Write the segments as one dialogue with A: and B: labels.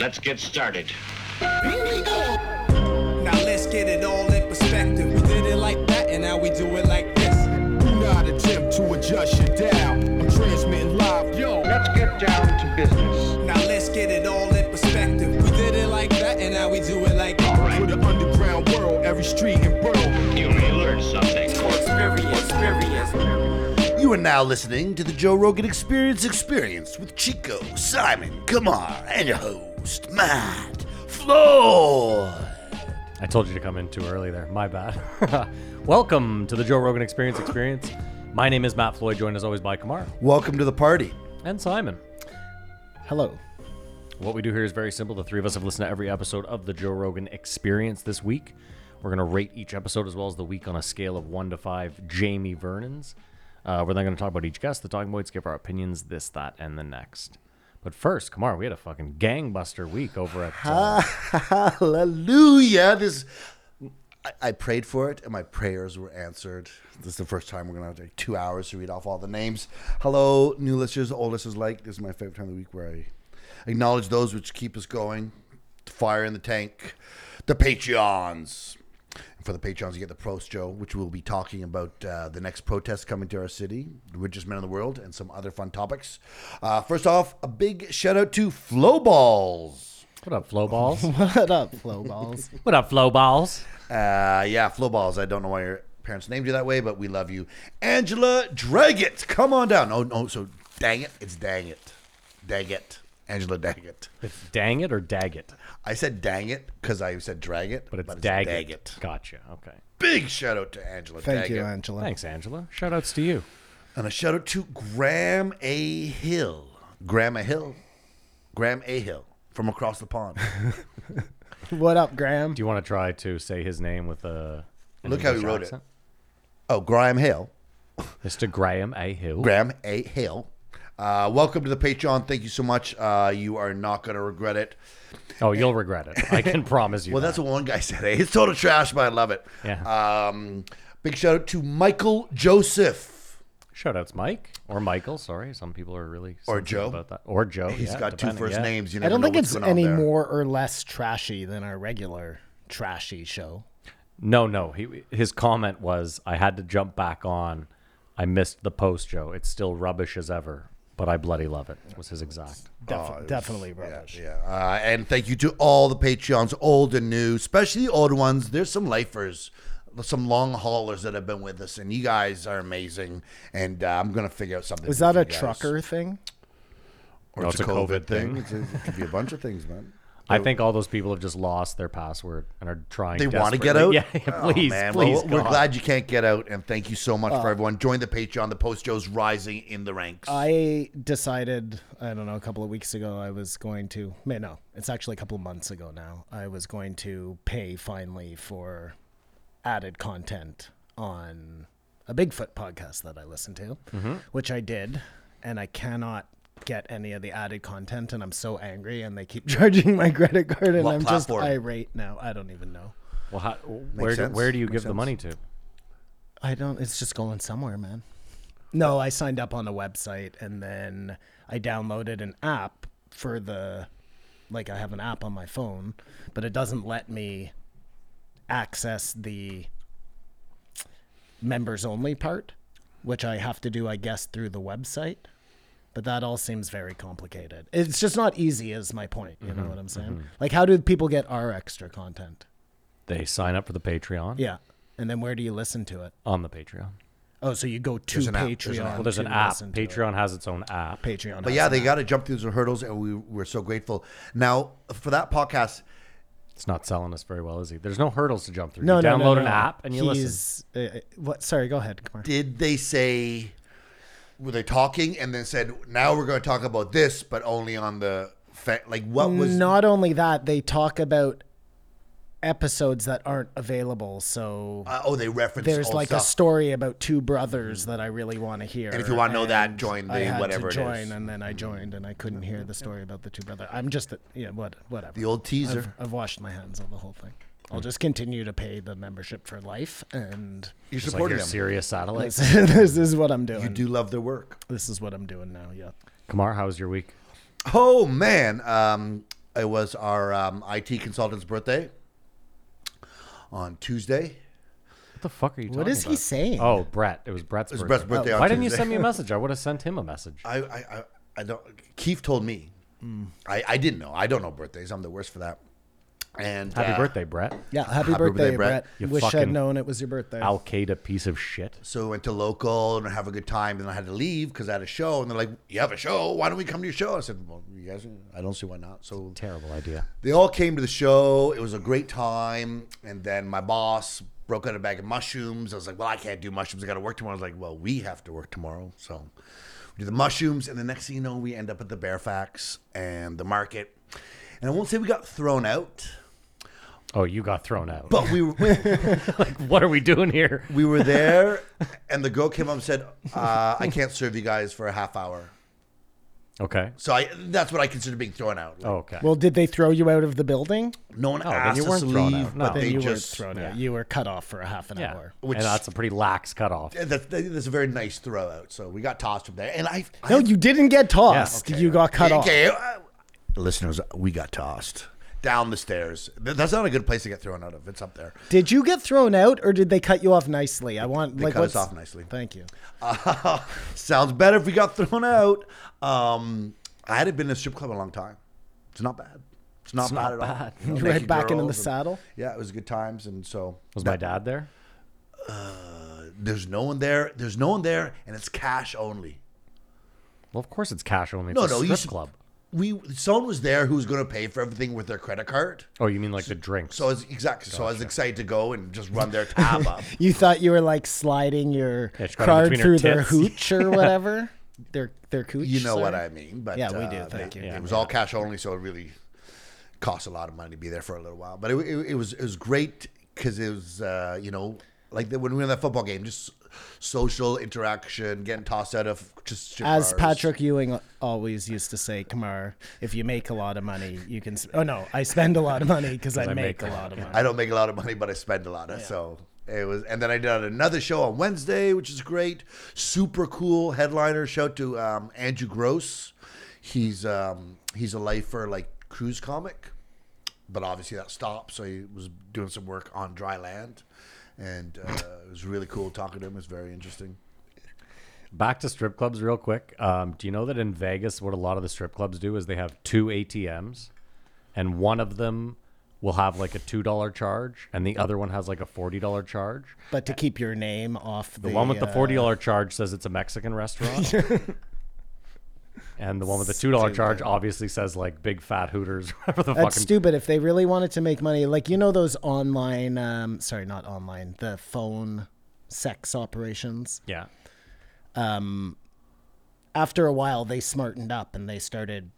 A: Let's get started.
B: Now let's get it all in perspective. We did it like that, and now we do it like this.
C: Do not attempt to adjust your dial. I'm transmitting live. Yo,
D: Let's get down to business.
B: Now let's get it all in perspective. We did it like that, and now we do it like
A: All
C: for
A: right,
C: the underground world, every street and borough.
A: you may learn something.
E: You are now listening to the Joe Rogan Experience Experience with Chico, Simon, Kamar, and your host, Matt Floyd.
F: I told you to come in too early there. My bad. Welcome to the Joe Rogan Experience Experience. My name is Matt Floyd, joined as always by Kamar
E: Welcome to the party.
F: and Simon.
G: Hello.
F: What we do here is very simple. The three of us have listened to every episode of the Joe Rogan Experience this week. We're going to rate each episode as well as the week on a scale of one to five Jamie Vernon's. Uh, we're then going to talk about each guest, the talking points, give our opinions, this, that, and the next. But first, Kamar, we had a fucking gangbuster week over at. Uh,
E: Hallelujah. This I, I prayed for it and my prayers were answered. This is the first time we're gonna have to take two hours to read off all the names. Hello, new listeners, old listeners like. This is my favorite time of the week where I acknowledge those which keep us going. The fire in the tank, the Patreons. And for the Patreons, you get the Prost Joe, which we'll be talking about uh, the next protest coming to our city, the richest men in the world, and some other fun topics. Uh, first off, a big shout out to Flowballs.
F: what up, Flow Balls?
G: What up, flow balls?
F: what up, Flow Balls?
E: Uh, yeah, flow balls. I don't know why your parents named you that way, but we love you. Angela Draggett, come on down. Oh, no, so dang it. It's dang it. Dang it. Angela Daggett.
F: It's Dang it or Daggett?
E: I said dang it because I said drag it,
F: But it's, Daggett.
E: Daggett.
F: Gotcha. Okay.
G: Oh.
E: Big shout out to Angela
G: Thank
E: Daggett.
G: you, Angela.
F: Thanks, Angela. Shout outs to you.
E: And a shout out to Graham A. Hill. Graham A. Hill. Graham A. Hill from across the pond.
G: What up, Graham?
F: Do you want to try to say his name with a an
E: Look how he
F: English
E: wrote it.
F: accent?
E: oh, Graham Hill.
F: Mr. Graham A. Hill.
E: Graham A. Hill. Uh, welcome to the Patreon. Thank you so much. Uh, you are not going to regret it.
F: oh, you'll regret it. I can promise you.
E: Well, that's what one guy said. Hey, it's total trash, but I love it.
F: Yeah.
E: Um, big shout out to Michael Joseph.
F: shout outs, Mike or Michael. Sorry, some people are really
E: Or
F: sensitive
E: Joe.
F: about that. Or Joe.
E: He's
F: yeah,
E: got two
F: depending,
E: first
F: yeah.
E: names. You
G: I
E: never
G: don't
E: know
G: think
E: what's
G: it's
E: going on
G: any
E: there.
G: more or less trashy than our regular trashy show.
E: Oh,
F: No, no. He, his comment was, "I had to jump back on. I missed the post, Joe. It's still rubbish as ever, but I bloody love it." Was his exact.
G: Defi- definitely
E: Yeah,
G: rubbish.
E: yeah. Uh, and thank you to all the Patreons, old and new, especially the old ones. There's some lifers, some long haulers that have been with us, and you guys are amazing. And uh, I'm gonna figure out something.
G: Was
E: for
G: that a
E: you guys.
G: trucker thing?
E: Or
F: No,
E: it's, a COVID, thing. It's a- it could be a bunch of things, man.
F: I think all those people have just lost their password and are trying.
E: They want to get out.
F: desperately- Yeah,
E: Oh,
F: please,
E: man.
F: please.
E: Well, we're
F: God.
E: glad you can't get out, and thank you so much for
G: Uh,
E: everyone. Join the Patreon. The post Joe's rising in the ranks.
G: I decided, I don't know, a couple of weeks ago, I was going to, ma- no, it's actually a couple of months ago now, I was going to pay finally for added content on a Bigfoot podcast that I listen to,
E: Mm-hmm.
G: which I did, and I cannot get any of the added content, and I'm so angry, and they keep charging my credit card, and
E: What
G: I'm
E: platform?
G: just irate now. I don't even know.
F: Well, how, where, do,
E: sense.
F: where do you
E: Makes
F: give the
E: sense.
F: money to?
G: I don't. It's just going somewhere, man. No, I signed up on a website and then I downloaded an app for the. Like, I have an app on my phone, but it doesn't let me access the members only part, which I have to do, I guess, through the website. But that all seems very complicated. It's just not easy, is my point. You know what I'm saying? Like, how do people get our extra content?
F: They sign up for the Patreon
G: Yeah. And then where do you listen to it?
F: on the Patreon.
G: Oh, so you go to
E: There's an app. There's
G: Patreon.
E: an app.
F: Well, there's an
G: to
F: app.
G: listen to it.
F: Patreon has its own app.
G: Patreon.
E: But yeah, they got to jump through some hurdles, and we we're so grateful. Now for that podcast,
F: It's not selling us very well, is he? There's no hurdles to jump through.
G: no,
F: you
G: no,
F: download
G: no, no.
F: an app and you listen.
G: He's, listen. Uh, what? Sorry, go ahead. Kumar.
E: did they say were they talking, and then said now we're going to talk about this, but only on the fa-. like what was
G: Not only that, they talk about episodes that aren't available. So
E: uh, oh they referenced
G: there's
E: old
G: like a
E: stuff.
G: story about two brothers that I really want to hear.
E: And if you wanna know that,
G: and
E: join the
G: I had
E: whatever it
G: to join,
E: is.
G: and then I joined, and I couldn't hear the story about the two brothers. I'm just yeah, what whatever.
E: the old Hmm. teaser.
G: I've washed my hands of the whole thing. I'll just continue to pay the membership for life, and
E: You're
F: It's like
E: supporting
F: your
E: them.
F: Sirius satellite.
G: this, this is what I'm doing.
E: You do love their work.
G: This is what I'm doing now. Yeah.
F: Kamar, how was your week?
E: Oh man, um, a it was our um, IT consultant's birthday on Tuesday.
F: What the fuck are you talking
G: What is he
F: about?
G: saying?
F: Oh, Brett. It was Brett's
E: It was
F: birthday. Oh.
E: Brett's birthday on
F: Why didn't you
E: Tuesday.
F: send me a message? I would have sent him a message.
E: I, I, I, I don't. Keith told me. I, I didn't know. I don't know birthdays. I'm the worst for that. And
F: Happy
E: uh,
F: birthday, Brett.
G: yeah, happy,
E: Happy
G: birthday,
E: birthday,
G: Brett.
E: Brett.
F: You
G: Wish I'd
F: fucking-
G: known it was your birthday.
F: Al Qaeda piece of shit.
E: So we went to local and have a good time. Then I had to leave because I had a show. And they're like, "You have a show? Why don't we come to your show?" I said, "Well, you guys, I don't see why not." So
F: Terrible idea.
E: they all came to the show. It was a great time. And then my boss broke out a bag of mushrooms. I was like, well, I can't do mushrooms. I got to work tomorrow. I was like, well, we have to work tomorrow. So we do the mushrooms. And the next thing you know, we end up at the Fairfax and the market. And I won't say we got thrown out,
F: Oh, you got thrown out.
E: but we were.
F: what are we doing here?
E: We were there, and the girl came up and said, uh, "I can't serve you guys for a half hour."
F: Okay.
E: So I, that's what I consider being thrown out. Like,
F: Oh, okay.
G: well, did they throw you out of the building?
E: no one
F: then
E: asked
F: you
E: us to
F: weren't thrown
E: leave,
F: out. No.
E: but
F: Then
E: they
G: you weren't
E: just
G: thrown out. You were cut off for a half an
F: yeah.
G: hour.
E: Which-
F: and that's a pretty lax cutoff.
E: that's, that's a very nice throw out. So we got tossed from there, and I
G: No,
E: I,
G: you didn't get tossed.
F: Yeah, okay.
G: You got cut off.
E: Okay, uh, listeners, we got tossed down the stairs. Th- That's not a good place to get thrown out of. It's up there.
G: Did you get thrown out, or did they cut you off nicely? I want like
E: cut us
G: what's-
E: off nicely.
G: Thank you.
E: Sounds better if we got thrown out. Um, I hadn't been in a strip club in a long time. It's not bad. It's not bad
F: not
E: at
F: bad.
E: all. You know,
G: You right
E: naked
G: back into the
E: girls and-
G: saddle?
E: yeah, it was good times, and so
F: Was
E: that-
F: my dad there?
E: There's no one there. There's no one there, and it's cash only.
F: Well, of course it's cash only. It's
E: No,
F: a
E: no, you
F: strip
E: should-
F: club.
E: We someone was there who was going to pay for everything with their credit card.
F: Oh, you mean like the drinks?
E: So I was exactly. So I was excited to go and just run their tab up.
G: You thought you were like sliding your
F: Yeah, she got it
G: card
F: between
G: through
F: her
G: their
F: tits.
G: hooch or whatever. their their cooch.
E: You know what
G: sorry.
E: I mean? But
G: Yeah, we
E: uh,
G: do, thank
E: they-
G: you. Yeah,
E: It was all cash only, so it really cost a lot of money to be there for a little while. But it, it, it was it was great because it was uh, you know like the, when we were in that football game, just social interaction, getting tossed out of just strip
G: As
E: bars.
G: Patrick Ewing always used to say, Kamar, if you make a lot of money, you can. Sp- oh no, I spend a lot of money because I, make, a lot of money.
E: I don't make a lot of money, but I spend a lot of so. It was, and then I did another show on Wednesday, which is great, super cool headliner. Shout to um, Andrew Gross, he's um, he's a lifer, like cruise comic, but obviously that stopped. So he was doing some work on dry land, and uh, it was really cool talking to him. It was very interesting.
F: Back to strip clubs real quick. Um, do you know that in Vegas, what a lot of the strip clubs do is they have two ATMs, and one of them will have like a two dollar charge, and the other one has like a forty dollar charge.
G: But to keep your name off the,
F: The one with the
G: uh,
F: forty dollar charge says it's a Mexican restaurant. And the one with the two dollar charge obviously says like big fat Hooters, whatever the
G: That's
F: fucking
G: stupid. If they really wanted to make money, like you know those online, um, sorry, not online, the phone sex operations.
F: yeah.
G: After a while, they smartened up and they started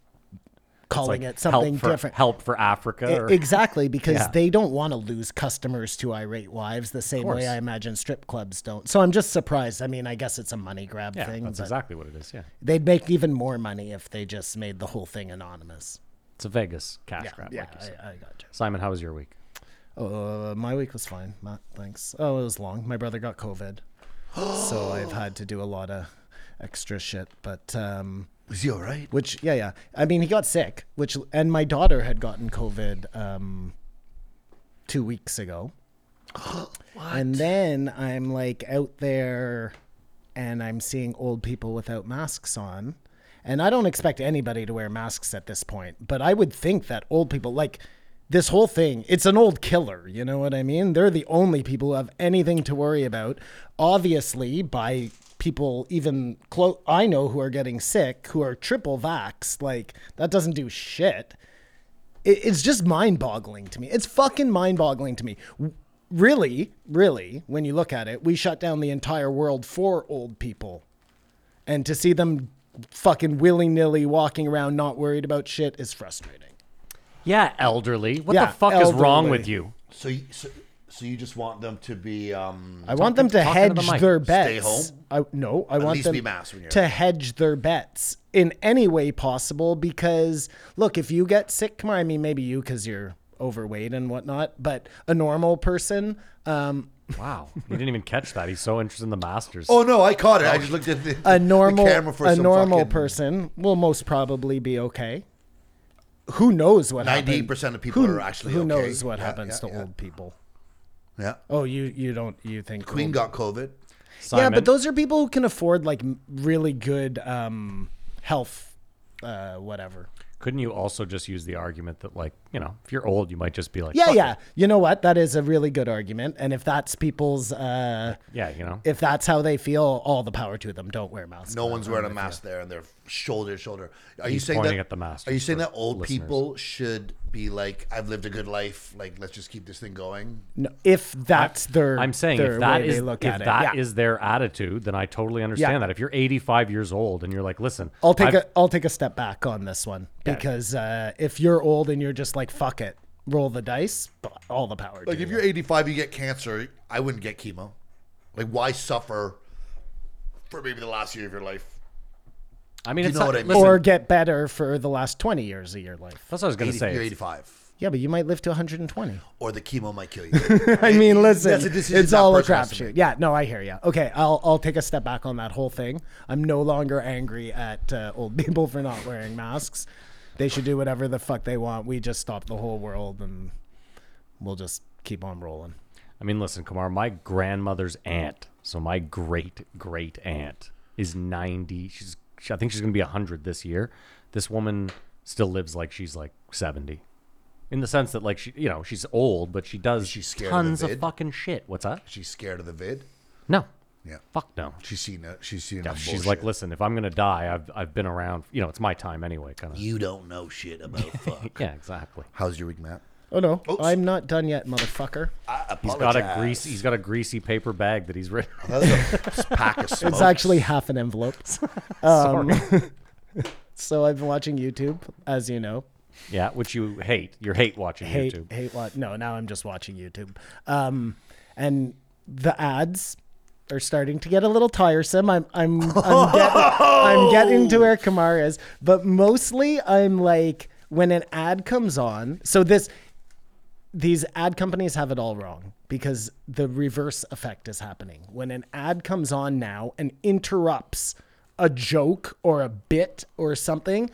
G: calling it something
F: help for,
G: different.
F: Help for Africa.
G: I-
F: or-
G: E-, exactly, because
F: Yeah.
G: they don't want to lose customers to irate wives the same
F: course.
G: way I imagine strip clubs don't. So I'm just surprised. I mean, I guess it's a money grab
F: yeah,
G: thing.
F: that's
G: but
F: exactly what it is. Yeah,
G: They'd make even more money if they just made the whole thing anonymous.
F: it's a Vegas cash grab.
G: yeah,
F: like you said.
G: I, I got you.
F: Simon, how was your week?
G: Uh, my week was fine, Matt. Thanks. Oh, it was long. My brother got COVID, so I've had to do a lot of extra shit. But um,
E: Was he all right?
G: which, yeah, yeah. I mean, he got sick, which, and my daughter had gotten COVID um, two weeks ago. And then I'm like out there, and I'm seeing old people without masks on. And I don't expect anybody to wear masks at this point, but I would think that old people like. This whole thing, it's an old killer, you know what I mean? They're the only people who have anything to worry about. Obviously, by people even close I know who are getting sick, who are triple vaxxed, like that doesn't do shit it, it's just mind boggling to me. It's fucking mind boggling to me. W- Really, really, when you look at it, we shut down the entire world for old people. And to see them fucking willy nilly walking around not worried about shit is frustrating.
F: Yeah, elderly. What
G: Yeah,
F: the fuck is wrong
G: elderly.
F: with you?
E: So, you- so, so you just want them to be um,
G: I want them to
F: talking to
G: hedge
F: the mic.
G: their bets.
E: Stay home?
G: I, no, I want
E: least
G: them
E: be masked when you're
G: to
E: out.
G: hedge their bets in any way possible. Because look, if you get sick, Kamar, I mean, maybe you because you're overweight and whatnot, but a normal person, um,
F: Wow, you didn't even catch that. He's so interested in the Masters.
E: Oh no, I caught it. I just looked at the,
G: a normal
E: the camera for
G: a
E: some
G: normal
E: fucking-
G: person will most probably be okay. who knows what
E: 98%
G: happened?
E: of people
G: who,
E: are actually
G: who
E: okay.
G: knows what
E: Yeah,
G: happens
E: yeah,
G: to
E: yeah.
G: old people.
E: Yeah.
G: Oh, you you don't you think
E: Queen
G: old-
E: got COVID.
F: Simon,
G: Yeah, but those are people who can afford like m- really good um, health, uh, whatever.
F: couldn't you also just use the argument that like you know if you're old you might just be like
G: Yeah,
F: "Fuck
G: yeah.
F: it."
G: You know what? That is a really good argument. And if that's people's, uh,
F: yeah you know
G: if that's how they feel, all the power to them. Don't wear masks.
E: No one's wearing a mask there, and they're shoulder to shoulder. Are you
F: He's
E: saying
F: pointing
E: that?
F: at the mask
E: Are you saying
F: for
E: that old
F: listeners.
E: people should be like, "I've lived a good life. Like, let's just keep this thing going."
G: No, if that's their,
F: I'm saying
G: their
F: if that
G: way
F: is
G: they look
F: if
G: at it,
F: that
G: yeah.
F: is their attitude, then I totally understand
G: Yeah.
F: that. If you're 85 years old and you're like, listen,
G: I'll take
F: I've-
G: a I'll take a step back on this one because uh, if you're old and you're just like fuck it, roll the dice, b- all the power.
E: Like,
G: to
E: if
G: you.
E: you're 85, you get cancer. I wouldn't get chemo. Like, why suffer for maybe the last year of your life?
F: I mean,
E: you
F: it's
E: know
F: not-
E: what I mean?
F: listen,
G: or get better for the last 20 years of your life.
F: that's what I was gonna
E: 80
F: say.
E: you're
F: It's-
E: 85,
G: Yeah, but you might live to 120.
E: or the chemo might kill you.
G: I mean, listen,
E: that's a decision
G: it's
E: that
G: all a
E: person has to
G: crapshoot.
E: make.
G: Yeah, no, I hear you. Okay, I'll I'll take a step back on that whole thing. I'm no longer angry at uh, old people for not wearing masks. They should do whatever the fuck they want. We just stop the whole world and we'll just keep on rolling.
F: I mean, listen, Kamar, my grandmother's aunt, so my great great aunt is 90. She's she- I think she's gonna be 100 this year. This woman still lives like she's like 70. In the sense that, like, she, you know, she's old, but she does
E: she scared of the
F: tons of,
E: vid?
F: fucking shit. What's that?
E: She's scared of the vid.
F: No.
E: Yeah.
F: Fuck no.
E: She's seen. that- She's seen.
F: Yeah,
E: enough
F: she's like,
E: bullshit.
F: listen, if I'm gonna die, I've I've been around. You know, it's my time anyway, kind of.
E: you don't know shit about fuck.
F: Yeah, exactly.
E: How's your week, Matt?
G: Oh no,
E: Oops.
G: I'm not done yet, motherfucker.
F: He's got a grease. He's got a greasy paper bag that he's written.
E: That's a pack of smokes.
G: It's actually half an envelope. Um,
F: Sorry.
G: So I've been watching YouTube, as you know.
F: yeah, which you hate. You hate watching
G: Hate
F: YouTube.
G: hate what? No, now I'm just watching YouTube. Um, and the ads are starting to get a little tiresome. I'm I'm I'm getting, I'm getting to
F: Oh!
G: where Kamar is, but mostly I'm like when an ad comes on. So this these ad companies have it all wrong because the reverse effect is happening. When an ad comes on now and interrupts a joke or a bit or something,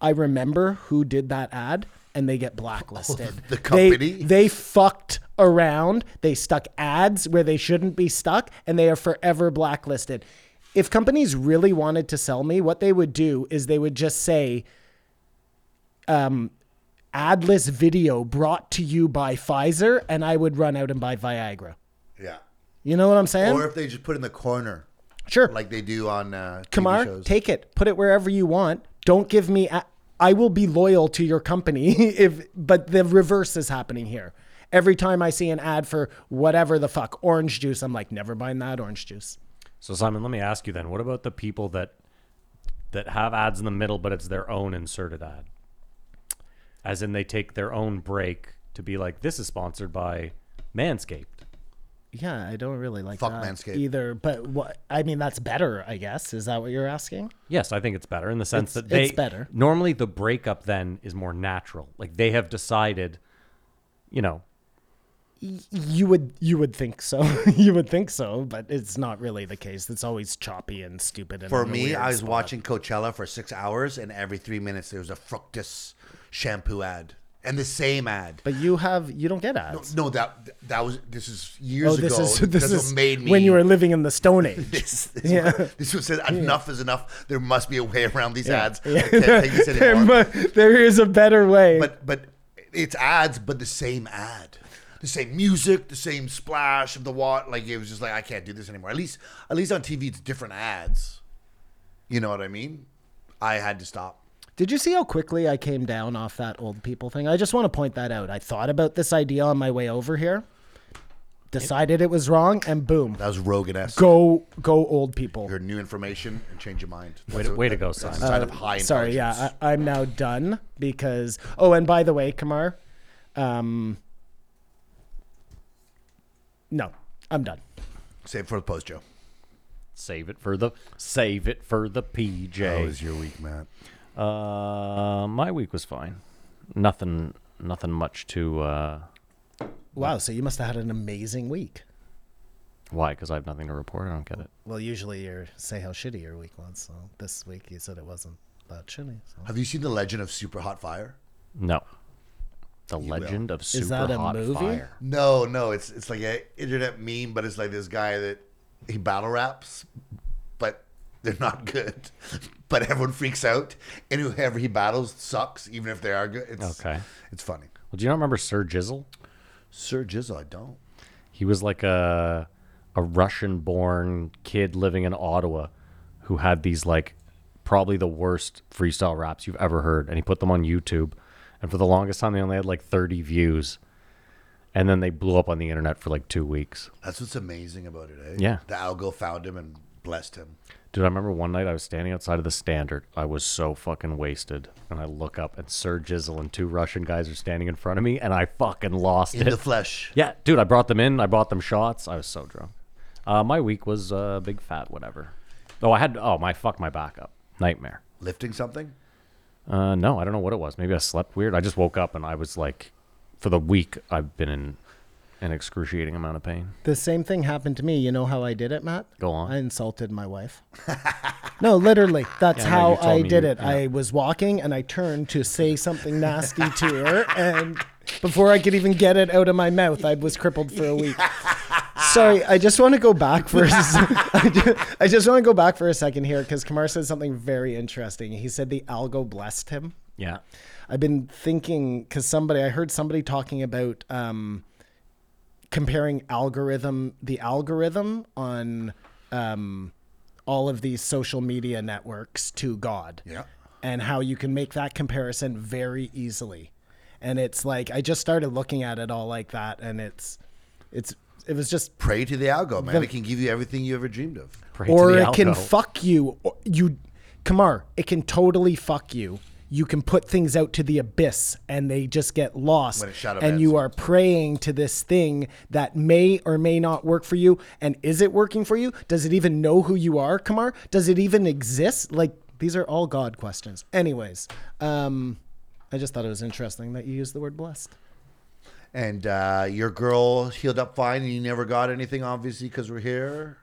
G: I remember who did that ad and they get blacklisted. They-
E: the company?
G: they fucked around. They stuck ads where they shouldn't be stuck, and they are forever blacklisted. If companies really wanted to sell me, what they would do is they would just say, um, adless video brought to you by Pfizer, and I would run out and buy Viagra.
E: Yeah.
G: You know what I'm saying?
E: Or if they just put in the corner,
G: sure.
E: like they do on uh, TV
G: Kamar,
E: shows.
G: take it, put it wherever you want. Don't give me. A- I will be loyal to your company if, but the reverse is happening here. Every time I see an ad for whatever the fuck orange juice, I'm like, never buying that orange juice.
F: So Simon, let me ask you then: What about the people that that have ads in the middle, but it's their own inserted ad? As in, they take their own break to be like, this is sponsored by Manscaped.
G: Yeah, I don't really like
E: Fuck
G: that
E: Manscaped.
G: either. But what I mean, that's better, I guess. Is that what you're asking?
F: Yes, I think it's better in the
G: It's-
F: sense that they
G: it's better.
F: Normally, the breakup then is more natural. Like they have decided, you know,
G: You would you would think so. you would think so, but it's not really the case. It's always choppy and stupid. And
E: For
G: in a
E: me,
G: weird
E: I was
G: spot.
E: watching Coachella for six hours, and every three minutes there was a fructus shampoo ad, and the same ad.
G: But you have you don't get ads.
E: No, that that was this is years
G: Oh,
E: ago.
G: this is this
E: That's
G: is
E: what made me
G: when you were living in the Stone Age.
E: This, this,
G: Yeah.
E: was, this was said, enough is enough. There must be a way around these ads. I
G: Yeah.
E: can't take this
G: there,
E: anymore.
G: mu- there is a better way.
E: but but it's ads, but the same ad, the same music, the same splash of the water. Like it was just like I can't do this anymore. At least at least on TV, it's different ads. You know what I mean? I had to stop.
G: Did you see how quickly I came down off that old people thing? I just want to point that out. I thought about this idea on my way over here, decided it was wrong, and boom,
E: That was Rogan esque.
G: go go old people.
E: Heard new information and change your mind.
F: way
E: That's
F: to,
E: a-
F: way to go,
E: that's a
F: Simon.
E: sign of high
G: Sorry, yeah, I, I'm now done because. Oh, and by the way, Kamar, um, no, I'm done.
E: Save for the post, Joe.
F: save it for the save it for the PJ.
E: your week, Matt?
F: Uh, my week was fine. Nothing, nothing much to. Uh,
G: Wow, so you must have had an amazing week.
F: why? Because I have nothing to report. I don't get it.
G: Well, usually you say how shitty your week was. So this week you said it wasn't that shitty. So.
E: Have you seen the Legend of Super Hot Fire?
F: No. The Legend of Super
G: Is that a
F: Hot
G: movie?
F: Fire.
E: No, no, it's it's like a internet meme, but it's like this guy that he battle raps, but they're not good. But everyone freaks out, and whoever he battles sucks, even if they are good. It's,
F: Okay.
E: it's funny.
F: Well, do you not remember Sir Jizzle?
E: Sir Jizzle, I don't.
F: He was like a a Russian born kid living in Ottawa who had these like probably the worst freestyle raps you've ever heard and he put them on YouTube and for the longest time they only had like 30 views and then they blew up on the internet for like 2 weeks.
E: That's what's amazing about it, eh?
F: Yeah.
E: the algo found him and blessed him.
F: Dude, I remember one night I was standing outside of the standard. I was so fucking wasted. And I look up and Sir Jizzle and two Russian guys are standing in front of me and I fucking lost
E: In
F: it.
E: the flesh.
F: yeah, dude, I brought them in. I bought them shots. I was so drunk. Uh, my week was uh, big fat whatever. Oh, I had, oh, my fuck, my back up. Nightmare.
E: Lifting something?
F: Uh, no, I don't know what it was. Maybe I slept weird. I just woke up and I was like, for the week, I've been in an excruciating amount of pain.
G: The same thing happened to me. You know how I did it, Matt?
F: Go on.
G: I insulted my wife. no, literally. That's
F: Yeah, no,
G: how
F: you told
G: I
F: me
G: did
F: you-
G: it. I was walking and I turned to say something nasty to her. And before I could even get it out of my mouth, I was crippled for a week. Sorry, I just want to go back for a s- I ju- I just want to go back for a second here because Kamar said something very interesting. He said the algo blessed him.
F: Yeah.
G: I've been thinking because somebody I heard somebody talking about um, comparing algorithm the algorithm on um, all of these social media networks to God.
E: Yeah.
G: And how you can make that comparison very easily. And it's like I just started looking at it all like that and it's it's it was just
E: Pray to the algo, man. it can give you everything you ever dreamed of.
F: Pray to
G: or
F: the
G: it can
F: algo.
G: fuck you. Or You, Kamar, it can totally fuck you. You can put things out to the abyss and they just get lost.
E: When it shadow
G: and
E: bans
G: you
E: them.
G: are praying to this thing that may or may not work for you. And is it working for you? Does it even know who you are, Kamar? Does it even exist? Like, these are all God questions. Anyways, um, I just thought it was interesting that you used the word blessed.
E: And uh, your girl healed up fine, and you never got anything, obviously, because we're here.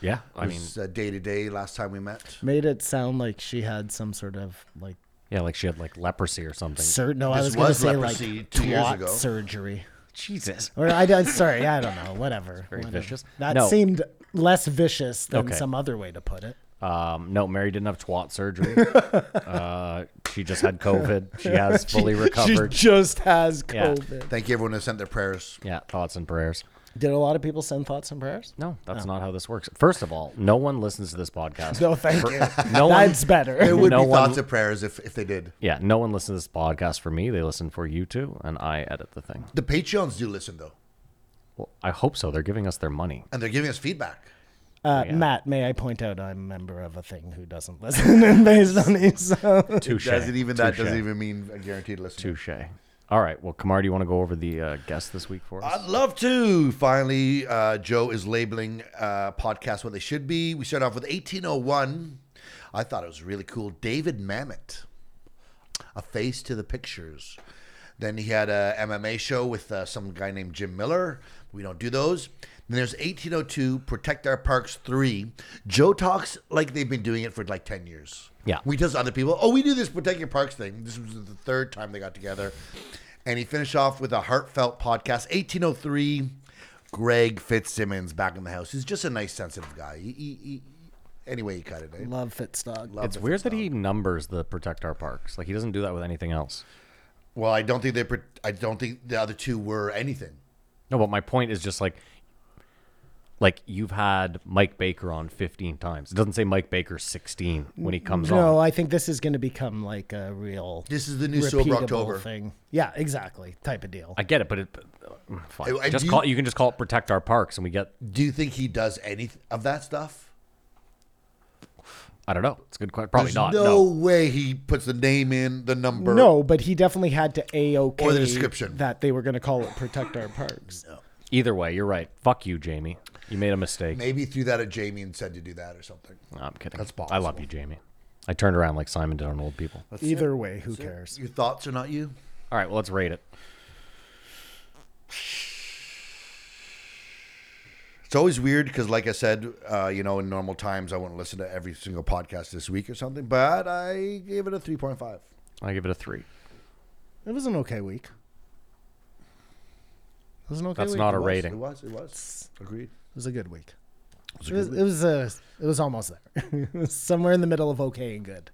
F: Yeah. I mean,
E: was, uh, day to day last time we met.
G: Made it sound like she had some sort of like
F: yeah, like she had like leprosy or something.
G: sur- no, I
E: This
G: was going to
E: was
G: say
E: leprosy
G: like
E: two years
G: twat
E: ago.
G: surgery.
F: Jesus.
G: Or I don't, sorry, I don't know. Whatever.
F: Very
G: Whatever.
F: vicious.
G: That
F: No.
G: seemed less vicious than
F: Okay.
G: some other way to put it.
F: Um, no, Mary didn't have twat surgery. uh, she just had COVID. She has fully recovered.
G: She just has
F: Yeah.
G: COVID.
E: Thank you, everyone who sent their prayers.
F: yeah, thoughts and prayers.
G: Did a lot of people send thoughts and prayers?
F: No, that's not how this works. First of all, no one listens to this podcast.
G: No, thank you.
F: no one.
G: That's better.
E: There would
F: No
E: be
F: one-
E: thoughts of prayers if, if they did.
F: Yeah, no one listens to this podcast for me. They listen for you two, and I edit the thing.
E: The Patreons do listen though,
F: Well, I hope so. They're giving us their money.
E: and they're giving us feedback.
G: Uh, Matt, may I point out I'm a member of a thing who doesn't listen and based on these. So.
F: Touche.
E: Doesn't even that
F: Touche.
E: doesn't even mean a guaranteed listener.
F: Touche. All right. Well, Kamar, do you want to go over the uh, guest this week for us?
E: I'd love to. Finally, uh, Joe is labeling uh, podcasts what they should be. We start off with 1801. I thought it was really cool. David Mamet, a face to the pictures. Then he had a MMA show with uh, some guy named Jim Miller. We don't do those. Then there's 1802, Protect Our Parks 3. Joe talks like they've been doing it for like 10 years.
F: Yeah.
E: We tell other people, oh, we do this Protect Your Parks thing. This was the third time they got together. And he finished off with a heartfelt podcast, 1803. Greg Fitzsimmons back in the house. He's just a nice, sensitive guy. He, he, he, anyway, you cut it. eh?
G: Love Fitzdog.
E: Love
F: it's
E: the
F: weird that
E: Fitzsimmons.
F: he numbers the protect our parks. Like he doesn't do that with anything else.
E: Well, I don't think they. pro- I don't think the other two were anything.
F: No, but my point is just like, like you've had Mike Baker on 15 times. It doesn't say Mike Baker 16 when he comes on.
G: No, I think this is going to become like a real.
E: This is the new Sober
G: repeatable
E: October.
G: thing. Yeah, exactly. Type of deal.
F: I get it, but it. uh, Fine.
E: I- I
F: just
E: do-
F: call. You can just call it protect our parks, and we get.
E: Do you think he does any of that stuff?
F: I don't know. It's a good question. Probably
E: There's
F: not.
E: no,
F: No.
E: way he puts the name in the number.
G: no, but he definitely had to AOK
E: Or the description.
G: that they were going to call it Protect Our Parks.
F: Either way, you're right. Fuck you, Jamie. You made a mistake.
E: Maybe he threw that at Jamie and said to do that or something.
F: No, I'm kidding.
E: That's
F: I love you, Jamie. I turned around like Simon did on old people.
G: Either way, who cares?
E: Your thoughts are not you.
F: All right, well, let's rate it.
E: It's always weird because, like I said, uh, you know, in normal times I wouldn't listen to every single podcast this week or something. But I gave it a three point five.
F: I give it a three.
G: It was an okay week. It was an okay
F: That's
G: week.
F: not a
E: was,
F: rating.
E: It was. It was. Agreed.
G: It was a good week.
E: It was a
G: It
E: good
G: was,
E: week.
G: it was, uh, it was almost there. It was somewhere in the middle of okay and good.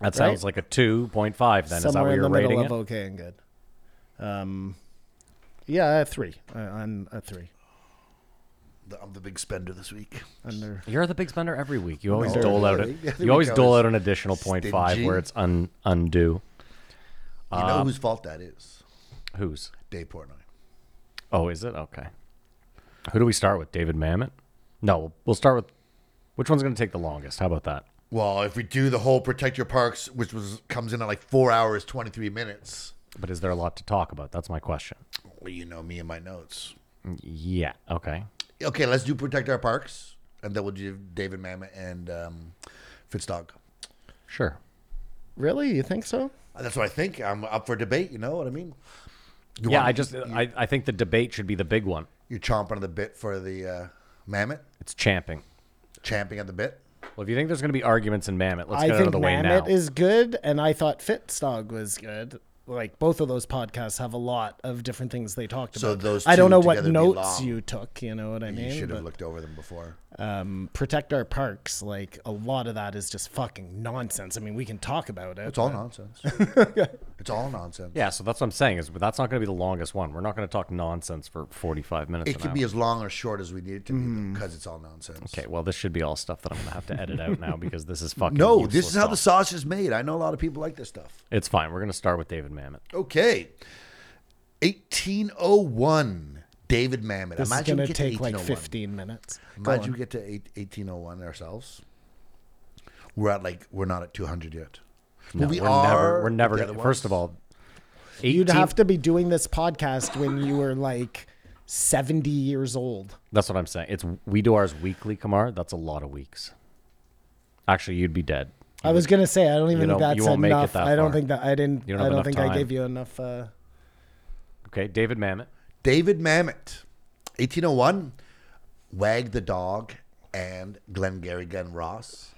F: That sounds like a two point five. Then is that
G: somewhere
F: what
G: in
F: you're
G: the
F: rating
G: middle
F: it?
G: of okay and good. Um, yeah, a three. I, I'm a three.
E: The- I'm the big spender this week.
G: Under
F: You're the big spender every week. You always
E: No,
F: dole out
E: really.
F: a,
E: Every
F: you always
E: week I
F: dole
E: was
F: out an additional point five
E: stingy.
F: where it's un, undue.
E: You know whose fault that is?
F: Whose?
E: Dave Portnoy.
F: Oh, is it okay? Who do we start with? David Mamet? No, we'll start with which one's going to take the longest. How about that?
E: Well, if we do the whole protect your parks, which was comes in at like four hours twenty three minutes.
F: But is there a lot to talk about? That's my question.
E: Well, you know me and my notes.
F: Yeah. Okay.
E: Okay, let's do protect our parks, and then we'll do David Mamet and um, Fitzdog.
F: Sure.
G: really, you think so?
E: That's what I think. I'm up for debate. You know what I mean? You
F: yeah,
E: want-
F: I just I, I think the debate should be the big one.
E: you're chomping at the bit for the uh, Mamet,
F: It's champing.
E: champing at the bit.
F: Well, if you think there's going to be arguments in Mamet, let's
G: I
F: get it out
G: think
F: of the way
G: Mamet
F: now.
G: is good, and I thought Fitstog was good. Like both of those podcasts have a lot of different things they talked
E: So
G: about.
E: those
G: I don't
E: two
G: know what
E: together be
G: notes
E: long.
G: you took. You know what I mean?
E: You should have
G: But,
E: looked over them before.
G: um, protect our parks. Like a lot of that is just fucking nonsense. I mean, we can talk about it.
E: It's all nonsense. it's all nonsense.
F: yeah, so that's what I'm saying is, but that's not going to be the longest one. We're not going to talk nonsense for 45 minutes.
E: It
F: an
E: could
F: hour.
E: be as long or short as we need it to be because it's all nonsense.
F: Mm-hmm. Okay, well, this should be all stuff that I'm going to have to edit out now because this is fucking.
E: No, this
F: useless
E: is how the
F: stuff.
E: sauce is made. I know a lot of people like this stuff.
F: It's fine. We're going to start with David Mamet.
E: Okay. 1801, David Mamet.
G: This
E: Imagine
G: is
E: we
G: gonna
E: get to
G: take
F: oh
G: like
E: 1801.
G: 15 minutes. Go
E: Imagine
G: on.
E: we get to eight- 1801 ourselves. We're at like, we're not at 200 yet.
F: No,
E: Well, we
F: we're
E: are
F: never. We're never.
E: with the
F: Gonna,
E: other
F: first of
E: ones.
F: all,
G: You'd
F: 18
G: have to be doing this podcast when you were like 70 years old.
F: That's what I'm saying. It's we do ours weekly, Kamar. That's a lot of weeks. Actually, you'd be dead.
G: I was gonna say I don't even
F: don't-
G: think that's
F: you won't make it
G: enough.
F: that
G: I don't
F: far.
G: think that I didn't.
F: You don't
G: I
F: have
G: don't
F: enough
G: think I
F: time.
G: gave you enough. Uh,
F: Okay, David Mamet.
E: David Mamet, 1801, Wag the Dog, and Glengarry Glenn Ross.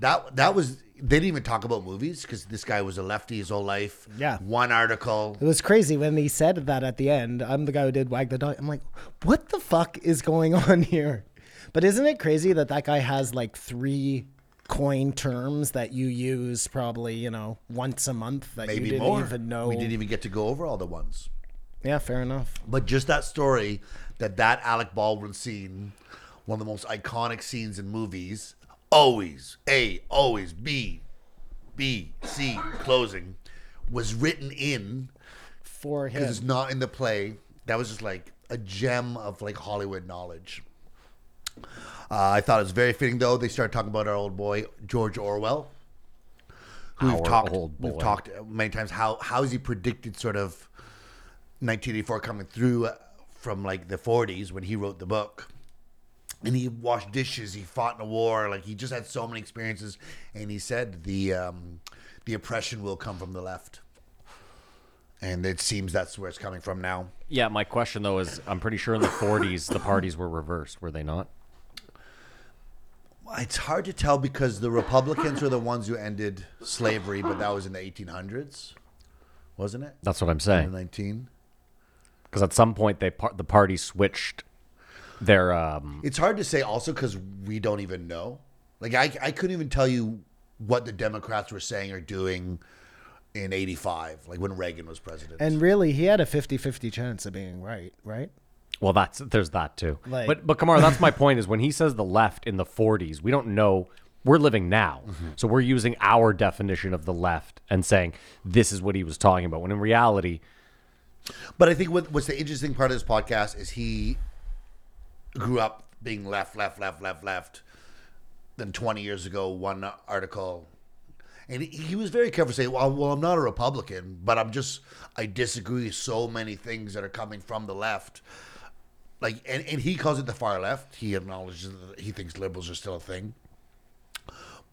E: That that was they didn't even talk about movies because this guy was a lefty his whole life.
G: Yeah.
E: one article.
G: it was crazy when he said that at the end. I'm the guy who did wag the dog. I'm like, what the fuck is going on here? But isn't it crazy that that guy has like three coin terms that you use probably you know once a month that
E: Maybe
G: you didn't
E: more.
G: even know?
E: We didn't even get to go over all the ones.
G: yeah, fair enough.
E: But just that story that that Alec Baldwin scene, one of the most iconic scenes in movies, always A, always B, B, C, closing, was written in
G: For him,
E: because it's not in the play. That was just like a gem of like Hollywood knowledge. Uh, I thought it was very fitting though. They started talking about our old boy George Orwell, who
F: Our
E: we've talked
F: old
E: we've
F: boy.
E: talked many times how how is he predicted sort of 1984 coming through uh, from like the 40s when he wrote the book. And he washed dishes. He fought in a war. Like he just had so many experiences. And he said the um, the oppression will come from the left, and it seems that's where it's coming from now.
F: Yeah, my question though is, I'm pretty sure in the 40s the parties were reversed, were they not?
E: It's hard to tell because the Republicans were the ones who ended slavery, but that was in the 1800s, wasn't it?
F: That's what I'm
E: In
F: saying.
E: 19.
F: Because at some point they par- the party switched their um
E: It's hard to say also because we don't even know. Like I, I couldn't even tell you what the Democrats were saying or doing in 85, like when Reagan was president.
G: and really, he had a 50-50 chance of being right. Right.
F: well that's there's that too.
G: Like-
F: but but Kamar, that's my point is when he says the left in the 40s, we don't know we're living now.
G: Mm-hmm.
F: So we're using our definition of the left and saying this is what he was talking about when in reality
E: But I think what, what's the interesting part of this podcast is he grew up being left, left, left, left, left. Then 20 years ago, one article. And he, he was very careful saying, well, well, I'm not a Republican, but I'm just, I disagree with so many things that are coming from the left. Like, and, and he calls it the far left. He acknowledges that he thinks liberals are still a thing.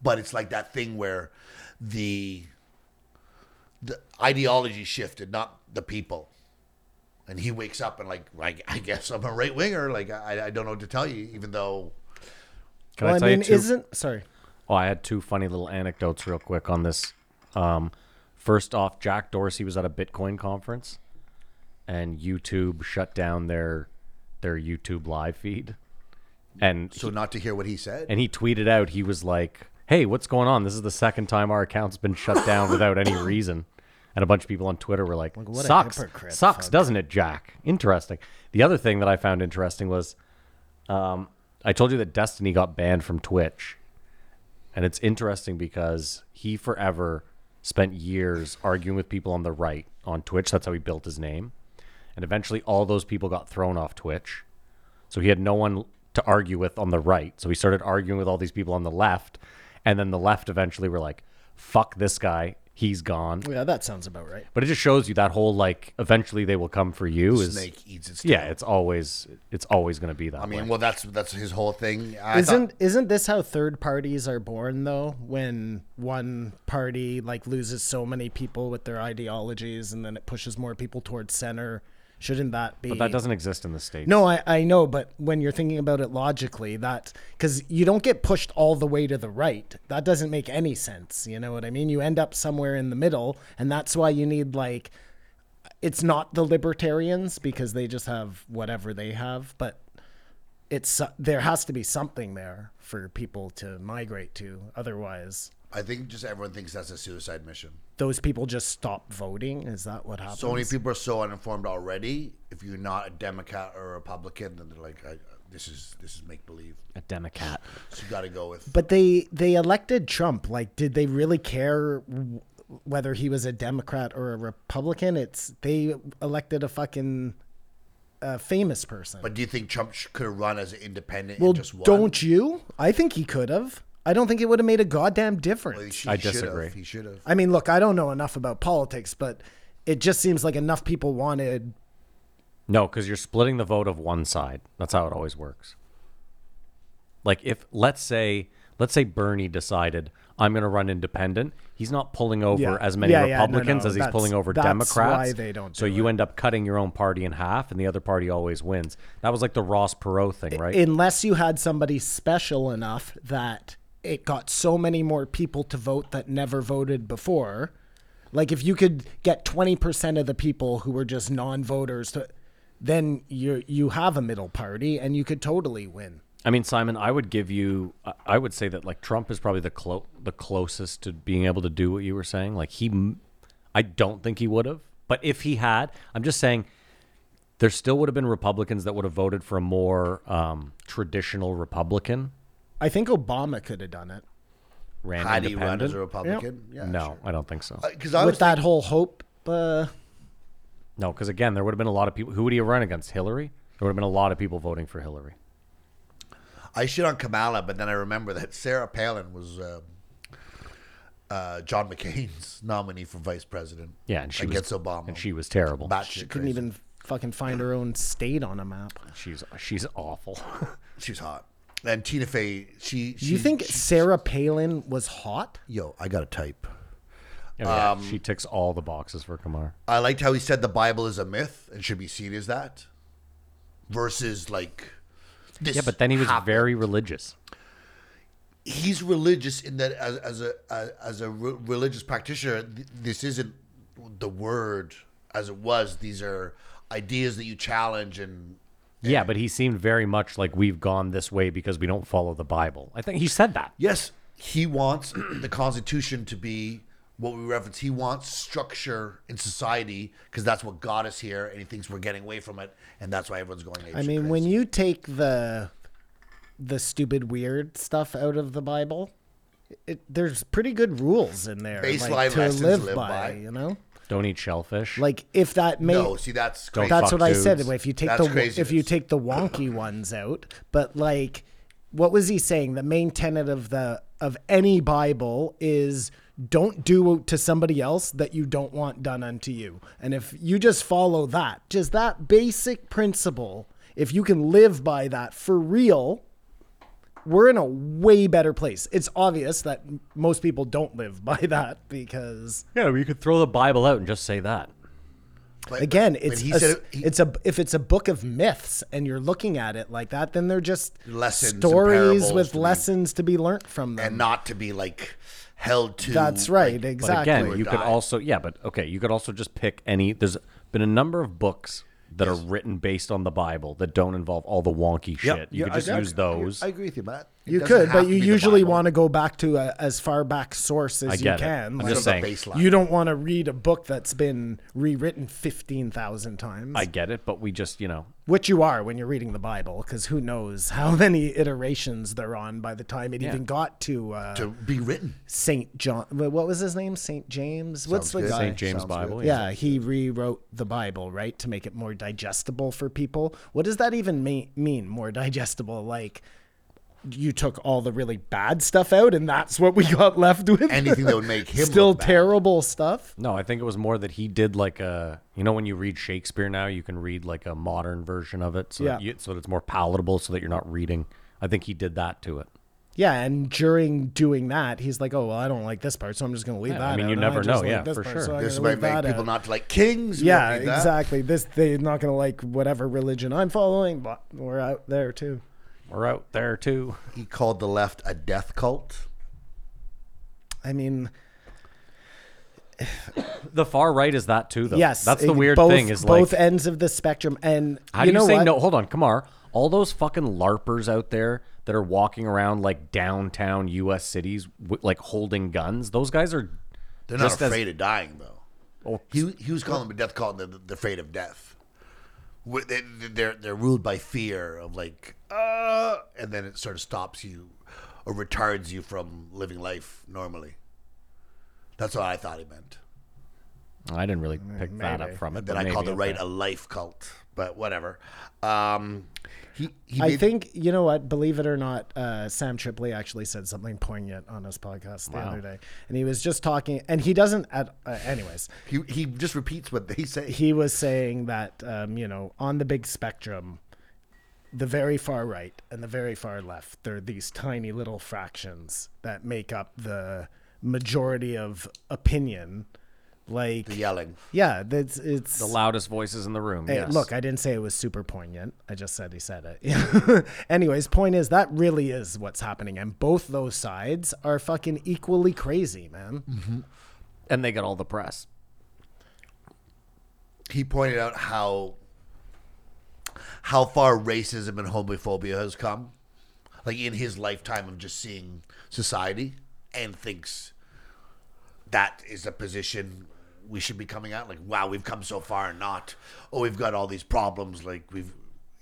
E: But it's like that thing where the the ideology shifted, not the people and he wakes up and like like I guess I'm a right winger. Like I, I don't know what to tell you, even though
F: Can
G: well,
F: I
G: I,
F: tell
G: mean,
F: you two?
G: isn't sorry.
F: oh, I had two funny little anecdotes real quick on this. Um, First off, Jack Dorsey was at a Bitcoin conference, and YouTube shut down their their YouTube live feed, and
E: So not to hear what he said.
F: and he tweeted out he was like, "Hey, what's going on? This is the second time our account's been shut down without any reason." And a bunch of people on Twitter were like,
G: what a
F: "Sucks,
G: hypocrite,
F: sucks,
G: fuck."
F: doesn't it, Jack?" Interesting. The other thing that I found interesting was, um, I told you that Destiny got banned from Twitch, and it's interesting because he forever spent years arguing with people on the right on Twitch. That's how he built his name, and eventually all those people got thrown off Twitch. So he had no one to argue with on the right. So he started arguing with all these people on the left. And then the left eventually were like, fuck this guy. He's gone.
G: Yeah, that sounds about right.
F: But it just shows you that whole like eventually they will come for you is
E: Snake eats its
F: Yeah,
E: tail.
F: it's always it's always gonna be that
E: I mean,
F: way.
E: well, that's that's his whole thing. I thought-
G: Isn't isn't this how third parties are born though? When one party like loses so many people with their ideologies, and then it pushes more people towards center. Shouldn't that be?
F: But that doesn't exist in the States.
G: No, I, I know, but when you're thinking about it logically, that because you don't get pushed all the way to the right, that doesn't make any sense. You know what I mean? You end up somewhere in the middle, and that's why you need like it's not the libertarians because they just have whatever they have, but it's uh, there has to be something there for people to migrate to. Otherwise,
E: I think just everyone thinks that's a suicide mission.
G: those people just stop voting. Is that what happens?
E: So many people are so uninformed already. If you're not a Democrat or a Republican, then they're like, I, "This is this is make believe."
F: A Democrat.
E: So you got to go with.
G: But they they elected Trump. Like, did they really care w- whether he was a Democrat or a Republican? It's they elected a fucking uh, famous person.
E: But do you think Trump sh- could have run as an independent?
G: well,
E: and just won?
G: don't you? I think he could have. I don't think it would have made a goddamn difference.
E: He sh-
F: I
E: he should've.
F: disagree.
E: He should have.
G: I mean, look, I don't know enough about politics, but it just seems like enough people wanted.
F: No, because you're splitting the vote of one side. That's how it always works. Like if let's say let's say Bernie decided I'm going to run independent, he's not pulling over
G: Yeah.
F: as many
G: Yeah, yeah, no,
F: Republicans
G: no,
F: as he's
G: that's-
F: pulling over
G: that's
F: Democrats.
G: why they don't
F: so
G: do
F: you end up cutting your own party in half, and the other party always wins. That was like the Ross Perot thing, right?
G: Unless you had somebody special enough that it got so many more people to vote that never voted before. Like if you could get 20% of the people who were just non-voters to then you you have a middle party and you could totally win.
F: I mean, Simon, I would give you, I- I would say that like Trump is probably the clo- the closest to being able to do what you were saying. Like he, m- I don't think he would have, but if he had, I'm just saying, there still would have been Republicans that would have voted for a more um, traditional Republican.
G: I think Obama could have done it.
F: Ran
E: Had he run as
F: independent.
E: a Republican? Uh, Yeah.
F: no, I don't think so.
E: Because I
G: With
E: was.
G: that whole hope uh,
F: No, because again, there would have been a lot of people. Who would he have run against? Hillary. There would have been a lot of people voting for Hillary.
E: I shit on Kamala, but then I remember that Sarah Palin was um, uh, John McCain's nominee for vice president.
F: Yeah, and she
E: against
F: was
E: Obama.
F: and she was terrible.
E: batshit
G: she couldn't
E: crazy.
G: even fucking find her own state on a map.
F: She's she's awful. Oh,
E: She was hot. And Tina Fey, she.
G: Do you
E: she-
G: think
E: she-
G: Sarah Palin was hot?
E: Yo, I got to type.
F: Oh, yeah,
E: Um,
F: she ticks all the boxes for Kamar.
E: I liked how he said the Bible is a myth and should be seen as that, versus like. This
F: Yeah, but then he was
E: happened.
F: very religious.
E: He's religious in that as, as a as, as a re- religious practitioner, th- this isn't the word as it was. These are ideas that you challenge and.
F: Yeah, but he seemed very much like we've gone this way because we don't follow the Bible. I think he said that.
E: Yes, he wants the Constitution to be what we reference. He wants structure in society because that's what got us here, and he thinks we're getting away from it, and that's why everyone's going.
G: I mean, when you take the the stupid weird stuff out of the Bible, it, there's pretty good rules in there
E: Baseline
G: like, to
E: lessons
G: live,
E: live
G: by,
E: by.
G: You know,
F: Don't eat shellfish.
G: like if that may
E: no, see that's crazy.
G: that's
F: fuck
G: what I said.
F: dudes.
G: If you take
E: That's
G: the if you
E: craziness.
G: take the wonky ones out, but like, what was he saying? The main tenet of the of any Bible is don't do to somebody else that you don't want done unto you. And if you just follow that, just that basic principle, if you can live by that for real, we're in a way better place. It's obvious that m- most people don't live by that because
F: yeah, well, you could throw the Bible out and just say that.
E: But-
G: again
E: but
G: it's
E: he
G: a,
E: said it- he-
G: it's a if it's a book of myths and you're looking at it like that then they're just
E: Lessons and
G: stories
E: parables
G: with
E: to be-
G: lessons to be learned from them
E: and not to be like held to.
G: That's right,
F: But
G: exactly.
F: again, you could
E: die.
F: also yeah, but okay, you could also just pick any. There's been a number of books that are written based on the Bible that don't involve all the wonky
E: Yep.
F: shit. You could just
E: I- I-
F: use those.
E: I agree with you, Matt. It
G: you
E: doesn't
G: could,
E: have
G: but
E: to
G: you
E: be the
G: usually
E: Bible.
G: want to go back to a, as far back source as
F: I
G: you
F: get it.
G: can.
F: I'm
G: Like,
F: just
E: Sort of a
F: saying.
E: baseline.
G: you don't want to read a book that's been rewritten fifteen thousand times,
F: I get it, but we just you know
G: which you are when you're reading the Bible, because who knows how many iterations they're on by the time it even got to, uh,
E: to be written.
G: Saint John. wha- What was his name? Saint James. What's the
E: Sounds good.
G: guy?
F: St. James
E: sounds good.
F: Bible.
G: Yeah, he rewrote the Bible, right, to make it more digestible for people. What does that even mean? Mean more digestible? Like you took all the really bad stuff out, and that's what we got left with.
E: Anything that would make him
G: still
E: look bad.
G: terrible stuff.
F: No, I think it was more that he did like a you know when you read Shakespeare now you can read like a modern version of it so that
G: Yeah.
F: you, so that it's more palatable so that you're not reading. I think he did that to it.
G: Yeah, and during doing that, he's like, "Oh well, I don't like this part, so I'm just going to leave
F: Yeah,
G: that."
F: I mean,
G: out,
F: you
G: and I
F: never
G: just
F: know,
G: like
F: yeah,
G: this
F: for
G: part,
F: sure.
G: so I'm
E: This
G: gonna
E: might
G: leave
E: make
G: that
E: people
G: out."
E: not to like kings. We
G: Yeah,
E: don't need that.
G: exactly. This they're not going to like whatever religion I'm following, but we're out there too.
F: We're out there too.
E: He called the left a death cult.
G: I mean,
F: The far right is that too though.
G: yes,
F: that's the
G: it-
F: weird
G: both,
F: thing is
G: both
F: like
G: ends of the spectrum. And
F: how
G: you
F: do you
G: know
F: say
G: what?
F: no? Hold on, Kamar. All those fucking larpers out there that are walking around like downtown U.S. cities w- like holding guns. Those guys are
E: They're not
F: Just as-
E: afraid of dying though.
F: Oh.
E: he he was calling them a death cult. and They're, they're afraid of death. Wh- they- They're they're ruled by fear of like, uh, and then it sort of stops you or retards you from living life normally. That's what I thought he meant.
F: I didn't really pick that up from it.
E: Then
F: but
E: I called the
F: maybe,
E: right
F: okay.
E: a life cult, but whatever. Um, he he
G: I
E: made-
G: think you know what. Believe it or not, uh, Sam Tripley actually said something poignant on his podcast the other day, and he was just talking. And he doesn't. At, uh, anyways,
E: he he just repeats what they say.
G: he was saying that um, you know on the big spectrum, the very far right and the very far left, there are these tiny little fractions that make up the majority of opinion. Like
E: the uh, yelling.
G: yeah, that's it's
F: the loudest voices in the room.
G: Hey,
F: yes.
G: Eh, Look, I didn't say it was super poignant. I just said he said it. Anyways, point is that really is what's happening, and both those sides are fucking equally crazy, man.
F: Mm. and they got all the press.
E: he pointed out how how far racism and homophobia has come like in his lifetime of just seeing society and thinks that is a position we should be coming out like wow we've come so far and not oh we've got all these problems like we've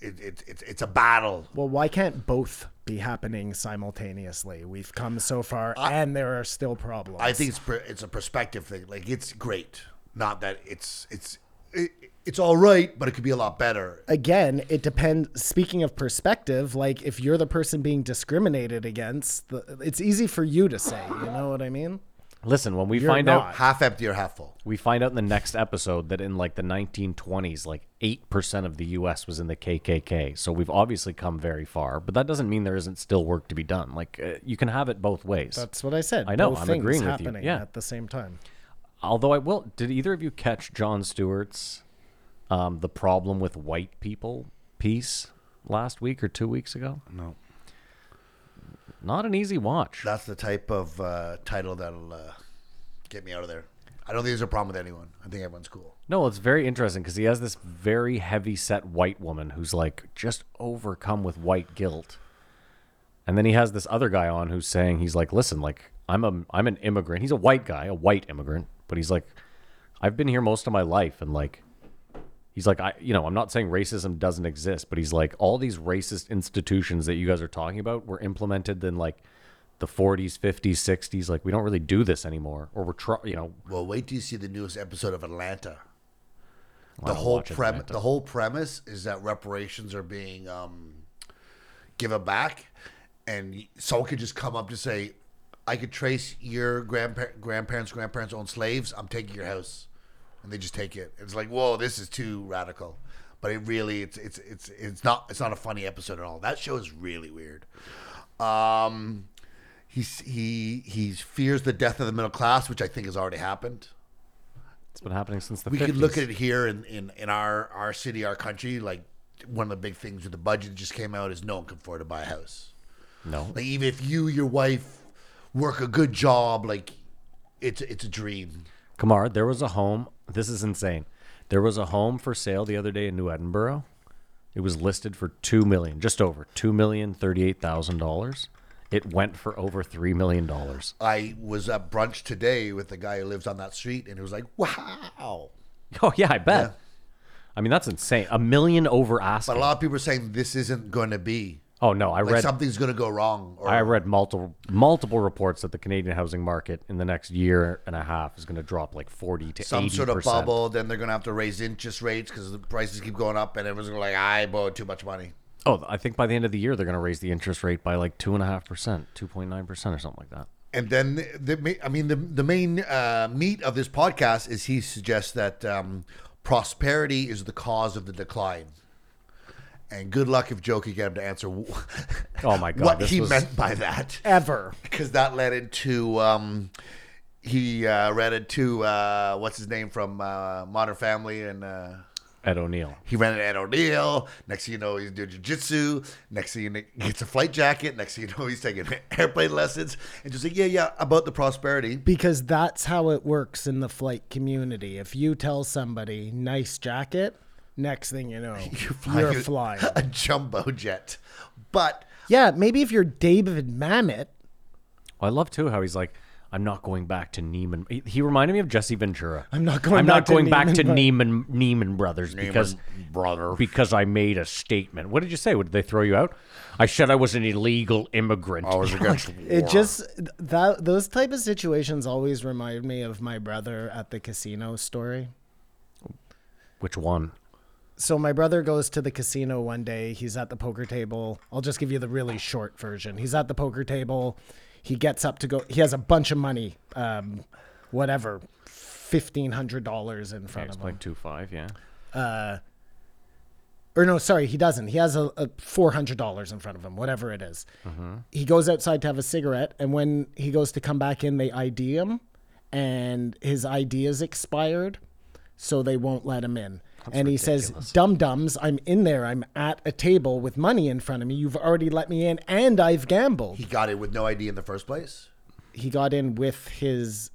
E: it, it, it's it's a battle
G: Well, why can't both be happening simultaneously? We've come so far, and there are still problems.
E: I think it's per, it's a perspective thing. Like it's great, not that it's it's it, it's all right, but it could be a lot better.
G: again, it depends. Speaking of perspective, like if you're the person being discriminated against, the, it's easy for you to say. You know what I mean?
F: Listen, when we
G: You're
F: find
G: not.
F: out,
E: Half empty or half full.
F: we find out in the next episode that in like the 1920s, like 8% of the US was in the KKK. So we've obviously come very far, but that doesn't mean there isn't still work to be done. Like uh, you can have it both ways.
G: That's what I said.
F: I know,
G: Both
F: I'm
G: things
F: agreeing with you.
G: happening
F: Yeah.
G: at the same time.
F: Although I will, did either of you catch John Stewart's um, The Problem with White People piece last week or two weeks ago? No. Not an easy watch.
E: That's the type of uh, title that'll uh, get me out of there. I don't think there's a problem with anyone. I think everyone's cool.
F: No, it's very interesting because he has this very heavy set white woman who's like just overcome with white guilt. And then he has this other guy on who's saying he's like, "Listen, like I'm a I'm an immigrant. He's a white guy, a white immigrant, but he's like I've been here most of my life and like he's like I you know, I'm not saying racism doesn't exist, but he's like all these racist institutions that you guys are talking about were implemented in like the 40s, 50s, 60s, like we don't really do this anymore or we're try, you know,
E: Well, wait till you see the newest episode of Atlanta.
F: I
E: The
F: don't
E: whole
F: watch
E: premise,
F: Atlanta.
E: the whole premise is that reparations are being um, given back, and y- someone could just come up to say, "I could trace your grandpa- grandparents, grandparents owned slaves. I'm taking your house," and they just take it. It's like, whoa, this is too radical. But it really, it's it's it's it's not it's not a funny episode at all. That show is really weird. Um, he's he he fears the death of the middle class, which I think has already happened
F: it's been happening since the
E: we
F: 50s.
E: could look at it here in, in, in our, our city, our country. Like one of the big things with the budget that just came out is no one can afford to buy a house.
F: No.
E: Like even if you, your wife, work a good job. Like it's it's a dream.
F: Kamar, there was a home. This is insane. There was a home for sale the other day in New Edinburgh. It was listed for two million, just over two million thirty-eight thousand dollars. It went for over three million dollars.
E: I was at brunch today with the guy who lives on that street, and he was like, "Wow!"
F: Oh yeah, I bet. I mean, that's insane. A million over asking.
E: But a lot of people are saying this isn't going to be.
F: oh no, I
E: Like
F: read.
E: something's going to go wrong. Or
F: I read multiple multiple reports that the Canadian housing market in the next year and a half is going to drop like forty to
E: some
F: 80%.
E: sort of bubble. Then they're going to have to raise interest rates because the prices keep going up, and everyone's gonna be like, "I borrowed too much money."
F: Oh, I think by the end of the year they're going to raise the interest rate by like two and a half percent, two point nine percent, or something like that.
E: And then the, ma- I mean the the main uh, meat of this podcast is he suggests that um, prosperity is the cause of the decline. And good luck if Joe could get him to answer w-
F: Oh my God,
E: what
F: this
E: he
F: was-
E: meant by that
G: Ever.
E: because that led into um, he uh, read it to uh, what's his name from uh, Modern Family and. Uh,
F: Ed O'Neill.
E: he ran an Ed O'Neill. Next thing you know, he's doing jujitsu. Next thing you know, he gets a flight jacket. Next thing you know, he's taking airplane lessons. And just like, yeah, yeah, about the prosperity.
G: Because that's how it works in the flight community. If you tell somebody, nice jacket, next thing you know, you're flying.
E: a jumbo jet. But
G: Yeah, maybe if you're David Mamet,
F: I love too how he's like, I'm not going back to Neiman. He, he reminded me of Jesse Ventura.
G: I'm not going
F: I'm
G: back
F: not
G: to
F: going back
G: Neiman
F: to
G: Bro-
F: Neiman Neiman Brothers because brother because I made a statement. What did you say? Would they throw you out? I said I was an illegal immigrant.
E: I was against
G: it just that those type of situations always remind me of my brother at the casino story.
F: Which one?
G: so my brother goes to the casino one day. He's at the poker table. I'll just give you the really short version. He's at the poker table. He gets up to go. He has a bunch of money, um, whatever, fifteen hundred dollars in front of him.
F: two five. Yeah.
G: Or no, sorry, he doesn't. He has a, a four hundred dollars in front of him, whatever it is. He goes outside to have a cigarette, and when he goes to come back in, they ID him, and his ID is expired, so they won't let him in. and he says, "Dum dums, I'm in there. I'm at a table with money in front of me. You've already let me in, and I've gambled."
E: He got it with no ID in the first place.
G: he got in with his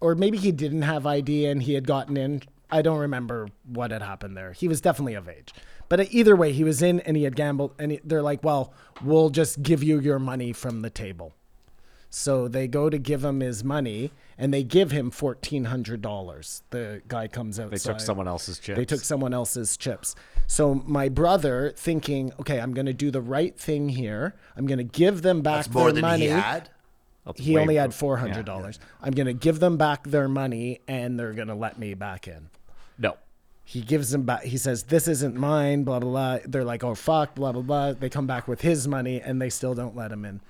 G: or maybe he didn't have ID and he had gotten in. I don't remember what had happened there. He was definitely of age. But either way, he was in and he had gambled and he, they're like, "Well, we'll just give you your money from the table." So they go to give him his money and they give him $1400. The guy comes outside.
F: They took someone else's chips.
G: They took someone else's chips. So my brother, thinking, okay, I'm going to do the right thing here. I'm going to give them back
E: That's more
G: their
E: than
G: money
E: he had.
F: That's
G: he
F: way
G: only had
F: more-
G: four hundred dollars. I'm gonna give them back their money and they're gonna let me back in.
F: No.
G: He gives them back. He says, "This isn't mine." Blah blah blah. They're like, "Oh fuck!" Blah blah blah. They come back with his money and they still don't let him in.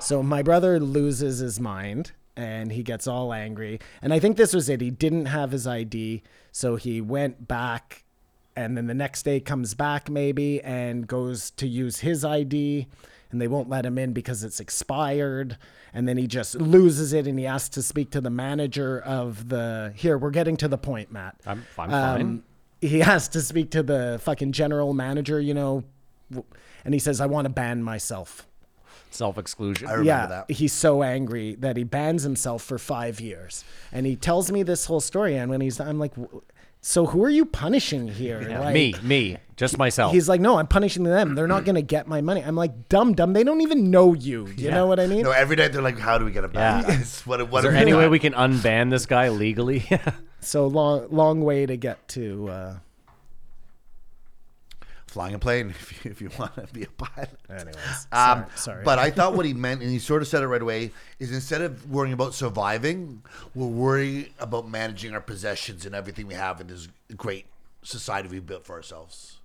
G: So my brother loses his mind and he gets all angry. And I think this was it. He didn't have his ID, so he went back and then the next day comes back maybe and goes to use his ID and they won't let him in because it's expired and then he just loses it and he asks to speak to the manager of the here we're getting to the point Matt
F: I'm, I'm fine.
G: um, he has to speak to the fucking general manager you know w- and he says I want to ban myself
F: Self exclusion.
E: I remember
G: yeah,
E: that.
G: he's so angry that he bans himself for five years, and he tells me this whole story. And when he's, I'm like, "W- so who are you punishing here? like,
F: me, me, just myself.
G: He's like, no, I'm punishing them. They're not gonna get my money. I'm like, dumb, dumb. They don't even know you. Do you know what I mean?
E: No, every night they're like, how do we get it back?
F: Yeah.
E: It's what, what
F: Is there
E: have
F: any
E: done?
F: way we can unban this guy legally?
G: So long, long way to get to. Uh,
E: Flying a plane if you, if you want to be a pilot.
G: anyways, sorry.
E: Um,
G: sorry.
E: But I thought what he meant, and he sort of said it right away, is instead of worrying about surviving, we're worrying about managing our possessions and everything we have in this great society we built for ourselves.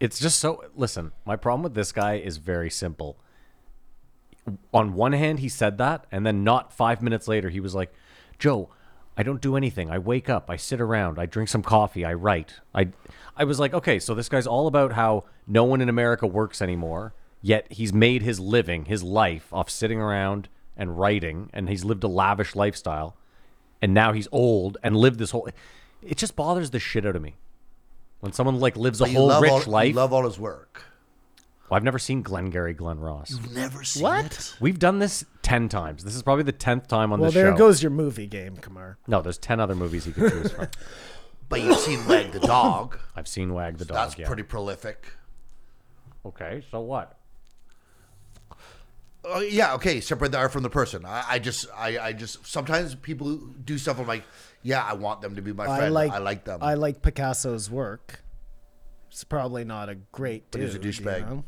F: it's just so. Listen, my problem with this guy is very simple. On one hand, he said that, and then not five minutes later, he was like, "Joe, I don't do anything. I wake up, I sit around, I drink some coffee, I write." I, I was like, okay, so this guy's all about how no one in America works anymore. Yet he's made his living, his life, off sitting around and writing, and he's lived a lavish lifestyle. And now he's old and lived this whole. It just bothers the shit out of me when someone like lives a
E: But you
F: whole
E: love
F: rich
E: all, you
F: life.
E: love all his work.
F: Well, I've never seen Glengarry Glenn Ross.
E: Never seen
G: What?
F: We've done this ten times. This is probably the tenth time on
G: Well,
F: this
G: there
F: show.
G: goes your movie game, Kamar.
F: No, there's ten other movies you can choose from.
E: But you've seen Leg the Dog.
F: I've seen Wag the Dog.
E: That's
F: yeah.
E: pretty prolific.
F: Okay, so what?
E: Uh, yeah, okay, separate the art from the person. I, I just, I, I just, sometimes people who do stuff, I'm like, yeah, I want them to be my friend.
G: I like
E: them.
G: I like Picasso's work. It's probably not a great
E: But
G: dude.
E: he's a
G: you
E: douchebag.
G: know?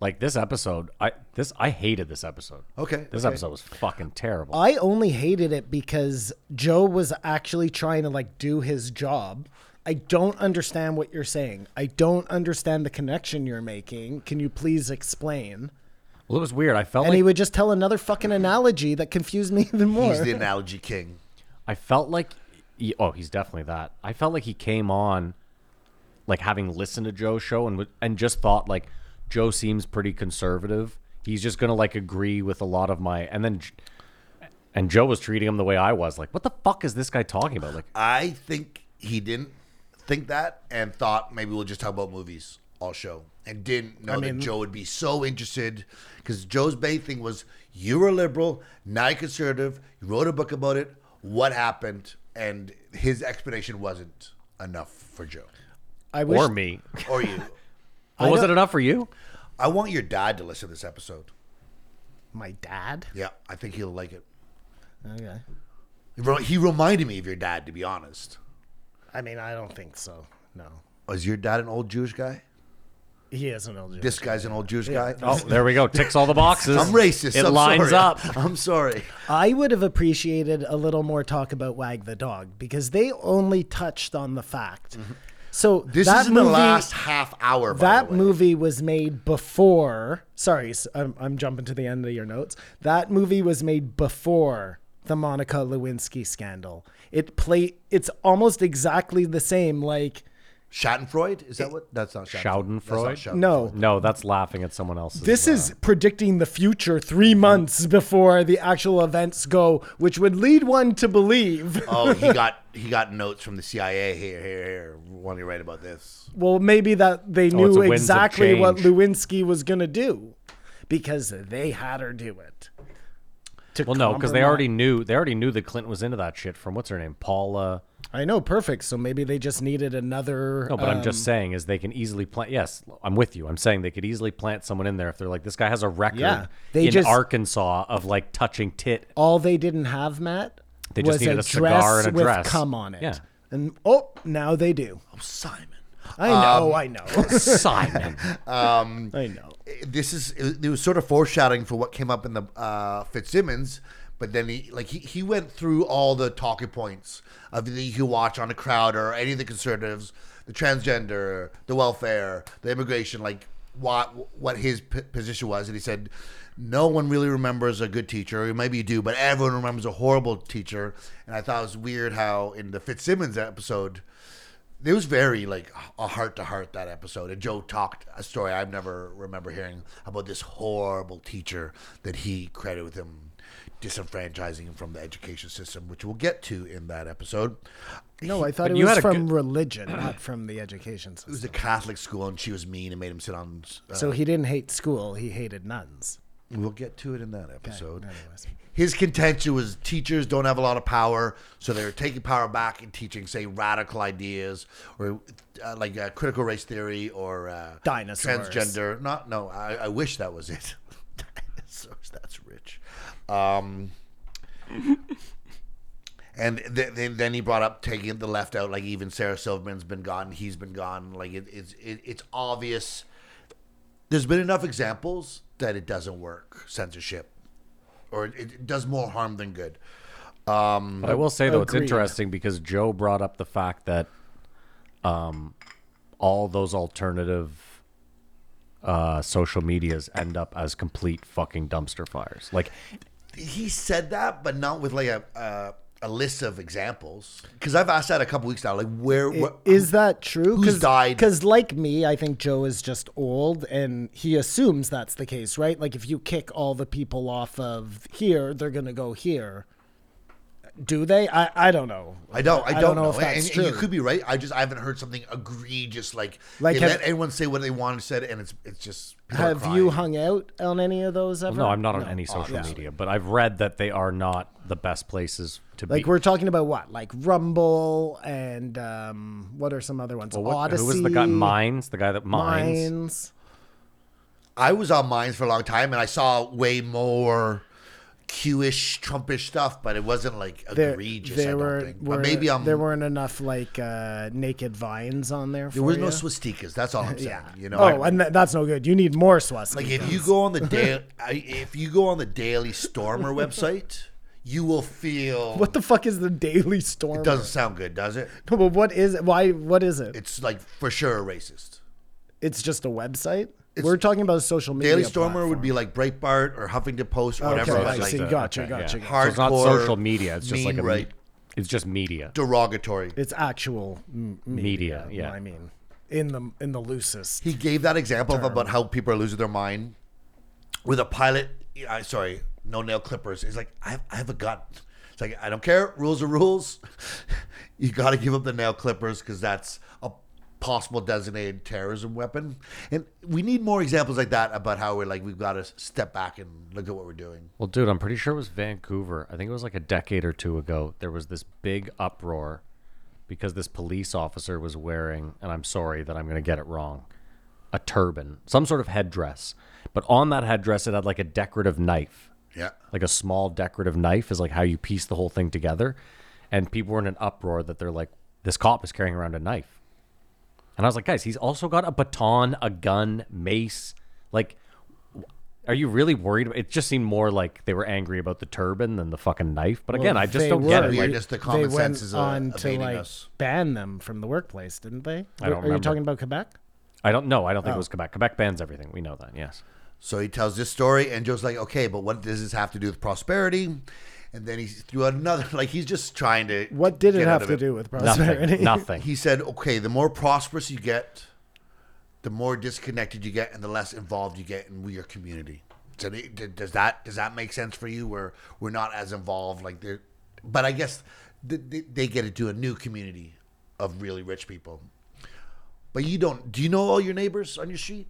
F: Like this episode, I this I hated this episode.
E: Okay,
F: This
E: okay.
F: episode was fucking terrible.
G: I only hated it because Joe was actually trying to like do his job. I don't understand what you're saying. I don't understand the connection you're making. Can you please explain?
F: well, it was weird. I felt
G: And
F: like
G: he would just tell another fucking analogy that confused me even more.
E: He's the analogy king.
F: I felt like he- oh, he's definitely that. I felt like he came on like having listened to Joe's show and would- and just thought like Joe seems pretty conservative. He's just going to like agree with a lot of my and then J- and Joe was treating him the way I was. Like, what the fuck is this guy talking about? Like,
E: I think he didn't think that and thought maybe we'll just talk about movies all show and didn't know that Joe would be so interested because Joe's main thing was you were liberal, now you're conservative, you wrote a book about it, what happened? And his explanation wasn't enough for Joe
G: I wish
F: or me.
E: or you.
F: Well, was it enough for you?
E: I want your dad to listen to this episode.
G: my dad.
E: Yeah, I think he'll like it.
G: Okay.
E: He re- He reminded me of your dad, to be honest.
G: I mean, I don't think so. No.
E: Was Oh, your dad an old Jewish guy?
G: He is an old
E: This guy's an old Jewish guy.
F: Oh, there we go. Ticks all the boxes.
E: I'm racist.
F: It
E: I'm
F: lines
E: sorry.
F: up.
E: I'm sorry.
G: I would have appreciated a little more talk about Wag the Dog because they only touched on the fact. So
E: Mm-hmm. This
G: that
E: is in
G: movie,
E: the last half hour. By
G: That
E: the way.
G: movie was made before. Sorry, s- I'm, I'm jumping to the end of your notes. That movie was made before the Monica Lewinsky scandal. It play. It's almost exactly the same. Like
E: Schadenfreude is that what? That's not Schadenfreude.
F: Schadenfreude?
E: That's not
G: no,
F: No, that's laughing at someone else's.
G: This is predicting the future three months before the actual events go, which would lead one to believe.
E: oh, he got he got notes from the CIA. Here, here, here. Want you write about this?
G: Well, maybe that they
F: Oh, it's
G: knew
F: a winds of
G: exactly what
F: change.
G: Lewinsky was going to do because they had her do it. To
F: Well, no, because they
G: compromise-
F: already knew. They already knew that Clinton was into that shit from what's her name, Paula.
G: I know, perfect. So maybe they just needed another. um,
F: No, but I'm just saying is they can easily plant. Yes, I'm with you. I'm saying they could easily plant someone in there if they're like, this guy has a record
G: Yeah, they
F: in
G: just-
F: Arkansas of like touching tit.
G: all they didn't have, Matt.
F: They just
G: was
F: needed
G: a,
F: a cigar
G: dress
F: and a
G: with
F: dress.
G: Come on it.
F: Yeah.
G: And oh, now they do.
E: Oh, Simon.
G: I
F: Um,
G: know. I know.
F: Simon.
G: I know.
E: This is it, was sort of foreshadowing for what came up in the uh, Fitzsimmons. But then he like he, he went through all the talking points of that you could watch on a crowd or any of the conservatives, the transgender, the welfare, the immigration, like what what his p- position was, and he said no one really remembers a good teacher. Or maybe you do, but everyone remembers a horrible teacher. And I thought it was weird how in the Fitzsimmons episode, it was very like a heart to heart that episode. And Joe talked a story I've never remember hearing about this horrible teacher that he credited with him disenfranchising him from the education system, which we'll get to in that episode.
G: No, Oh, I thought
F: But
G: it
F: you
G: was
F: had a
G: from
F: good-
G: religion, not from the education
E: It was
G: system.
E: a Catholic school, and she was mean and made him sit on. Uh,
G: so he didn't hate school; he hated nuns.
E: we'll get to it in that episode.
G: Anyways.
E: his contention was teachers don't have a lot of power, so they're taking power back and teaching, say, radical ideas or uh, like uh, critical race theory or uh,
G: Dinosaurs.
E: transgender. Not no, I, I wish that was it. Dinosaurs. That's rich. Um, and th- then then he brought up taking the left out. Like even Sarah Silverman's been gone. He's been gone. Like it, it's it, it's obvious. There's been enough examples that it doesn't work censorship, or it, it does more harm than good.
F: But I will say though, it's
G: Agreed.
F: interesting because Joe brought up the fact that um, all those alternative uh, social medias end up as complete fucking dumpster fires. Like
E: He said that, but not with like a a, a list of examples. Because I've asked that a couple weeks now. Like where,
G: I- Is
E: what,
G: that true?
E: who's died?
G: Because, like me, I think Joe is just old, and he assumes that's the case, right? Like, if you kick all the people off of here, they're gonna go here. Do they? I, I don't know.
E: I don't. I don't, know,
G: if that's
E: and,
G: true.
E: and you could be right. I just I haven't heard something egregious like
G: Like,
E: they
G: have-
E: let anyone say what they wanted said, and it's it's just people are
G: Have you
E: crying.
G: hung out on any of those ever?
F: No, I'm not on any social
G: obviously.
F: media, but I've read that they are not the best places to
G: Like
F: be.
G: we're talking about what? Like Rumble and um, what are some other ones?
F: Well, what-
G: Odyssey.
F: Who was the guy? Mines. The guy that mines.
G: Mines.
E: I was on mines for a long time, and I saw way more Q-ish, Trumpish stuff, but it wasn't like
G: There,
E: egregious. I
G: there
E: don't
G: were,
E: think.
G: were
E: but maybe I'm.
G: there weren't enough like uh, naked vines on there. For
E: There was
G: you.
E: no swastikas. That's all I'm saying.
G: Yeah.
E: You know.
G: oh, and tha- that's no good. You need more swastikas.
E: like if you go on the daily, if you go on the Daily Stormer website, you will feel.
G: what the fuck is the Daily Storm?
E: It doesn't sound good, does it?
G: No, but what is it? Why? What is it?
E: It's like for sure racist.
G: It's just a website. We're talking about a social media.
E: Daily Stormer
G: platform.
E: would be like Breitbart or Huffington Post or
G: Okay, I
E: whatever. but like
G: see.
F: the-
G: Gotcha, gotcha, gotcha.
F: yeah. So it's not
E: Hardcore
F: social media. It's just like a
E: mean
F: me-
E: right.
F: It's just media.
E: derogatory.
G: It's actual m- media.
F: Media, yeah.
G: I mean, in the in the loosest.
E: He gave that example of about how people are losing their mind with a pilot. I sorry, no nail clippers. He's like, I have, I have a gun. It's like I don't care. Rules are rules. you got to give up the nail clippers because that's a possible designated terrorism weapon. And we need more examples like that about how we're like we've got to step back and look at what we're doing.
F: Well, dude, I'm pretty sure it was Vancouver. I think it was like a decade or two ago. There was this big uproar because this police officer was wearing, and I'm sorry that I'm going to get it wrong, a turban, some sort of headdress. But on that headdress, it had like a decorative knife.
E: Yeah.
F: Like a small decorative knife is like how you piece the whole thing together. And people were in an uproar that they're like, this cop is carrying around a knife. And I was like, guys, he's also got a baton, a gun, mace. Like, are you really worried? It just seemed more like they were angry about the turban than the fucking knife. But again, I just
G: They
F: don't get
G: were.
F: it. Like,
E: Weirdest, the common
G: they went
E: sense is, uh,
G: on to
E: evading
G: like
E: us.
G: ban them from the workplace, didn't they?
F: I
G: Are
F: don't
G: you
F: remember.
G: talking about Quebec?
F: I don't know. I don't think
G: Oh.
F: it was Quebec. Quebec bans everything. We know that. Yes.
E: So he tells this story, and Joe's like, okay, but what does this have to do with prosperity? And then he threw out another, like, he's just trying to.
G: What did
E: get
G: it
E: out
G: have
E: of
G: to do with prosperity?
F: Nothing. Nothing.
E: He said, okay, the more prosperous you get, the more disconnected you get, and the less involved you get in your community. So they- d- does that does that make sense for you? Where we're not as involved, like they but I guess th- th- they get into a new community of really rich people. But you don't. Do you know all your neighbors on your street?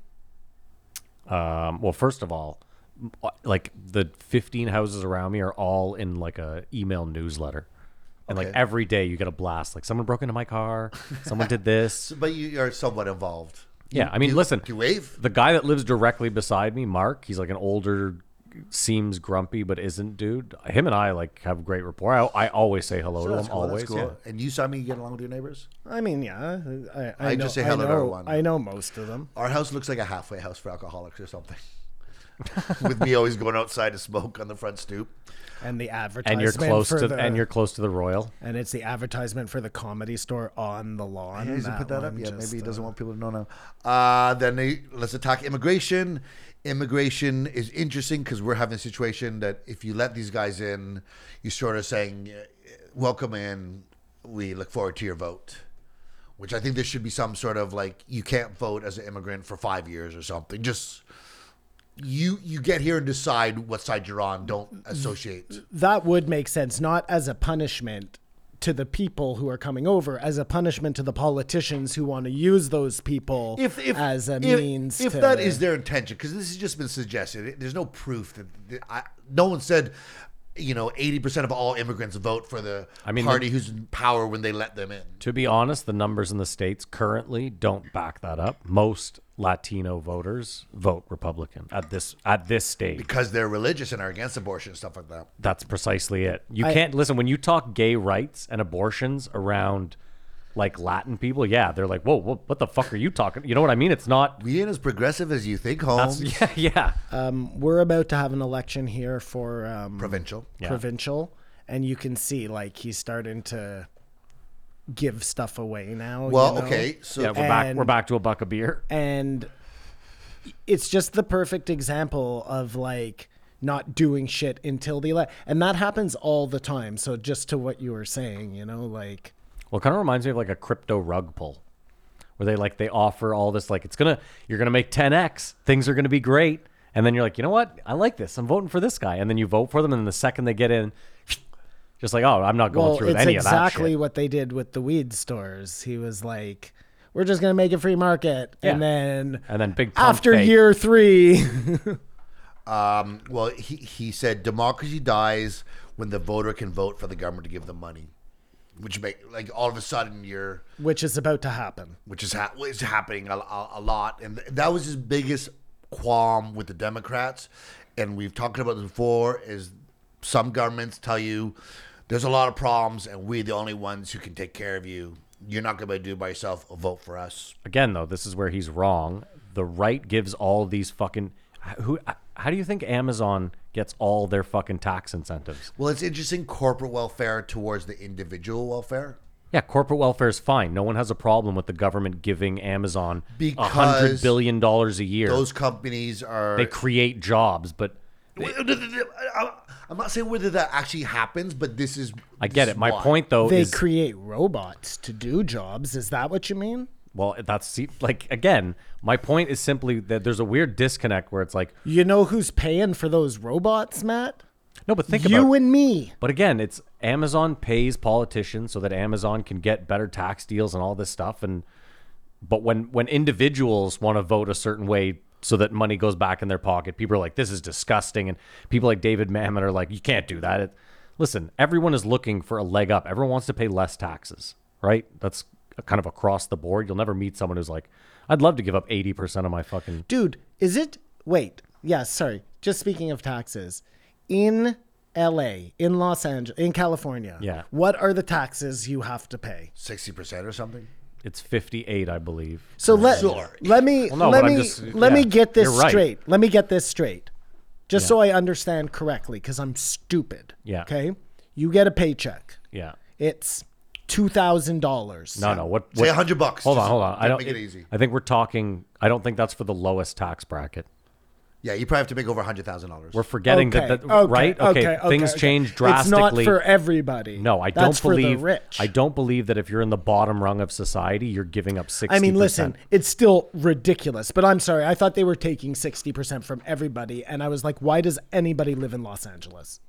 F: Um, well, first of all, m- like the 15 houses around me are all in like a email newsletter. And like
E: Okay.
F: every day you get a blast. Like someone broke into my car. Someone did this.
E: But you are somewhat involved.
F: Yeah, I mean,
E: do-
F: listen.
E: do you wave?
F: The guy that lives directly beside me, Mark, he's like an older, seems grumpy but isn't dude. Him and I like have great rapport. I, I always say hello to him.
E: That's cool, that's
F: always.
E: cool.
F: yeah.
E: And you saw me get along with your neighbors?
G: I mean, yeah. I, I,
E: I
G: know,
E: just say
G: I
E: hello to
G: know-
E: everyone.
G: I know most of them.
E: Our house looks like a halfway house for alcoholics or something. With me always going outside to smoke on the front stoop.
G: And the advertisement
F: And you're close
G: for
F: to
G: the,
F: and you're close to the Royal.
G: and it's the advertisement for the comedy store on the lawn.
E: He doesn't put that up
G: one
E: yet.
G: just,
E: Maybe he doesn't
G: uh,
E: want people to know now. Uh, then they, let's attack immigration. Immigration is interesting because we're having a situation that if you let these guys in, you're sort of saying, uh, "Welcome in. We look forward to your vote." Which I think there should be some sort of like you can't vote as an immigrant for five years or something. Just you you get here and decide what side you're on. Don't associate.
G: that would make sense, not as a punishment to the people who are coming over, as a punishment to the politicians who want to use those people
E: if, if
G: as a
E: if-
G: means.
E: if
G: to,
E: that is their intention because this has just been suggested It- there's no proof that that I, no one said you know 80% of all immigrants vote for the
F: I mean,
E: party
F: the-
E: who's in power when they let them in
F: To be honest, the numbers in the states currently don't back that up. Most Latino voters vote Republican at this at this stage.
E: because they're religious and are against abortion and stuff like that
F: That's precisely it. You can't listen when you talk gay rights and abortions around like Latin people. Yeah, they're like, whoa, whoa what the fuck are you talking? You know what I mean? It's not.
E: we ain't as progressive as you think Holmes.
F: That's, yeah, yeah.
G: we're about to have an election here for um,
E: provincial
F: Yeah.
G: provincial, and you can see like he's starting to give stuff away now. you
E: well
G: know?
E: okay so
F: yeah, we're back. We're
G: and-
F: back to a buck of beer.
G: and it's just the perfect example of like not doing shit until the ele- and that happens all the time so just to what you were saying you know like
F: Well, it kind of reminds me of like a crypto rug pull, where they like they offer all this like it's gonna you're gonna make 10x, things are gonna be great, and then you're like, you know what? I like this. I'm voting for this guy, and then you vote for them, and the second they get in, Just like, oh, I'm not going
G: well,
F: through
G: it's
F: with any
G: exactly
F: of that shit.
G: what they did with the weed stores. He was like, "We're just gonna make a free market,"
F: Yeah.
G: and then
F: And then big pump
G: after
F: fake.
G: year three,
H: Um, well, he, he said democracy dies when the voter can vote for the government to give them money, which make like all of a sudden you're
G: which is about to happen.
H: which is ha- is happening a, a, a lot, and th- that was his biggest qualm with the Democrats. And we've talked about this before: is some governments tell you there's a lot of problems, and we're the only ones who can take care of you. You're not going to be able to do it by yourself. Vote for us.
F: Again, though, this is where he's wrong. The right gives all these fucking who. How do you think Amazon gets all their fucking tax incentives?
H: Well, it's interesting corporate welfare towards the individual welfare.
F: Yeah, corporate welfare is fine. No one has a problem with the government giving Amazon a hundred
H: Because
F: billion dollars a year.
H: Those companies are.
F: they create jobs, but
H: I'm not saying whether that actually happens, but this is.
F: I get
H: this
F: it.
H: is
F: My
H: why.
F: point though
G: They
F: is
G: create robots to do jobs. Is that what you mean?
F: well, that's see, like again, my point is simply that there's a weird disconnect where it's like,
G: You know who's paying for those robots, Matt?
F: no, but think
G: you
F: about
G: and me.
F: But again, it's Amazon pays politicians so that Amazon can get better tax deals and all this stuff. And but when when individuals want to vote a certain way so that money goes back in their pocket, people are like, "This is disgusting," and people like David Mamet are like, "You can't do that." It, listen, everyone is looking for a leg up. Everyone wants to pay less taxes, right? That's kind of across the board. You'll never meet someone who's like, "I'd love to give up eighty percent of my fucking."
G: Dude, is it? Wait. Yeah, sorry. Just speaking of taxes, in LA, in Los Angeles, in California,
F: Yeah.
G: what are the taxes you have to pay?
H: 60% or something?
F: It's fifty-eight, I believe.
G: So let let me
F: no,
G: let
F: but I'm
G: me
F: just-
G: let
F: yeah,
G: me get this
F: you're right.
G: straight. Let me get this straight. Just so I understand correctly cuz I'm stupid.
F: Yeah.
G: Okay? You get a paycheck.
F: Yeah.
G: It's $2,000.
F: No, no. What?
H: Say
F: what-
H: 100 bucks.
F: Hold on,
H: Just
F: hold on. I don't.
H: Make it
F: it-
H: easy.
F: I think we're talking. I don't think that's for the lowest tax bracket.
H: Yeah, you probably have to make over $100,000.
F: We're forgetting that, that right? Okay, things
G: okay.
F: change
G: It's not
F: drastically.
G: for everybody.
F: no, I
G: That's
F: don't believe.
G: For the rich.
F: I don't believe that if you're in the bottom rung of society, you're giving up sixty.
G: I mean, listen, it's still ridiculous, but I'm sorry. I thought they were taking 60% from everybody. And I was like, why does anybody live in Los Angeles?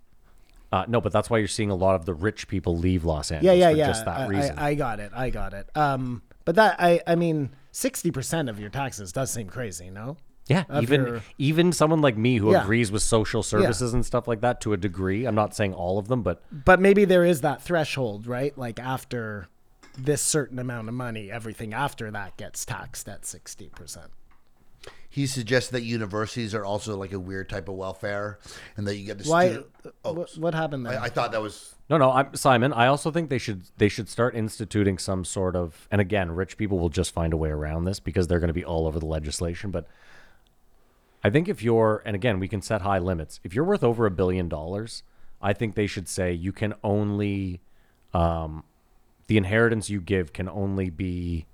F: Uh, no, but that's why you're seeing a lot of the rich people leave Los
G: Yeah,
F: Angeles
G: yeah,
F: for
G: yeah.
F: just that
G: I-
F: reason.
G: I, I got it. I got it. Um, but that, I, I mean, 60% of your taxes does seem crazy, no?
F: yeah,
G: of
F: even
G: your-
F: even someone like me who
G: Yeah.
F: agrees with social services and stuff like that to a degree. I'm not saying all of them, but
G: But maybe there is that threshold, right? Like after this certain amount of money, everything after that gets taxed at 60%.
H: he suggests that universities are also like a weird type of welfare and that you get the
G: Why?
H: student. Oh,
G: wh- what happened there?
H: I, I thought that was.
F: No, no, I'm Simon. I also think they should they should start instituting some sort of and again, rich people will just find a way around this because they're going to be all over the legislation, but I think if you're and again, we can set high limits. If you're worth over a billion dollars, I think they should say you can only um the inheritance you give can only be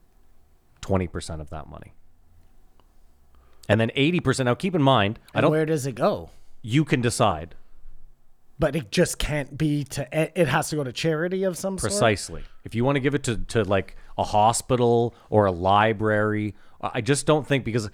F: 20% of that money. And then 80%. Now keep in mind, I
G: And
F: don't
G: where does it go?
F: you can decide
G: But it just can't be to. it- It has to go to charity of some sort.
F: Precisely. If you want to give it to, to like a hospital or a library, I just don't think because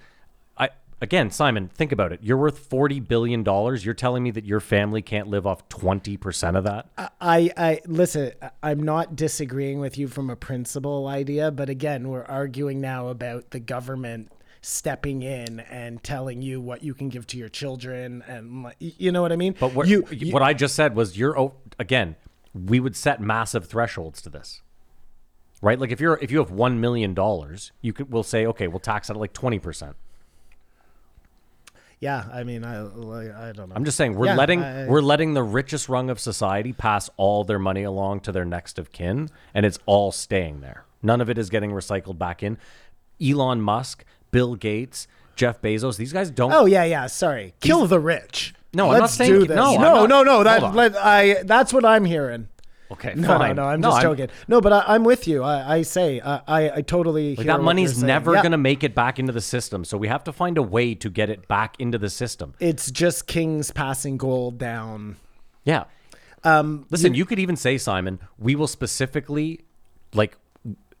F: I again, Simon, think about it. You're worth forty billion dollars. You're telling me that your family can't live off twenty percent of that?
G: Uh, I, I listen. I- I'm not disagreeing with you from a principle idea, but again, we're arguing now about the government stepping in and telling you what you can give to your children, and like, y- you know what I mean.
F: but what,
G: you,
F: what I just said was you're o- again, we would set massive thresholds to this. Right? Like if you're if you have one million dollars, you could we'll say, okay, we'll tax that at like twenty percent.
G: yeah. I mean, I, like, I don't know.
F: I'm just saying we're
G: Yeah,
F: letting
G: I-
F: we're letting the richest rung of society pass all their money along to their next of kin, and it's all staying there. None of it is getting recycled back in. Elon Musk, Bill Gates, Jeff Bezos, these guys don't.
G: Oh yeah, yeah. Sorry. Kill the rich.
F: No,
G: Let's
F: I'm not saying-
G: do this.
F: no, I'm
G: no,
F: not-
G: no, no.
F: hold
G: That
F: on.
G: let, I. That's what I'm hearing.
F: okay,
G: No,
F: fine.
G: no, I'm just joking. No, but I, I'm with you. I, I say I, I, I totally.
F: Like
G: hear
F: that
G: what
F: money's
G: you're saying.
F: never
G: Yeah.
F: gonna make it back into the system, so we have to find a way to get it back into the system.
G: It's just kings passing gold down.
F: Yeah. Um, Listen, you, could even say, Simon, we will specifically, like,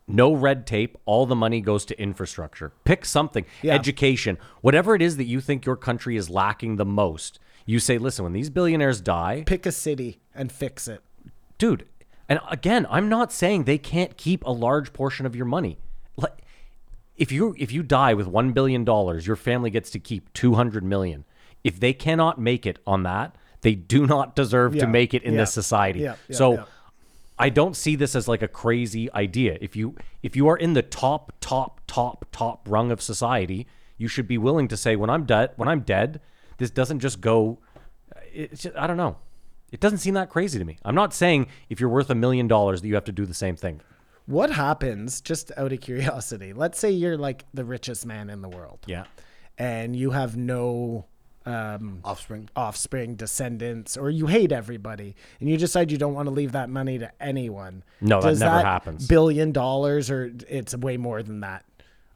F: no red tape. All the money goes to infrastructure. Pick something,
G: Yeah.
F: education, whatever it is that you think your country is lacking the most. You say, listen, when these billionaires die,
G: Pick a city and fix it.
F: dude. And again, I'm not saying they can't keep a large portion of your money. Like, if you if you die with one billion dollars, your family gets to keep two hundred million. If they cannot make it on that, they do not deserve
G: Yeah.
F: to make it in
G: Yeah.
F: this society.
G: Yeah. Yeah.
F: so.
G: Yeah.
F: I don't see this as like a crazy idea. If you if you are in the top top top top rung of society, you should be willing to say when I'm dead when I'm dead, this doesn't just go. uh, It's just, I don't know. It doesn't seem that crazy to me. I'm not saying if you're worth a million dollars that you have to do the same thing.
G: What happens, just out of curiosity? Let's say you're like the richest man in the world.
F: Yeah.
G: And you have no um,
E: Offspring.
G: offspring, descendants, or you hate everybody, and you decide you don't want to leave that money to anyone.
F: No, that
G: Does
F: never happens.
G: Billion dollars, or it's way more than that.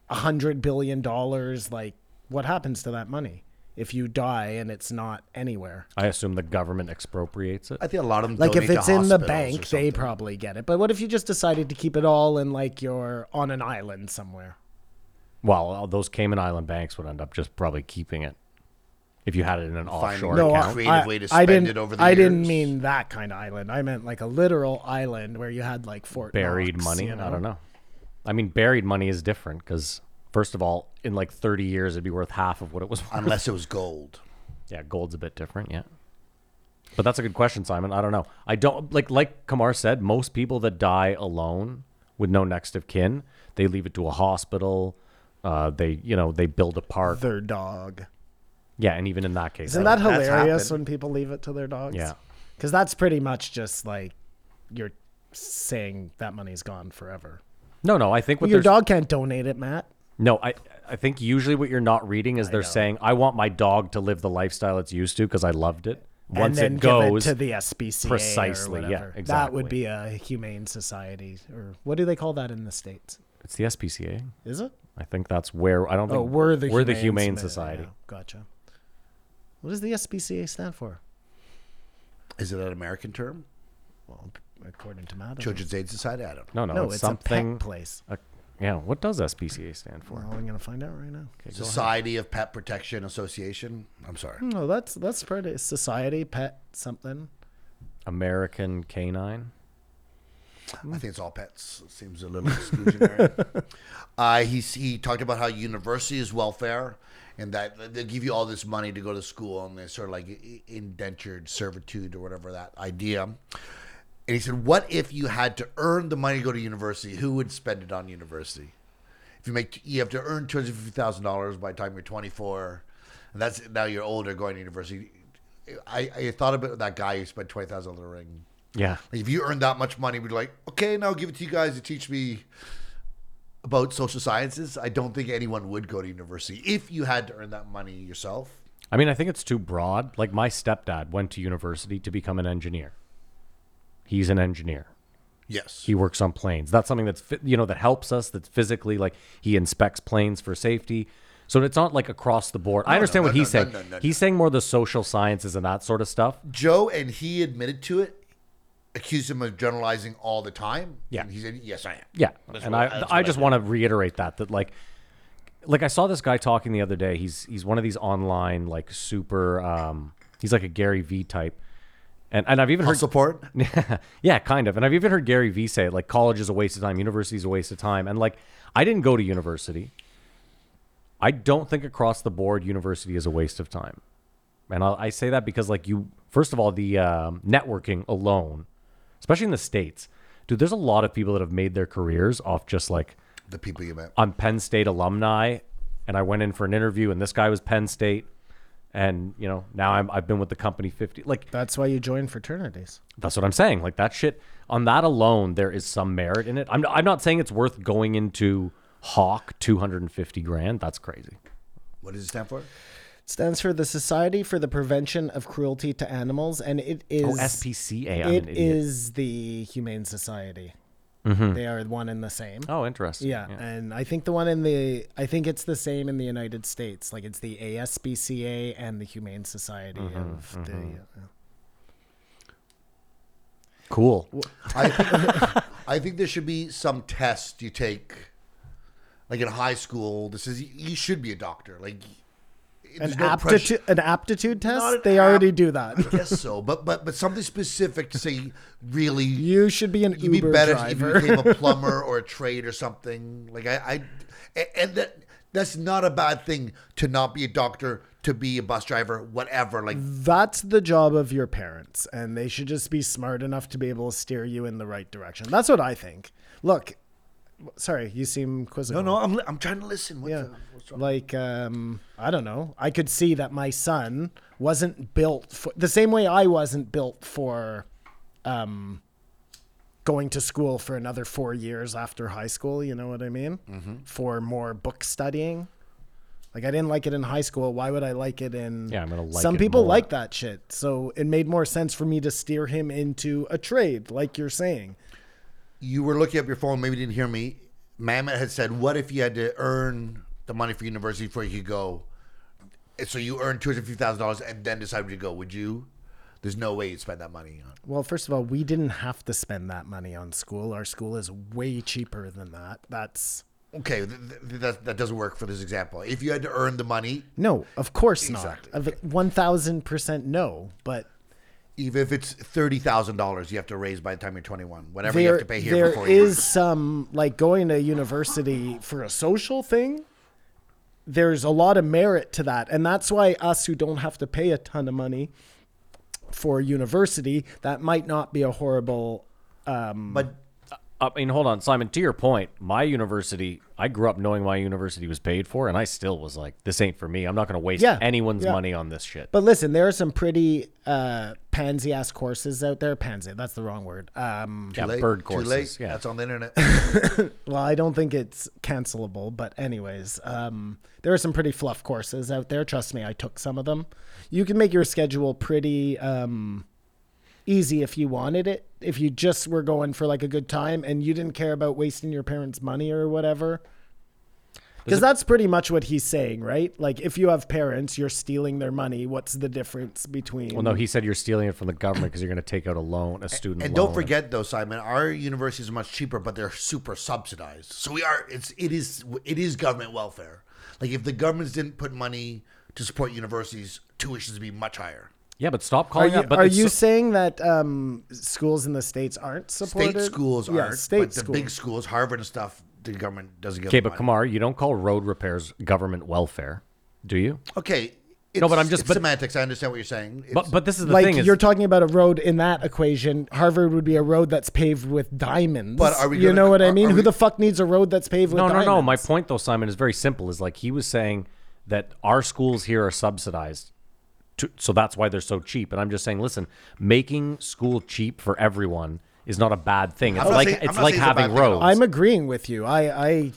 G: A hundred billion dollars. Like, what happens to that money if you die and it's not anywhere?
F: I assume the government expropriates it.
E: I think a lot of them
G: Like, if
E: donate to
G: it's in the
E: hospitals or
G: bank, they
E: something.
G: probably get it. But what if you just decided to keep it all and like you're on an island somewhere?
F: Well, those Cayman Island banks would end up just probably keeping it if you had it in an offshore
E: No,
F: account.
E: creative way to spend
G: didn't,
E: it over the
G: I didn't
E: years.
G: mean that kind of island. I meant like a literal island where you had like Fort
F: buried
G: Knox,
F: money.
G: you
F: I don't know. I mean, buried money is different because, first of all, in like 30 years, it'd be worth half of what it was worth.
E: Unless it was gold.
F: yeah, gold's a bit different. Yeah. But that's a good question, Simon. I don't know. I don't like like Kamar said. Most people that die alone with no next of kin, they leave it to a hospital. Uh, they you know they build a park.
G: Their dog.
F: yeah, and even in that case,
G: Isn't
F: I
G: that
F: don't-
G: hilarious when people leave it to their dogs?
F: Yeah.
G: Because that's pretty much just like you're saying that money's gone forever.
F: no no? I think what
G: Your
F: there's-
G: dog can't donate it, Matt.
F: No, I I think usually what you're not reading is they're saying I want my dog to live the lifestyle it's used to because I loved it.
G: and
F: Once
G: then
F: it goes,
G: give it to the SPCA
F: precisely,
G: or
F: yeah,
G: whatever. That
F: exactly.
G: would be a humane society, or what do they call that in the states?
F: it's the SPCA.
G: Is it?
F: I think that's where I don't think
G: Oh, we're the
F: we're the
G: Humane
F: humane
G: Soci-
F: society.
G: yeah, Gotcha. What does the SPCA stand for?
E: Is it an American term?
G: Mm-hmm. According to Matt, I don't-
E: Children's Aid Society? I don't know.
F: No, no,
G: no,
F: it's,
G: it's a
F: something.
G: pet place.
F: a- yeah, what does SPCA stand for?
G: Well, I'm gonna find out right now.
E: Society of Pet Protection Association. I'm sorry.
G: No, that's that's pretty society pet something.
F: American Canine.
E: I think it's all pets. It seems a little exclusionary. uh, he he talked about how university is welfare, and that they give you all this money to go to school, and it's sort of like i- indentured servitude or whatever that idea. And he said, "What if you had to earn the money to go to university? Who would spend it on university? If you make you have to earn two hundred fifty thousand dollars by the time you're twenty four, and that's now you're older going to university." I, I thought about that guy who spent twenty thousand on a ring.
F: Yeah,
E: Like, if you earned that much money, we'd like, okay, now give it to you guys to teach me about social sciences. I don't think anyone would go to university if you had to earn that money yourself.
F: I mean, I think it's too broad. Like my stepdad went to university to become an engineer. He's an engineer.
E: Yes.
F: he works on planes. That's something that's phy- you know that helps us. That's physically like he inspects planes for safety. So it's not like across the board. I understand
E: no,
F: what
E: no,
F: he's
E: no,
F: saying.
E: no, no,
F: he's saying more the social sciences and that sort of stuff.
E: Joe and he admitted to it, accused him of generalizing all the time.
F: Yeah.
E: And he said, yes, I am.
F: Yeah,
A: That's
F: and
A: what-
F: I
A: that's
F: I
A: what I
F: just
A: did.
F: want to reiterate that that like like I saw this guy talking the other day. He's he's one of these online like super. Um, he's like a Gary V type, and and I've even heard
E: Hustle porn?
F: yeah, kind of. And I've even heard Gary Vee say like college is a waste of time, university is a waste of time. And like I didn't go to university. I don't think across the board university is a waste of time. And I'll, I say that because like you first of all the um, networking alone, especially in the states, dude, there's a lot of people that have made their careers off just like
E: The people you met.
F: I'm Penn State alumni, and I went in for an interview, and this guy was Penn State, and you know now I'm, I've been with the company 50 like
G: That's why you join fraternities.
F: that's what I'm saying. Like that shit on that alone, there is some merit in it. I'm I'm not saying it's worth going into Hawk 250 grand. That's crazy.
E: What does it stand for?
G: It stands for the Society for the Prevention of Cruelty to Animals, and it is
F: Oh, SPCA. I'm an
G: It
F: idiot. Mm-hmm.
G: is the Humane Society. They are one and the same.
F: Oh, interesting.
G: Yeah, and I think the one in the I think it's the same in the United States. Like it's the ASPCA and the Humane Society
F: Mm-hmm,
G: of the. uh,
F: Cool.
E: I, I think there should be some test you take, like in high school. This is you should be a doctor. Like there's
G: An,
E: no pressure.
G: aptitude, an aptitude
E: Not
G: test?
E: an
G: they
E: app-
G: already do that.
E: I guess so, but but but something specific to say really.
G: You should be an
E: You'd
G: Uber
E: be better
G: driver.
E: if you became a plumber or a trade or something. Like I, I a- and that that's not a bad thing to not be a doctor, to be a bus driver, whatever. Like
G: That's the job of your parents, and they should just be smart enough to be able to steer you in the right direction. That's what I think. Look, sorry, you seem
E: no,
G: quizzical.
E: no, I'm li- I'm trying to listen. What's
G: Yeah.
E: up? What's wrong?
G: Like, um, I don't know. I could see that my son wasn't built for the same way I wasn't built for um, going to school for another four years after high school. You know what I mean?
E: Mm-hmm.
G: For more book studying. Like, I didn't like it in high school. Why would I like it in.
F: Yeah, I'm gonna like
G: Some
F: it
G: people
F: more.
G: like that shit. So it made more sense for me to steer him into a trade, like you're saying.
E: you were looking up your phone, maybe you didn't hear me. Mammoth had said, "What if you had to earn the money for university before you could go? And so you earned two hundred fifty thousand dollars and then decided to go. Would you? There's no way you'd spend that money on."
G: Well, first of all, we didn't have to spend that money on school. Our school is way cheaper than that. That's
E: Okay, th- th- that that doesn't work for this example. If you had to earn the money,
G: no, of course
E: Exactly.
G: not. One thousand percent no. But
E: even if it's thirty thousand dollars, you have to raise by the time you're twenty one. Whatever you have
G: there,
E: to pay here
G: there
E: before you
G: is some like going to university for a social thing. There's a lot of merit to that, and that's why us who don't have to pay a ton of money for university, that might not be a horrible.
E: but
F: I mean, hold on, Simon. To your point, my university, I grew up knowing my university was paid for, and I still was like, "This ain't for me. I'm not going to waste
G: Yeah,
F: anyone's
G: yeah.
F: money on this shit."
G: But listen, there are some pretty uh, pansy ass courses out there. Pansy, that's the wrong word. Um,
F: yeah,
E: late,
F: bird
E: too
F: courses.
E: late.
F: Yeah,
E: That's on the internet.
G: Well, I don't think it's cancelable, but anyways, um, there are some pretty fluff courses out there. Trust me, I took some of them. You can make your schedule pretty um, easy if you wanted it. If you just were going for like a good time and you didn't care about wasting your parents' money or whatever. Because that's pretty much what he's saying, right? Like, if you have parents, you're stealing their money. What's the difference between?
F: Well, no, he said you're stealing it from the government because you're going to take out a loan, a student
E: and
F: loan.
E: don't forget though, Simon, our universities are much cheaper, but they're super subsidized. So we are. It's it is it is government welfare. Like if the governments didn't put money to support universities, tuitions would be much higher.
F: Yeah, but stop
G: Are
F: calling
G: you,
F: up. But
G: are
F: it's
G: you
F: so-
G: saying that um, schools in the states aren't supported?
E: State schools
G: Yeah,
E: aren't,
G: state
E: but the
G: schools.
E: big schools, Harvard and stuff, the government doesn't give.
F: okay?
E: them
F: But
E: money.
F: Kamar, you don't call road repairs government welfare, do you?
E: Okay. It's,
F: but I'm just-
E: it's
F: but-
E: semantics. I understand what you're saying. It's-
F: But but this is the
G: like
F: thing is
G: you're talking about a road in that equation. Harvard would be a road that's paved with diamonds.
E: But are we
G: You
E: gonna-
G: know what I
E: are-
G: mean?
E: are
G: Who
E: we-
G: the fuck needs a road that's paved with
F: no
G: diamonds?
F: no no. My point though, Simon, is very simple. Is like he was saying that our schools here are subsidized. To, so that's why they're so cheap, and I'm just saying, listen, making school cheap for everyone is not a bad thing. It's
E: not
F: like
E: saying- I'm
F: it's
E: not
F: like
E: saying it's a
F: having
E: bad thing at all.
F: roads.
G: I'm agreeing with you. I I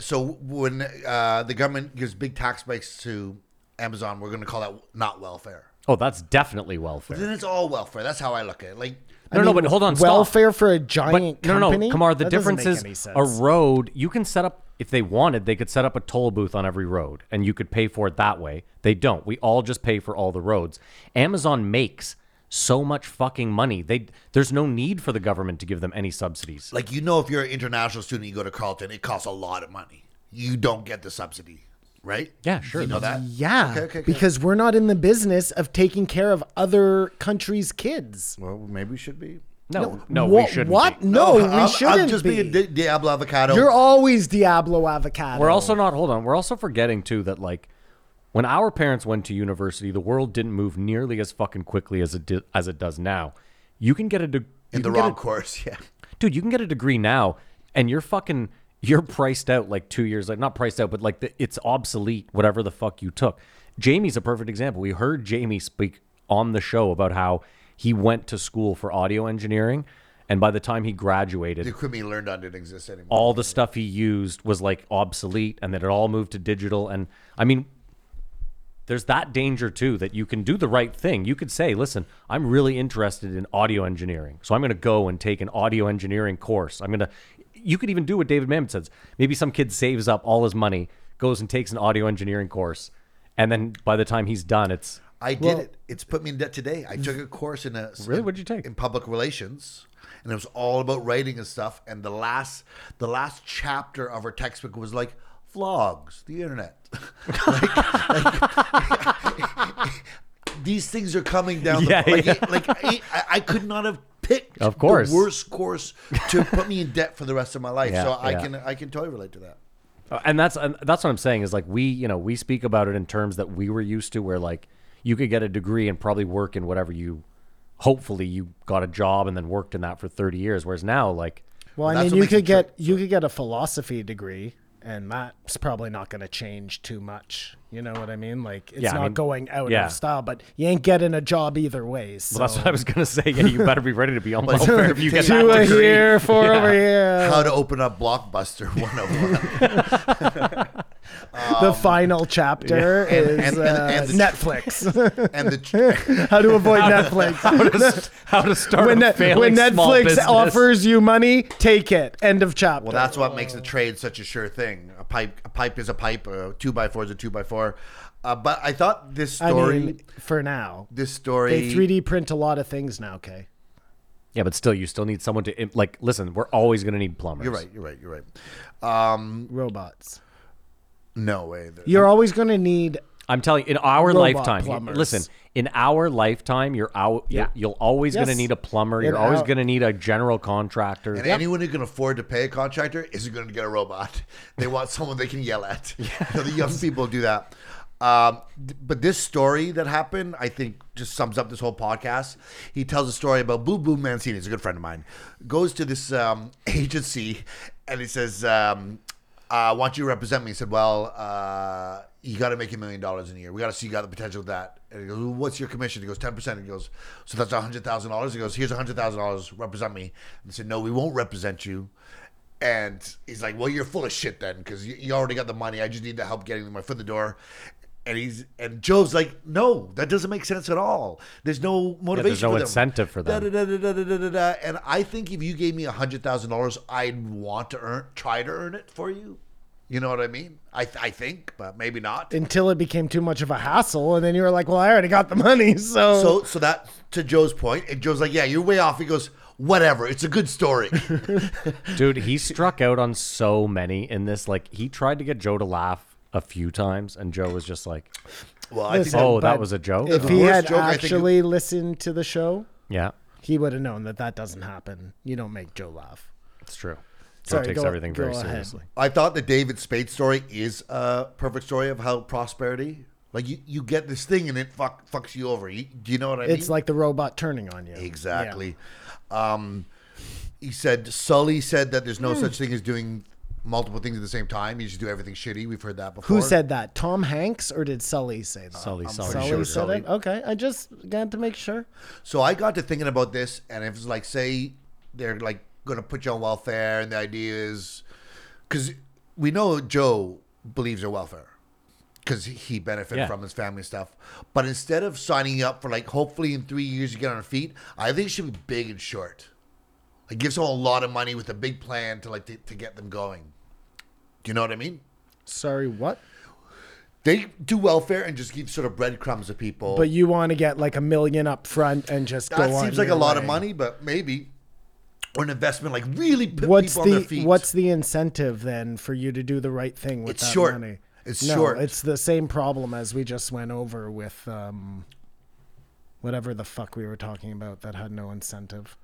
E: So when uh, the government gives big tax breaks to Amazon, we're going to call that not welfare.
F: oh, that's definitely welfare.
E: Then it's all welfare. That's how I look at it. Like
F: no, no, but hold on. stop.
G: welfare for a
F: But
G: giant
F: no, no,
G: company.
F: no, Kamar. The
G: That doesn't
F: difference
G: make
F: is
G: any sense.
F: a road. You can set up if they wanted. They could set up a toll booth on every road, and you could pay for it that way. They don't. We all just pay for all the roads. Amazon makes so much fucking money. They there's no need for the government to give them any subsidies.
E: like you know, if you're an international student, you go to Carleton, it costs a lot of money. You don't get the subsidy, right?
F: Yeah, sure.
E: You know that?
G: yeah,
E: Okay, okay, okay.
G: because we're not in the business of taking care of other countries' kids.
E: Well, maybe we should be.
F: no, no,
G: Wha-
F: we shouldn't.
G: What?
F: be.
G: No, we
E: I'm,
G: shouldn't
E: I'm just
G: be.
E: being Di- Diablo avocado.
G: You're always Diablo avocado.
F: We're also not. Hold on. We're also forgetting too that like. When our parents went to university, the world didn't move nearly as fucking quickly as it did, as it does now. You can get a degree
E: in the wrong course. Yeah.
F: dude, you can get a degree now, and you're fucking you're priced out like two years like not priced out, but like the, it's obsolete. Whatever the fuck you took. Jamie's a perfect example. We heard Jamie speak on the show about how he went to school for audio engineering, and by the time he
E: The
F: graduated,
E: equipment he learned on didn't exist anymore.
F: all the stuff he used was like obsolete, and then it all moved to digital. And I mean. There's that danger too that you can do the right thing. You could say, "Listen, I'm really interested in audio engineering, so I'm going to go and take an audio engineering course. I'm going to." You could even do what David Mamet says. Maybe some kid saves up all his money, goes and takes an audio engineering course, and then by the time he's done, it's
E: I did it. It's put me in debt today. I took a course in a
F: Really?
E: in-
F: What'd you take?
E: in public relations, and it was all about writing and stuff. And the last the last chapter of her textbook was like vlogs, the internet. Like- like, these things are coming down.
F: Yeah,
E: the, like,
F: yeah.
E: it- like I, I- I could not have picked
F: Of course.
E: the worst course to put me in debt for the rest of my life.
F: Yeah,
E: so I
F: yeah.
E: can I can totally relate to that.
F: Uh, and that's and that's what I'm saying is like we you know we speak about it in terms that we were used to where like you could get a degree and probably work in whatever you hopefully you got a job and then worked in that for 30 years whereas now like
G: Well, I
E: That's
G: mean,
E: what
G: you
E: makes it
G: could
E: tri-
G: get you could get a philosophy degree, and that's probably not going to change too much. You know what I mean? Like, it's
F: Yeah, I
G: not
F: mean,
G: going out
F: yeah.
G: of style, but you ain't getting a job either way. So.
F: well, that's what I was gonna say yeah you better be ready to be on welfare if you get
G: Two
F: that
G: are
F: degree
G: here, four over here.
E: How to open up Blockbuster 101.
G: the final chapter is
E: and-
G: uh,
E: and- and the-
G: Netflix.
E: and the tr-
G: How to avoid Netflix.
F: how to, how to start
G: When,
F: a
G: Net-
F: failing
G: when
F: small
G: Netflix
F: business.
G: offers you money, take it. End of chapter.
E: well, that's what makes a trade such a sure thing. A pipe a pipe is a pipe. A two by four is a two by four. Uh, but I thought this
G: I
E: story.
G: mean, for now.
E: this story.
G: They 3D print a lot of things now, okay?
F: yeah but still you still need someone to imp- like listen we're always gonna need plumbers
E: You're right. You're right. You're right. Um,
G: Robots.
E: no way. There-
G: You're always going to need
F: I'm telling you, in our
G: Robot
F: lifetime,
G: plumbers.
F: listen, in our lifetime, you're out.
G: Yeah.
F: You're, you'll always going to
G: Yes.
F: need a plumber.
G: In
F: you're always
G: our-
F: going to need a general contractor.
E: And anyone who can afford to pay a contractor isn't going to get a robot. They want someone they can yell at. You know, the young people do that. Um, th- but this story that happened, I think, just sums up this whole podcast. He tells a story about Boo Boo Mancini. He's a good friend of mine. Goes to this um, agency and he says, um, uh, "Why don't you to represent me?" He said, "Well, uh, you got to make a million dollars in a year. We got to see you got the potential of that." And he goes, well, "What's your commission?" He goes, 10 percent." He goes, "So that's hundred thousand dollars." He goes, "Here's hundred thousand dollars. Represent me." And they said, "No, we won't represent you." And he's like, "Well, you're full of shit then, because you, you already got the money. I just need the help getting my foot in the door." And he's and Joe's like, "No, that doesn't make sense at all. There's no motivation.
F: no
E: for them.
F: incentive for them.
E: Da, da, da, da, da, da, da, da. And I think if you gave me hundred thousand dollars, I'd want to earn, try to earn it for you. You know what I mean? I, I think, but maybe not.
G: until it became too much of a hassle, and then you were like, "Well, I already got the money, so."
E: So so that to Joe's point, and Joe's like, yeah, you're way off. He goes, whatever. It's a good story.
F: Dude, he struck out on so many in this. Like, he tried to get Joe to laugh a few times, and Joe was just like,
E: Well, I think
G: Listen,
E: that,
F: oh, that
G: but
F: was a joke?
G: If
F: Oh.
G: he
E: Worst
G: had
E: joke, I think-
G: actually listened to the show,
F: yeah,
G: he would have known that that doesn't happen. You don't make Joe laugh.
F: it's true. Joe
G: Sorry,
F: takes
G: go-
F: everything very
G: go ahead.
F: seriously.
E: I thought the David Spade story is a perfect story of how prosperity, like you, you get this thing and it fuck, fucks you over. You, do you know what I mean?
G: It's like the robot turning on you.
E: Exactly. Um, he said Sully said that there's
G: Hmm.
E: no such thing as doing multiple things at the same time. You just do everything shitty. We've heard that before.
G: Who said that? Tom Hanks or did Sully say that?
F: Sully, Sully.
G: Sully
E: sure
G: said it. Okay, I just got to make sure.
E: So I got to thinking about this, and if it's like, say, they're like going to put you on welfare, and the idea is because we know Joe believes in welfare because he benefited
F: Yeah.
E: from his family stuff. But instead of signing up for like, hopefully in three years you get on your feet, I think it should be big and short. Like, give someone a lot of money with a big plan to like to, to get them going. Do you know what I mean?
G: Sorry, what?
E: They do welfare and just give sort of breadcrumbs to people.
G: But you want to get like a million up front and just go
E: Oh. that
G: on
E: seems like a
G: your
E: lot of
G: way.
E: money, but maybe or an investment like really put
G: What's
E: people on their
G: the
E: feet.
G: what's the incentive then for you to do the right thing with
E: It's
G: that
E: short.
G: money?
E: It's
G: no,
E: short.
G: It's the same problem as we just went over with um, whatever the fuck we were talking about that had no incentive.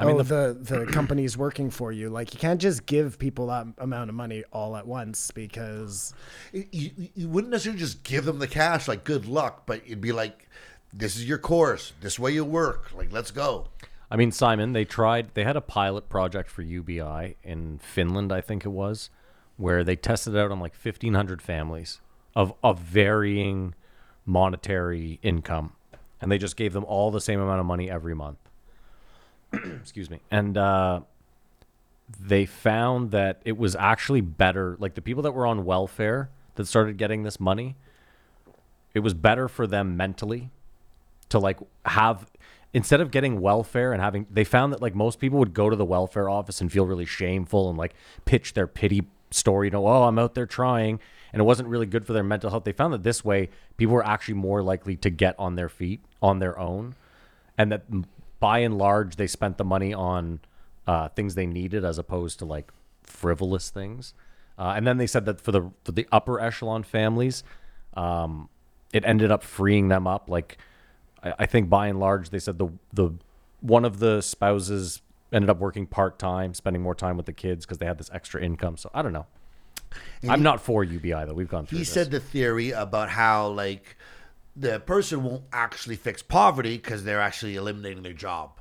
F: I mean,
G: oh,
F: the-
G: the, the company's working for you. Like you can't just give people that amount of money all at once because
E: you, you- you wouldn't necessarily just give them the cash like good luck, but it'd be like this is your course, this way you work, like let's go.
F: I mean, Simon, they tried, they had a pilot project for UBI in Finland, I think it was, where they tested it out on like 1,500 families of, of varying monetary income. And they just gave them all the same amount of money every month. Excuse me. And uh, they found that it was actually better. Like the people that were on welfare that started getting this money, it was better for them mentally to like have instead of getting welfare and having they found that like most people would go to the welfare office and feel really shameful and like pitch their pity story you know oh i'm out there trying and it wasn't really good for their mental health they found that this way people were actually more likely to get on their feet on their own and that m- by and large they spent the money on uh, things they needed as opposed to like frivolous things Uh, and then they said that for the for the upper echelon families, um, it ended up freeing them up. Like I, I think by and large, they said the the one of the spouses ended up working part time, spending more time with the kids because they had this extra income. So I don't know. I'm not for UBI though. We've gone through.
E: he
F: this.
E: said the theory about how like the person won't actually fix poverty because they're actually eliminating their job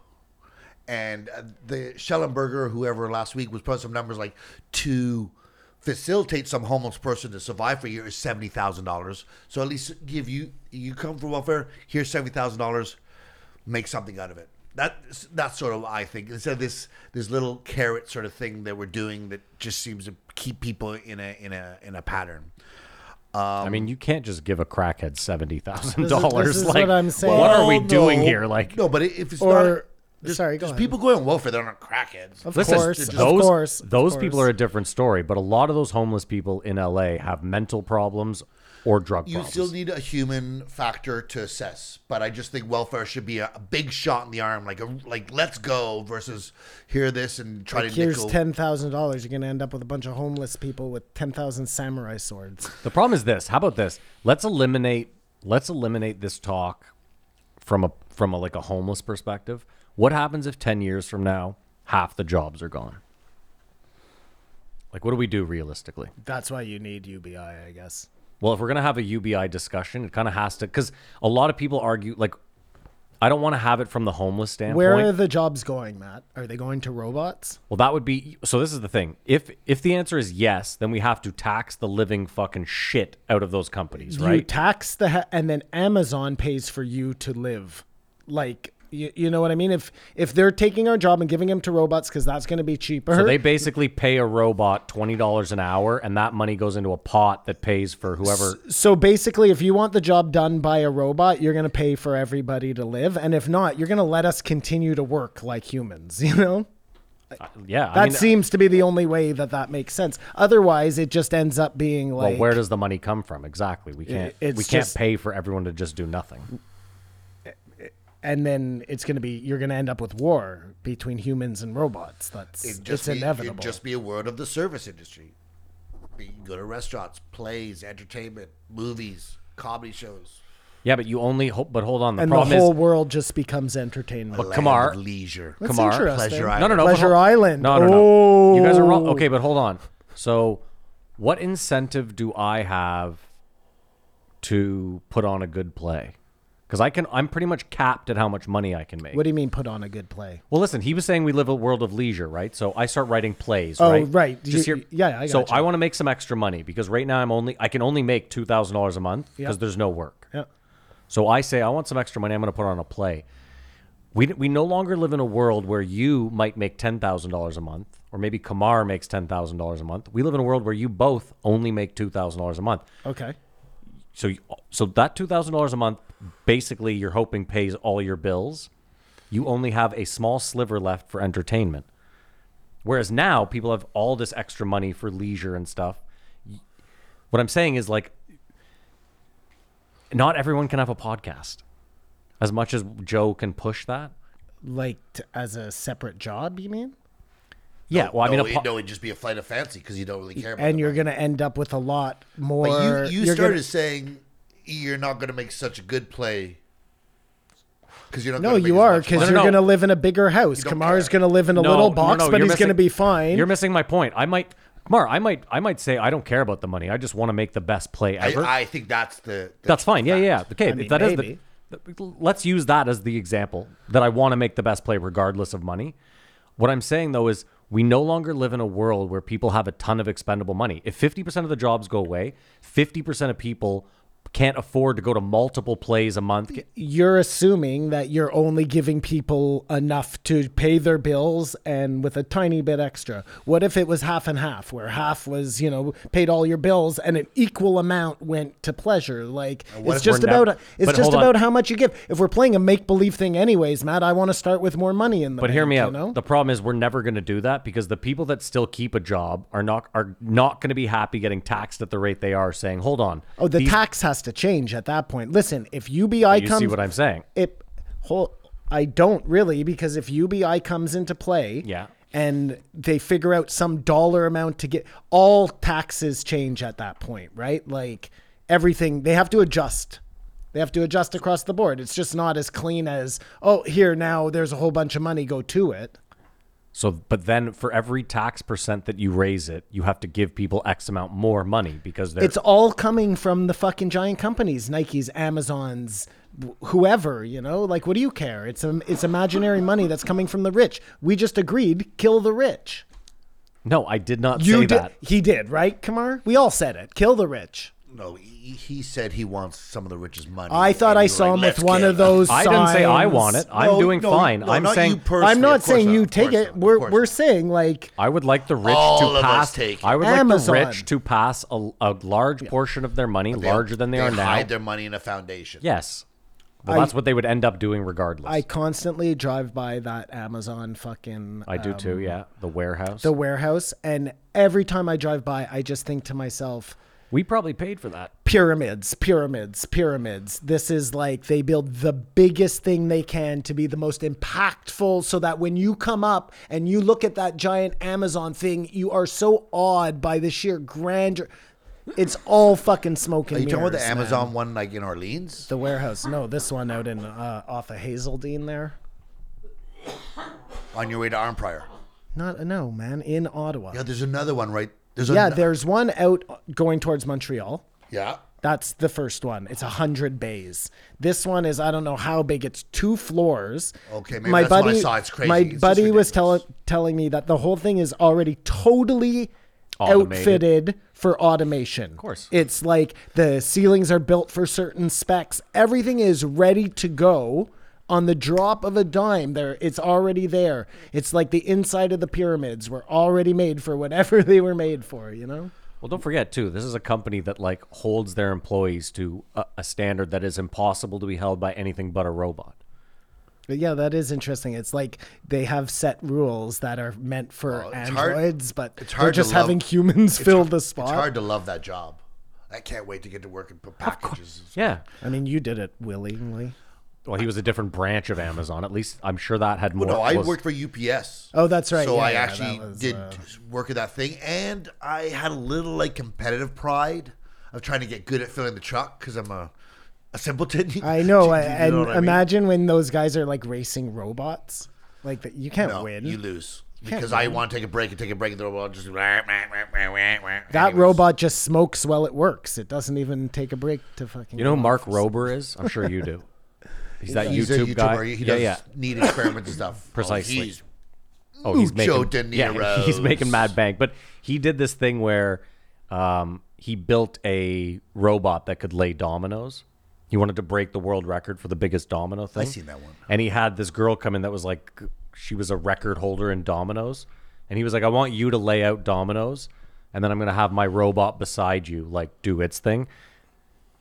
E: and uh, the Schellenberger, whoever last week was putting some numbers like to facilitate some homeless person to survive for a year is seventy thousand dollars. So at least give you you come from welfare, here's seventy thousand dollars, make something out of it. That's that's sort of what I think instead of this this little carrot sort of thing that we're doing that just seems to keep people in a in a in a pattern.
F: I mean, you can't just give a crackhead seventy thousand
G: This
F: dollars.
G: is
F: Like,
G: what I'm saying.
F: what are we
E: Well, no.
F: doing here? Like,
E: no, but if it's not.
G: Or-
E: There's,
G: sorry, go
E: there's
G: ahead.
E: people going on welfare. They're not crackheads.
G: Of
F: listen,
G: course,
F: those
G: of course, of
F: those people
G: course.
F: are a different story. But a lot of those homeless people in LA have mental problems or drug
E: you
F: problems.
E: still need a human factor to assess but i just think welfare should be a, a big shot in the arm like a, like let's go versus hear this and try to
G: Here's
E: nickel
G: ten thousand dollars. You're gonna end up with a bunch of homeless people with ten thousand samurai swords.
F: the problem is this. How about this? Let's eliminate. Let's eliminate this talk from a from a like a homeless perspective. What happens if ten years from now half the jobs are gone? Like, what do we do realistically?
G: That's why you need UBI, I guess.
F: Well, if we're gonna have a UBI discussion, it kind of has to because a lot of people argue like I don't want to have it from the homeless standpoint.
G: Where are the jobs going, Matt? Are they going to robots?
F: well, that would be so. This is the thing. If if the answer is yes, then we have to tax the living fucking shit out of those companies,
G: You
F: right?
G: tax the ha- and then Amazon pays for you to live. Like you, you know what I mean? If if they're taking our job and giving them to robots because that's going to be cheaper.
F: so they basically pay a robot twenty dollars an hour, and that money goes into a pot that pays for whoever.
G: So basically, if you want the job done by a robot, you're going to pay for everybody to live, and if not, you're going to let us continue to work like humans. You know.
F: Yeah,
G: That
F: I mean,
G: seems to be the only way that that makes sense. Otherwise, it just ends up being
F: well,
G: like
F: where does the money come from? Exactly. We can't.
G: it's
F: we can't
G: just-
F: pay for everyone to just do nothing.
G: and then it's going to be you're going to end up with war between humans and robots. That's
E: It'd
G: it's
E: be- it'd
G: inevitable.
E: just be a word of the service industry be, go to restaurants plays entertainment movies comedy shows
F: Yeah, but you only hope. But hold on. The
G: and the
F: problem
G: whole
F: is
G: world just becomes entertainment.
E: Land
F: Kamar-
E: of leisure
G: That's
F: Kamar,
G: interesting.
E: pleasure
F: No, no, no.
G: Pleasure
F: but hol-
G: Island.
F: No, no, no. You guys are wrong.
G: Oh.
F: Okay, but hold on. So, what incentive do I have to put on a good play? Because I can, I'm pretty much capped at how much money I can make.
G: What do you mean put on a good play?
F: well, listen, he was saying we live a world of leisure, right? So I start writing plays,
G: Oh,
F: right?
G: right.
F: Just
G: You-
F: here.
G: yeah, I
F: so
G: gotcha.
F: I want to make some extra money because right now I'm only, I can only make two thousand dollars a month because
G: Yeah.
F: there's no work.
G: Yeah.
F: So I say I want some extra money. I'm going to put on a play. We we no longer live in a world where you might make ten thousand dollars a month, or maybe Kamar makes ten thousand dollars a month. We live in a world where you both only make two thousand dollars a month.
G: Okay.
F: So you, so that two thousand dollars a month, basically, you're hoping pays all your bills. You only have a small sliver left for entertainment. Whereas now people have all this extra money for leisure and stuff. Y- What I'm saying is like, not everyone can have a podcast. As much as Joe can push that,
G: Like t- as a separate job, you mean?
F: yeah. well, I mean,
E: no,
F: a po-
E: it, no, it'd just be a flight of fancy because you don't really care about
G: And
E: the
G: you're
E: money.
G: going to end up with a lot more.
E: But you, you
G: you're
E: started
G: gonna-
E: saying you're not going to make such a good play because you're not
G: no,
E: gonna make
G: you
E: as
G: are
E: much
G: because
E: money.
F: No, no,
G: you're
F: no.
G: going to live in a bigger house.
E: don't
G: Kamar's
E: care.
G: going to live in a
F: No,
G: little
F: no,
G: box,
F: no,
G: but
F: you're
G: he's going to
F: missing-
G: be fine.
F: You're missing my point. I might, Mar, I might, I might say I don't care about the money. I just want to make the best play ever.
E: I, I think that's the
F: That's fine. Yeah,
E: fact.
F: yeah. yeah. Okay,
G: I mean,
F: that is
G: maybe.
F: the, th- Let's use that as the example that I want to make the best play regardless of money. What I'm saying though is we no longer live in a world where people have a ton of expendable money. If 50% of the jobs go away, 50% of people can't afford to go to multiple plays a month.
G: you're assuming that you're only giving people enough to pay their bills and with a tiny bit extra. What if it was half and half, where half was, you know, paid all your bills and an equal amount went to pleasure? Like
F: Uh, what
G: it's
F: if we're
G: just
F: nev-
G: about it's
F: but
G: just
F: hold on.
G: about how much you give. If we're playing a make believe thing, anyways, Matt, I want to start with more money in the.
F: But hear
G: bank,
F: me
G: you
F: out.
G: know?
F: The problem is we're never going to do that because the people that still keep a job are not are not going to be happy getting taxed at the rate they are saying, "Hold on."
G: oh, the
F: these-
G: tax has to change at that point. Listen, if UBI
F: You
G: comes,
F: see what I'm saying?
G: it whole I don't really because if UBI comes into play,
F: Yeah.
G: and they figure out some dollar amount to get all taxes change at that point, right? Like everything they have to adjust. They have to adjust across the board. It's just not as clean as, oh, here now there's a whole bunch of money go to it.
F: So, but then for every tax percent that you raise it, you have to give people X amount more money because they're.
G: It's all coming from the fucking giant companies, Nike's, Amazon's, wh- whoever, you know? Like what do you care? It's um, it's imaginary money that's coming from the rich. We just agreed kill the rich.
F: no, I did not
G: You
F: say
G: did
F: that.
G: he did, right, Kamar? We all said it. Kill the rich.
E: No, he, he said he wants some of the richest money.
G: I thought
E: And
G: I
E: you were
G: saw
E: like,
G: him
E: "Let's
G: with one
E: get
G: of
E: them."
G: those.
F: I didn't say I
G: signs.
F: want it. I'm
E: No,
F: doing
E: no,
F: fine.
E: no,
F: I'm
E: not you
F: saying
E: personally,
G: I'm not
E: of course
G: saying
E: not,
G: you
E: of
G: take
E: course
G: it.
E: not, of
G: We're
E: course
G: we're
E: not.
G: saying like
F: I would like the rich
E: All
F: to
E: of
F: pass.
E: us take it.
F: I would
G: Amazon.
F: like the rich to pass a, a large portion of their money, larger than they, are now.
E: Hide their money in a foundation.
F: yes. Well, that's what they would end up doing regardless.
G: I
F: I,
G: constantly drive by that Amazon fucking
F: do
G: um,
F: too. Yeah, the warehouse.
G: the warehouse, and every time I drive by, I just think to myself,
F: we probably paid for that.
G: pyramids, pyramids, pyramids. This is like they build the biggest thing they can to be the most impactful so that when you come up and you look at that giant Amazon thing, you are so awed by the sheer grandeur. It's all fucking smoke and
E: Are you talking about the
G: mirrors, man.
E: Amazon one, like in Orleans?
G: The warehouse. No, this one out in uh, off of Hazeldine there.
E: on your way to Armprior?
G: Not no, man, in Ottawa.
E: Yeah, there's another one, right? There's
G: yeah,
E: an-
G: there's one out going towards Montreal.
E: Yeah.
G: That's the first one. It's a hundred bays. This one is I don't know how big. It's two floors.
E: Okay, maybe that's what I saw. It's crazy.
G: My
E: It's just
G: buddy was telling
E: ridiculous.
G: telling me that the whole thing is already totally
F: Automated.
G: outfitted for automation. Of
F: course.
G: it's like the ceilings are built for certain specs. Everything is ready to go on the drop of a dime. There, it's already there. It's like the inside of the pyramids were already made for whatever they were made for. You know.
F: Well, don't forget too. This is a company that like holds their employees to a, a standard that is impossible to be held by anything but a robot.
G: But yeah, that is interesting. It's like they have set rules that are meant for
E: it's hard-
G: androids, but
E: it's
G: they're
E: hard to
G: just having
E: love-
G: humans fill the
E: It's
G: spot.
E: hard to love that job. I can't wait to get to work and put packages.
F: Yeah.
G: I mean, you did it willingly.
F: Well, he was a different branch of Amazon. At least I'm sure that had more.
E: No, I
F: was-
E: worked for UPS.
G: Oh, that's right.
E: So
G: Yeah,
E: I
G: yeah,
E: actually
G: that was,
E: did
G: uh,
E: work at that thing, and I had a little like competitive pride of trying to get good at filling the truck because I'm a, a simpleton.
G: I know. I,
E: You
G: and
E: what I mean?
G: imagine when those guys are like racing robots. Like that, you can't
E: no,
G: win.
E: you lose because I want to take a break and take a break, and the robot just
G: that
E: that
G: robot just smokes while it works. It doesn't even take a break to fucking.
F: You know who
G: go
F: Mark
G: off.
F: Rober is? I'm sure you do. He's that
E: uh, He's
F: YouTube
E: a YouTuber.
F: guy. yeah,
E: He does
F: yeah.
E: need experiments and stuff.
F: Precisely.
E: Oh, he's
F: Oh, he's
E: Mucho
F: making
E: de
F: yeah, he's
E: Niro's.
F: making mad bank. But he did this thing where um, he built a robot that could lay dominoes. He wanted to break the world record for the biggest domino thing.
E: seen that one.
F: And he had this girl come in that was like, she was a record holder in dominoes, and he was like, "I want you to lay out dominoes, and then I'm gonna have my robot beside you, like do its thing."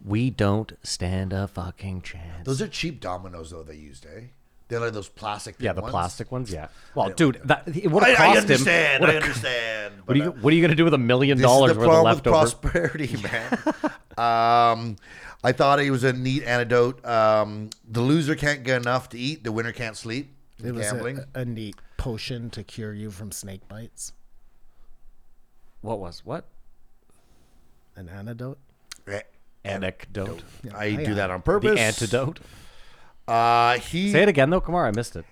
F: We don't stand a fucking chance.
E: Those are cheap dominoes though. They used, eh? They're like those plastic.
F: Yeah,
E: thin
F: the
E: ones.
F: plastic ones. Yeah. Well, dude, that it would
E: I,
F: have cost
E: I
F: him.
E: understand.
F: What,
E: I understand.
F: what are you What are you gonna do with a million
E: This
F: dollars
E: is the
F: worth of
E: problem with
F: leftover?
E: prosperity, man. um, I thought it was a neat antidote. Um, the loser can't get enough to eat. The winner can't sleep.
G: It was
E: Gambling.
G: a, a neat potion to cure you from snake bites.
F: what was what
G: An antidote.
E: Eh,
F: anecdote?
E: I do
G: yeah.
E: that on
F: The
E: purpose.
F: antidote.
E: E- Uh, he
F: Say it again though, Kamara. I missed it.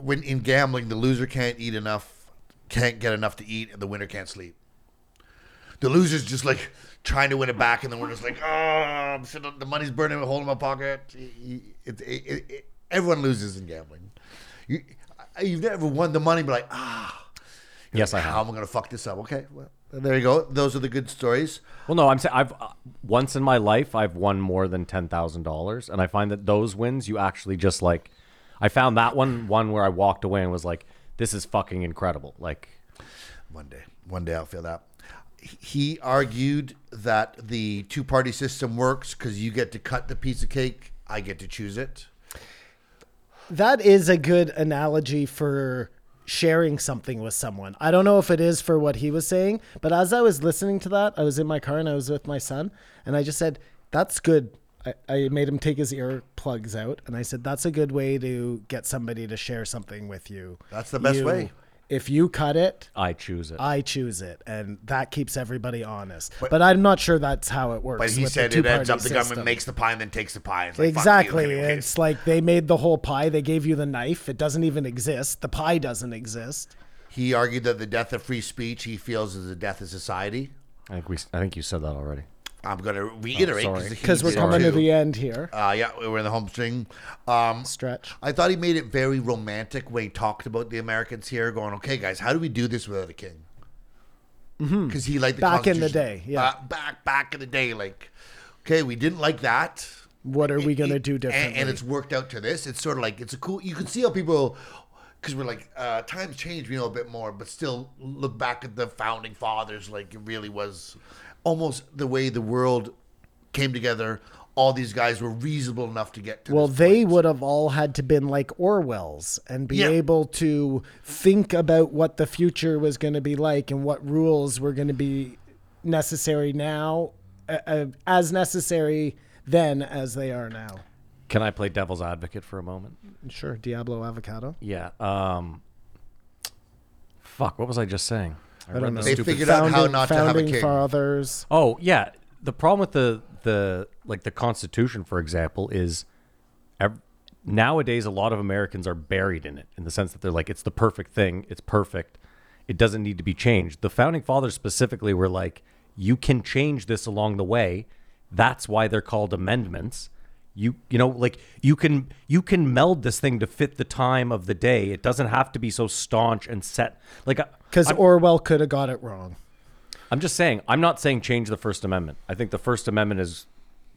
E: when in gambling, the loser can't eat enough, can't get enough to eat, and the winner can't sleep. The loser's just like trying to win it back, and the winner's like, oh, I'm shit, the money's burning a hole in my pocket. It- it- it- it- everyone loses in gambling. You, I- you've never won the money, but like, ah, You're
F: Yes,
E: like,
F: I
E: how
F: have.
E: am I going to fuck this up? Okay, well, there you go. Those are the good stories.
F: Well, no, I'm saying I've uh, once in my life I've won more than ten thousand dollars, and I find that those wins you actually just like. I found that one one where I walked away and was like, "This is fucking incredible!" Like,
E: One day, one day I'll feel that. He argued that the two party system works because you get to cut the piece of cake, I get to choose it.
G: That is a good analogy for sharing something with someone. I don't know if it is for what he was saying, but as I was listening to that, I was in my car and I was with my son, and I just said, That's good. I, I made him take his earplugs out, and I said, That's a good way to get somebody to share something with you.
E: That's the best
G: You-
E: way.
G: If you cut it,
F: I choose it.
G: I choose it, and that keeps everybody honest. But, I'm not sure that's how it works.
E: But he
G: with the
E: said it ends
G: two-party
E: up the government
G: system.
E: makes the pie and then takes the pie. It's like, fuck you,
G: Exactly.
E: can you-
G: It's like they made the whole pie. They gave you the knife. It doesn't even exist. The pie doesn't exist.
E: He argued that the death of free speech he feels is the death of society.
F: I think we. I think you said that already.
E: I'm going to reiterate
F: sorry.
E: he
G: Because Oh, we're
E: did
G: coming to
E: too.
G: the end here.
E: Uh, yeah, we were in the home string. Um,
G: Stretch.
E: I thought he made it very romantic when he talked about the Americans here, going, "Okay, guys, how do we do this without a king?" Because he liked the
G: Mm-hmm. Back in the
E: Constitution.
G: day, yeah.
E: Ba- back back in the day, like, okay, we didn't like that.
G: What are we
E: It-
G: gonna
E: it-
G: do differently?
E: And, and it's worked out to this. It's sort of like it's a cool. You can see how people, because we're like uh, times change, we know a bit more, but still look back at the founding fathers. Like it really was almost the way the world came together. All these guys were reasonable enough to get to.
G: Well,
E: this
G: they
E: point.
G: would have all had to been like Orwell's and be
E: Yeah.
G: able to think about what the future was going to be like and what rules were going to be necessary now, uh, uh, as necessary then as they are now.
F: Can I play devil's advocate for a moment?
G: Sure, Diablo avocado.
F: Yeah. Um. Fuck. What was I just saying? I, read
G: don't
F: the
G: know.
E: They
F: stupid-
E: figured out how not to have a
G: founding
E: king.
G: fathers.
F: Oh yeah, the problem with the the like the Constitution, for example, is ev- nowadays a lot of Americans are buried in it in the sense that they're like, it's the perfect thing, it's perfect, it doesn't need to be changed. The founding fathers specifically were like, you can change this along the way. That's why they're called amendments. You you know like you can you can meld this thing to fit the time of the day. It doesn't have to be so staunch and set. Like I-
G: Because
F: I'm-
G: Orwell could have got it wrong.
F: I'm just saying, I'm not saying change the First Amendment. I think the First Amendment is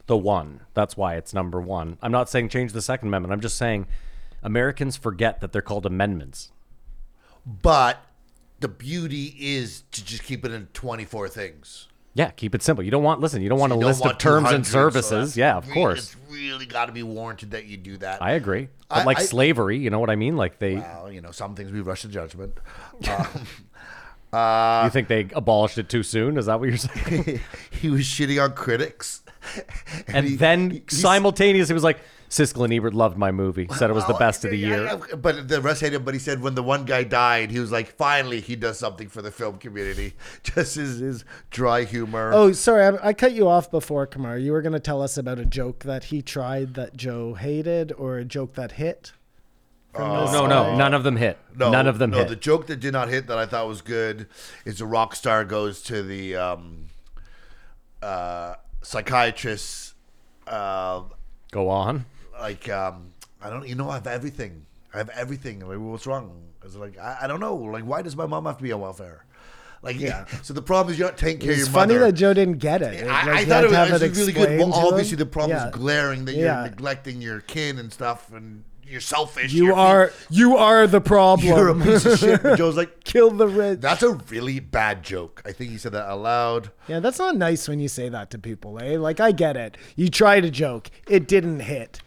F: the one. That's why it's number one. I'm not saying change the Second Amendment. I'm just saying Americans forget that they're called amendments.
E: But the beauty is to just keep it in 24 things.
F: Yeah, keep it simple. You don't want, listen, you don't want a
E: You don't
F: list
E: want
F: of terms and
E: 200, so that's
F: services. yeah, of
E: re-
F: course.
E: It's really got to be warranted that you do that.
F: I agree. But
E: I-
F: like
E: I-
F: slavery, you know what I mean? Like they,
E: Well, you know, some things we rush to judgment. Um,
F: you think they abolished it too soon? Is that what you're saying?
E: he was shitting on critics.
F: and
E: he- he-
F: then
E: he-
F: simultaneously was like, Siskel and Ebert loved my movie, said it was the
E: well,
F: best of the
E: I-
F: year.
E: I- but the rest hated him. But he said when the one guy died, he was like, finally, he does something for the film community. Just his, his dry humor.
G: Oh, sorry, I, I cut you off before, Kamar. You were going to tell us about a joke that he tried that Joe hated, or a joke that hit.
E: Oh,
F: No, no, no. None of them hit.
E: No,
F: None of them
E: No,
F: hit.
E: the joke that did not hit that I thought was good is a rock star goes to the um, uh, psychiatrist. Uh,
F: Go on.
E: like, um, I don't, you know, I have everything. I have everything. Like, what's wrong? It's like I, I don't know. Like, why does my mom have to be on welfare? Like, yeah. So the problem is you're not taking care of your
G: It's funny
E: mother.
G: that Joe didn't get it. It- like,
E: I, I
G: he
E: thought
G: had
E: it
G: to have
E: was, it was really good.
G: explained
E: Well,
G: to him.
E: obviously the problem
G: Yeah.
E: is glaring that you're
G: Yeah.
E: neglecting your kin and stuff, and you're selfish.
G: You
E: you're-
G: are you are the problem.
E: You're a piece of shit. But Joe's like,
G: Kill the rich.
E: That's a really bad joke. I think he said that aloud.
G: yeah, that's not nice when you say that to people, eh? Like I get it. You tried a joke, it didn't hit.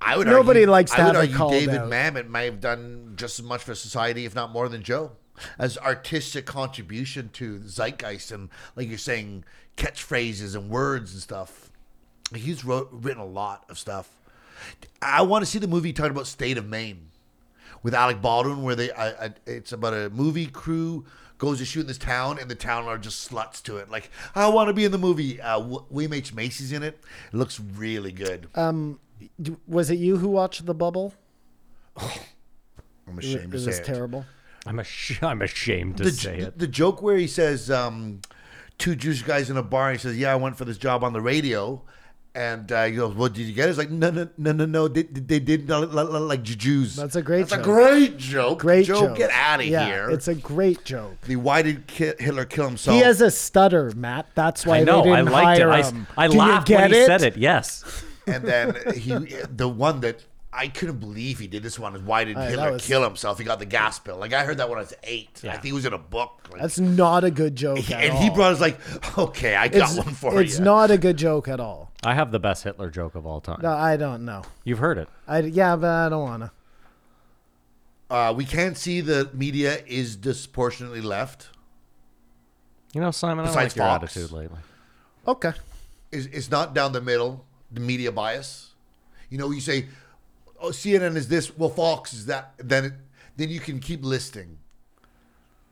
E: I would
G: Nobody
E: argue,
G: likes to
E: I would
G: have it
E: argue
G: called
E: David
G: out.
E: Mamet might have done just as much for society, if not more than Joe, as artistic contribution to zeitgeist and like you're saying catchphrases and words and stuff. He's wrote, written a lot of stuff. I want to see the movie talking about state of Maine with Alec Baldwin, where they I, I, it's about a movie crew goes to shoot in this town, and the town are just sluts to it. Like I want to be in the movie. Uh, W- William H Macy's in it. It looks really good.
G: Uh, D- Was it you who watched The Bubble?
E: I'm
G: It,
E: ashamed
G: it
E: to
G: was
E: say it.
G: terrible.
F: I'm, ash- I'm ashamed to
E: The,
F: say
E: j-
F: it.
E: the joke where he says um, two Jewish guys in a bar. And he says, "Yeah, I went for this job on the radio." And uh, he goes, "What did you get?" It's like, "No, no, no, no, no. They, they they did not li- li- like Jews."
G: That's a great
E: That's
G: joke.
E: a great joke.
G: Great
E: Joe,
G: joke.
E: Get out of
G: Yeah,
E: here.
G: It's a great joke.
E: the why did Ki- Hitler kill himself?
G: He has a stutter, Matt. That's why
F: I know.
G: they
F: I
G: didn't
F: liked it.
G: hire
F: I, s-
G: him.
F: I
G: Do you
F: laughed
G: get
F: when he said it. Yes.
E: and then he the one that I couldn't believe he did this one is why did
G: that
E: Hitler
G: was-
E: kill himself? He got the gas pill. Like I heard that when I was eight. I
F: Yeah.
E: think it was in a book. Like,
G: That's not a good joke. at
E: and he
G: all.
E: brought us like, okay, I got
G: it's,
E: one for
G: It's
E: you.
G: not a good joke at all.
F: I have the best Hitler joke of all time.
G: No, I don't know.
F: You've heard it.
G: I yeah, but I don't wanna.
E: uh, we can't see the media is disproportionately left.
F: You know, Simon, I like
E: Besides
F: your
E: Fox.
F: attitude lately.
G: Okay.
E: It's, it's not down the middle. The media bias. You know, you say, oh, CNN is this. Well, Fox is that. Then it, then you can keep listing.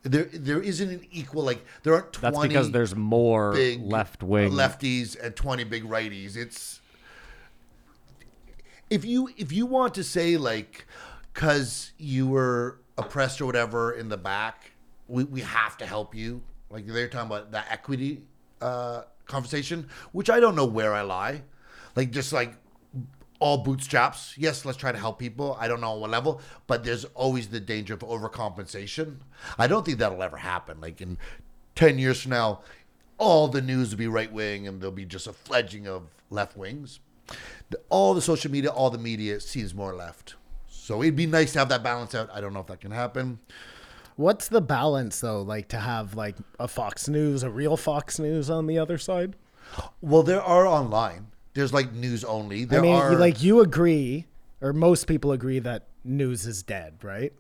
E: There, there isn't an equal like there aren't twenty.
F: That's because there's more
E: big uh,
F: left wing.
E: lefties and 20 big righties it's if you if you want to say like because you were oppressed or whatever in the back we, we have to help you like they're talking about that equity uh conversation which i don't know where i lie like just like all bootstraps yes let's try to help people i don't know on what level but there's always the danger of overcompensation i don't think that'll ever happen like in 10 years from now all the news will be right wing and there'll be just a fledging of left wings. The- All the social media, all the media seems more left. So it'd be nice to have that balance out. I don't know if that can happen.
G: What's the balance though? Like to have like a Fox News, a real Fox News on the other side.
E: Well, there are online. There's like news only. There
G: I mean,
E: are
G: like you agree, or most people agree that news is dead, right?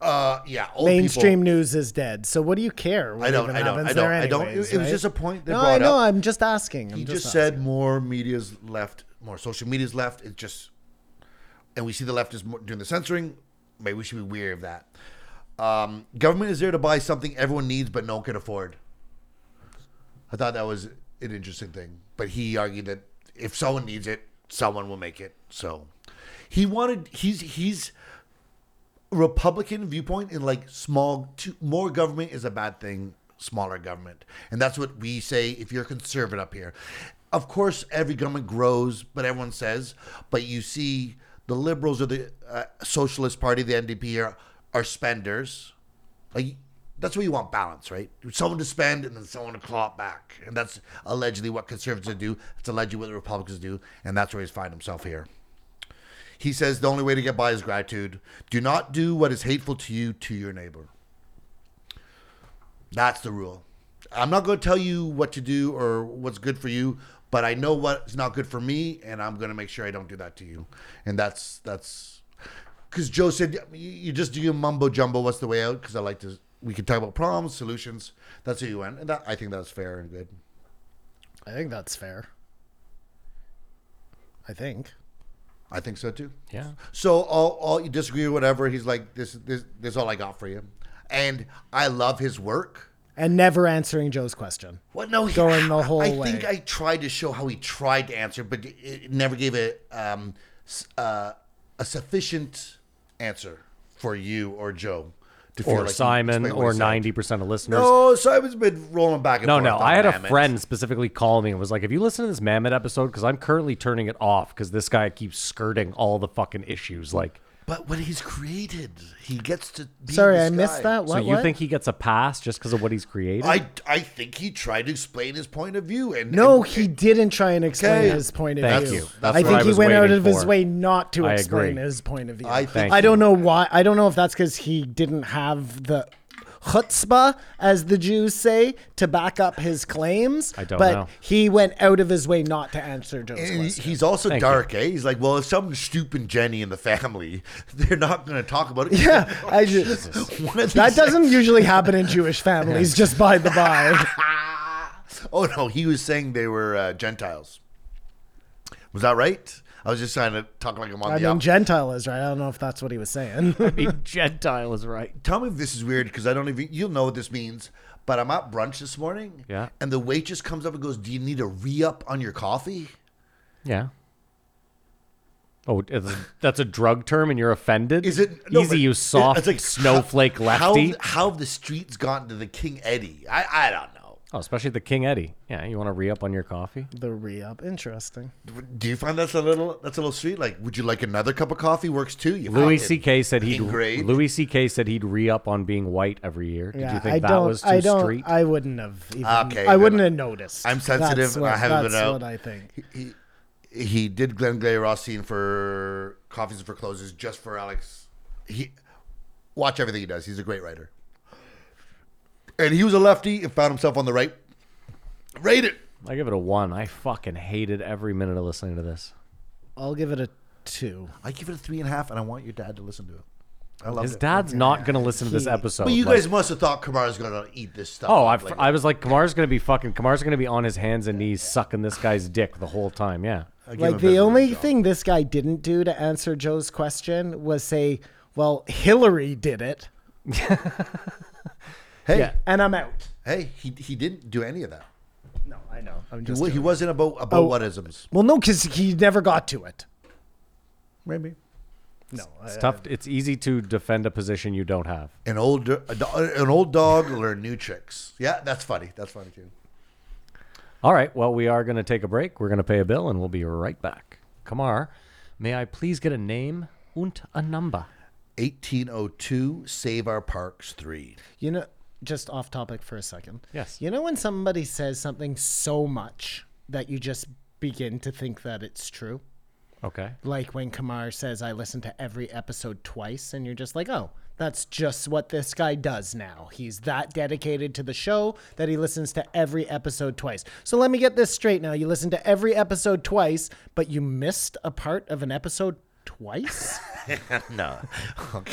E: uh, yeah, old
G: Mainstream
E: people.
G: news is dead. So what do you care? What
E: I don't-
G: even
E: I don't- I
G: happens
E: don't-
G: there
E: I don't. It-
G: anyways,
E: it was
G: right?
E: just a point they
G: no, I
E: brought
G: know.
E: up.
G: I'm just asking. I'm
E: You
G: just,
E: just said more media's left, more social media's left. It just, and we see the left is more, doing the censoring. Maybe we should be weary of that. Um, government is there to buy something everyone needs but no one can afford. I thought that was an interesting thing. But he argued that if someone needs it, someone will make it. So he wanted he's he's Republican viewpoint in like small too, more government is a bad thing, smaller government. And that's what we say if you're conservative up here. Of course every government grows, but everyone says, but you see the liberals or the uh, socialist party, the NDP are, are spenders. Like that's where you want balance, right? Someone to spend and then someone to claw it back, and that's allegedly what conservatives do. It's allegedly what the Republicans do, and that's where he's finding himself here. He says the only way to get by is gratitude. Do not do what is hateful to you to your neighbor. That's the rule. I'm not going to tell you what to do or what's good for you, but I know what's not good for me, and I'm going to make sure I don't do that to you. And that's that's because Joe said you, you just do your mumbo jumbo. What's the way out? Because I like to. We can talk about problems, solutions. That's who you went, and that I think that's fair and good.
G: I think that's fair. I think.
E: I think so too.
F: Yeah.
E: So all, all you disagree or whatever. He's like this this this is all I got for you, and I love his work.
G: And never answering Joe's question.
E: What no he-
G: Going the
E: I-
G: whole
E: I
G: way.
E: think I tried to show how he tried to answer, but it- it never gave a um s- uh, a sufficient answer for you or Joe to feel
F: or
E: like you
F: Simon
E: explained what
F: or
E: he said.
F: 90% of listeners.
E: No, Simon's been rolling back and
F: No,
E: forth.
F: no.
E: on
F: I had a
E: Mamet.
F: friend specifically call me and was like, "If you listen to this Mammoth episode, because I'm currently turning it off because this guy keeps skirting all the fucking issues." Like,
E: but what he's created, he gets to. Be
G: Sorry,
E: this
G: I missed
E: guy.
G: that. What?
F: so you
G: what?
F: think he gets a pass just because of what he's created?
E: I, I think he tried to explain his point of view and
G: No,
E: and-
G: he didn't try and explain
E: Okay.
G: his point of
F: Thank
G: view.
F: you. That's
G: I
F: what
G: think
F: I
G: he
F: was
G: went out
F: waiting
G: of his
F: for.
G: way not to
F: I
G: explain
F: agree.
G: his point of view.
E: I think-
G: I don't know why. I don't know if that's because he didn't have the chutzpah, as the Jews say, to back up his claims.
F: I don't
G: but
F: know.
G: he went out of his way not to answer Joe's
E: And he-
G: question.
E: he's also
F: Thank
E: dark, eh? He's like, well, if something stupid Jenny in the family, they're not going to talk about it.
G: Yeah, I just, that doesn't usually happen in Jewish families. Just by the by,
E: Oh no, he was saying they were uh, Gentiles. Was that right? I was just trying to talk like I'm on
G: I
E: the.
G: mean,
E: Out.
G: Gentile is right. I don't know if that's what he was saying.
F: mean, Gentile is right.
E: Tell me if this is weird because I don't even. You'll know what this means. But I'm at brunch this morning.
F: Yeah.
E: And the waitress comes up and goes, "Do you need a re up on your coffee?"
F: Yeah. Oh, it's- that's a drug term, and you're offended.
E: Is it
F: easy?
E: but
F: You
E: it-
F: soft
E: it's like,
F: snowflake
E: how-
F: lefty.
E: How, how have the streets gotten to the King Eddie? I I don't know.
F: oh, especially the King Eddie. Yeah, you want to re up on your coffee?
G: the re-up, interesting.
E: Do you find that's a little that's a little sweet? Like, would you like another cup of coffee? Works too. You
F: Louis
E: fucking
F: C.K. said he'd
E: ingrained.
F: Louis C.K. said he'd re up on being white every year. Did you think
G: I
F: that
G: don't,
F: was too
G: I don't,
F: street?
G: I wouldn't have. Even,
E: Okay,
G: I
E: then
G: wouldn't have noticed.
E: I'm sensitive
G: That's
E: and
G: what,
E: I haven't
G: that's
E: been out.
G: what I think.
E: he, he did Glenn Gay Rossine for Coffees for Closes just for Alex. He watch everything he does. He's a great writer. And he was a lefty and found himself on the right. Rate it.
F: I give it a one. I fucking hated every minute of listening to this.
G: I'll give it a two.
E: I give it a three and a half, and I want your dad to listen to it. I love
F: His
E: it.
F: dad's not going to listen to this episode.
E: But you
F: like-
E: guys must have thought Kamara's gonna eat this stuff.
F: Oh, I,
E: up, like-
F: I was like, Kamar's going to be fucking. Kamar's going to be on his hands and knees sucking this guy's dick the whole time. Yeah.
E: I give him
G: Like
E: a bit
G: the
E: of a
G: only
E: job.
G: thing this guy didn't do to answer Joe's question was say, "Well, Hillary did it."
H: Hey,
F: Yeah.
G: And I'm out.
H: hey, he, he didn't do any of that.
G: No, I know. I'm
H: He
G: just.
H: wa- He
G: joking.
H: wasn't about about whatisms.
G: well, no, because he never got to it.
H: Maybe
G: No, I,
F: It's tough. It's easy to defend a position you don't have.
H: an old uh, do- a do- an old dog learn new tricks. Yeah, that's funny. That's funny too.
F: All right. Well, we are going to take a break. We're going to pay a bill, and we'll be right back. Kamar, may I please get a name and a number?
H: 1802 Save Our Parks 3.
G: you know, just off topic for a second.
F: Yes.
G: You know when somebody says something so much that you just begin to think that it's true,
F: Okay.
G: like when Kamar says, "I listen to every episode twice," and you're just like, "Oh." That's just what this guy does now. He's that dedicated to the show that he listens to every episode twice. So let me get this straight now. You listen to every episode twice, but you missed a part of an episode twice?
E: no.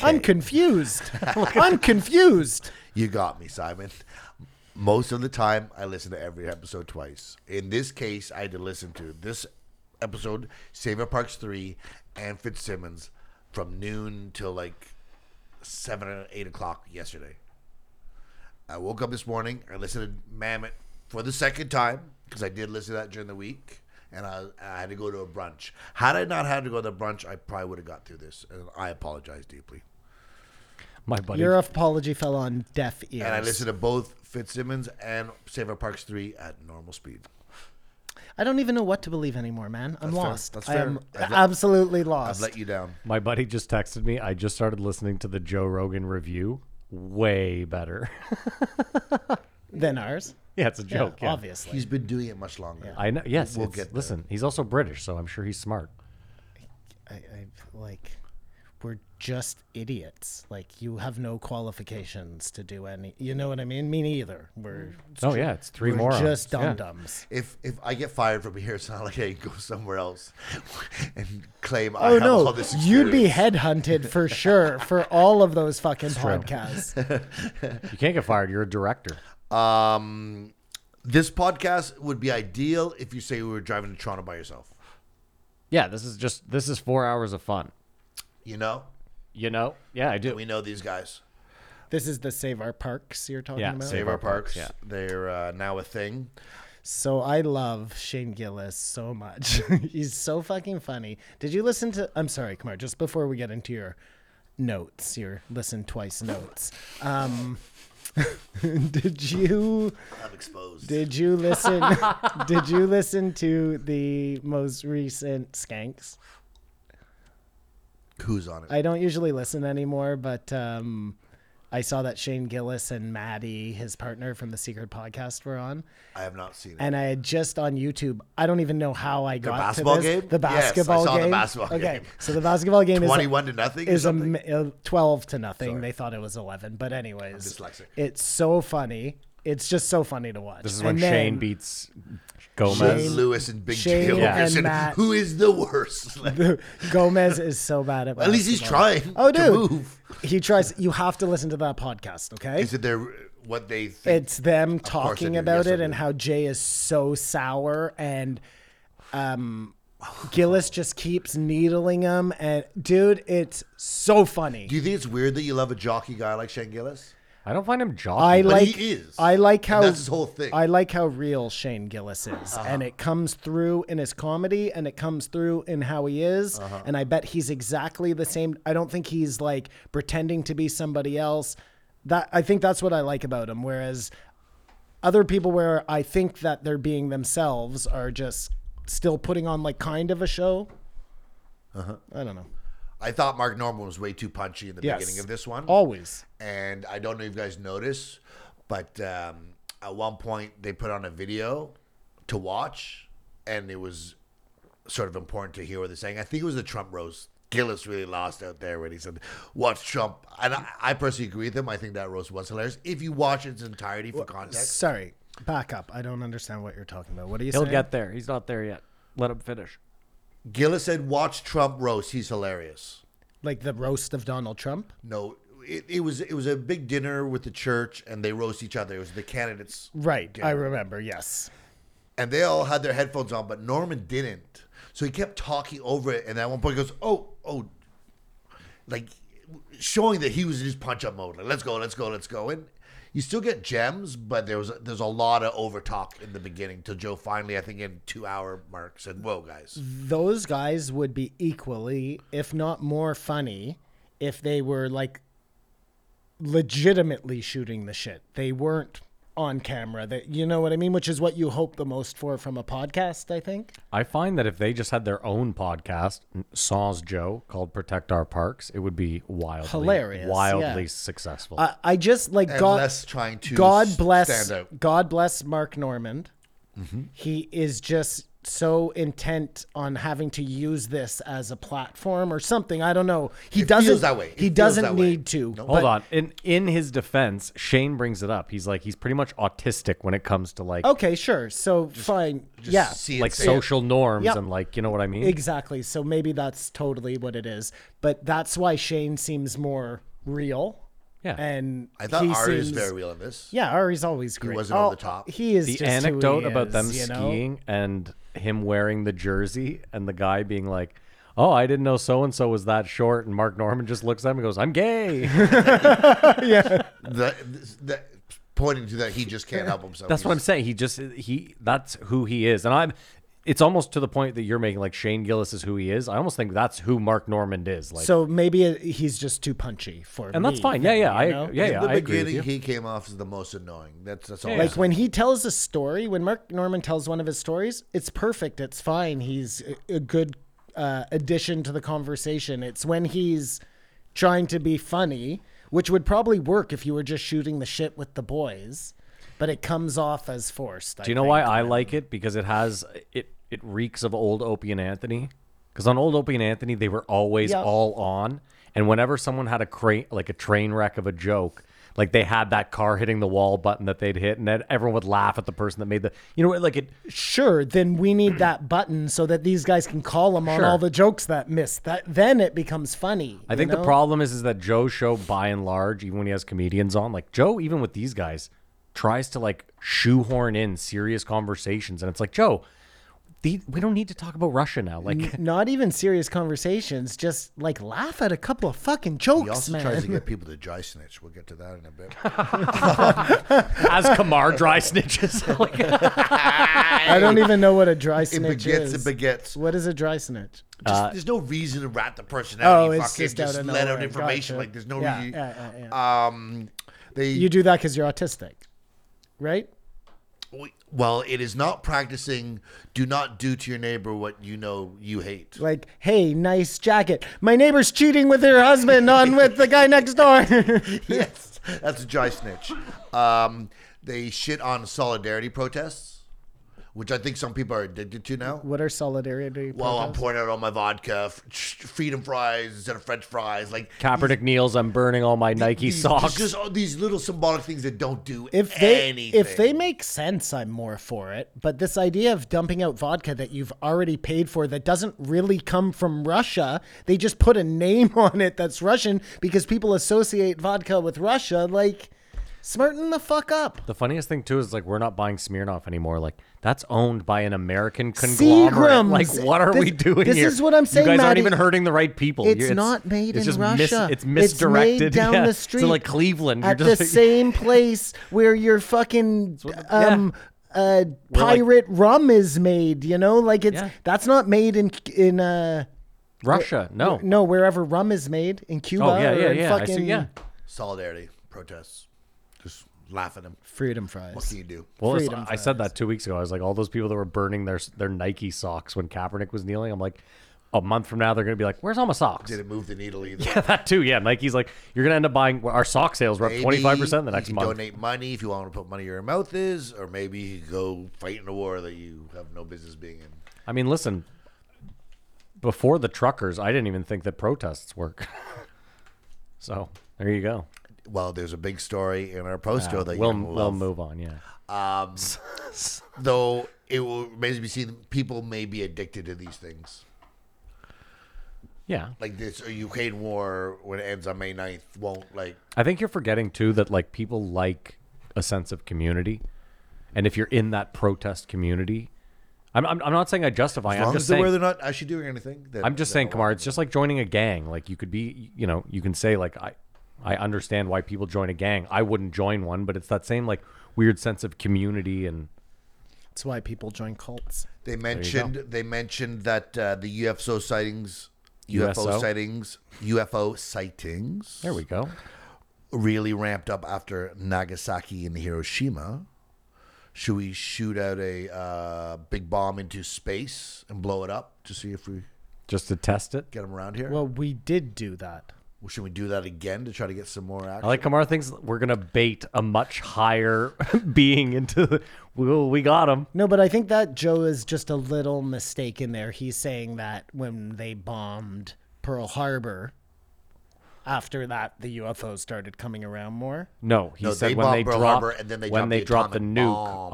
G: I'm confused. I'm confused.
H: You got me, Simon.
E: Most of the time, I listen to every episode twice. In this case, I had to listen to this episode, Saver Parks 3, and Fitzsimmons from noon till like 7 or 8 o'clock yesterday. I woke up this morning. I listened to Mammoth for the second time because I did listen to that during the week. And I, I had to go to a brunch. Had I not had to go to the brunch, I probably would have got through this. And I apologize deeply.
F: My buddy.
G: Your apology fell on deaf ears.
E: And I listened to both Fitzsimmons and Save Our Parks 3 at normal speed.
G: I don't even know what to believe anymore, man. I'm
E: fair.
G: lost.
E: That's
G: I am
E: fair. I've let-
G: absolutely
E: I've
G: lost.
E: let you down.
F: my buddy just texted me. I just started listening to the Joe Rogan review. Way better.
G: Than ours.
F: yeah, it's a
G: Yeah,
F: joke. yeah.
G: Obviously.
E: He's been doing it much longer.
F: I know. Yes.
E: We'll
F: it's-
E: get there.
F: listen, he's also British, so I'm sure he's smart.
G: I, I like we're just idiots. Like you have no qualifications to do any you know what I mean? Me neither. We're
E: Mm.
F: Oh yeah, it's 3
G: we're
F: more.
G: just dum dums.
E: If if I get fired from here, it's not like I go somewhere else and claim I
G: Oh
E: have all
G: no,
E: this
G: you'd be
E: experience.
G: headhunted for sure for all of those fucking podcasts.
F: You can't get fired. You're a director.
E: Um, this podcast would be ideal if you say we were driving to Toronto by yourself.
F: Yeah, this is just this is four hours of fun.
E: You know,
F: You know? Yeah, I do.
E: we know these guys.
G: This is the Save Our Parks you're talking
F: Yeah,
G: about.
F: Save
E: Save Our Parks.
F: yeah.
E: They're uh, now a thing.
G: So I love Shane Gillis so much. He's so fucking funny. Did you listen to? I'm sorry, Kumar. Just before we get into your notes, your listen twice notes. Um, did you
E: I'm exposed.
G: did you listen? did you listen to the most recent Skanks?
E: Who's on it?
G: I don't usually listen anymore, but um, I saw that Shane Gillis and Maddie, his partner from the Secret Podcast, were on.
E: I have not seen it.
G: and I had just on YouTube. I don't even know how I got
E: basketball
G: to this.
E: game?
G: The
E: Yes, I
G: basketball
E: saw the
G: game.
E: basketball
G: okay,
E: game.
G: so the basketball game is
E: 21 to nothing or
G: Is a
E: something?
G: mi- uh, twelve to nothing. They thought it was eleven, but anyways,
E: dyslexic.
G: it's so funny. It's just so funny to watch.
F: This is
G: And
F: when
G: then-
F: Shane beats
E: Liz
F: Gomez.
G: Shane-
E: Lewis and Big
G: Shane
E: Jim
G: and
E: Wilkerson.
G: Matt.
E: Who is the worst? Like,
G: Gomez is so bad at.
E: at least he's
G: basketball.
E: trying.
G: Oh,
E: to
G: dude,
E: move.
G: he tries. You have to listen to that podcast. Okay,
E: Is it their what they think?
G: it's them
E: I
G: talking
E: do.
G: about
E: Yes, I
G: it and
E: do.
G: how Jay is so sour and um Gillis just keeps needling him and dude, it's so funny.
E: Do you think it's weird that you love a jockey guy like Shane Gillis?
F: I don't find him jockey.
G: I
E: But
G: like
E: he is.
G: I like how
E: that's his whole thing. Uh-huh.
G: I like how real Shane Gillis is, and it comes through in his comedy, and it comes through in how he is.
E: Uh-huh.
G: And I bet he's exactly the same. I don't think he's like pretending to be somebody else. That I think that's what I like about him. Whereas other people, where I think that they're being themselves, are just still putting on like kind of a show.
E: Uh-huh.
G: I don't know.
E: I thought Mark Norman was way too punchy in the
G: Yes.
E: beginning of this one.
G: Always.
E: And I don't know if you guys noticed, but um, at one point they put on a video to watch, and it was sort of important to hear what they're saying. I think it was the Trump roast. Gillis really lost out there when he said, "What's Trump?" And I, I personally agree with him. I think that roast was hilarious. If you watch its entirety for context,
G: Sorry. Back up. I don't understand what you're talking about. What are you
F: He'll
G: saying?
F: get there. He's not there yet. Let him finish.
E: Gillis said, "Watch Trump roast. He's hilarious."
G: like the roast of Donald Trump.
E: No, it, it was it was a big dinner with the church, and they roast each other. It was the candidates,
G: Right. I remember. Yes.
E: and they all had their headphones on, but Norman didn't. So he kept talking over it, and at one point he goes, "Oh, oh," like showing that he was in his punch up mode. Like, let's go, let's go, let's go. And you still get gems, but there was there's a lot of overtalk in the beginning till Joe finally, I think, in two hour mark said, "Whoa, guys,
G: Those guys would be equally, if not more funny, if they were like legitimately shooting the shit. They weren't on camera. That you know what I mean, which is what you hope the most for from a podcast, I think.
F: I find that if they just had their own podcast, Saws Joe, called Protect Our Parks, it would be wildly
G: Hilarious,
F: wildly
G: yeah. Uh,
F: successful.
G: I, I just like
E: And
G: God
E: less trying to
G: God
E: s-
G: bless
E: stand out. Mm-hmm.
G: God bless Mark Normand. He is just so intent on having to use this as a platform or something. I don't know. He
E: It
G: doesn't
E: feels that way. It
G: He
E: feels
G: doesn't
E: that way.
G: need to.
F: Hold on. In in his defense, Shane brings it up. He's like he's pretty much autistic when it comes to like
G: Okay, sure. So fine. yeah.
E: see it,
F: like
E: say it."
F: social norms
G: Yep.
F: and like you know what I mean.
G: Exactly. So maybe that's totally what it is. But that's why Shane seems more real.
F: Yeah.
G: And
E: I thought
G: he
E: Ari was
G: seems-
E: very real in this.
G: Yeah, Ari's always great. Oh,
E: wasn't over the top.
G: He is
F: the
G: just who he
F: anecdote about them
G: is, you know?
F: skiing and him wearing the jersey and the guy being like, "Oh, I didn't know so and so was that short," and Mark Norman just looks at him and goes, "I'm gay."
E: The, the, pointing to that, he just can't help himself.
F: That's what I'm
E: He's-
F: saying. He just he that's who he is, and I'm. It's almost to the point that you're making like Shane Gillis is who he is. I almost think that's who Mark Normand is. Like,
G: So maybe it- he's just too punchy for
F: and
G: me.
F: that's fine. Yeah, yeah, I,
G: you know?
F: yeah, yeah.
E: In the
F: I agree with
E: beginning,
F: you.
E: he came off as the most annoying. That's that's all. I'm
G: Like
E: saying.
G: when he tells a story, when Mark Norman tells one of his stories, it's perfect. It's fine. He's a, a good uh, addition to the conversation. It's when he's trying to be funny, which would probably work if you were just shooting the shit with the boys, but it comes off as forced.
F: Do you know why I like it? Because it has it it reeks of old Opie and Anthony. Because on old Opie and Anthony, they were always
G: Yeah.
F: all on, and whenever someone had a crate like a train wreck of a joke. Like they had that car hitting the wall button that they'd hit, and then everyone would laugh at the person that made the, you know, like it.
G: Sure, then we need that button so that these guys can call him on
F: Sure.
G: all the jokes that miss. That then it becomes funny.
F: I think the problem is is that Joe's show, by and large, even when he has comedians on, like Joe, even with these guys, tries to like shoehorn in serious conversations, and it's like Joe, the, we don't need to talk about Russia now. Like,
G: not even serious conversations, just like laugh at a couple of fucking jokes,
E: he also
G: man.
E: tries to get people to dry snitch. We'll get to that in a bit.
F: as Kamar dry snitches.
G: Oh
F: like,
G: I don't even know what a dry
E: it
G: snitch is.
E: begets.
G: Uh,
E: It begets.
G: What is a dry snitch?
E: Just, there's no reason to rat the personality.
G: Oh, it's
E: fucking
G: just
E: just,
G: out of
E: let out
G: nowhere.
E: information.
G: Gotcha.
E: Like there's no
G: Yeah,
E: reason.
G: yeah, yeah,
E: Um, they
G: You do that because you're autistic, right?
E: we- well, it is not practicing. Do not do to your neighbor what you know you hate.
G: Like, hey, nice jacket. My neighbor's cheating with her husband on with the guy next door.
E: yes, that's a dry snitch. Um, they shit on solidarity protests, which I think some people are addicted to now.
G: what are solidarity?
E: Well, I'm
G: protests?
E: pouring out all my vodka, f- freedom fries instead of French fries. Like
F: Kaepernick kneels. I'm burning all my Nike
E: these,
F: socks.
E: Just all these little symbolic things that don't do
G: if they
E: anything.
G: if they make sense, I'm more for it. But this idea of dumping out vodka that you've already paid for that doesn't really come from Russia, they just put a name on it that's Russian because people associate vodka with Russia. Like, smarten the fuck up.
F: the funniest thing too is like we're not buying Smirnoff anymore. Like that's owned by an American conglomerate.
G: Seagram's.
F: Like what are
G: This-
F: we doing
G: this
F: here?
G: is what I'm saying,
F: You guys aren't
G: Matty.
F: even hurting the right people.
G: It's,
F: You-
G: not made
F: it's
G: in
F: just mis-
G: Russia.
F: it's misdirected
G: It's made down
F: Yeah.
G: the street.
F: So like Cleveland,
G: at
F: you're just
G: the same place where your fucking
F: the- yeah.
G: um uh
F: like-
G: pirate rum is made. You know, like it's
F: Yeah.
G: that's not made in in uh
F: Russia. No.
G: no wherever rum is made in Cuba.
F: Oh yeah,
G: or
F: yeah,
G: in
F: yeah. I
G: Fucking
F: see. Yeah.
E: solidarity protests, just laugh at them.
G: freedom
E: What
G: fries.
E: can you do?
F: Well, it's-
G: freedom
F: I said that two weeks ago. I was like, all those people that were burning their their Nike socks when Kaepernick was kneeling. I'm like, a month from now they're gonna be like, where's all my socks?
E: Didn't move the needle either.
F: that too. Yeah, Nike's like you're gonna end up buying well, our sock sales were up
E: Maybe
F: twenty five percent the next
E: you can
F: month.
E: Donate money if you want to put money where your mouth is, or maybe you could go fight in a war that you have no business being in.
F: I mean, listen, before the truckers, I didn't even think that protests work. so there you go.
E: Well, there's a big story in our post show that
F: we'll
E: you
F: we'll
E: will move.
F: move on. Yeah,
E: Though it will maybe be seen, people may be addicted to these things.
F: yeah.
E: Like this or Ukraine war when it ends on May 9th won't like
F: I think you're forgetting too that like people like a sense of community, and if you're in that protest community, I'm, I'm, I'm not saying I justify.
E: As
F: I'm
E: long
F: just
E: as they're
F: saying.
E: aware they're not actually doing anything. then-
F: I'm just
E: then
F: saying, Kamar, it's just like joining a gang. Like you could be, you know, you can say like I, I understand why people join a gang. I wouldn't join one, but it's that same like weird sense of community and
G: That's why people join cults.
E: They mentioned they mentioned that uh, the UFO sightings, UFO
F: USO?
E: sightings, UFO sightings.
F: there we go.
E: really ramped up after Nagasaki and Hiroshima. Should we shoot out a uh, big bomb into space and blow it up to see if we
F: Just to test it.
E: get them around here?
G: Well, we did do that.
E: Should we do that again to try to get some more action?
F: I like Kamar thinks we're gonna bait a much higher being into. The, well, we got him.
G: No, but I think that Joe is just a little mistaken there. He's saying that when they bombed Pearl Harbor, after that the UFOs started coming around more.
F: No, he
E: No,
F: said
E: they
F: when
E: bombed
F: they
E: Pearl
F: dropped
E: Harbor and then they
F: when
E: dropped
F: they
E: the
F: dropped the
E: atomic
F: nuke
E: bomb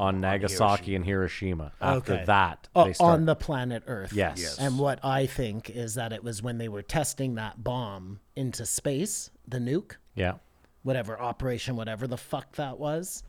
F: on
E: on
F: Nagasaki and Hiroshima. After
G: Okay.
F: that,
G: O-
F: they started.
G: uh, on the planet Earth.
F: Yes. Yes.
G: And what I think is that it was when they were testing that bomb into space, the nuke,
F: yeah.
G: whatever operation, whatever the fuck that was.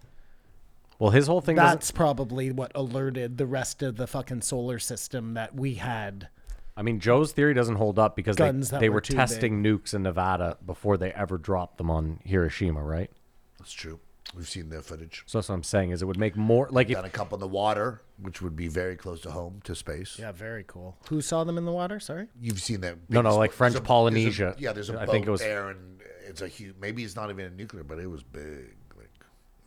F: Well, his whole thing. doesn't-
G: That's probably what alerted the rest of the fucking solar system that we had.
F: I mean, Joe's theory doesn't hold up because they,
G: Guns that
F: they
G: were
F: were
G: too
F: testing nukes in Nevada before they ever dropped them on Hiroshima, right?
E: That's true. We've seen the footage.
F: So that's what I'm saying is it would make more like if,
E: Done a couple in the water, which would be very close to home to space.
G: Yeah, very cool. Who saw them in the water? Sorry.
E: You've seen that.
F: No, no,
E: biggest-
F: like French
E: there's a-
F: Polynesia.
E: there's a- yeah, there's a
F: I
E: boat
F: think it was-
E: there, and it's a huge. Maybe it's not even a nuclear, but it was big, like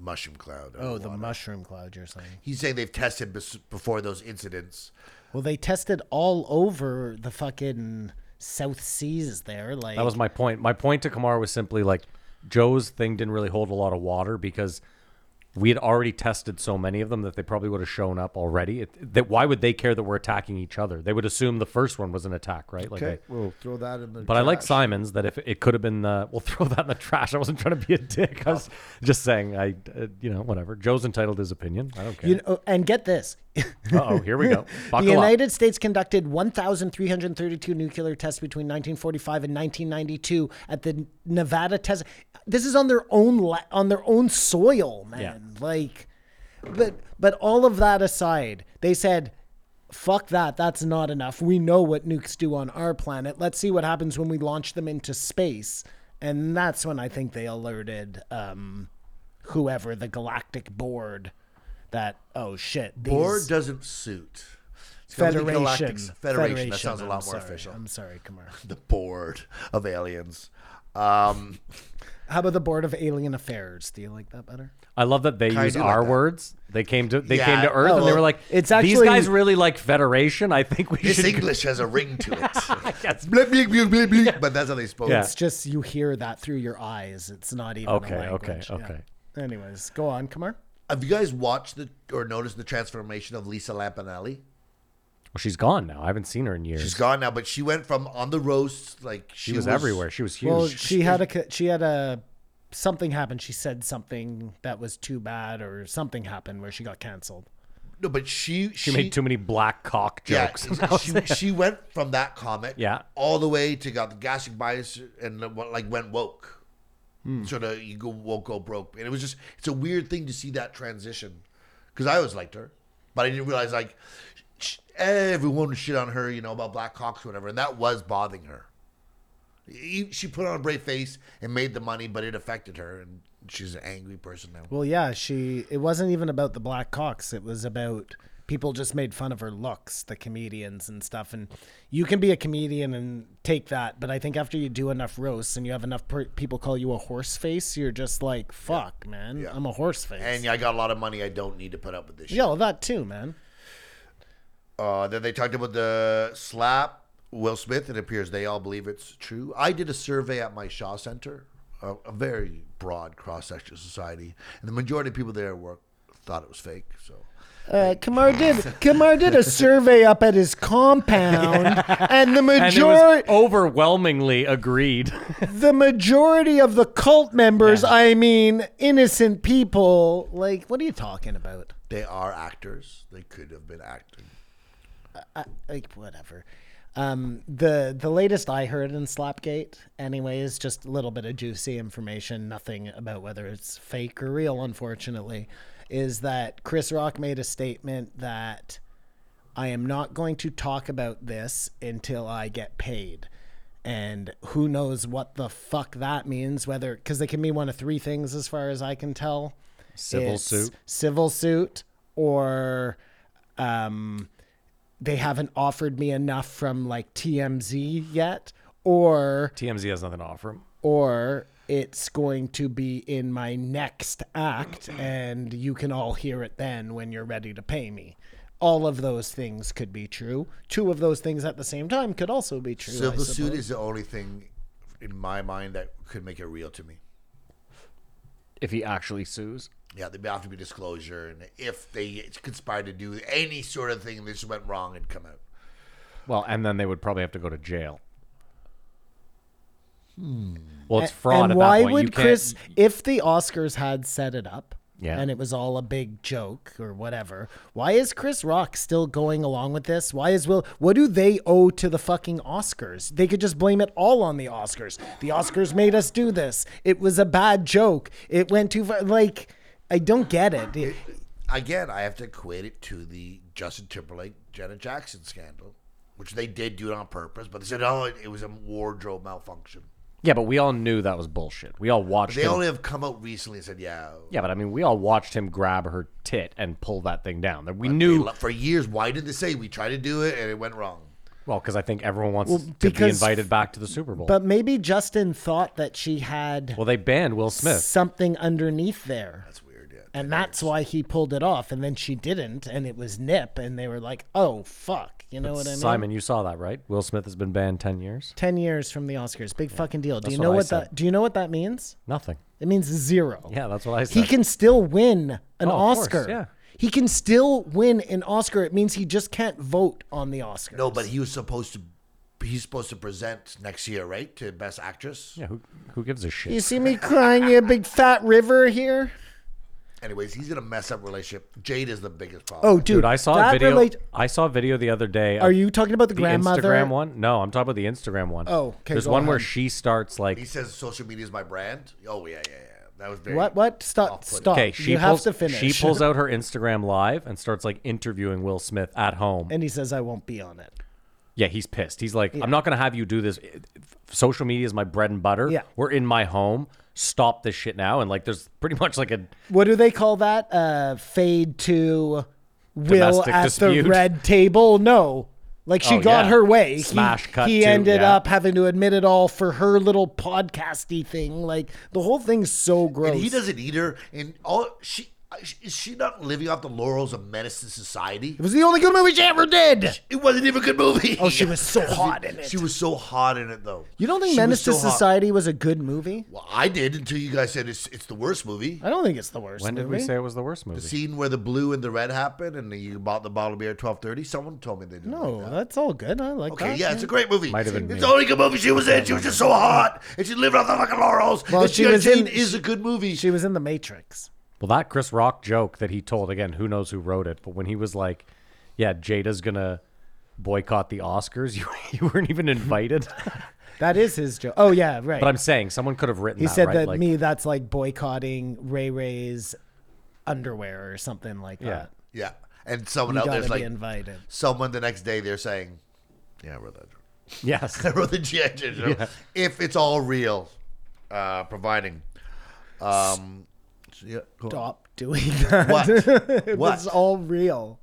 E: mushroom cloud.
G: Oh, the
E: underwater.
G: mushroom cloud you're saying.
E: He's saying they've tested bes- before those incidents.
G: Well, they tested all over the fucking South Seas there. Like
F: that was my point. My point to Kamar was simply like Joe's thing didn't really hold a lot of water because we had already tested so many of them that they probably would have shown up already. It, that why would they care that we're attacking each other? They would assume the first one was an attack, right? Like I-
H: we'll throw that in the.
F: But I like
H: trash.
F: Simon's that if it could have been, uh, we'll throw that in the trash. I wasn't trying to be a dick. I was just saying, I, uh, you know, whatever. Joe's entitled to his opinion. I don't care.
G: you know, and get this.
F: oh, here we go. Buckle
G: the
F: up.
G: United States conducted 1,332 nuclear tests between 1945 and 1992 at the Nevada test. This is on their own la- on their own soil, man. Like, but but all of that aside, they said, "Fuck that. That's not enough. We know what nukes do on our planet. Let's see what happens when we launch them into space." And that's when I think they alerted um, whoever the Galactic Board that oh shit these-
E: Board doesn't suit. It's gotta be
G: Federation.
E: Galactic- Federation. That sounds a
G: I'm
E: lot more
G: sorry.
E: official.
G: I'm sorry, Kamar.
E: The board of aliens. Um,
G: How about the Board of Alien Affairs? Do you like that better?
F: I love that they
E: I
F: use
E: do like
F: our
E: that.
F: words. They came to they
E: Yeah,
F: came to Earth and they
G: well,
F: were like,
G: it's
F: these
G: actually-
F: guys really like Federation. I think we
E: this
F: should.
E: English has a ring to it.
F: Yes.
E: Blip, blip, blip, blip, blip. But that's how they spoke.
F: Yeah.
G: It's just you hear that through your eyes. It's not even a
F: Okay, okay,
G: language. Yeah.
F: okay.
G: Anyways, go on, Kamar.
E: Have you guys watched the or noticed the transformation of Lisa Lampanelli?
F: Well, she's gone now. I haven't seen her in years.
E: She's gone now, but she went from on the roast like she,
F: she was, everywhere. She was huge.
G: Well, she had a co- she had a something happened. She said something that was too bad, or something happened where she got canceled.
E: No, but she
F: she
E: she,
F: made too many black cock jokes.
E: Yeah, she, she went from that comic
F: Yeah.
E: all the way to got the gastric bias and uh, like went woke. Sort of you go woke go broke, and it was just it's a weird thing to see that transition because I always liked her, but I didn't realize like sh- everyone was shit on her, you know about black cocks or whatever, and that was bothering her. E- She put on a brave face and made the money, but it affected her, and she's an angry person now.
G: Well, yeah, she. It wasn't even about the black cocks. It was about people just made fun of her looks, the comedians and stuff. And you can be a comedian and take that, but I think after you do enough roasts and you have enough per- people call you a horse face, you're just like, fuck, man, I'm a horse face.
E: And yeah, I got a lot of money. I don't need to put up with this. shit.
G: yeah, well, that too, man.
E: Uh, then they talked about the slap Will Smith. It appears they all believe it's true. I did a survey at my Shaw Center, a, a very broad cross section of society, and the majority of people there were thought it was fake. So
G: Uh, Kamar did. Kamar did a survey up at his compound, and the
F: and it was overwhelmingly agreed.
G: the majority of the cult members, I mean, innocent people. Like, what are you talking about?
E: they are actors. They could have been acting.
G: like whatever. Um, the the latest I heard in Slapgate, anyways, just a little bit of juicy information, nothing about whether it's fake or real, unfortunately, is that Chris Rock made a statement that I am not going to talk about this until I get paid. And who knows what the fuck that means, whether, because they can mean one of three things as far as I can tell
F: Civil
G: It's
F: suit.
G: Civil suit, or um, they haven't offered me enough from like TMZ yet, or
F: TMZ has nothing to offer him.
G: or it's going to be in my next act and you can all hear it then when you're ready to pay me. All of those things could be true. Two of those things at the same time could also be true. I
E: Civil suit
G: suppose.
E: is the only thing in my mind that could make it real to me.
F: If he actually sues,
E: Yeah, there'd have to be disclosure, and if they conspired to do any sort of thing, and this went wrong, it'd come out.
F: well, and then they would probably have to go to jail. Well, it's
G: Hmm. A-
F: fraud.
G: And
F: at
G: why
F: that point.
G: would
F: you can't-
G: Chris, if the Oscars had set it up
F: Yeah.
G: and it was all a big joke or whatever, why is Chris Rock still going along with this? Why is Will, what do they owe to the fucking Oscars? They could just blame it all on the Oscars. The Oscars made us do this. It was a bad joke. It went too far. Like, I don't get it. It-
E: Again, I have to equate it to the Justin Timberlake, Janet Jackson scandal, which they did do it on purpose, but they said, oh, it, it was a wardrobe malfunction.
F: Yeah, but we all knew that was bullshit. We all watched.
E: They
F: him.
E: only have come out recently and said, yeah.
F: Yeah, but I mean, we all watched him grab her tit and pull that thing down. We
E: they
F: knew
E: lo- For years, why did they say we tried to do it and it went wrong?
F: well because I think everyone wants to be
G: because-
F: invited back to the Super Bowl.
G: but maybe Justin thought that she had
F: well, they banned Will Smith.
G: something underneath there.
E: That's weird, yeah.
G: And that's why he pulled it off. And then she didn't, and it was nip. And they were like, oh, fuck. You know what I mean?
F: Simon, you saw that, right? Will Smith has been banned ten years.
G: 10 years from the Oscars. Big fucking deal. Do you
F: what
G: know
F: I
G: what,
F: said.
G: that do you know what that means?
F: Nothing.
G: It means zero.
F: Yeah, that's what I said.
G: He can still win an
F: Oh, of course,
G: Oscar.
F: yeah.
G: He can still win an Oscar. It means he just can't vote on the Oscar.
E: No, but he was supposed to. He's supposed to present next year, right, to Best Actress.
F: Yeah, who who gives a shit?
G: You see me crying, you big fat river here?
E: Anyways, he's gonna mess up relationship. Jade is the biggest problem.
G: Oh, dude,
F: Dude, I saw
G: that
F: a video.
G: relate-
F: I saw a video the other day. of
G: Are you talking about the,
F: the
G: grandmother?
F: Instagram one? No, I'm talking about the Instagram one.
G: Oh, okay,
F: There's
G: go
F: one where
G: ahead.
F: she starts like
E: He says social media is my brand. Oh yeah, yeah, yeah. That was very
G: What? What? Stop!
E: Off-putting.
G: Stop!
F: Okay, she
G: you
F: pulls,
G: have to finish.
F: She pulls out her Instagram live and starts like interviewing Will Smith at home.
G: and he says, "I won't be on it."
F: yeah, he's pissed. He's like, I'm not gonna have you do this. Social media is my bread and butter.
G: Yeah.
F: We're in my home. Stop this shit now. And like there's pretty much like a
G: What do they call that? Uh, fade to Will
F: Domestic
G: at
F: dispute.
G: the red table? No. Like she
F: Oh,
G: got
F: yeah.
G: her way. He-
F: Smash
G: he,
F: cut to-
G: ended
F: yeah.
G: up having to admit it all for her little podcasty thing. Like the whole thing's so gross.
E: And he doesn't eat her. And all she is she not living off the laurels of medicine society?
G: It was the only good movie she ever did.
E: It wasn't even a good movie.
G: Oh, she was so hot in it.
E: She was so hot in it though.
G: You don't think
E: She
G: Menace
E: was
G: to
E: so hot.
G: Society was a good movie?
E: Well, I did until you guys said it's it's the worst movie.
G: I don't think it's the worst.
F: when did
G: movie.
F: we say it was the worst movie?
E: The scene where the blue and the red happened, and you bought the bottle of beer at twelve thirty. Someone told me they didn't. like
G: No,
E: that.
G: Oh, that's all good. I like
E: Okay,
G: that.
E: yeah, it's a great movie.
F: Might have been
E: it's
F: me.
E: the only good movie she was in. She was just so hot, and she lived off the fucking laurels.
G: Well,
E: and
G: she
E: G.I.
G: was in-
E: Jane is a good movie.
G: She was in The Matrix.
F: Well, that Chris Rock joke that he told again, who knows who wrote it, but when he was like, "Yeah, Jada's gonna boycott the Oscars," you you weren't even invited.
G: That is his joke. Oh yeah, right.
F: but I'm saying someone could have written.
G: He
F: that,
G: said
F: right?
G: that
F: Like,
G: me that's like boycotting Ray Ray's underwear or something like
F: Yeah.
G: that.
E: yeah, and someone
G: You
E: out
G: gotta
E: there's
G: be
E: like
G: invited.
E: someone the next day they're saying, "Yeah, I wrote that. joke.
F: Yes.
E: I wrote the G.I. Jane joke." If it's all real, uh, providing. Um, yeah, cool.
G: Stop doing that.
E: What?
G: It
E: what?
G: was all real.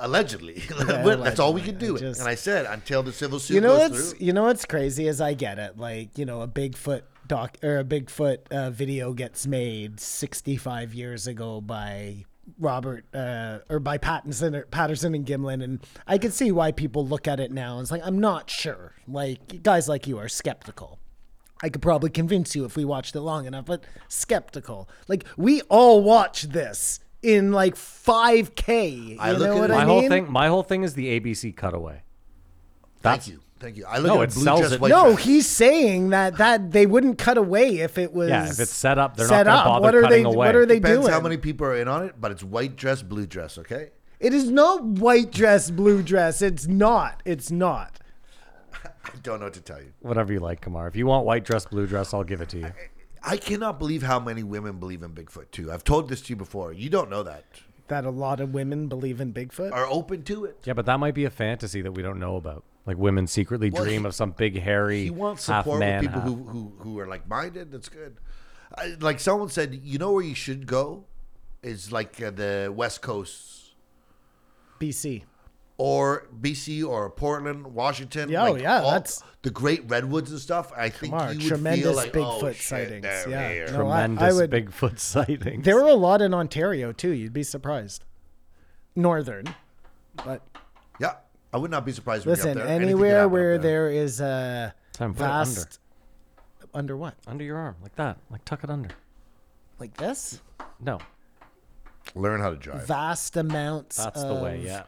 E: allegedly. That's all we can do.
G: allegedly. I just-
E: and I said until the civil suit
G: You know
E: goes
G: what's
E: through.
G: you know what's crazy is I get it. Like you know a Bigfoot doc or a Bigfoot uh, video gets made 65 years ago by Robert uh, or by Pattinson or Patterson and Gimlin, and I can see why people look at it now. and It's like I'm not sure. Like guys like you are skeptical. I could probably convince you if we watched it long enough, but skeptical. Like we all watch this in like 5K. You
E: I look
G: know
E: at
G: what
E: it-
F: my
G: I
F: whole
G: mean?
F: thing. My whole thing is the ABC cutaway.
E: Thank you, thank you. I look
F: No,
E: at
F: it
E: blue
F: sells
E: just
F: it.
E: white
G: No,
E: trash.
G: he's saying that that they wouldn't cut away if it was.
F: Yeah, if it's set up, they're not
G: set
F: gonna
G: up.
F: bother
G: what are
F: cutting
G: they,
F: away.
G: What are they
E: Depends
G: doing?
E: how many people are in on it, but it's white dress, blue dress, okay?
G: It is no white dress, blue dress. It's not. It's not.
E: I don't know what to tell you.
F: Whatever you like, Kamar. If you want white dress, blue dress, I'll give it to you.
E: I cannot believe how many women believe in Bigfoot too. I've told this to you before. You don't know that.
G: that a lot of women believe in Bigfoot.
E: are open to it.
F: Yeah, but that might be a fantasy that we don't know about. Like women secretly
E: Well,
F: dream
E: he-
F: of some big hairy
E: He wants
F: half
E: support
F: man.
E: with people
F: half-
E: who, who who are like minded. That's good. I, like someone said, you know where you should go is like uh, the West Coast
G: BC.
E: or BC or Portland, Washington.
G: Yeah, oh,
E: like
G: yeah, that's-
E: the great redwoods and stuff. I think
G: Mar,
E: you would feel
G: tremendous
E: like
G: Bigfoot
E: oh, shit,
G: sightings.
E: they're
G: Yeah,
E: here.
G: No, I- I
F: uh, tremendous
G: would-
F: Bigfoot sightings.
G: There were a lot in Ontario too. You'd be surprised. Northern, but
E: yeah. I would not be surprised. if we got
G: listen,
E: there. Anything could
G: anywhere
E: happen up
G: where there is a
F: Time for
G: vast under. what?
F: under your arm, like that, like tuck it under.
G: Like this?
F: No,
E: learn how to drive.
G: Vast amounts.
F: that's
G: of,
F: the way. Yeah.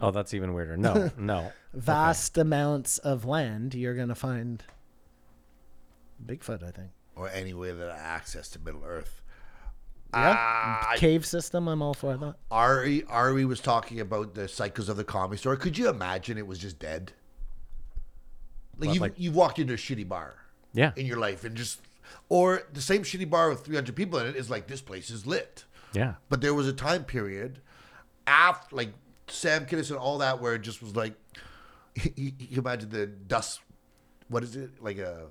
F: Oh, that's even weirder. No, no.
G: Vast amounts of land. You're gonna find Bigfoot. I think.
E: or any way that I access to Middle Earth. Ah,
G: Cave system. I'm all for that.
E: Ari Ari was talking about the cycles of the comedy store. Could you imagine it was just dead? Like you
F: like-
E: you walked into a shitty bar
F: Yeah.
E: in your life and just or the same shitty bar with 300 people in it is like this place is lit.
F: Yeah.
E: But there was a time period after like Sam Kinison and all that where it just was like you, you imagine the dust what is it? Like a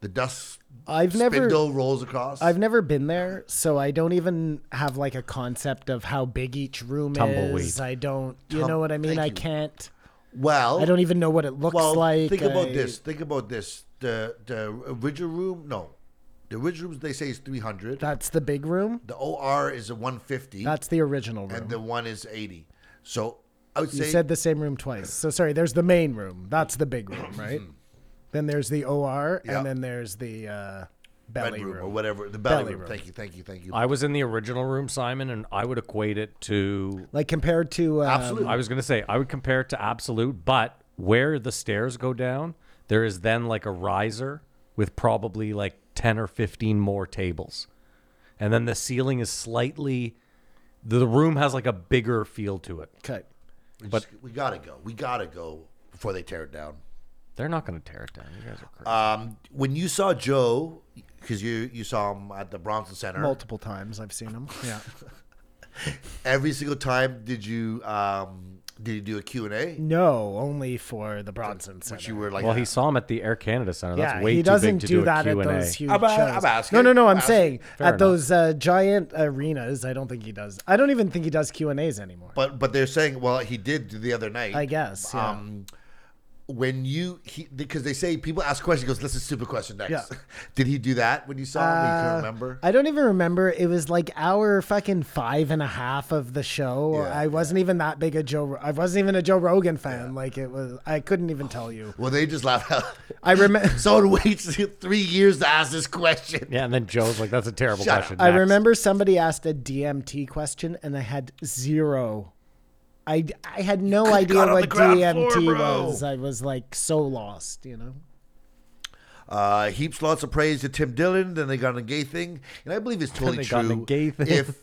E: the dust
G: I've never-
E: spindle rolls across.
G: I've never been there, so I don't even have like a concept of how big each room
F: Tumbleweed.
G: is. I don't, you
E: Tum-
G: know what I mean?
E: thank
G: I
E: you.
G: can't.
E: well
G: I don't even know what it looks
E: Well,
G: like.
E: think about
G: I-
E: this. Think about this. The the original room, no, the original room they say is three hundred.
G: That's the big room.
E: The OR is a one fifty,
G: That's the original room.
E: and the one is eighty. So I would
G: you
E: say
G: said the same room twice. So sorry. There's the main room. That's the big room, right? then there's the OR,
E: Mm-hmm. Yeah.
G: and then there's the uh,
E: bed
G: belly
E: room,
G: room.
E: or whatever the belly,
G: Belly
E: room.
G: room. Um,
E: Thank you, thank you, thank you.
F: I was in the original room, Simon, and I would equate it to.
G: Like compared to um,
E: Absolutely.
F: I was gonna say I would compare it to absolute, but where the stairs go down, there is then like a riser with probably like ten or fifteen more tables, and then the ceiling is slightly. The room has like a bigger feel to it.
G: Okay.
E: we, just- we gotta go. We gotta go before they tear it down.
F: They're not going to tear it down. You guys are crazy.
E: Uh, When you saw Joe, because you you saw him at the Bronson Center
G: Multiple times I've seen them. Yeah.
E: every single time. Did you um did you do a Q and A?
G: no, only for the Bronson Center.
E: Which you were like,
F: well, he saw him at the Air Canada Center. That's
G: yeah,
F: way
G: he
F: too
G: doesn't
F: big to
G: do,
F: do,
G: that
F: a
G: at
F: Q&A.
G: those huge
E: I'm a-
G: shows.
E: I'm asking.
G: no, no, no. I'm
E: Ask-
G: saying
F: Fair
G: at
F: enough.
G: those uh, giant arenas, I don't think he does. I don't even think he does Q and As anymore.
E: But but they're saying, well, he did the other night.
G: I guess. Yeah.
E: Um, when you he because they say people ask questions, he goes, "Let's a stupid question next."
G: Yeah.
E: did he do that when you saw him? You
G: Uh,
E: can remember.
G: I don't even remember. It was like hour fucking five and a half of the show.
E: Yeah,
G: I wasn't even that big a Joe. I wasn't even a Joe Rogan fan. Like it was. I couldn't even tell you.
E: well, they just laugh out.
G: I remember.
E: Someone waits three years to ask this question.
F: Yeah, and then Joe's like, that's a terrible
E: Shut up.
F: question.
G: I
F: Next.
G: remember somebody asked a DMT question, and I had zero. I, I had no idea
E: got on the
G: what
E: ground
G: DMT
E: floor, bro.
G: was. I was like so lost, you know.
E: Uh, heaps lots of praise to Tim Dillon. Then they got on a gay thing, and I believe it's totally
F: they
E: true.
F: got on a gay thing.
E: If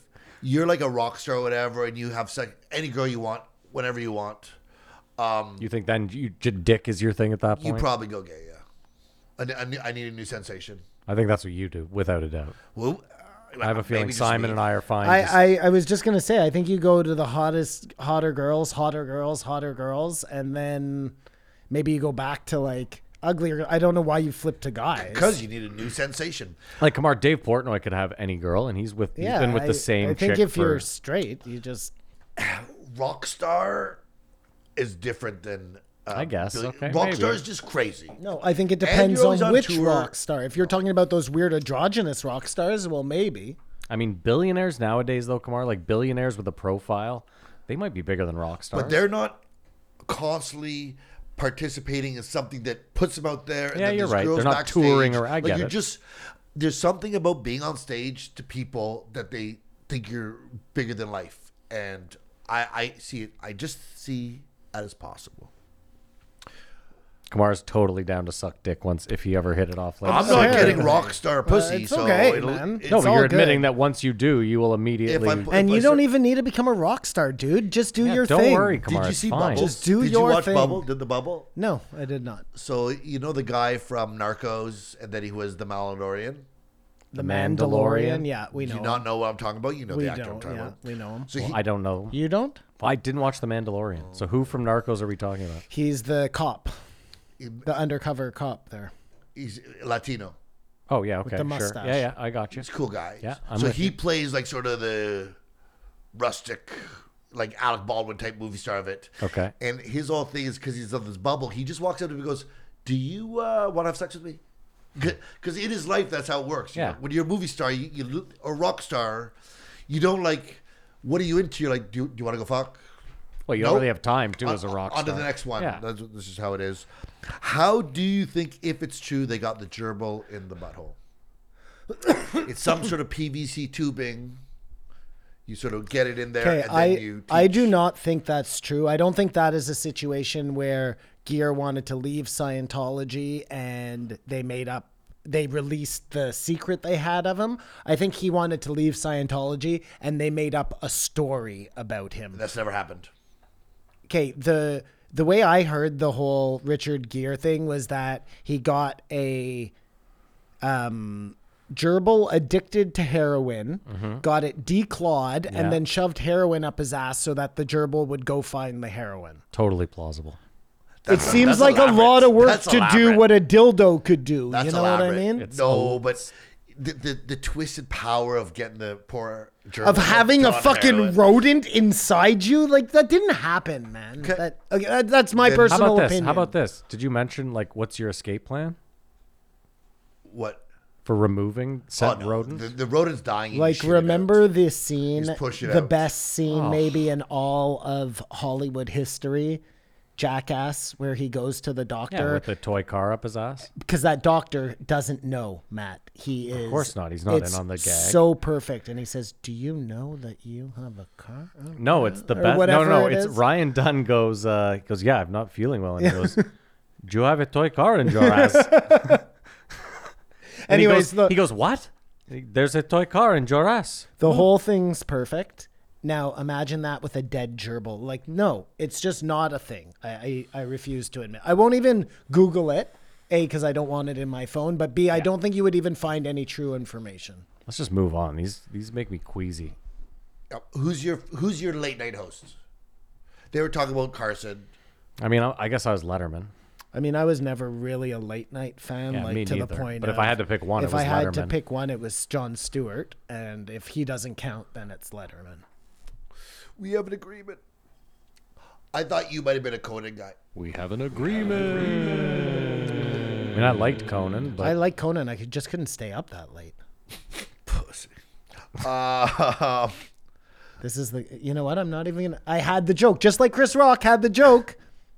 E: you're like a rock star or whatever, and you have sex any girl you want, whenever you want,
F: You think then you, j- dick is your thing at that
E: you
F: point?
E: probably go gay. Yeah, I, ne- I, ne- I need a new sensation.
F: I think that's what you do, without a doubt.
E: Well,
F: I have a feeling Simon and I are fine. just-
G: I, I, I was just gonna say I think you go to the hottest hotter girls, hotter girls, hotter girls, and then maybe you go back to like uglier. I don't know why you flip to guys.
E: because you need a new sensation.
F: like, come on, Dave Portnoy could have any girl, and he's with he's been with
G: I-
F: the same
G: I think
F: chick
G: if
F: for-
G: you're straight, you just
E: rock star is different than uh,
F: I guess, okay,
E: rock
F: maybe.
E: star is just crazy.
G: no. I think it
E: you're
G: depends on,
E: always on
G: which
E: tour.
G: rock star. If you're talking about those weird androgynous rock stars, well, maybe.
F: I mean, billionaires nowadays, though, Kamar, like billionaires with a profile, they might be bigger than rock stars.
E: But they're not constantly participating in something that puts them out there. And
F: Yeah,
E: then
F: you're
E: there's
F: right.
E: girls
F: They're not
E: backstage.
F: touring or- I
E: like
F: get
E: you're
F: it.
E: just there's something about being on stage to people that they think you're bigger than life, and I I see it. I just see that as possible.
F: Kamar's totally down to suck dick once if he ever hit it off. Like,
E: I'm not getting rock star pussy.
G: Uh, it's
E: so
G: okay,
E: it'll-
G: man.
E: it's
F: No, but
G: all
F: you're
G: good.
F: admitting that once you do, you will immediately.
E: I put-
G: And
E: If
G: you
E: start-
G: don't even need to become a rock star, dude. Just do
F: Yeah,
G: your
F: don't
G: thing.
F: worry, Kamar.
E: Did you
F: it's
E: see
F: fine.
E: Bubble?
G: Just do
E: Did
G: your
E: you watch
G: thing.
E: Bubble? Did the Bubble?
G: No, I did not.
E: So you know the guy from Narcos, and that he was the Maladorian.
G: The Mandalorian.
F: Mandalorian?
G: Yeah, we
E: Do
G: know.
E: you not know what I'm talking about? You know
G: we
E: the actor I'm
G: don't.
E: talking
G: Yeah,
E: about.
G: we know him.
E: So he,
F: I don't know.
G: You don't?
F: I didn't watch The Mandalorian. So who from Narcos are we talking about?
G: He's the cop, the undercover cop there.
E: he's Latino.
F: Oh yeah, okay,
G: the
F: sure.
G: mustache.
F: Yeah, yeah, I got you.
E: He's a cool guy.
F: Yeah, I'm
E: so
F: with
E: he plays like sort of the rustic, like Alec Baldwin type movie star of it.
F: Okay.
E: And his whole thing is because he's of this bubble. He just walks up to me and goes, "Do you uh, want to have sex with me?" Because in his life, that's how it works. you
F: Yeah.
E: know? When you're a movie star, you, you look- or rock star, you don't like. What are you into? You're like, do you, do you want to go fuck?
F: Well, you don't
E: Nope.
F: really have time too as a rock
E: On to
F: star.
E: the next one.
F: Yeah.
E: That's, this is how it is. How do you think, if it's true, they got the gerbil in the butthole? it's some sort of PVC tubing. You sort of get it in there,
G: Okay,
E: and then
G: I
E: you.
G: I
E: teach-
G: do not think that's true. I don't think that is a situation where Gear wanted to leave Scientology and they made up they released the secret they had of him. I think he wanted to leave Scientology and they made up a story about him.
E: That's never happened.
G: okay the the way i heard the whole richard Gere thing was that he got a um gerbil addicted to heroin got it declawed
F: Yeah.
G: and then shoved heroin up his ass so that the gerbil would go find the heroin
F: Totally plausible.
G: it seems like a lot of work
E: That's
G: to do
E: elaborate.
G: what a dildo could do
E: That's
G: you know what
E: elaborate.
G: i mean
E: no, but the, the the twisted power of getting the poor gerbil
G: of having a
E: hooked on
G: fucking
E: heroin.
G: rodent inside you like that didn't happen man that, okay, that- that's my
E: Then- How
F: How
G: personal
F: about this?
G: opinion
F: How about this? Did you mention like what's your escape plan
E: what?
F: for removing
E: Oh,
F: said
E: no,
F: rodents?
E: The, the rodent's dying. you
G: like
E: shoot it out.
G: remember the scene
E: Just push it
G: the
E: out.
G: best scene
F: Oh.
G: maybe in all of hollywood history jackass where he goes to the
F: yeah,
G: doctor
F: with the toy car up his ass.
G: because that doctor doesn't know matt he is of
F: course not. He's not in on the gag.
G: so perfect and he says do you know that you have a car
F: No, it's the
G: Or
F: best. No,
G: whatever
F: no,
G: it
F: it's
G: is.
F: Ryan Dunn goes. Uh, he goes. Yeah, I'm not feeling well, and he goes. Do you have a toy car in your ass? And
G: anyways
F: he
G: the,
F: goes, he goes, what? There's a toy car in your ass.
G: the whole thing's perfect now imagine that with a dead gerbil like no it's just not a thing i i, I refuse to admit i won't even google it a because i don't want it in my phone but b i don't think you would even find any true information
F: Let's just move on. These these make me queasy.
E: Who's your Who's your late night host? They were talking about Carson.
F: I mean, I, I guess I was Letterman.
G: I mean, I was never really a late night fan,
F: Yeah,
G: like
F: me
G: to
F: neither.
G: the point.
F: But if
G: of-
F: I had to pick one, it
G: if
F: was
G: I had to
F: Letterman.
G: pick one, it was John Stewart, and if he doesn't count, then it's Letterman.
E: We have an agreement. I thought you might have been a Conan guy.
F: We have an agreement. I mean, I liked Conan, but
G: I like Conan. I could, just couldn't stay up that late.
E: Uh,
G: This is the. You know what? I'm not even. Gonna, I had the joke, just like Chris Rock had the joke.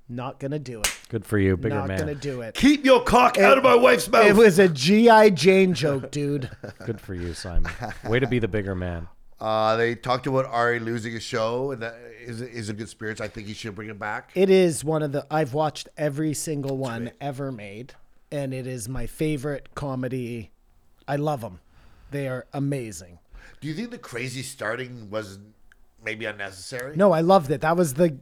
G: Not gonna do it.
F: good for you, bigger
G: not
F: man.
G: gonna do it.
E: keep your cock out of my wife's
G: It
E: mouth.
G: was a GI Jane joke, dude.
F: Good for you, Simon. Way to be the bigger man.
E: Uh, they talked about Ari losing his show, and that is is in good spirits. I think he should bring it back.
G: It is one of the I've watched every single one ever made, and it is my favorite comedy. I love them; they are amazing.
E: Do you think the crazy starting was maybe unnecessary?
G: No, I loved it. That was the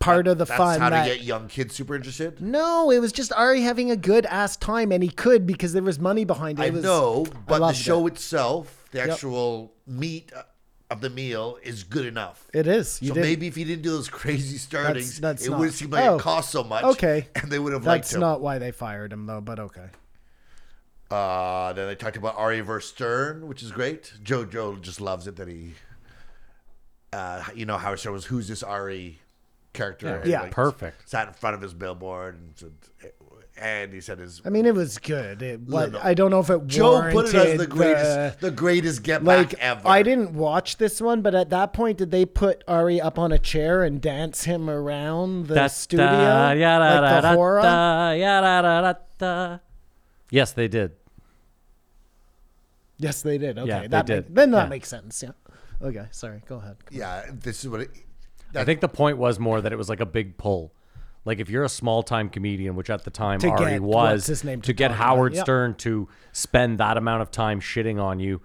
G: part of the
E: that's
G: fun.
E: how
G: that-
E: to get young kids super interested.
G: no, it was just Ari having a good ass time, and he could because there was money behind it.
E: I
G: It was-
E: know,
G: I
E: but the
G: loved
E: show itself, the actual meat of the meal, is good enough.
G: It, it is. You
E: so
G: did-
E: maybe if he didn't do those crazy startings,
G: that's
E: it
G: not-
E: wouldn't seem like
G: Oh,
E: it cost so much.
G: okay.
E: and they would have liked
G: That's
E: him.
G: not why they fired him though. But okay.
E: Uh, then they talked about Ari versus Stern, which is great. JoJo just loves it that he, uh, you know, Howard Stern was who's this Ari character? and,
G: Yeah.
F: Perfect.
E: Sat in front of his billboard and, said, and he said his.
G: I mean, it was good. It, but
E: no.
G: I don't know if it
E: Joe put it as
G: warranted uh,
E: the greatest, the, greatest get
G: like
E: back ever.
G: I didn't watch this one, but at that point, did they put Ari up on a chair and dance him around the
F: Da- da-
G: studio,
F: ya- da- da-
G: like the
F: da-
G: horror?
F: da- ya- da- da- da- da. Yes, they did.
G: Yes, they did. Okay,
F: Yeah, they
G: that
F: did.
G: Make, then that
F: Yeah.
G: makes sense. Yeah. Okay, sorry. Go ahead.
E: Yeah, this is what. It,
F: I think the point was more that it was like a big pull. Like if you're a small time comedian, which at the time
G: To
F: Ari
G: get-
F: was,
G: what's his name
F: to,
G: to
F: get
G: talk about,
F: Howard
G: yeah.
F: Stern to spend that amount of time shitting on you,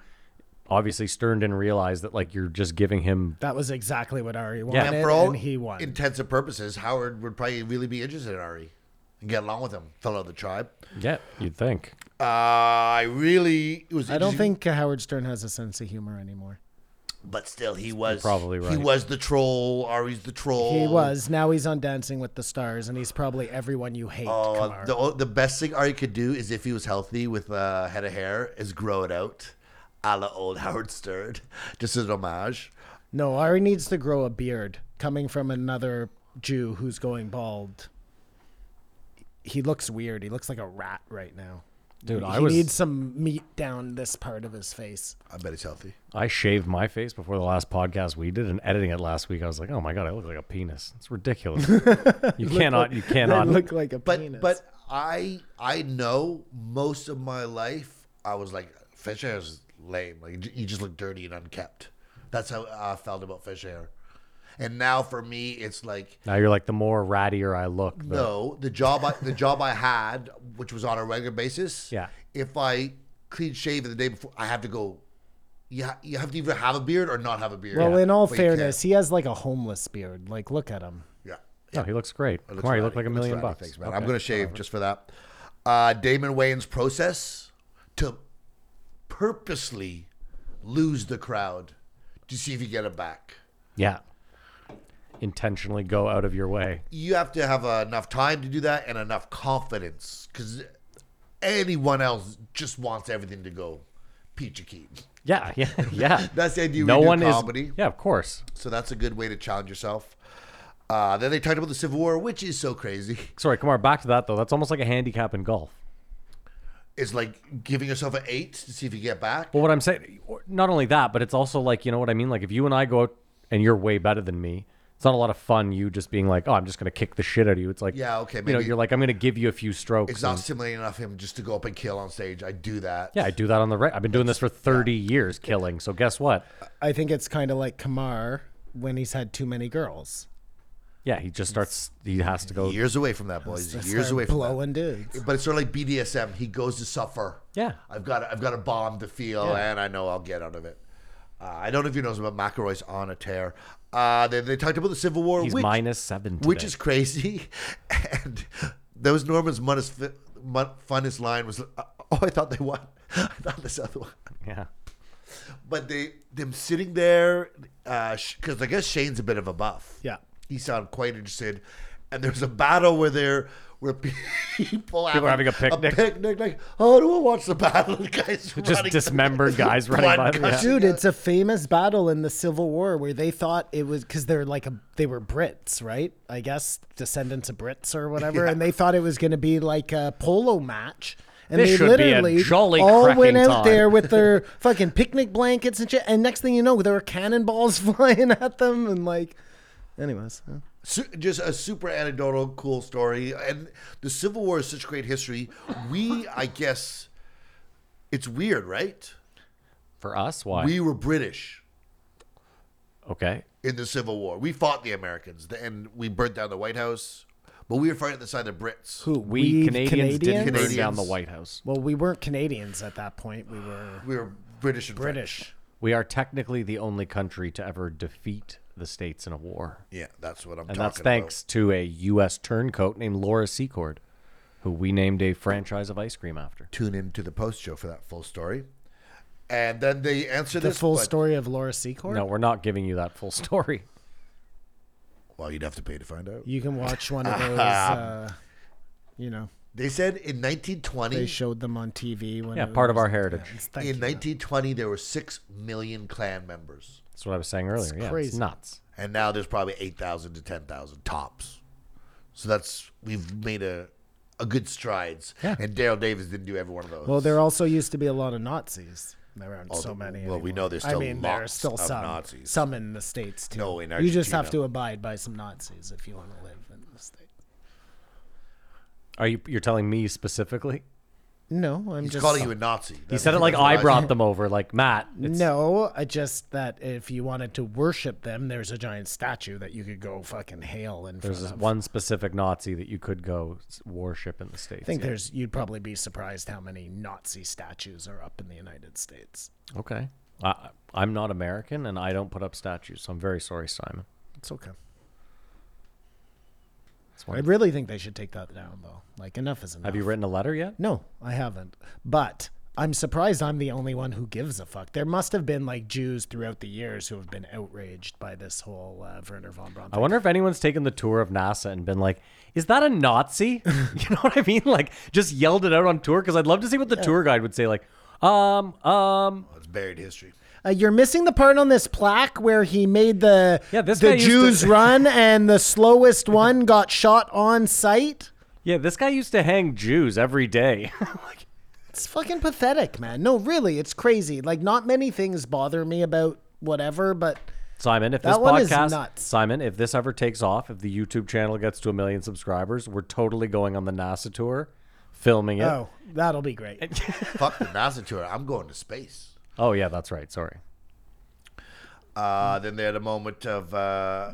F: obviously Stern didn't realize that like you're just giving him.
G: That was exactly what Ari wanted,
F: Yeah.
E: and for all
G: and he won.
E: intents and purposes, Howard would probably really be interested in Ari and get along with him. Fellow of the tribe.
F: Yeah, you'd think.
E: Uh, I really it was.
G: I don't
E: interesting-
G: think Howard Stern has a sense of humor anymore.
E: but still, he was
F: probably
E: He
F: right.
E: was the troll. Ari's the troll.
G: He was. Now he's on Dancing with the Stars, and he's probably everyone you hate.
E: Oh,
G: Kamar.
E: the the best thing Ari could do is if he was healthy with a head of hair is grow it out, a la old Howard Stern, just as an homage.
G: No, Ari needs to grow a beard. Coming from another Jew who's going bald, he looks weird. He looks like a rat right now.
F: Dude,
G: he
F: I was
G: needs some meat down this part of his face.
E: I bet he's healthy.
F: I shaved my face before the last podcast we did, and editing it last week, I was like, "Oh my god, I look like a penis. It's ridiculous. you cannot, you cannot."
G: like a
E: But but I I know most of my life I was like fish hair is lame. Like j- you just look dirty and unkept. That's how I felt about fish hair. And now for me, it's like
F: now you're like, the more rattier I look, the,
E: no the job I, the job I had, which was on a regular basis.
F: Yeah.
E: If I clean shave the day before, I have to go. You ha- you have to either have a beard or not have a beard.
G: well, in all
E: But you can't.
G: fairness, he has like a homeless beard. Like, look at him.
E: yeah.
F: no, Oh, he looks great.
E: It
F: Kamari,
E: looks
F: you
E: ratty.
F: look like a
E: It looks
F: million
E: ratty.
F: bucks.
E: Thanks, man. I'm
F: Okay.
E: gonna shave just for that. Uh, Damon Wayans' process to purposely lose the crowd to see if you get it back.
F: yeah, intentionally go out of your way.
E: You have to have uh, enough time to do that and enough confidence because anyone else just wants everything to go peachy keen.
F: Yeah, yeah, yeah.
E: That's the idea.
F: no
E: we do
F: one
E: comedy.
F: is. Yeah, of course.
E: So that's a good way to challenge yourself. Uh, then they talked about the Civil War, which is so crazy.
F: Sorry, Kamar. Back to that though. That's almost like a handicap in golf.
E: It's like giving yourself an eight to see if you get back.
F: Well, what I'm saying, or- not only that, but it's also like, you know what I mean? Like, if you and I go out and you're way better than me, it's not a lot of fun you just being like, oh, I'm just going to kick the shit out of you. It's like,
E: Yeah, okay,
F: You know,
E: maybe-
F: you're like, I'm going to give you a few strokes.
E: It's not
F: and-
E: stimulating enough him just to go up and kill on stage. I do that.
F: yeah, I do that on the right. I've been doing this for 30 years, killing. So guess what?
G: I think it's kind of like Kamar when he's had too many girls.
F: Yeah, he just starts, he has to go.
E: years away from that, boys.
G: Just
E: years
G: start
E: away from that.
G: blowing dudes.
E: But it's sort of like BDSM. He goes to suffer.
F: Yeah.
E: I've got I've got a bomb to feel, and I know I'll get out of it. Uh, I don't know if you know this, but McElroy's on a tear. Uh, they, they talked about the Civil War,
F: He's
E: which,
F: minus seven.
E: which
F: today.
E: is crazy. And that was Norman's funnest, fi- mon- funnest line was, uh, "Oh, I thought they won. I thought this other one."
F: Yeah.
E: But they them sitting there because I guess Shane's a bit of a buff.
G: Yeah.
E: he sounded quite interested. And there's a battle where they're where people, people having,
F: having a picnic.
E: picnic, like oh, do I watch the battle? The guys
F: Just
E: running-
F: dismembered guys running
E: Blood
F: by them. Yeah.
E: gushing
G: Dude,
E: out.
G: it's a famous battle in the Civil War where they thought it was because they're like a they were Brits, right? I guess descendants of Brits or whatever, and they thought it was going to be like a polo match. And
F: This
G: they
F: should be a
G: literally
F: jolly
G: all
F: cracking
G: went out
F: time.
G: there with their fucking picnic blankets and shit. And next thing you know, there were cannonballs flying at them and like, anyways. huh?
E: Su- just a super anecdotal, cool story. And the Civil War is such great history. We, I guess, it's weird, right?
F: For us, why?
E: We were British.
F: okay.
E: in the Civil War. We fought the Americans, th- and we burnt down the White House, but we were fighting the side of the Brits.
G: Who
F: We, Canadians, didn't burn down the White House.
G: Well, we weren't Canadians at that point. We were
E: We were British and
G: British.
F: We are technically the only country to ever defeat the states in a war.
E: French. Yeah, that's what I'm
F: And
E: talking
F: that's thanks to a U.S. turncoat named Laura Secord, who we named a franchise of ice cream after.
E: about. Tune in to the post show for that full story. And then they answer
G: The
E: this
G: full
E: but-
G: story of Laura Secord.
F: No, we're not giving you that full story.
E: Well, you'd have to pay to find out.
G: You can watch one of those. uh, you know,
E: They said in
G: they
E: 1920,
G: showed them on TV. When
F: Yeah,
G: it
F: part of
G: was-
F: our heritage.
G: yeah, it's-
E: in
G: thank you.
E: 1920 there were six million Klan members,
F: That's what I was saying earlier. yeah, it's
G: crazy.
F: nuts.
E: and now there's probably 8,000 to 10,000 tops. So that's we've made a a good strides.
F: Yeah.
E: And Daryl Davis didn't do every one of those.
G: Well, there also used to be a lot of Nazis. There aren't
E: Oh,
G: so
E: the-
G: many.
E: well, we
G: anymore.
E: know there's
G: I
E: still
G: mean, there are
E: lots
G: still
E: of
G: some
E: Nazis.
G: Some in the states too.
E: No, in
G: you just have
E: Argentina.
G: to abide by some Nazis if you want to live in the states.
F: Are you? You're telling me specifically?
G: No, I'm
E: He's
G: just
E: calling you a Nazi.
F: He said it like I brought them over, like Matt. It's,
G: No, I just that if you wanted to worship them, there's a giant statue that you could go fucking hail in front
F: There's this
G: of.
F: one specific Nazi that you could go s- worship in the states.
G: I think
F: yeah.
G: there's. You'd probably be surprised how many Nazi statues are up in the United States.
F: Okay. I, I'm not American, and I don't put up statues, so I'm very sorry, Simon.
G: It's okay. I really think they should take that down, though. Like, enough is enough.
F: Have you written a letter yet?
G: No, I haven't. But I'm surprised I'm the only one who gives a fuck. There must have been like Jews throughout the years who have been outraged by this whole uh, Werner von Braun.
F: I
G: thing.
F: wonder if anyone's taken the tour of NASA and been like, "Is that a Nazi?" you know what I mean? Like, just yelled it out on tour because I'd love to see what the tour guide would say. Like, um, um,
E: It's buried history.
G: Uh, you're missing the part on this plaque where he made the
F: Yeah, this
G: the
F: guy used
G: Jews
F: to-
G: run and the slowest one got shot on sight.
F: yeah, this guy used to hang Jews every day. like,
G: It's fucking pathetic, man. No, really, it's crazy. Like, not many things bother me about whatever, but
F: Simon, if
G: That
F: this
G: one is
F: podcast,
G: nuts.
F: Simon, if this ever takes off, if the YouTube channel gets to a million subscribers, we're totally going on the NASA tour, filming it.
G: oh, that'll be great.
E: Fuck the NASA tour. I'm going to space.
F: Oh, yeah, that's right. Sorry.
E: Uh, then they had a moment of uh,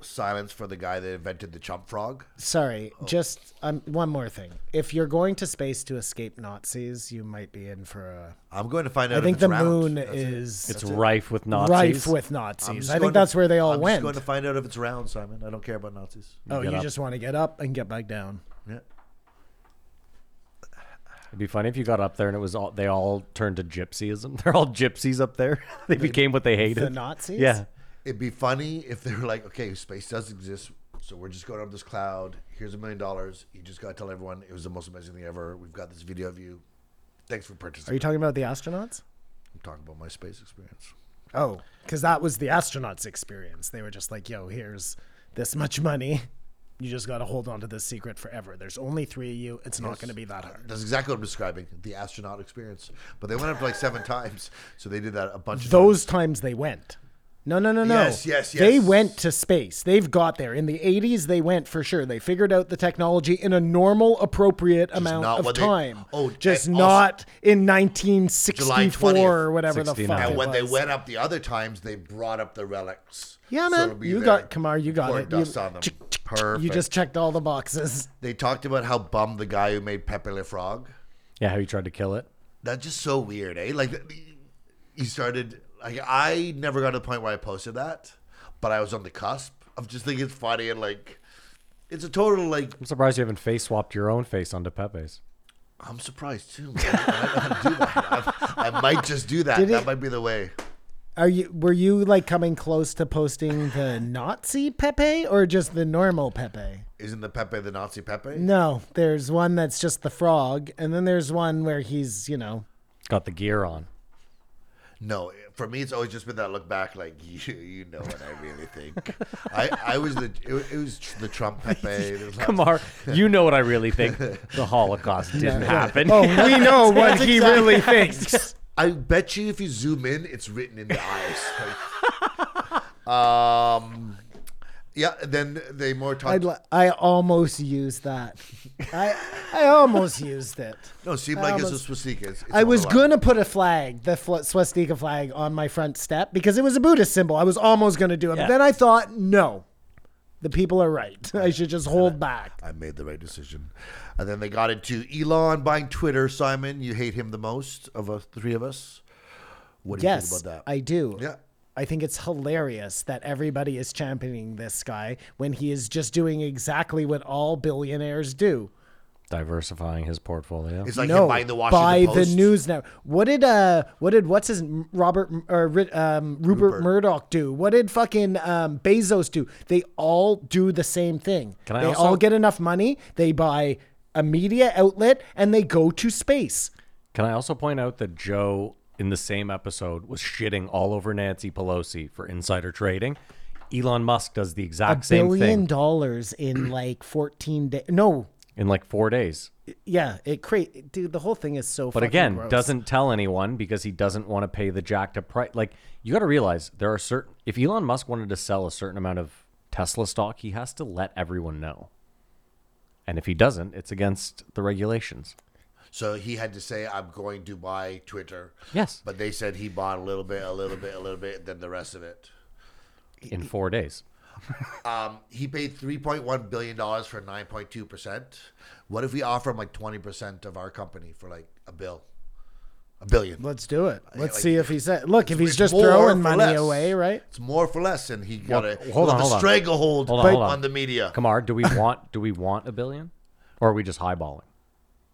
E: silence for the guy that invented the chump frog.
G: Sorry, just um, one more thing. If you're going to space to escape Nazis, you might be in for a.
E: I'm going to find out.
G: I
E: if
G: think
E: it's
G: the
E: round.
G: moon
E: That's it.
G: is
F: It's rife with Nazis.
G: rife with
E: I'm
G: Nazis.
E: just
G: I
E: going
G: think
E: to-
G: that's where they all
E: I'm
G: went.
E: Just going to find out if it's round, Simon. I don't care about Nazis.
G: oh,
F: Get
G: you
F: up.
G: just want to get up and get back down.
E: Yeah.
F: It'd be funny if you got up there and it was all they all turned to gypsyism. They're all gypsies up there. they became what they hated.
G: The Nazis?
F: Yeah.
E: It'd be funny if they were like, okay, space does exist, so we're just going up this cloud. Here's a million dollars. You just got to tell everyone it was the most amazing thing ever. We've got this video of you. Thanks for
G: Are
E: participating.
G: you talking about the astronauts?
E: I'm talking about my space experience.
G: Oh, because that was the astronauts' experience. They were just like, yo, here's this much money. You just got to hold on to this secret forever. There's only three of you. It's not going to be that hard.
E: That's exactly what I'm describing the astronaut experience. But they went up like seven times, so they did that a bunch of
G: Those times they went. No, no, no, no.
E: Yes, yes,
G: They
E: yes.
G: went to space. They've got there. In the 80s, they went for sure. They figured out the technology in a normal, appropriate amount
E: not
G: of
E: what they-
G: time.
E: oh,
G: just
E: and also-
G: not in 1964 or
E: 20th,
G: whatever the
F: 69.
G: fuck.
E: times.
G: it
E: And when they
G: was.
E: went up the other times, they brought up the relics.
G: Yeah,
E: So
G: man.
E: it'll be
G: you
E: there.
G: got Kamar. You got
E: Pouring
G: it.
E: Dust
G: you,
E: on them.
G: chick, chick, chick,
E: Perfect.
G: you just checked all the boxes.
E: They talked about how bummed the guy who made Pepe Le Frog.
F: Yeah, how you tried to kill it.
E: That's just so weird, eh? Like th- th- he started. Like I never got to the point where I posted that, but I was on the cusp of just thinking it's funny and like it's a total like
F: I'm surprised you haven't face swapped your own face onto Pepe's.
E: I'm surprised too. Man. I, might not do that. I, I might just do that.
G: Did
E: that
G: it-
E: might be the way.
G: Are you? Were you like coming close to posting the Nazi Pepe or just the normal Pepe?
E: Isn't the Pepe the Nazi Pepe?
G: No, there's one that's just the frog, and then there's one where he's, you know,
F: Got the gear on.
E: No, for me, it's always just been that look back, like you, you know what I really think. I, I was the, it, wa- it was the Trump Pepe. the last-
F: Kamar, you know what I really think. The Holocaust didn't happen.
G: Oh, we know what he really thinks.
E: I bet you, if you zoom in, it's written in the eyes. Like, um, yeah. Then they more talk.
G: I'd li- I almost used that. I I almost used it.
E: no, seem
G: I
E: like it's a
G: almost-
E: swastika. It's, it's
G: Um, I
E: on the
G: was
E: line.
G: gonna put a flag, the fl- swastika flag, on my front step because it was a Buddhist symbol. I was almost gonna do it,
F: Yeah.
G: but then I thought, no, the people are right. I should just hold back.
E: I made the right decision. And then they got into Elon buying Twitter. Simon, you hate him the most of us, three of us. What do you
G: Yes,
E: think about that?
G: I do.
E: Yeah.
G: I think it's hilarious that everybody is championing this guy when he is just doing exactly what all billionaires do.
F: Diversifying his portfolio.
E: It's like
G: no,
E: him buying the Washington
G: buy
E: Post.
G: the news now. What did uh, what did what's his Robert or Ri- um, Rupert, Murdoch do? What did fucking um, Bezos do? They all do the same thing.
F: Can I
G: they
F: also-
G: all get enough money. They buy a media outlet and they go to space.
F: Can I also point out that Joe, in the same episode, was shitting all over Nancy Pelosi for insider trading? Elon Musk does the exact same
G: Billion
F: thing
G: dollars in like fourteen days. No,
F: in like four days.
G: yeah, it create dude. The whole thing is so.
F: But again, doesn't tell anyone because he doesn't want to pay the jack to price. Like you got to realize there are certain. If Elon Musk wanted to sell a certain amount of Tesla stock, he has to let everyone know. And if he doesn't, it's against the regulations.
E: So he had to say, "I'm going to buy Twitter."
F: Yes.
E: But they said he bought a little bit, a little bit, a little bit, then the rest of it.
F: In four days,
E: He paid 3.1 billion dollars for 9.2 percent. What if we offer him like 20 percent of our company for like a bill? A billion.
G: Let's do it. Let's
E: like-
G: see if he said. Look, if he's
E: It's
G: just
E: more
G: throwing
E: for
G: money
E: less.
G: away, right?
E: It's more for less, and he got
F: Well,
E: a,
F: hold
E: got
F: on,
E: a
F: hold on.
E: stranglehold
F: Hold on, hold on.
E: the
G: Uh.
E: media.
F: Kamar, do we want do we want a billion, or are we just highballing?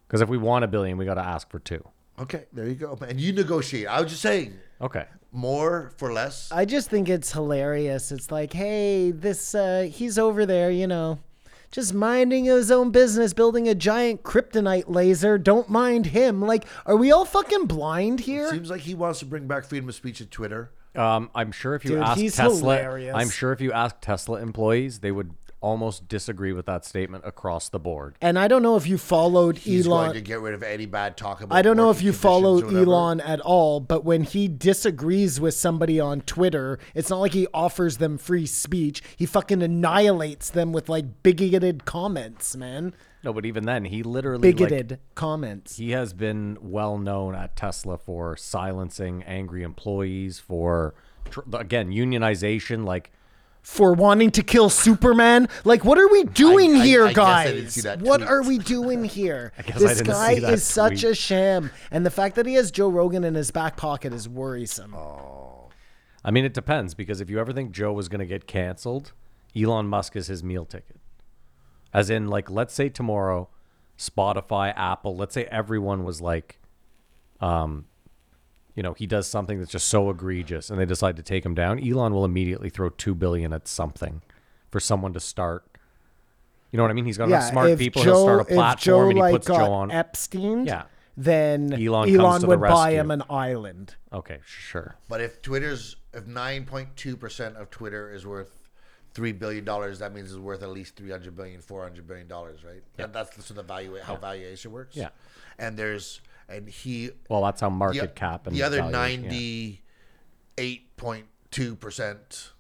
F: Because if we want a billion, we got to ask for two.
E: Okay, there you go. And you negotiate. I was just saying,
F: Okay.
E: more for less.
G: I just think it's hilarious. It's like, hey, this uh, he's over there, you know, just minding his own business, building a giant kryptonite laser. Don't mind him. Like, are we all fucking blind here?
E: Seems like he wants to bring back freedom of speech at Twitter.
F: Um, I'm sure if you
G: Dude,
F: ask
G: he's
F: Tesla,
G: hilarious.
F: I'm sure if you ask Tesla employees, they would almost disagree with that statement across the board.
G: and I don't know if you followed
E: He's
G: Elon.
E: going to get rid of any bad talk about.
G: I don't know if
E: working
G: you
E: conditions
G: follow
E: or whatever.
G: Elon at all, but when he disagrees with somebody on Twitter, it's not like he offers them free speech. He fucking annihilates them with like bigoted comments, man.
F: No, but even then, he literally like,
G: Bigoted comments.
F: he has been well known at Tesla for silencing angry employees, for tr- again unionization. Like
G: for wanting to kill Superman. Like, what are we doing
E: I- I
G: here,
E: guess I
G: guys?
E: didn't see that
G: what
E: tweet.
G: are we doing here?
F: guess I
G: this
F: didn't
G: guy
F: see that
G: is such
F: tweet.
G: a sham, and the fact that he has Joe Rogan in his back pocket is worrisome.
F: I mean, it depends because if you ever think Joe was going to get canceled, Elon Musk is his meal ticket. As in, like, let's say tomorrow, Spotify, Apple, let's say everyone was like, um, you know, he does something that's just so egregious, and they decide to take him down. Elon will immediately throw two billion at something for someone to start. You know what I mean? He's got enough smart
G: if
F: people. he'll start a
G: if
F: platform, and he
G: like,
F: puts
G: got
F: Joe on.
G: Epstein.
F: Yeah.
G: Then
F: Elon
G: Elon,
F: comes to the
G: would buy
F: rescue.
G: him an island.
F: okay, sure.
E: But if Twitter's if nine point two percent of Twitter is worth three billion dollars, that means it's worth at least 300 billion, 400 billion dollars, right? That, that's so the value how valuation works.
F: Yeah.
E: And there's and he
F: Well, that's how market
E: the,
F: cap and
E: the other
F: valuation- yeah.
E: ninety eight point two percent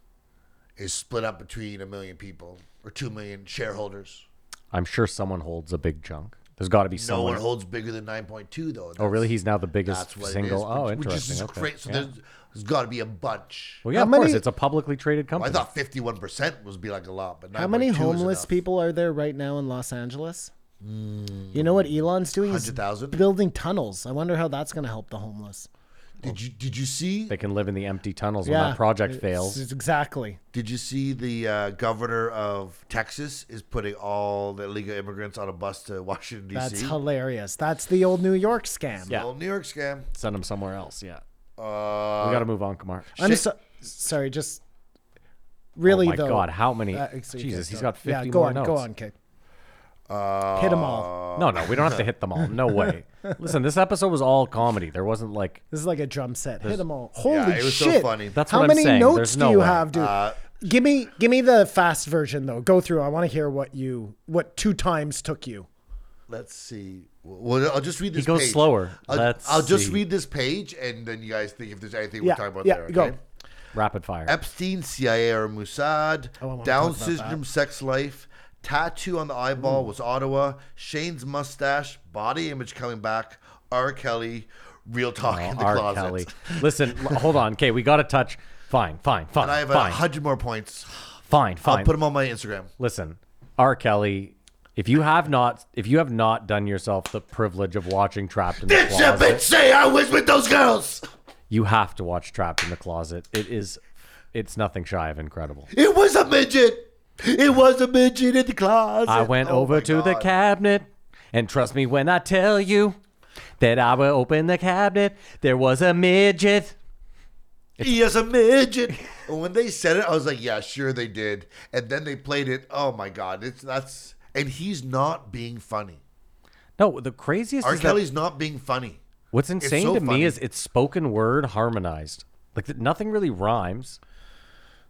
E: is split up between a million people or two million shareholders.
F: I'm sure someone holds a big chunk. There's got to be
E: No
F: someone.
E: one holds bigger than nine point two though.
F: Oh, really? He's now the biggest
E: That's what
F: single.
E: it is.
F: oh,
E: which-
F: interesting.
E: Which is
F: okay.
E: great. So
F: yeah.
E: there's, there's got to be a bunch.
F: well, yeah,
G: How
F: of course.
G: many-
F: It's a publicly traded
E: I
F: company.
E: thought fifty-one percent was be like a lot, but
G: How many
E: 9.2 is
G: homeless
E: enough. Hmm.
G: people are there right now in Los Angeles? You know what Elon's doing? He's
E: 100,000?
G: building tunnels. I wonder how that's going to help the homeless.
E: Did you did you see
F: they can live in the empty tunnels when that project
G: it's-
F: fails.
G: it's exactly.
E: did you see the uh, governor of Texas is putting all the illegal immigrants on a bus to Washington D.C.
G: That's hilarious. That's the old New York scam.
F: Yeah.
E: The old New York scam.
F: Send them somewhere else. Yeah.
E: Uh,
F: we got to move on, Kamar.
G: I'm so, sorry. Just really
F: oh my
G: though.
F: God, how many?
G: Uh, so you
F: Jesus,
G: can
F: he's
G: go.
F: got 50
G: Yeah, go
F: more
G: on.
F: notes.
G: Go on, kid. Hit them
E: Uh,
G: all.
F: No, no, we don't have to hit them all. No way. Listen, this episode was all comedy. There wasn't like
G: This is like a drum set. Hit them all. Holy
E: yeah, it was so
G: shit!
E: funny. Uh,
F: That's
G: how
F: what I'm
G: many
F: saying.
G: notes
F: There's
G: do
F: no
G: you
F: way.
G: have, dude? give me, give me the fast version though. Go through. I want to hear what you, what two times took you.
E: Let's see. Well, I'll just read this.
F: goes
E: page.
F: slower.
E: I'll,
F: Let's
E: I'll just
F: see.
E: read this page, and then you guys think if there's anything
G: yeah,
E: we're talking about
G: yeah.
E: there.
G: Go.
E: okay?
F: rapid fire.
E: Epstein, CIA or Mossad,
G: I
F: Oh,
G: wanna
E: Down
G: talk about
E: syndrome, sex life, tattoo on the eyeball
F: Hmm.
E: was Ottawa, Shane's mustache, body image coming back, R. Kelly, real talk in the
F: Oh, R.
E: closet.
F: Kelly. Listen, l- hold on. Okay, we got to touch. Fine, fine, fine.
E: And I have a
F: fine,
E: hundred more points.
F: fine, fine.
E: I'll put them on my Instagram.
F: listen, R. Kelly, if you have not if you have not done yourself the privilege of watching Trapped in the
E: Did you bitch
F: Closet,
E: say I was with those girls?
F: you have to watch Trapped in the Closet. It is it's nothing shy of incredible.
E: It was a midget. It was a midget in the closet.
F: I went
E: Oh my
F: over to the
E: God.
F: cabinet, and trust me when I tell you that I will open the cabinet. There was a midget.
E: He is a midget. and when they said it, I was like, yeah, sure they did. And then they played it. Oh my god, it's that's and he's not being funny.
F: No, the craziest
E: R.
F: is that-
E: Kelly's not being funny.
F: what's insane
E: so
F: to
E: funny.
F: me is it's spoken word harmonized. Like th- nothing really rhymes.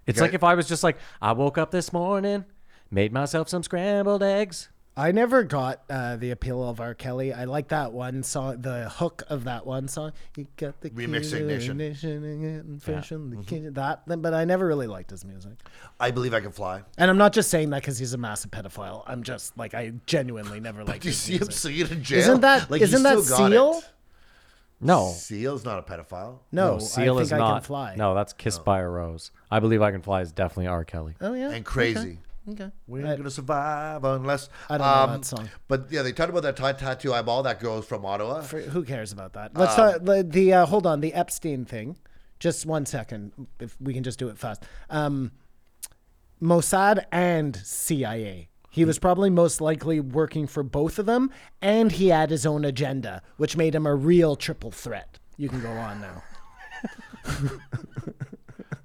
F: It's
E: Okay.
F: like if I was just like, I woke up this morning, made myself some scrambled eggs.
G: I never got uh, the appeal of R. Kelly. I like that one song, the hook of that one song. You got the
E: Remix
G: key to
E: Ignition.
G: and fish in
E: Mm-hmm.
G: the kitchen. That, but I never really liked his music.
E: I believe I can fly.
G: And I'm not just saying that because he's a massive pedophile. I'm just like I genuinely never liked
E: Do you
G: his
E: see him
G: music.
E: singing in jail?
G: Isn't that-
E: he
G: isn't that
E: still got
G: Seal?
E: it.
F: No,
E: Seal's not a pedophile.
G: No,
F: no, Seal
G: I think
F: is
G: I
F: not.
G: can fly.
F: No, that's Kissed by a Rose. I believe I can fly is definitely R. Kelly.
G: Oh yeah.
E: And crazy. Okay. We're
G: I-
E: gonna survive unless um,
G: I don't know that song.
E: But yeah, they talked about that tat- tattoo eyeball that girl's from Ottawa.
G: For, who cares about that? Let's
F: Um,
G: talk the, the uh, hold on the Epstein thing. Just one second, if we can just do it fast. Um, Mossad and CIA. He was probably most likely working for both of them, and he had his own agenda, which made him a real triple threat. You can go on now.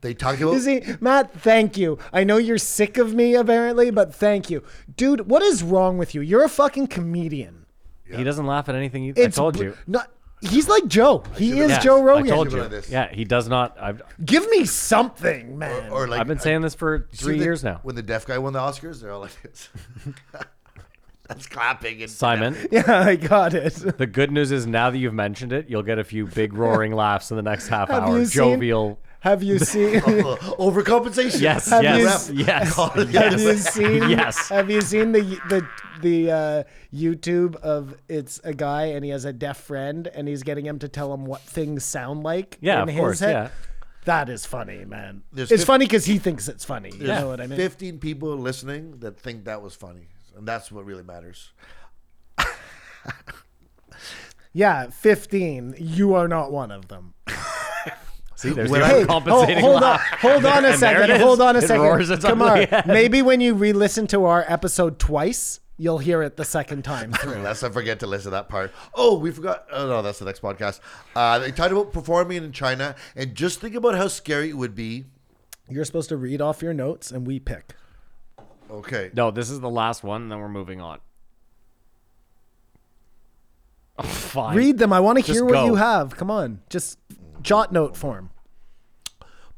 E: They talked about
G: You see, Matt, thank you. I know you're sick of me, apparently, but thank you. Dude, what is wrong with you? You're a fucking comedian.
F: He doesn't laugh at anything. He, I
G: It's
F: told
G: br-
F: you.
G: Not, he's like Joe. He is
F: Yeah,
G: Joe Rogan.
F: I told
E: Should've
F: you.
E: been on this.
F: Yeah, he does not. I've,
G: Give me something, man.
E: or like
F: I've been saying this for
E: See
F: three
E: the-
F: years now.
E: When the deaf guy won the Oscars, they're all like this. That's clapping. And
F: Simon,
G: yeah, I got it.
F: the good news is now that you've mentioned it, you'll get a few big roaring laughs in the next half
G: Have
F: hour.
G: you seen-
F: Jovial.
G: Have you seen?
E: Overcompensation.
F: Yes,
G: Have you s-
F: yes, yes,
G: have you
F: yes.
G: seen?
F: Yes.
G: Have you seen the the the uh, YouTube of it's a guy and he has a deaf friend and he's getting him to tell him what things sound like.
F: Yeah,
G: in
F: of
G: his
F: course,
G: head?
F: yeah.
G: That is funny, man.
I: There's
G: it's
I: fif-
G: funny because he thinks it's funny. You know what I mean?
E: 15 people listening that think that was funny. And that's what really matters.
G: Yeah, fifteen. You are not one of them.
F: See, there's
E: When
F: the
E: I- Hey,
G: Oh,
F: overcompensating
G: hold on,
F: laugh.
G: hold on a
F: And there it
G: second.
F: is.
G: Hold on a
F: It roars
G: second.
F: its
G: Come
F: ugly
G: on.
F: head.
G: Maybe when you re-listen to our episode twice, you'll hear it the second time through.
E: Unless I forget to listen to that part. Oh, we forgot. Oh, no, that's the next podcast. Uh, they talked about performing in China. And just think about how scary it would be.
G: You're supposed to read off your notes and we pick.
E: Okay.
F: No, this is the last one, and then we're moving on. Oh, fine.
G: Read them. I want to
F: Just
G: hear what
F: go.
G: you have. Come on. Just jot note form.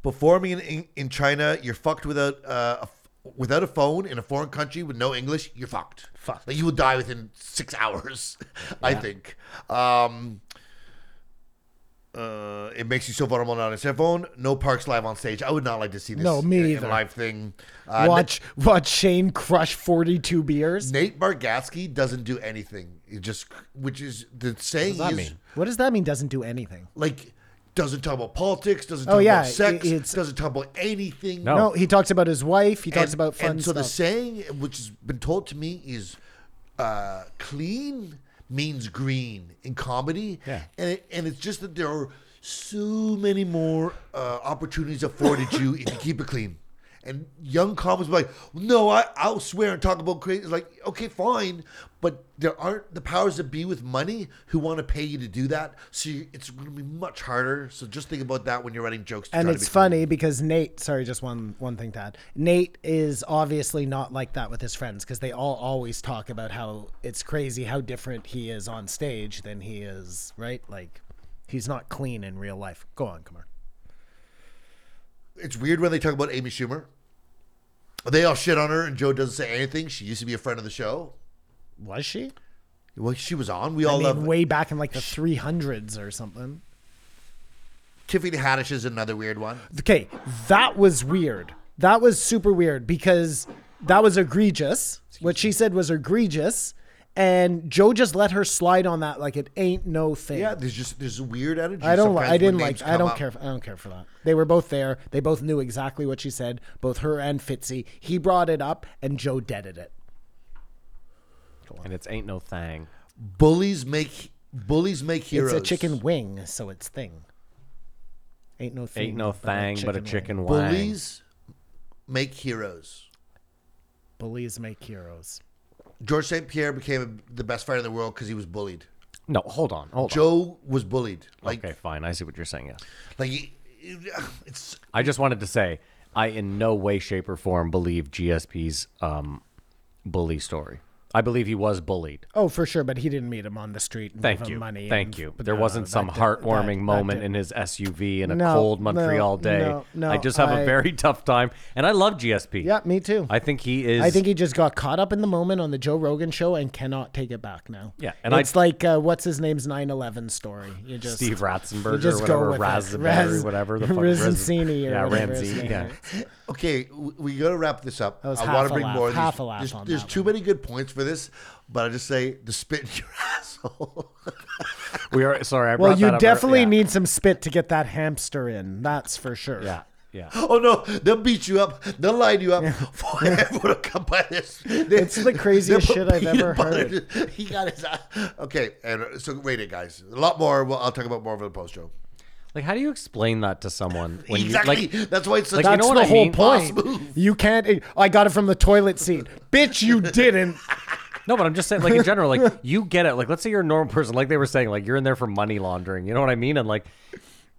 E: Performing in, in China, you're fucked without uh, a, f- without a phone in a foreign country with no English. You're fucked.
G: Fucked.
E: Like you will die within six hours, I think. Um, uh, it makes you so vulnerable not on a cell phone. No parks live on stage. I would not like to see this.
G: No, me
E: in- in
G: either.
E: live thing. Uh,
G: watch watch Shane crush 42 beers.
E: Nate Bargatze doesn't do anything. It just, which is the saying
F: that
E: is
F: mean?
G: What does that mean doesn't do anything?
E: like doesn't talk about politics, doesn't
G: Oh,
E: talk
G: yeah,
E: about sex,
G: i- it's-
E: doesn't talk about anything.
F: No.
G: No, he talks about his wife. He talks
E: And-
G: about fun
E: And so the
G: stuff.
E: saying, which has been told to me, is uh, clean means green in comedy.
F: Yeah.
E: And, it, and it's just that there are so many more uh, opportunities afforded you if you keep it clean. And young comics be like, no, I, I'll swear and talk about crazy. Like, okay, fine. But there aren't the powers that be with money who want to pay you to do that. So you, it's going to be much harder. So just think about that when you're writing jokes. to
G: and
E: try to
G: it's
E: be clean.
G: funny because Nate, sorry, just one one thing to add. Nate is obviously not like that with his friends because they all always talk about how it's crazy how different he is on stage than he is, right? Like he's not clean in real life. Go on, Kamar.
E: it's weird when they talk about Amy Schumer. They all shit on her, and Joe doesn't say anything. She used to be a friend of the show.
G: Was she?
E: Well, she was on. We
G: I
E: all
G: mean,
E: love.
G: way back in like the 300s or something.
E: Tiffany Haddish is another weird one.
G: Okay, that was weird. That was super weird because that was egregious. what she said was egregious. And Joe just let her slide on that like it ain't no thing.
E: Yeah, there's just there's a weird energy.
G: I don't. Li-
E: sometimes
G: I
E: when
G: didn't
E: names
G: like. I
E: come
G: don't
E: up.
G: care. f- I don't care for that. They were both there. They both knew exactly what she said. Both her and Fitzy. He brought it up, and Joe deaded it.
F: And it's ain't no thing.
E: Bullies make bullies make heroes.
G: It's a chicken wing, so it's thing. Ain't no thing.
F: Ain't no
G: but a
F: thing but a
G: wing.
F: chicken wing.
E: Bullies make heroes.
G: Bullies make heroes.
E: George St. Pierre became the best fighter in the world because he was bullied.
F: No, hold on, hold
E: Joe was bullied.
F: on.
E: Like
F: okay, fine. I see what you're saying. Yeah.
E: like he- it's
F: I just wanted to say, I in no way, shape, or form believe GSP's um, bully story. I believe he was bullied.
G: Oh, for sure, but he didn't meet him on the street. And
F: Thank
G: give
F: you.
G: Him money
F: Thank
G: and-
F: you.
G: but
F: There
G: no,
F: wasn't
G: that
F: some
G: did-
F: heartwarming
G: that- that
F: moment
G: did-
F: in his SUV in a
G: No,
F: cold
G: no,
F: Montreal day.
G: no, no,
F: I just have a
G: I-
F: very tough time, and I love GSP.
G: Yeah, me too.
F: I think he is.
G: I think he just got caught up in the moment on the Joe Rogan show and cannot take it back now.
F: Yeah, and I-
G: it's like uh, what's his name's 9/11 story. You just
F: Steve
G: you
F: Ratzenberger or
G: just
F: whatever,
G: go with it.
F: Razzberry,
G: Raz-
F: whatever the fuck.
G: Rizzini
F: Riz-
G: or
F: yeah,
G: whatever his
F: Ramsey.
G: name
F: Yeah.
G: is.
E: Okay, we, we gotta wrap this up.
G: was
E: I
G: half
E: want
G: a
E: to bring
G: laugh,
E: more. of these-
G: half a laugh
E: There's,
G: on
E: there's
G: that
E: too many good points for this, but I just say the spit in your asshole.
F: We are sorry. I
G: Well,
F: brought that
G: you
F: up ear-
G: definitely
F: yeah.
G: need some spit to get that hamster in. That's for sure.
F: Yeah. Yeah.
E: Oh no, they'll beat you up. They'll line you up. Everyone will come by this. They-
G: It's the craziest
E: they'll put
G: shit I've
E: peanut
G: ever
E: butter- He got his. eye- Okay, and uh, so wait it, guys. A lot more. Well, I'll talk about more of the post show.
F: Like, how do you explain that to someone? When
E: Exactly.
F: You, like,
E: That's why it's such.
F: like, you
E: a
F: know what
G: the
F: I
G: whole
F: mean?
G: point. You can't. eh, I got it from the toilet seat. Bitch, you didn't.
F: No, but I'm just saying, like in general, like you get it. Like, let's say you're a normal person, like they were saying, like you're in there for money laundering. You know what I mean? And like,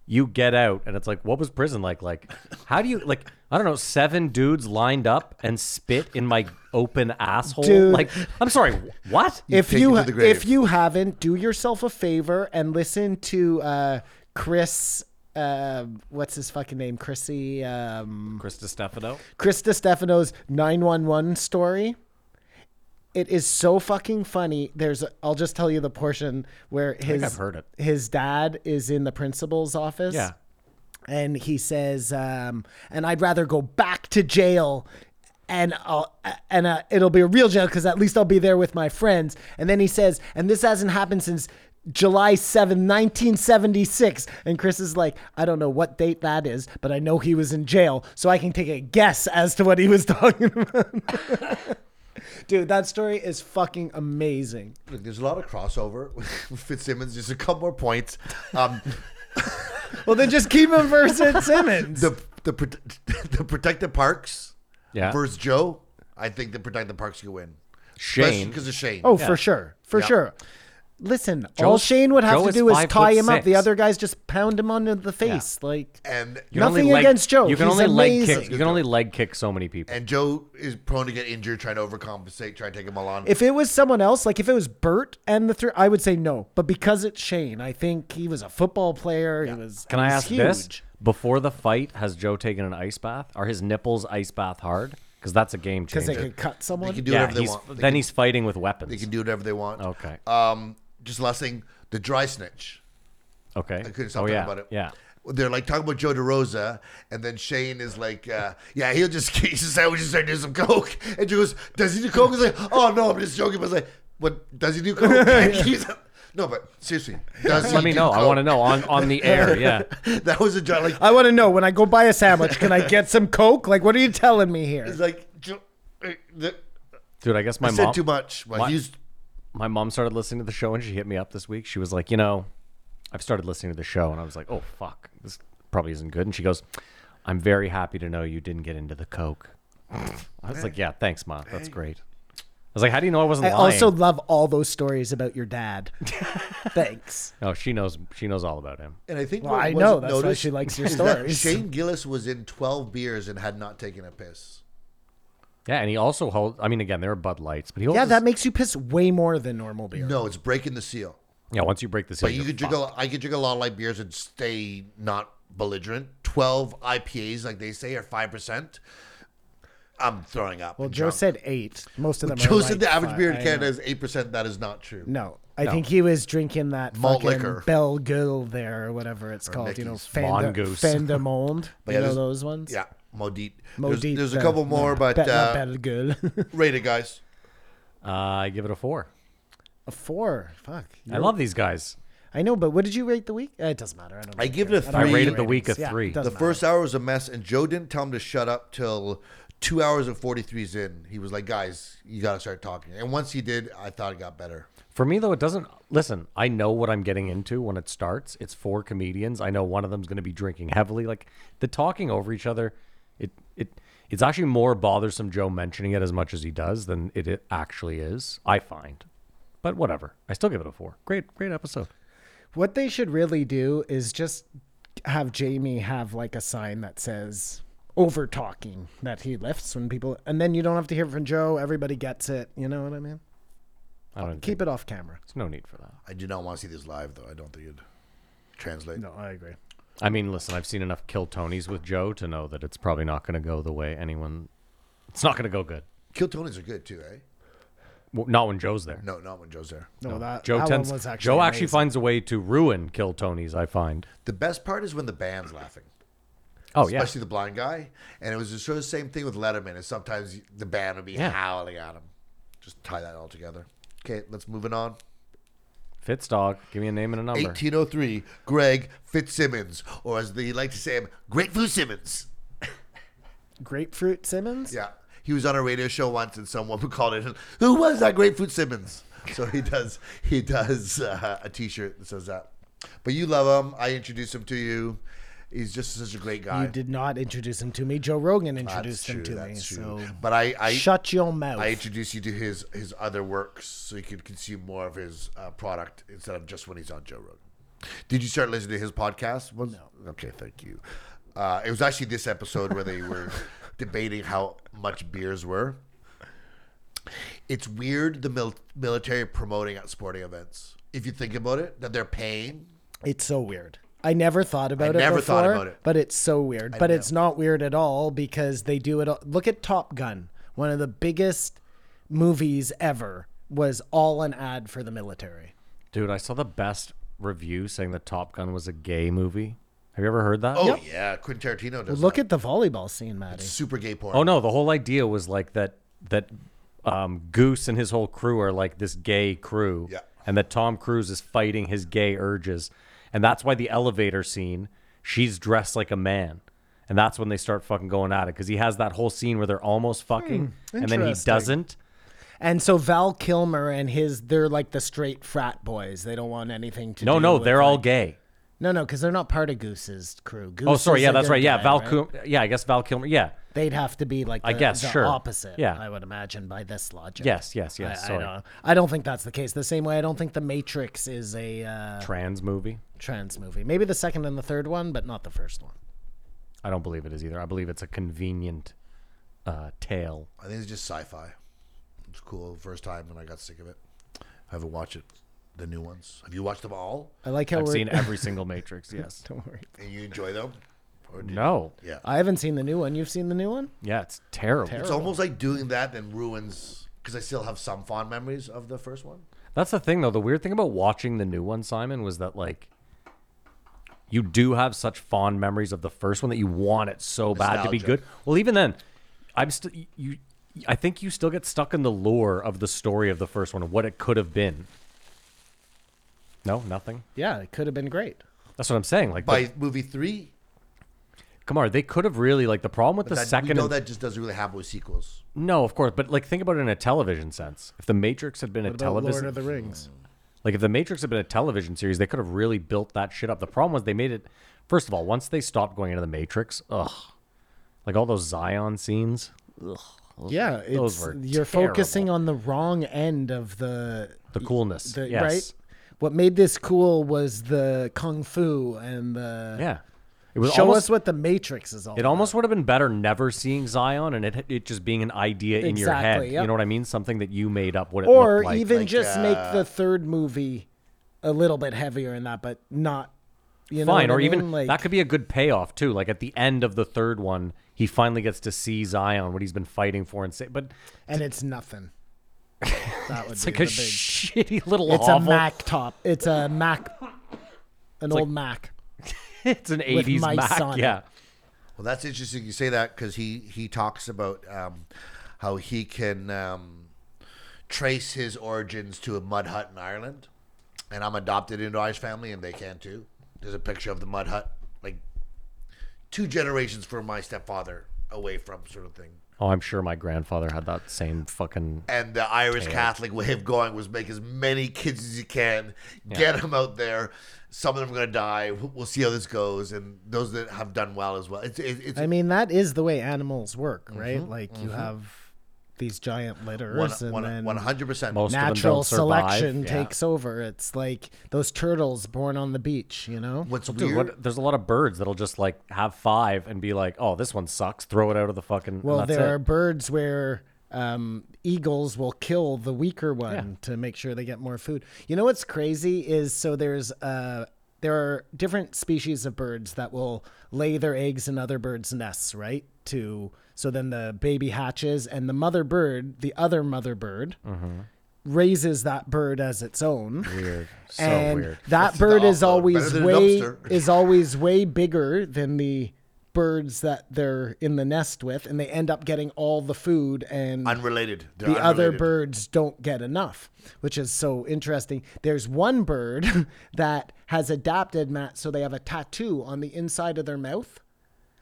F: you get out, and it's like, what was prison like? Like, how do you like? I don't know. Seven dudes lined up and spit in my open asshole.
G: Dude.
F: Like, I'm sorry, what?
G: if
E: take
G: you
E: it to
G: ha-
E: the grave.
G: if you haven't, do yourself a favor and listen to uh, Chris. Uh, what's his fucking name? Chrissy. Um,
F: Chris Stefano.
G: Chris Stefano's 911 story. It is so fucking funny. There's, I'll just tell you the portion where his
F: I've heard it.
G: his dad is in the principal's office.
F: Yeah.
G: and he says, um, "And I'd rather go back to jail." And I'll, and uh, it'll be a real jail because at least I'll be there with my friends. And then he says, and this hasn't happened since July 7, 1976. And Chris is like, I don't know what date that is, but I know he was in jail, so I can take a guess as to what he was talking about. Dude, that story is fucking amazing.
E: Look, there's a lot of crossover. with Fitzsimmons, just a couple more points. Um,
G: Well, then just keep him versus Simmons.
E: the the prote- the protected parks
F: Yeah.
E: versus Joe. I think the protected parks could win.
F: Shane.
E: because of Shane.
G: Oh, for sure, for
E: Yeah.
G: sure. Listen, all
F: Joe's-
G: Shane would have
F: Joe
G: to
F: is
G: do is
F: five
G: tie
F: foot
G: him up. The
F: six.
G: other guys just pound him onto the face. Like
E: and
F: You can only
G: nothing
F: leg-
G: against Joe.
F: You can
G: He's
F: only leg kick.
G: amazing.
F: You can only leg kick so many people.
E: and Joe is prone to get injured, trying to overcompensate, trying to take him along.
G: if it was someone else, like if it was Bert and the three, I would say no. But because it's Shane, I think he was a football player. He was.
F: Can
G: he
F: I
G: was
F: ask
G: huge.
F: this? Before the fight, has Joe taken an ice bath? Are his nipples ice bath hard? Because that's a game
G: Because they
F: changer.
G: could cut someone.
E: they can do
F: yeah,
E: whatever they
F: he's-
E: want. They
F: then
E: can,
F: he's fighting with weapons.
E: they can do whatever they want.
F: Okay.
E: Um, just last thing, the dry snitch.
F: Okay.
E: I couldn't stop
F: oh,
E: talking
F: yeah.
E: about it.
F: Yeah.
E: They're like talking about Joe DeRosa, and then Shane is like, uh, "Yeah, he'll just he just said we just started doing some coke." And Joe goes, "Does he do coke?" He's like, "Oh no, I'm just joking." But it's like, "What does he do coke?" And he's like- no, but seriously, does he
F: Let me
E: do
F: know. I
E: coke?
F: want to know on, on the air. Yeah.
E: That was a dry like
G: I want to know when I go buy a sandwich, can I get some Coke? Like, what are you telling me here?
E: it's like Joe, uh, the,
F: Dude, I guess my
E: I said
F: mom
E: too much. Well,
F: My-
E: he's
F: my mom started listening to the show and she hit me up this week. She was like, you know, I've started listening to the show and I was like, oh fuck, this probably isn't good. And she goes, I'm very happy to know you didn't get into the coke. I was like, yeah, thanks, mom. That's great. I was like, how do you know I wasn't
G: I
F: lying?
G: also love all those stories about your dad. Thanks.
F: no, Oh, she knows. She knows all about him.
E: and I think
G: Well,
E: what
G: I
E: wasn't
G: know that's why
E: noticed
G: she likes your
E: is that
G: stories.
E: Shane Gillis was in 12 beers and had not taken a piss.
F: Yeah, and he also holds. I mean, again, there are Bud Lights, but he holds.
G: Yeah,
F: his-
G: that makes you piss way more than normal beer.
E: No, it's breaking the seal.
F: yeah. Once you break this,
E: But you could drink a lot, I could drink a lot of light beers and stay not belligerent. 12 IPAs, like they say, are 5%. I'm throwing up.
G: Well,
E: and
G: Joe
E: drunk.
G: said eight. Most of them.
E: Joe
G: are
E: said
G: like
E: the average
G: five.
E: beer in
G: I
E: Canada
G: know.
E: is 8%. That is not true.
G: No, I think he was drinking that
E: Malt
G: fucking
E: liquor.
G: Bell Gill there or whatever it's called. You know,
E: Mickey's.
G: Fenda,
F: Mongoose.
G: Fenda Monde. You
E: yeah,
G: know
E: there's-
G: those ones.
E: Yeah, Modit. There's,
G: Modite,
E: there's a
G: uh,
E: couple more,
G: no,
E: but
G: Be- not
E: uh,
G: Belle Gueule.
E: rate it, guys.
F: Uh, I give it a four.
G: a four. Fuck.
F: I love these guys.
G: I know, but what did you rate the week? Uh, it doesn't matter. I don't.
E: I
G: know.
E: give it a
G: don't
E: three.
F: I
G: know
F: rated
G: the
F: the week a
G: ratings. Yeah, it
F: three.
G: doesn't
E: The first hour was a mess, and Joe didn't tell him to shut up till two hours and 43s in. He was like, guys, you got to start talking. And once he did, I thought it got better.
F: For me, though, it doesn't. Listen, I know what I'm getting into when it starts. It's four comedians. I know one of them's going to be drinking heavily. Like the talking over each other, it it it's actually more bothersome. Joe mentioning it as much as he does than it, it actually is. I find, but whatever. I still give it a four. Great, great episode.
G: What they should really do is just have Jamie have like a sign that says over talking that he lifts when people, and then you don't have to hear it from Joe. Everybody gets it. You know what I mean?
F: I don't
G: Keep it off camera.
F: There's no need for that.
E: I do not want to see this live, though. I don't think it'd translate.
G: No, I agree.
F: I mean, listen, I've seen enough kill Tonys with Joe to know that it's probably not going to go the way anyone. It's not going to go good.
E: Kill Tony's are good, too, eh?
F: Well, not when Joe's there.
E: No, not when Joe's there.
G: No, that
F: Joe
G: Uh, that
F: tends.
G: one was actually
F: Joe actually
G: amazing.
F: finds a way to ruin kill Tonys. I find.
E: The best part is when the band's laughing,
F: Oh yeah.
E: especially the blind guy. And it was just sort of the same thing with Letterman. Is sometimes the band would be
F: Yeah.
E: howling at him. Just tie that all together. Okay, let's moving on.
F: Fitz dog. Give me a name and a number.
E: 1803, Greg Fitzsimmons, or as they like to say him, Greg Foo Simmons.
G: Grapefruit Simmons?
E: Yeah. He was on a radio show once and someone called in, Who was that Grapefruit Simmons? So he does he does uh, a t shirt that says that. But you love him. I introduced him to you. He's just such a great guy.
G: You did not introduce him to me. Joe Rogan
E: That's
G: introduced
E: true.
G: him to me.
E: that's true.
G: So
E: But I, I
G: shut your mouth.
E: I introduced you to his his other works so you could consume more of his uh, product instead of just when he's on Joe Rogan. Did you start listening to his podcast? Was, no. Okay, thank you. Uh, it was actually this episode where they were debating how much beers were. It's weird the mil- military promoting at sporting events. If you think about it, that they're paying.
G: It's so weird. I never thought about it.
E: never
G: before,
E: thought about it.
G: But it's so weird. but it's not weird at all because they do it. All. Look at Top Gun. One of the biggest movies ever was all an ad for the military.
F: Dude, I saw the best review saying that Top Gun was a gay movie. Have you ever heard that?
E: Oh yeah, Quentin Tarantino does.
G: Look
E: that.
G: at the volleyball scene, Maddie.
E: super gay porn.
F: Oh no, the whole idea was like that that um, Goose and his whole crew are like this gay crew,
E: Yeah.
F: and that Tom Cruise is fighting his gay urges, and that's why the elevator scene, she's dressed like a man. And that's when they start fucking going at it because he has that whole scene where they're almost fucking,
E: Hmm,
F: and then he
G: interesting.
F: doesn't.
G: And so Val Kilmer and his, they're like the straight frat boys. They don't want anything to
F: No,
G: do
F: no,
G: with,
F: they're all
G: like-
F: gay.
G: No, no, because they're not part of Goose's crew. Goose
F: Oh, sorry,
G: is
F: yeah,
G: a
F: that's
G: good
F: right. Yeah,
G: guy,
F: Val
G: right?
F: Kilmer. Yeah, I guess Val Kilmer. Yeah,
G: They'd have to be like the,
F: I guess,
G: the
F: sure.
G: opposite.
F: Yeah.
G: I would imagine by this logic.
F: yes, yes, yes.
G: I, I
F: sorry,
G: don't, I don't think that's the case. The same way I don't think The Matrix is a uh,
F: trans movie.
G: trans movie. Maybe the second and the third one, but not the first one.
F: I don't believe it is either. I believe it's a convenient uh, tale.
E: I think it's just sci-fi. It's cool. First time when I got sick of it. I haven't watched it. The new ones. Have you watched them all?
G: I like how
F: I've
G: we're.
F: seen every single Matrix. Yes.
G: don't worry.
E: And you enjoy them? Or did-
F: No.
E: Yeah.
G: I haven't seen the new one. You've seen the new one?
F: Yeah, it's terrible.
E: It's almost like doing that then ruins because I still have some fond memories of the first one.
F: That's the thing, though. The weird thing about watching the new one, Simon, was that like you do have such fond memories of the first one that you want it so bad to be
E: Nostalgia.
F: good. Well, even then, I'm still you. I think you still get stuck in the lore of the story of the first one, what it could have been. No, nothing.
G: Yeah, it could have been great.
F: That's what I'm saying. Like, the,
E: By movie three,
F: come on, they could have really like the problem with the
E: that,
F: second.
E: we know
F: and-
E: that just doesn't really happen with sequels.
F: No, of course, but like think about it in a television sense. If the Matrix had been a
G: What about
F: television,
G: Lord of the Rings?
F: Mm, Like if the Matrix had been a television series, they could have really built that shit up. The problem was they made it. First of all, once they stopped going into the Matrix, ugh, like all those Zion scenes. Ugh, those
G: Yeah,
F: were-
G: it's
F: were
G: you're
F: terrible.
G: focusing on the wrong end of the
F: the coolness,
G: the
F: yes.
G: right. What made this cool was the kung fu and the
F: Yeah, it was
G: show
F: almost.
G: us what the Matrix is all.
F: it
G: about.
F: almost would have been better never seeing Zion and it it just being an idea in your head.
G: Exactly,
F: You
G: yep.
F: know what I mean? Something that you made up. What it
G: or
F: looked like.
G: even
F: Like, uh,
G: just make the third movie a little bit heavier in that, but not you know
F: fine,
G: what
F: or
G: I
F: even
G: mean? like
F: that could be a good payoff too. Like at the end of the third one, he finally gets to see Zion, what he's been fighting for, and say, but
G: and it's nothing. That would
F: it's
G: be
F: like
G: the
F: a
G: big.
F: shitty little
G: it's
F: hovel.
G: a Mac top. It's a Mac, an old Mac.
F: It's an eighties
G: mice
F: Mac.
G: on it.
F: yeah,
E: Well, that's interesting you say that because he he talks about um, how he can um, trace his origins to a mud hut in Ireland, and I'm adopted into Irish family, and they can too. There's a picture of the mud hut, like two generations from my stepfather away from sort of thing.
F: Oh, I'm sure my grandfather had that same fucking.
E: And the Irish Catholic way of going was make as many kids as you can, get 'em get them out there. Some of them are going to die. We'll we'll see how this goes. And those that have done well as well. It's, it's, it's
G: I mean, that is the way animals work,
F: Mm-hmm.
G: right? like you have these giant litters,
E: one,
G: and
E: one,
G: then
E: 100%.
F: Most of them
G: natural
F: don't survive.
G: selection
F: Yeah.
G: takes over. It's like those turtles born on the beach, you know.
E: What's
F: Dude,
E: weird?
F: what, there's a lot of birds that'll just like have five and be like, "Oh, this one sucks. Throw it out of the fucking." and
G: Well,
F: that's
G: there
F: it.
G: are birds where um, eagles will kill the weaker one to make sure they get more food. You know what's crazy is so there's uh, there are different species of birds that will lay their eggs in other birds' nests, right? To so then the baby hatches and the mother bird, the other mother bird. Raises that bird as its own. Weird,
F: So
G: and
F: Mm-hmm. weird.
E: That's
G: that
E: the
G: bird is
E: offload.
G: always
E: Better than a
G: way
E: dumpster.
G: is always way bigger than the birds that they're in the nest with, and they end up getting all the food, and
E: unrelated. They're
G: the other
E: unrelated.
G: birds don't get enough, which is so interesting. There's one bird that has adapted, Matt, so they have a tattoo on the inside of their mouth.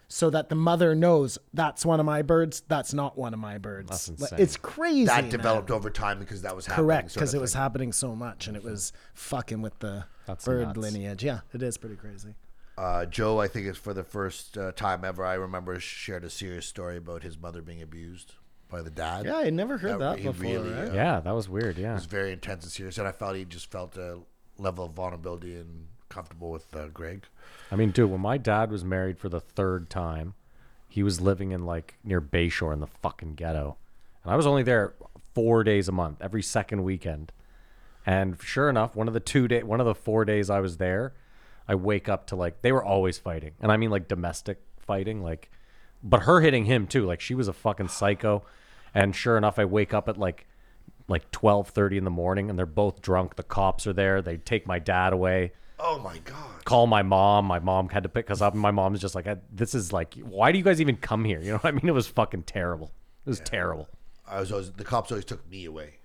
G: so that the mother knows that's one of my birds, that's not one of my birds.
F: That's
G: Like,
F: insane.
G: It's crazy.
E: That
G: man.
E: developed over time because that was happening.
G: Correct,
E: sort of
G: because it was
E: thing.
G: happening so much and it was fucking with the
F: That's
G: bird
F: nuts.
G: lineage. Yeah, it is pretty crazy.
E: uh, Joe, I think it's for the first uh, time ever I remember shared a serious story about his mother being abused by the dad.
G: Yeah, I never heard that
E: he
G: before, right?
E: uh,
F: Yeah, that was weird. Yeah.
E: was very intense and serious, and I felt he just felt a level of vulnerability and comfortable with uh, Greg.
F: I mean, dude, when my dad was married for the third time, he was living in like near Bayshore in the fucking ghetto. And I was only there four days a month, every second weekend. And sure enough, one of the two day one of the four days I was there, I wake up to like they were always fighting. And I mean like domestic fighting, like but her hitting him too. Like she was a fucking psycho. And sure enough, I wake up at like like twelve thirty in the morning and they're both drunk. The cops are there. They take my dad away
E: Oh my God!
F: call my mom. My mom had to pick us up, and my mom's just like, I- "This is like, why do you guys even come here?" You know what I mean? It was fucking terrible. It was terrible.
E: I was always the cops always took me away.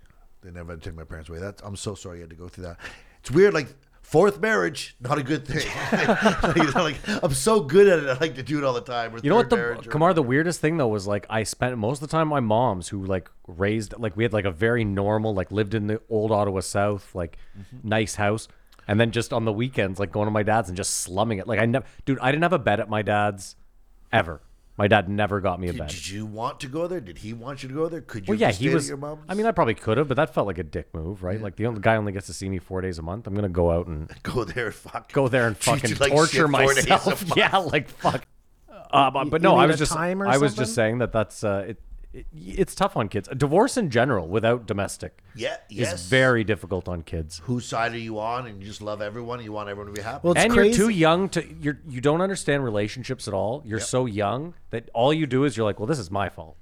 E: They never took my parents away. That's I'm so sorry you had to go through that. It's weird, like fourth marriage, not a good thing. like, like, I'm so good at it, I like to do it all the time. or
F: You know what?
E: third
F: The
E: marriage or-
F: Kamar, the weirdest thing though was like I spent most of the time at my mom's, who like raised like we had like a very normal like lived in the old Ottawa South, like nice house, and then just on the weekends like going to my dad's and just slumming it. Like I never, dude, I didn't have a bed at my dad's ever. My dad never got me a bed.
E: Did you want to go there? Did he want you to go there? Could you?
F: Well, yeah,
E: have stayed
F: he
E: at
F: was.
E: Your mom's?
F: I mean, I probably could have, but that felt like a dick move, right? Like the only guy only gets to see me four days a month. I'm gonna go out and
E: go there and fuck.
F: go there and
E: Treat
F: fucking
E: you like shit
F: torture
E: four days a
F: myself.
E: month.
F: Yeah, like fuck. Uh, but, but
G: you
F: no, I
G: need
F: was
G: a
F: just. I
G: time or
F: was just
G: something?
F: saying that that's uh, it, it. It's tough on kids. Divorce in general, without domestic,
E: Yeah,
F: is
E: yes.
F: very difficult on kids.
E: Whose side are you on? And you just love everyone. You want everyone to be happy.
G: Well, it's
F: and
G: crazy.
F: you're too young to you're you don't understand relationships at all. You're so young that all you do is you're like, well, this is my fault,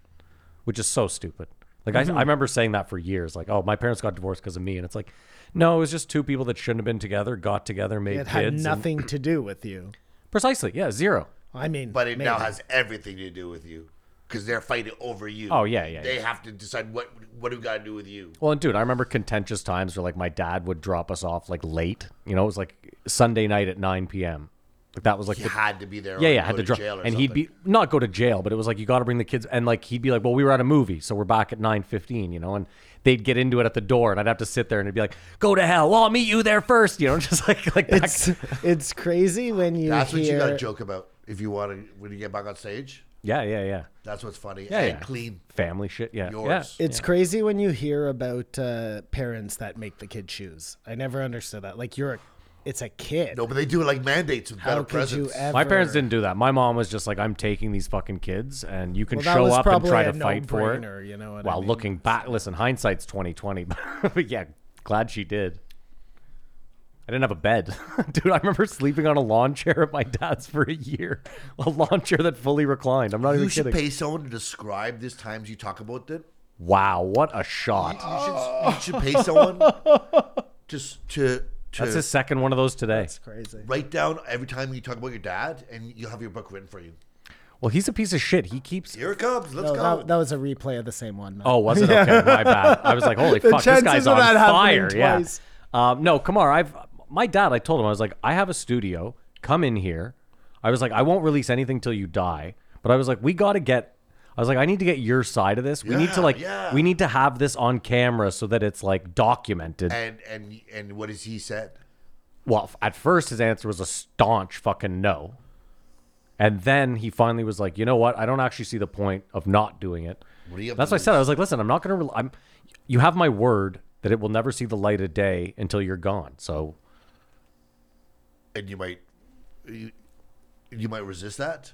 F: which is so stupid. Like
G: Mm-hmm.
F: I, I remember saying that for years, like, oh, my parents got divorced because of me, and it's like, no, it was just two people that shouldn't have been together got together, made
G: It
F: kids.
G: had
F: and-
G: nothing to do with you.
F: precisely, yeah, zero.
G: I mean,
E: but it now
G: maybe.
E: has everything to do with you because they're fighting over you.
F: Oh, yeah, yeah,
E: They have to decide what what do we got to do with you.
F: Well, and dude, I remember contentious times where like my dad would drop us off like late. You know, it was like Sunday night at nine p.m. Like that was like
E: You
F: the
E: had to be there.
F: Yeah,
E: or
F: yeah,
E: go
F: had to,
E: to
F: drop,
E: jail or
F: and he'd
E: something.
F: be not go to jail, but it was like you got to bring the kids, and like he'd be like, "Well, we were at a movie, so we're back at nine fifteen, you know," and they'd get into it at the door, and I'd have to sit there, and it'd be like, "Go to hell! Well, I'll meet you there first, you know, just like like back.
G: It's, it's crazy when you
E: That's
G: hear.
E: what you got to joke about if you want to when you get back on stage.
F: yeah, yeah, yeah,
E: That's what's funny.
F: yeah, yeah,
E: and clean.
F: family shit, yeah,
E: Yours.
F: yeah.
G: It's crazy when you hear about uh, parents that make the kid choose. I never understood that. Like you're, a, it's a kid.
E: No, but they do it like mandates with
G: How
E: better
G: could
E: presents.
G: you ever?
F: My parents didn't do that. My mom was just like, "I'm taking these fucking kids, and you can
G: Well, that
F: show
G: was
F: up and
G: probably
F: try
G: a
F: to fight for
G: no-brainer,
F: it."
G: you know what I
F: Well,
G: mean?
F: looking back, listen, hindsight's twenty twenty, but yeah, glad she did. I didn't have a bed, dude. I remember sleeping on a lawn chair at my dad's for a year, a lawn chair that fully reclined. I'm not
E: you
F: even
E: should
F: kidding.
E: pay someone to describe these times you talk about it.
F: wow, what a shot!
E: You should,
F: Oh.
E: you should pay someone just to to
F: That's his second one of those today.
G: It's crazy.
E: write down every time you talk about your dad, and you'll have your book written for you.
F: Well, he's a piece of shit. He keeps.
E: Here it comes. Let's
G: No,
E: go.
G: Oh, that, that was a replay of the same one. Matt.
F: Oh, was it? Okay, my bad. I was like, holy
G: The
F: fuck, this guy's
G: chances of
F: on
G: that
F: fire.
G: happening
F: Yeah.
G: twice.
F: Um, no, Kamar, I've my dad. I told him I was like, I have a studio. Come in here. I was like, I won't release anything till you die. But I was like, we got to get. I was like, I need to get your side of this. We need to
E: Yeah,
F: like,
E: yeah.
F: we need to have this on camera so that it's like documented.
E: and and and what has he said?
F: well, f- at first his answer was a staunch fucking no. And then he finally was like, you know what? I don't actually see the point of not doing it.
E: What do you have
F: That's
E: to
F: what I said. I was like, listen, I'm not gonna. Re- I'm. You have my word that it will never see the light of day until you're gone. So
E: And you might you, you might resist that.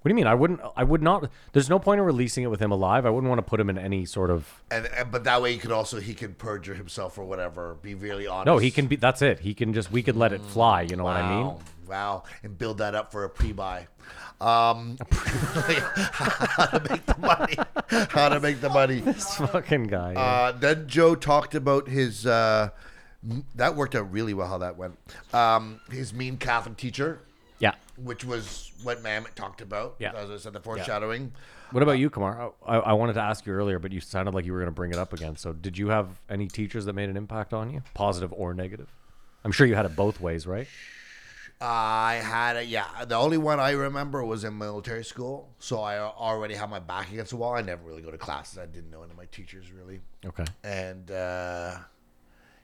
F: what do you mean? I wouldn't. I would not. There's no point in releasing it with him alive. I wouldn't want to put him in any sort of.
E: And, and but that way you could also he can perjure himself or whatever. Be really honest.
F: No, he can be. That's it. He can just. We could let it fly. You know what I mean?
E: Wow, wow, and build that up for a pre-buy. Um, how to make the money? How to make the money?
F: This fucking guy. yeah.
E: Uh, then Joe talked about his. Uh, m- that worked out really well. How that went. Um, his mean Catholic teacher,
F: yeah.
E: which was what Mamet talked about.
F: Yeah.
E: as I said, the foreshadowing.
F: What about you, Kamar? I, I wanted to ask you earlier, but you sounded like you were going to bring it up again. So, did you have any teachers that made an impact on you, positive or negative? I'm sure you had it both ways, right?
E: I had a, yeah. The only one I remember was in military school, so I already had my back against the wall. I never really go to classes. I didn't know any of my teachers really,
F: Okay.
E: and uh,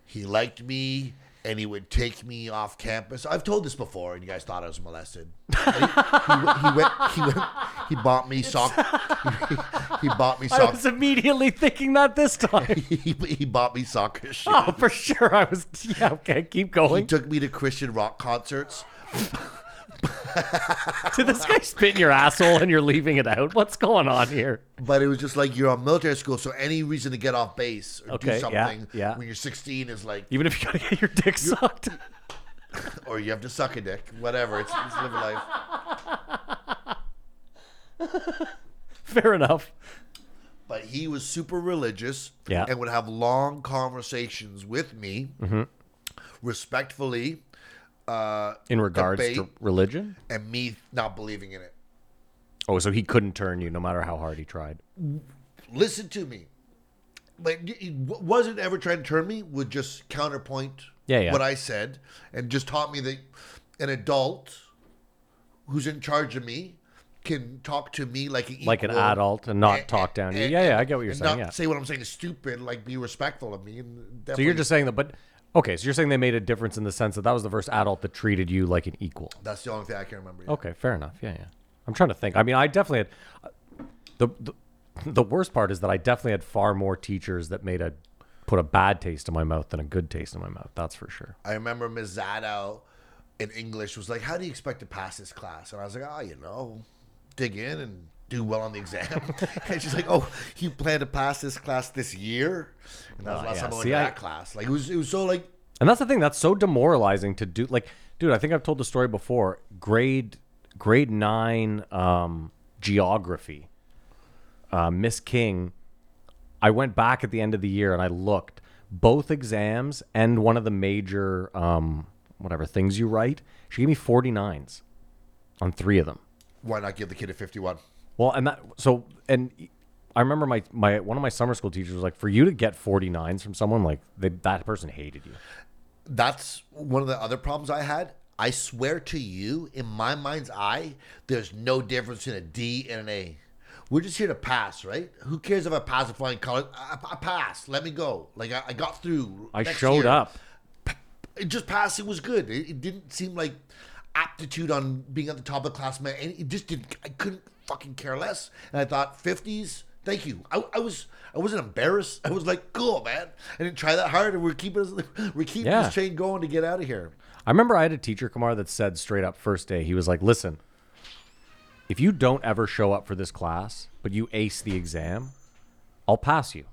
E: he liked me, and he would take me off campus. I've told this before, and you guys thought I was molested. he, he went. He went. He bought me sock. he, bought me
F: I
E: sock.
F: was immediately thinking that this time.
E: He, he bought me soccer shoes.
F: oh, for sure. I was. Yeah. Okay. Keep
E: He
F: going.
E: took me to Christian rock concerts.
F: Did this guy spit in your asshole and you're leaving it out? What's going on here?
E: But it was just like you're on military school, so any reason to get off base or
F: Okay, yeah,
E: do something
F: yeah.
E: when you're 16 is like,
F: Even if you gotta get your dick sucked.
E: or you have to suck a dick, whatever. It's, it's live life.
F: Fair enough.
E: But he was super religious
F: Yeah. Mm-hmm.
E: and would have long conversations with me, respectfully, uh,
F: In regards to
E: Debate.
F: religion.
E: and me not believing in it.
F: Oh, so he couldn't turn you no matter how hard he tried.
E: Listen to me. Like he w- wasn't ever trying to turn me. Would just counterpoint
F: Yeah, yeah.
E: what I said, and just taught me that an adult who's in charge of me can talk to me like an
F: Like an
E: equal
F: adult and not
E: and-
F: talk down to you.
E: and-
F: Yeah, yeah, I get what you're
E: and
F: saying.
E: Not
F: Yeah.
E: say what I'm saying is stupid. Like be respectful of me. And
F: So you're just saying that, but okay, so you're saying they made a difference in the sense that that was the first adult that treated you like an equal.
E: that's the only thing I can remember.
F: Okay, fair enough. Yeah, yeah. I'm trying to think. I mean, I definitely had uh, the the, the worst part is that I definitely had far more teachers that made a put a bad taste in my mouth than a good taste in my mouth. That's for sure.
E: I remember Ms. Zadow in English was like, "How do you expect to pass this class?" And I was like, "Oh, you know, dig in and do well on the exam." and she's like, "Oh, you plan to pass this class this year?" And that was
F: Oh,
E: the last
F: yeah.
E: time I went
F: See,
E: to
F: I-
E: that class. Like it was, it was so like
F: And that's the thing that's so demoralizing to do. Like, dude, I think I've told the story before. Grade grade nine um, geography. Uh, Miss King. I went back at the end of the year and I looked both exams and one of the major um, whatever things you write. She gave me forty nines on three of them.
E: why not give the kid a fifty-one?
F: Well, and that so and I remember my my one of my summer school teachers was like, for you to get forty nines from someone like they, that person hated you.
E: That's one of the other problems I had. I swear to you, in my mind's eye, there's no difference in a D and an A. We're just here to pass, right? Who cares if I pass a flying color? I, I passed. Let me go. Like I, I got through.
F: I
E: next
F: showed
E: year.
F: up.
E: It just passing was good. It, it didn't seem like aptitude on being at the top of the class. Man, and it just didn't. I couldn't fucking care less. And I thought fifties. Thank you. I, I was I wasn't embarrassed. I was like, cool, man. I didn't try that hard, and we're keeping we're keeping
F: Yeah.
E: this train going to get out of here.
F: I remember I had a teacher, Kamar, that said straight up first day, he was like, listen, if you don't ever show up for this class, but you ace the exam, I'll pass you.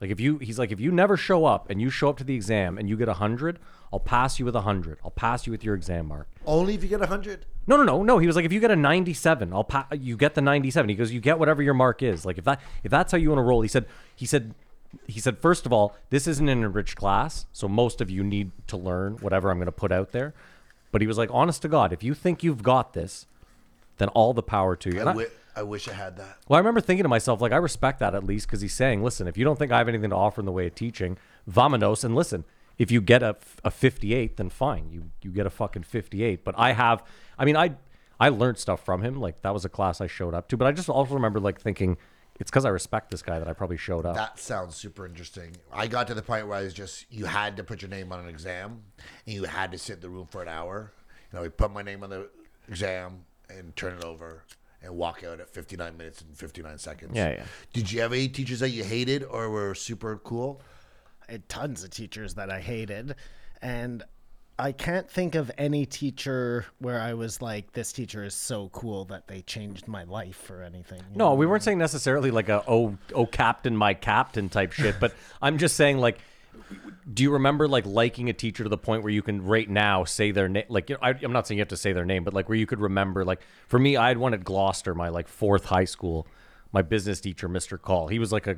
F: Like if you, he's like, if you never show up and you show up to the exam and you get a hundred, I'll pass you with a hundred. I'll pass you with your exam mark.
E: Only if you get hundred.
F: No, no, no, no. He was like, if you get a 97, I'll pa- you get the 97. He goes, you get whatever your mark is. Like if that if that's how you want to roll. He said, he said, he said, first of all, this isn't an enriched class, so most of you need to learn whatever I'm going to put out there. But he was like, honest to God, if you think you've got this, then all the power to you. And
E: I
F: I-
E: wi- I wish I had that.
F: well, I remember thinking to myself, like, I respect that at least because he's saying, listen, if you don't think I have anything to offer in the way of teaching, vamanos. And listen, if you get a, a 58, then fine, you you get a fucking 58. But I have, I mean, I I learned stuff from him. Like that was a class I showed up to. But I just also remember like thinking, it's because I respect this guy that I probably showed up.
E: That sounds super interesting. I got to the point where I was just you had to put your name on an exam, and you had to sit in the room for an hour. You know, we put my name on the exam and turn it over and walk out at 59 minutes and 59 seconds.
F: Yeah, yeah.
E: Did you have any teachers that you hated or were super cool?
G: I had tons of teachers that I hated, and I can't think of any teacher where I was like, "This teacher is so cool that they changed my life" or anything. you
F: No,
G: know?
F: we weren't saying necessarily like a oh oh captain my captain type shit, but I'm just saying like do you remember like liking a teacher to the point where you can right now say their name like you know, I, i'm not saying you have to say their name but like where you could remember like for me i had one at gloucester my like fourth high school my business teacher mr call he was like a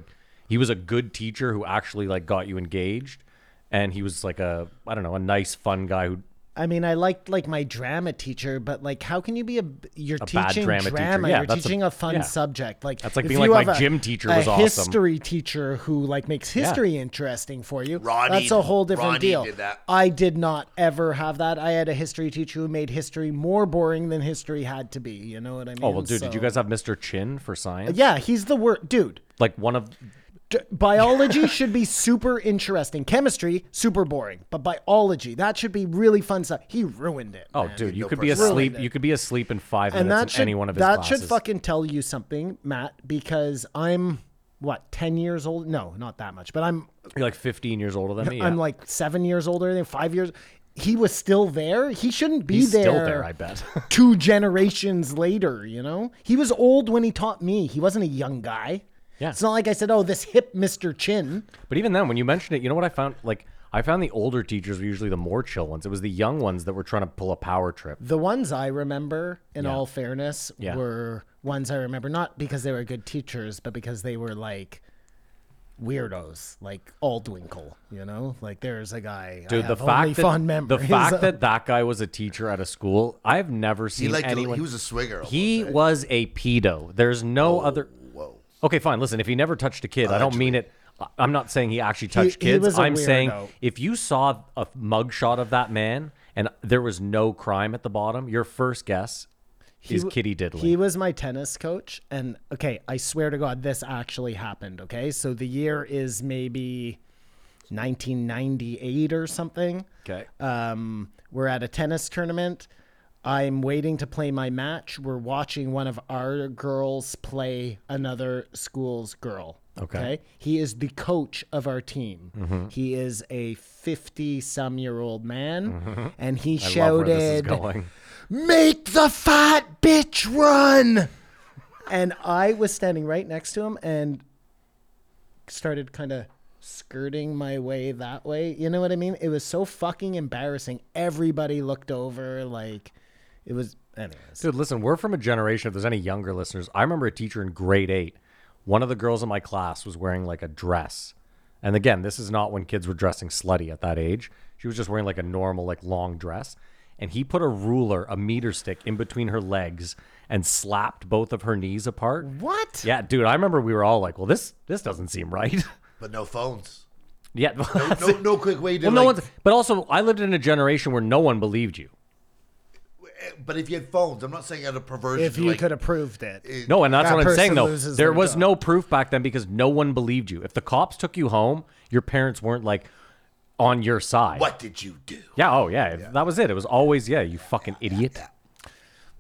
F: he was a good teacher who actually like got you engaged and he was like a i don't know a nice fun guy who
G: I mean, I liked like my drama teacher, but like, how can you be a you're
F: bad
G: teaching drama?
F: drama teacher. Yeah,
G: you're
F: that's a-
G: teaching a, fun
F: yeah.
G: subject. Like
F: That's like
G: if
F: being like
G: you
F: my
G: have a-
F: gym teacher
G: a
F: was awesome.
G: History teacher who like makes history interesting for you.
E: Ronnie-
G: that's a whole different
E: Ronnie
G: deal.
E: did that.
G: I did not ever have that. I had a history teacher who made history more boring than history had to be. You know what I mean?
F: Oh well, dude, did you
G: So-
F: guys have Mr. Chin for science?
G: Yeah, he's the word, dude.
F: Like one of
G: D- biology should be super interesting. Chemistry, super boring. But biology, that should be really fun stuff. He ruined it.
F: oh,
G: man.
F: dude, you could be
E: personality.
F: asleep. You could be asleep in five
G: and that
F: minutes in
G: should
F: any one of his
G: that
F: classes.
G: should fucking tell you something, Matt, because I'm what ten years old? No, not that much, but I'm
F: You're like 15 years older than me. yeah.
G: I'm like seven years older than five years. He was still there. He shouldn't be
F: he's
G: there.
F: still there. I bet.
G: Two generations later, you know, he was old when he taught me. He wasn't a young guy.
F: Yeah.
G: it's not like I said, "Oh, this hip Mister Chin."
F: But even then, when you mentioned it, you know what I found? Like, I found the older teachers were usually the more chill ones. It was the young ones that were trying to pull a power trip.
G: The ones I remember, in
F: Yeah.
G: all fairness,
F: Yeah.
G: were ones I remember not because they were good teachers, but because they were like weirdos, like Aldwinkle. You know, like there's a guy.
F: Dude,
G: I
F: the
G: have only
F: fact that
G: fond memories
F: the fact
G: of.
F: that that guy was a teacher at a school, I've never
E: He
F: seen
E: liked. to-
F: anyone.
E: he was a swigger. almost,
F: He
E: eh?
F: was a pedo. There's no other.
E: Whoa.
F: Okay, fine. Listen, if he never touched a kid, I don't mean it. I- I'm not saying he actually touched
G: he
F: kids.
G: was a
F: I'm saying
G: weirdo.
F: if you saw a mugshot of that man and there was no crime at the bottom, your first guess is
G: w-
F: Kitty Diddley.
G: He was my tennis coach, and okay, I swear to God, this actually happened. Okay, so the year is maybe 1998 or something.
F: okay.
G: Um, we're at a tennis tournament. I'm waiting to play my match. We're watching one of our girls play another school's girl.
F: Okay. Mm-hmm.
G: He is the coach of our team. He is a 50 some year old man. And he
F: Mm-hmm. I love where
G: shouted,
F: this is going.
G: Make the fat bitch run. and I was standing right next to him and started kind of skirting my way that way. You know what I mean? It was so fucking embarrassing. Everybody looked over like it was anyways.
F: Dude, listen, we're from a generation, if there's any younger listeners, I remember a teacher in grade eight. One of the girls in my class was wearing like a dress. And again, this is not when kids were dressing slutty at that age. She was just wearing like a normal, like long dress. And he put a ruler, a meter stick, in between her legs and slapped both of her knees apart.
G: What?
F: Yeah, dude, I remember we were all like, well, this this doesn't seem right.
E: But no phones.
F: yeah.
E: No, no quick way to.
F: well, no
E: like-
F: one's, but also, I lived in a generation where no one believed you.
E: But if you had phones, I'm not saying out of perversion.
G: If you
E: like, eh,
G: could have proved it.
F: No, and that's
G: That
F: what I'm saying
G: person
F: though.
G: loses
F: There
G: their
F: was
G: job.
F: no proof back then because no one believed you. If the cops took you home, your parents weren't like on your side.
E: What did you do?
F: Yeah, oh yeah, That was it. It was always yeah, you fucking idiot.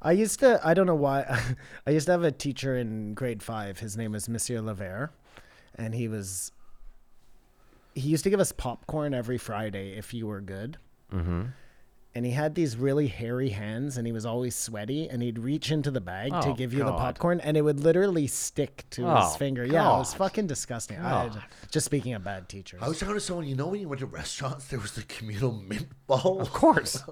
G: I used to, I don't know why, I used to have a teacher in grade five. His name was Monsieur Laver, and he was, he used to give us popcorn every Friday if you were good. Mm-hmm. And he had these really hairy hands, and he was always sweaty, and he'd reach into the bag to
F: Oh,
G: give you the
F: God.
G: popcorn, and it would literally stick to his
F: Oh,
G: finger. Yeah, it was
F: God.
G: fucking disgusting. I, just speaking of bad teachers.
E: I was talking to someone. You know, when you went to restaurants, there was the communal mint bowl. Of
F: course.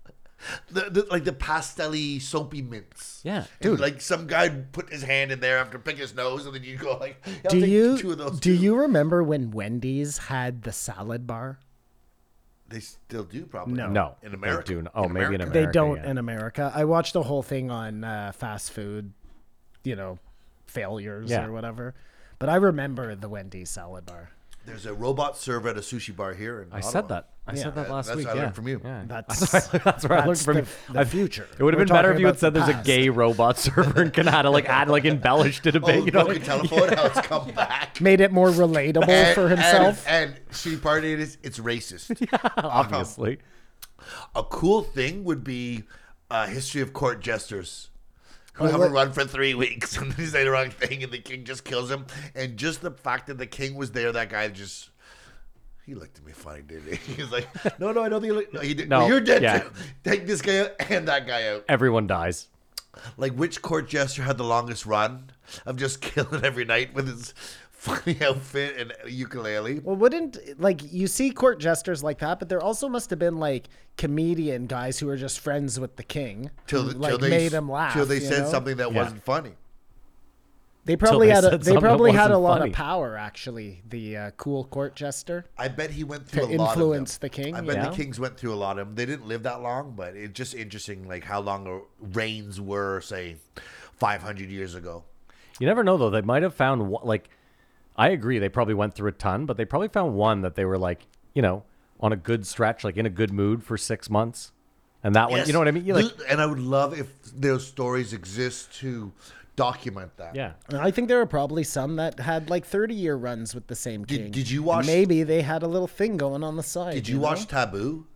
E: the, the, like the pastelly soapy mints.
F: Yeah,
E: dude. Like some guy put his hand in there after pick his nose, and then you go like, "Yeah, I'll
G: do
E: take
G: you
E: two of those?"
G: do
E: too."
G: you remember when Wendy's had the salad bar?
E: They still do probably.
G: No.
F: No.
E: In America.
F: They do- oh,
E: In
F: maybe in
E: America.
F: America.
G: they don't
F: yeah.
G: in America. I watched the whole thing on uh, fast food, you know, failures
F: Yeah.
G: or whatever. But I remember the Wendy's salad bar.
E: There's a robot server at a sushi bar here. In
F: I said
E: Ottawa.
F: that. I
G: Yeah.
F: said that last
E: That's
F: week.
E: what I
F: yeah.
E: learned from you.
F: Yeah.
G: That's
F: That's where I learned
G: That's
F: from
G: the-
F: you.
G: the
F: I-
G: future.
F: It would have
G: We're
F: been better if
G: talking
F: you had
G: about
F: said
G: the
F: there's a
G: past.
F: gay robot server in Canada, like add like embellished it a bit.
E: Oh,
F: you know?
E: broken telephone. How it's come back.
G: made it more relatable for himself.
E: And, and she part of it is it's racist.
F: obviously.
E: A cool thing would be a history of court jesters who have a run for three weeks and they say the wrong thing and the king just kills him. And just the fact that the king was there, that guy just. He looked at me funny, didn't he? He's like, "No, no, I don't think you look- no, he did.
F: No,
E: No, you're dead.
F: yeah.
E: Too. Take this guy out and that guy out."
F: Everyone dies.
E: Like, which court jester had the longest run of just killing every night with his funny outfit and ukulele?
G: well, wouldn't like you see court jesters like that, but there also must have been like comedian guys who were just friends with the king
E: till,
G: who,
E: till
G: like
E: they
G: made him laugh.
E: till they
G: you
E: said
G: know?
E: something that
F: Yeah.
E: wasn't funny.
G: They probably had a,
F: said
G: they
F: something that
G: probably had a
F: wasn't
G: lot
F: funny.
G: of power actually. The uh, cool court jester.
E: I bet he went through
G: To
E: a lot of
G: influence
E: them.
G: the king,
E: I bet
F: yeah.
E: the kings went through a lot of them. They didn't live that long, but it's just interesting, like how long the reigns were, say, five hundred years ago.
F: You never know though. They might have found one, like I agree. They probably went through a ton, but they probably found one that they were like, you know, on a good stretch, like in a good mood for six months, and that one,
E: Yes.
F: you know what I mean? You like,
E: and I would love if those stories exist to document that.
F: yeah.
G: And I think there were probably some that had like thirty year runs with the same
E: Did-
G: king.
E: did you watch-
G: Maybe they had a little thing going on the side.
E: Did you
G: know?
E: watch Taboo?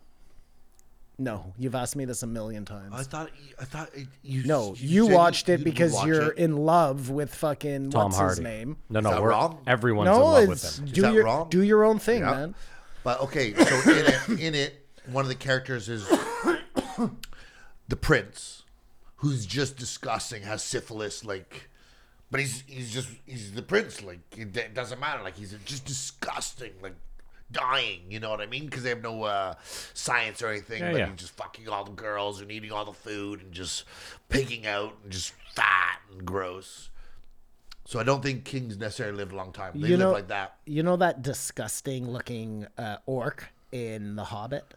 G: No, you've asked me this a million times.
E: I thought I thought it, you.
G: no,
E: said
G: you watched it
E: didn't
G: because
E: watch
G: you're
E: it.
G: in love with fucking
F: Tom
G: what's
F: Hardy.
G: his name.
F: No,
E: Is
F: no,
E: that
F: we're,
E: wrong?
F: everyone's in
G: no,
F: love with
G: it's
F: them.
G: do
E: that
G: your
E: wrong?
G: do your own thing,
E: Yeah.
G: man.
E: But okay, so in it, in it, one of the characters is the prince, who's just disgusting, has syphilis, like, but he's he's just he's the prince, like it d- doesn't matter, like he's just disgusting, like dying, you know what I mean? Because they have no uh, science or anything,
F: Yeah,
E: but
F: yeah.
E: he's just fucking all the girls and eating all the food and just pigging out and just fat and gross. So I don't think kings necessarily lived a long time. They
G: you
E: live
G: know
E: like that.
G: You know that disgusting looking uh, orc in The Hobbit.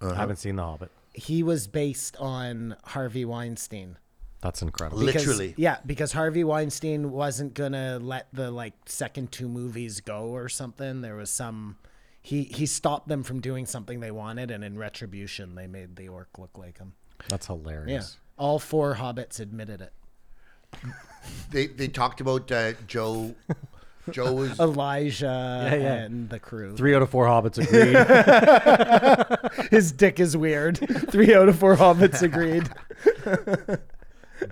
G: Uh-huh.
F: I haven't seen The Hobbit.
G: He was based on Harvey Weinstein.
F: That's incredible.
G: Because-
E: Literally.
G: yeah, because Harvey Weinstein wasn't gonna let the like second two movies go or something. There was some he he stopped them from doing something they wanted, and in retribution, they made the orc look like him.
F: That's
G: Yeah,
F: hilarious.
G: all four hobbits admitted it.
E: they they talked about uh, Joe. Joe was
G: Elijah
F: yeah.
G: and the crew.
F: Three out of four hobbits agreed.
G: His dick is weird. Three out of four hobbits agreed.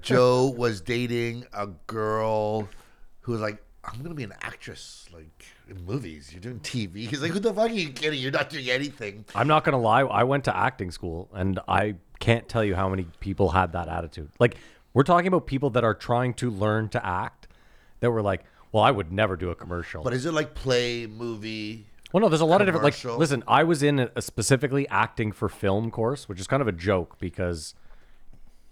E: Joe was dating a girl who was like, "I'm gonna be an actress, like in movies. You're doing TV." He's like, "Who the fuck are you kidding? You're not doing anything."
F: I'm not gonna lie. I went to acting school, and I can't tell you how many people had that attitude. Like we're talking about people that are trying to learn to act, that were like, "Well, I would never do a commercial."
E: But is it like play movie?
F: Well, no, there's a lot of different. Like,
E: commercial.
F: listen, I was in a specifically acting for film course, which is kind of a joke because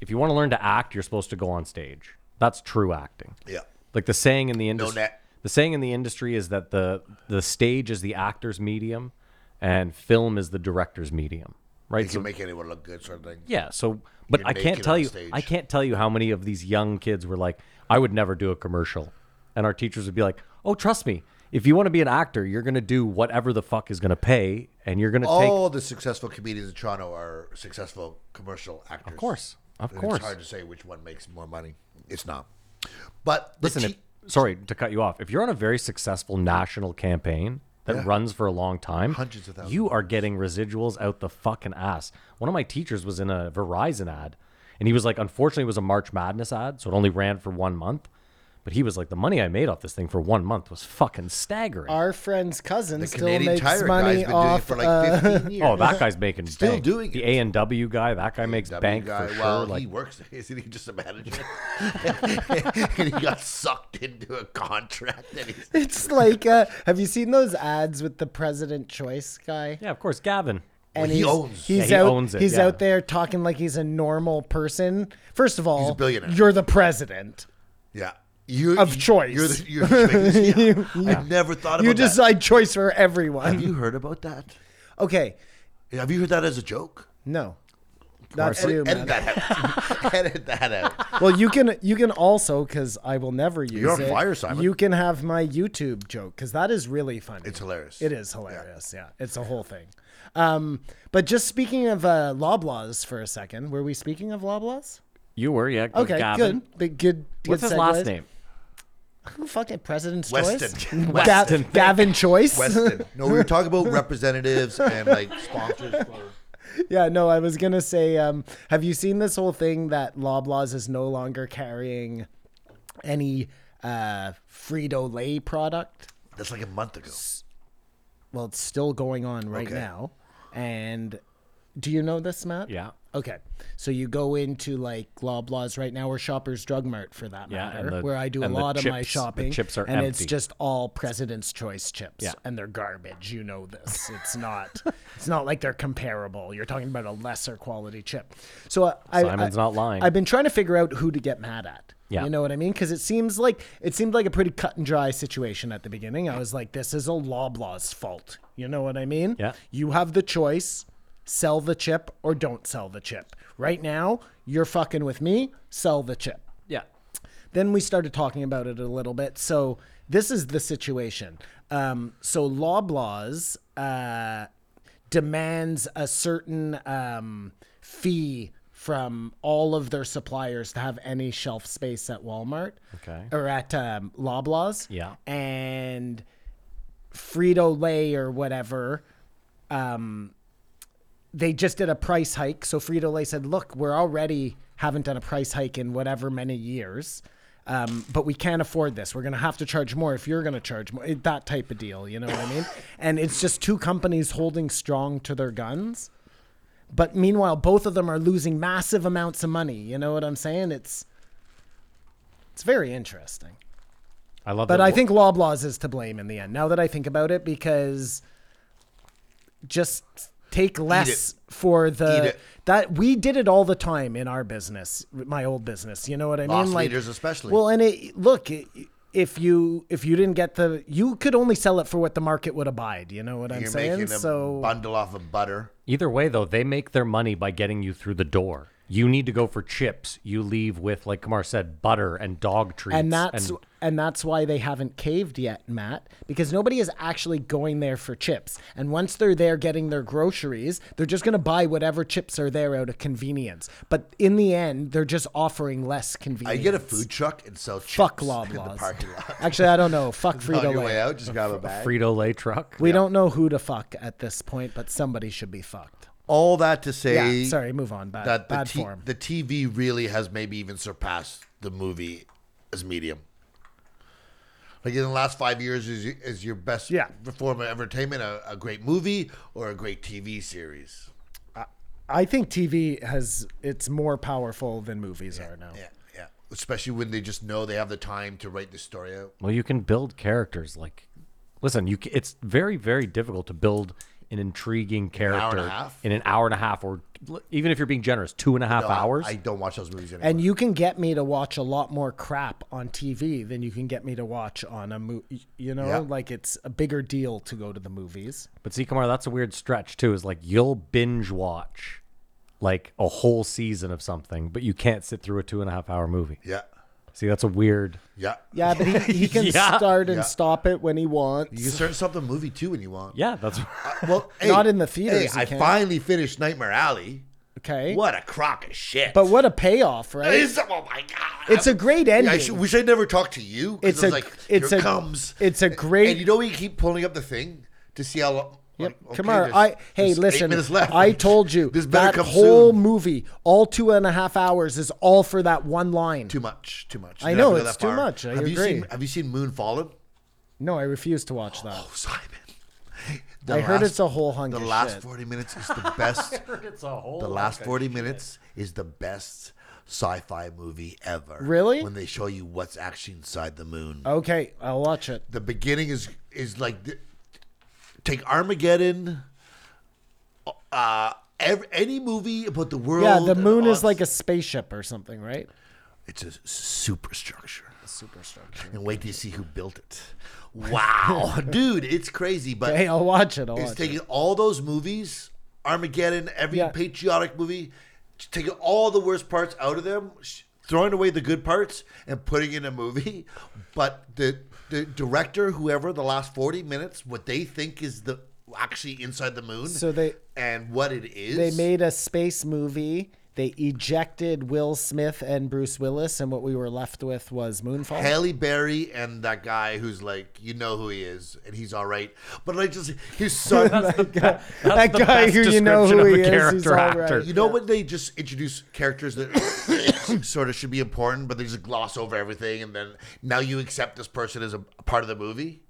F: if you want to learn to act, you're supposed to go on stage. That's true acting.
E: Yeah.
F: Like the saying in the industry,
E: net.
F: the saying in the industry is that the the stage is the actor's medium, and film is the director's medium. Right.
E: You
F: So-
E: can make anyone look good, sort of thing.
F: yeah. So, but
E: You're
F: I can't
E: naked
F: tell
E: on
F: you.
E: stage.
F: I can't tell you how many of these young kids were like, "I would never do a commercial," and our teachers would be like, "Oh, trust me. If you want to be an actor, you're gonna do whatever the fuck is gonna pay, and you're gonna take."
E: All the successful comedians in Toronto are successful commercial actors.
F: Of course, of
E: And
F: course.
E: It's hard to say which one makes more money. It's not. But the
F: Listen,
E: te-
F: if, sorry to cut you off. If you're on a very successful national campaign that runs for a long time,
E: Hundreds of thousands
F: you are getting residuals out the fucking ass. One of my teachers was in a Verizon ad, and he was like, unfortunately, it was a March Madness ad, so it only ran for one month. But he was like, the money I made off this thing for one month was fucking staggering.
E: Uh,
G: Our friend's cousin
E: the
G: still
E: Canadian
G: makes
E: Tire guy's
G: money
E: been doing it
G: off.
E: for
G: uh,
E: like 15 years.
F: oh, that guy's making
E: Still
F: bank.
E: doing
F: the
E: it.
F: A and W guy. That guy makes
E: W
F: bank
E: guy,
F: for
E: well,
F: sure. Like,
E: he works. Isn't he just a manager? and he got sucked into a contract. And he's,
G: it's like, uh, have you seen those ads with the president choice guy?
F: yeah, of course, Gavin.
G: and
E: Well, he
G: he's,
E: owns-
G: he's
F: Yeah, he
G: out,
F: owns it,
G: he's
F: yeah.
G: out there talking like he's a normal person. First of all,
E: a billionaire.
G: You're the president.
E: yeah, you
G: Of
E: you-
G: choice.
E: You're the, you're the yeah. I never thought about
G: you
E: that.
G: decide choice for
E: Have
G: everyone.
E: you heard about that?
G: Okay,
E: Have you heard that as a joke?
G: no, not
F: course.
G: you, man.
E: Edit that out. Edit that out.
G: Well, you can you can also because I will never use
E: You're on
G: it.
E: fire, Simon.
G: You can have my YouTube joke because that is really funny.
E: It's hilarious.
G: It is hilarious. Yeah, it's a whole thing. Um, but just speaking of uh, Loblaws for a second, were we speaking of Loblaws?
F: You were, yeah.
G: Okay,
F: Gavin.
G: good. Big- good.
F: What's
G: good
F: his last
G: segues.
F: name?
G: Who fucking President's
E: Weston.
G: Choice?
E: Weston.
G: Ga- Gavin Choice?
E: Weston. No, we were talking about representatives and like sponsors. For,
G: yeah, no, I was going to say, um, have you seen this whole thing that Loblaws is no longer carrying any uh, Frito Lay product?
E: that's like a month ago.
G: Well, it's still going on right
E: Okay.
G: now. And do you know this, Matt?
F: Yeah.
G: Okay. So you go into like Loblaws right now or Shoppers Drug Mart for that
F: Yeah, and
G: matter,
F: the-
G: where I do a
F: and the
G: lot of my
F: chips- the
G: shopping.
F: chips are
G: and it's
F: empty.
G: just all President's Choice chips.
F: Yeah.
G: And they're garbage. You know this. It's not it's not like they're comparable. You're talking about a lesser quality chip. So I, I
F: Simon's
G: I-
F: not lying.
G: I've been trying to figure out who to get mad at.
F: Yeah.
G: You know what I mean? Because it seems like it seemed like a pretty cut and dry situation at the beginning. I was like, this is a Loblaw's fault. You know what I mean?
F: Yeah.
G: You have the choice: sell the chip or don't sell the chip. Right now, you're fucking with me. Sell the chip.
F: Yeah.
G: Then we started talking about it a little bit. So this is the situation. Um, so Loblaws uh, demands a certain um, fee from all of their suppliers to have any shelf space at Walmart
F: Okay.
G: or at um, Loblaws.
F: Yeah.
G: And Frito Lay or whatever, um, they just did a price hike. So Frito Lay said, "Look, we're already haven't done a price hike in whatever many years, um, but we can't afford this. We're gonna have to charge more if you're gonna charge more. It- That type of deal, you know what I mean? And it's just two companies holding strong to their guns, but meanwhile, both of them are losing massive amounts of money. You know what I'm saying? It's it's very interesting.
F: I love
G: But
F: that.
G: I think Loblaws is to blame in the end. Now that I think about it, because just take less for
E: Eat
G: the
E: it.
G: that we did it all the time in our business, my old business. You know what I
E: Loss
G: mean? Like
E: leaders especially.
G: Well, and it look. It, if you if you didn't get the you could only sell it for what the market would abide you know what i'm
E: You're
G: saying
E: making a
G: so
E: bundle off of butter.
F: Either way, though, they make their money by getting you through the door. You need to go for chips. You leave with, like Kamar said, butter and dog treats.
G: and that's and, that's why they haven't caved yet, Matt, because nobody is actually going there for chips. And once they're there getting their groceries, they're just going to buy whatever chips are there out of convenience. But in the end, they're just offering less
E: I
G: convenience.
E: get a food truck and sell chips
G: fuck
E: in the
G: Loblaws.
E: parking lot.
G: actually, I don't know. Fuck
E: On
G: Frito
E: your way
G: Lay.
E: out, just grab a bag.
F: Frito Lay truck.
G: We don't know who to fuck at this point, but somebody should be fucked.
H: All that to
G: Yeah,
H: say
G: sorry, move on. Bad,
E: that the,
G: bad
E: t-
G: form.
E: the TV really has maybe even surpassed the movie as medium. Like in the last five years, is, y- is your best
G: Yeah.
E: form of entertainment a, a great movie or a great TV series?
G: I think TV has it's more powerful than movies are now.
E: Yeah, yeah. Especially when they just know they have the time to write the story out.
F: Well, you can build characters. Like, listen, you. ca- It's very, very difficult to buld an intriguing
E: and a
F: character
E: half?
F: in an hour and a half, or l- even if you're being generous, two and a half
E: No, I-
F: hours.
E: I don't watch those movies anymore.
G: And you can get me to watch a lot more crap on TV than you can get me to watch on a movie. You know,
E: Yeah.
G: like it's a bigger deal to go to the movies.
F: But see, Kamar, that's a weird stretch too. Is like you'll binge watch like a whole season of something, but you can't sit through a two and a half hour movie.
E: yeah,
F: See, that's a weird.
E: yeah,
G: Yeah, but he, he can
F: Yeah.
G: start and
E: Yeah.
G: stop it when he wants.
E: You can start something movie too when you want.
F: Yeah, that's
E: Well, hey,
G: Not in the theaters,
E: Hey,
G: you
E: I
G: can't.
E: finally finished Nightmare Alley.
G: okay.
E: What a crock of shit!
G: But what a payoff, right?
E: It's- oh my god!
G: It's a great ending.
E: I should, wish I never talked to you. 'cause
G: It's a
E: I was like,
G: it's
E: here
G: a
E: comes.
G: it's a great
E: and you know when you keep pulling up the thing to see how long.
G: Yep.
E: okay,
G: Kamara,
E: there's-
G: I hey,
E: there's eight
G: listen.
E: minutes left.
G: I told you
E: This better
G: that
E: come
G: whole
E: soon.
G: movie, all two and a half hours, is all for that one line.
E: Too much. Too much.
G: I
E: Didn't
G: know,
E: have to go
G: it's
E: that
G: too
E: far.
G: much, I
E: have you
G: agree.
E: seen Have you seen Moon Fallen?
G: No, I refuse to watch that.
E: Oh, Simon.
G: I heard it's a whole hunk
E: The
G: of
E: last
G: shit.
E: forty minutes is the best.
F: it's a whole.
E: the last forty minutes is the best sci-fi movie ever.
G: Really?
E: When they show you what's actually inside the moon.
G: Okay, I'll watch it.
E: the beginning is is like the, take Armageddon, uh, ev any movie about the world.
G: Yeah, the
E: and
G: moon
E: all
G: is
E: that-
G: like a spaceship or something, right?
E: it's a superstructure. A superstructure. And wait till you see who built it. Wow, dude, it's crazy, but
G: Hey, I'll watch it. I'll
E: it's
G: watch it.
E: taking all those movies, Armageddon, every
G: Yeah.
E: patriotic movie, just taking all the worst parts out of them, sh- throwing away the good parts, and putting in a movie. But the the director, whoever, the last forty minutes, what they think is the actually inside the moon.
G: So they-
E: and what it is.
G: They made a space movie. They ejected Will Smith and Bruce Willis, and what we were left with was Moonfall.
E: Halle Berry and that guy who's like, you know who he is, and he's all right. But like, just his son.
G: that
F: the
G: guy
F: best
G: who you know who
F: description of a
G: he is, he's
F: character
G: all right.
F: actor.
E: You know when they just introduce characters that sort of should be important, but they just gloss over everything, and then now you accept this person as a, a part of the movie.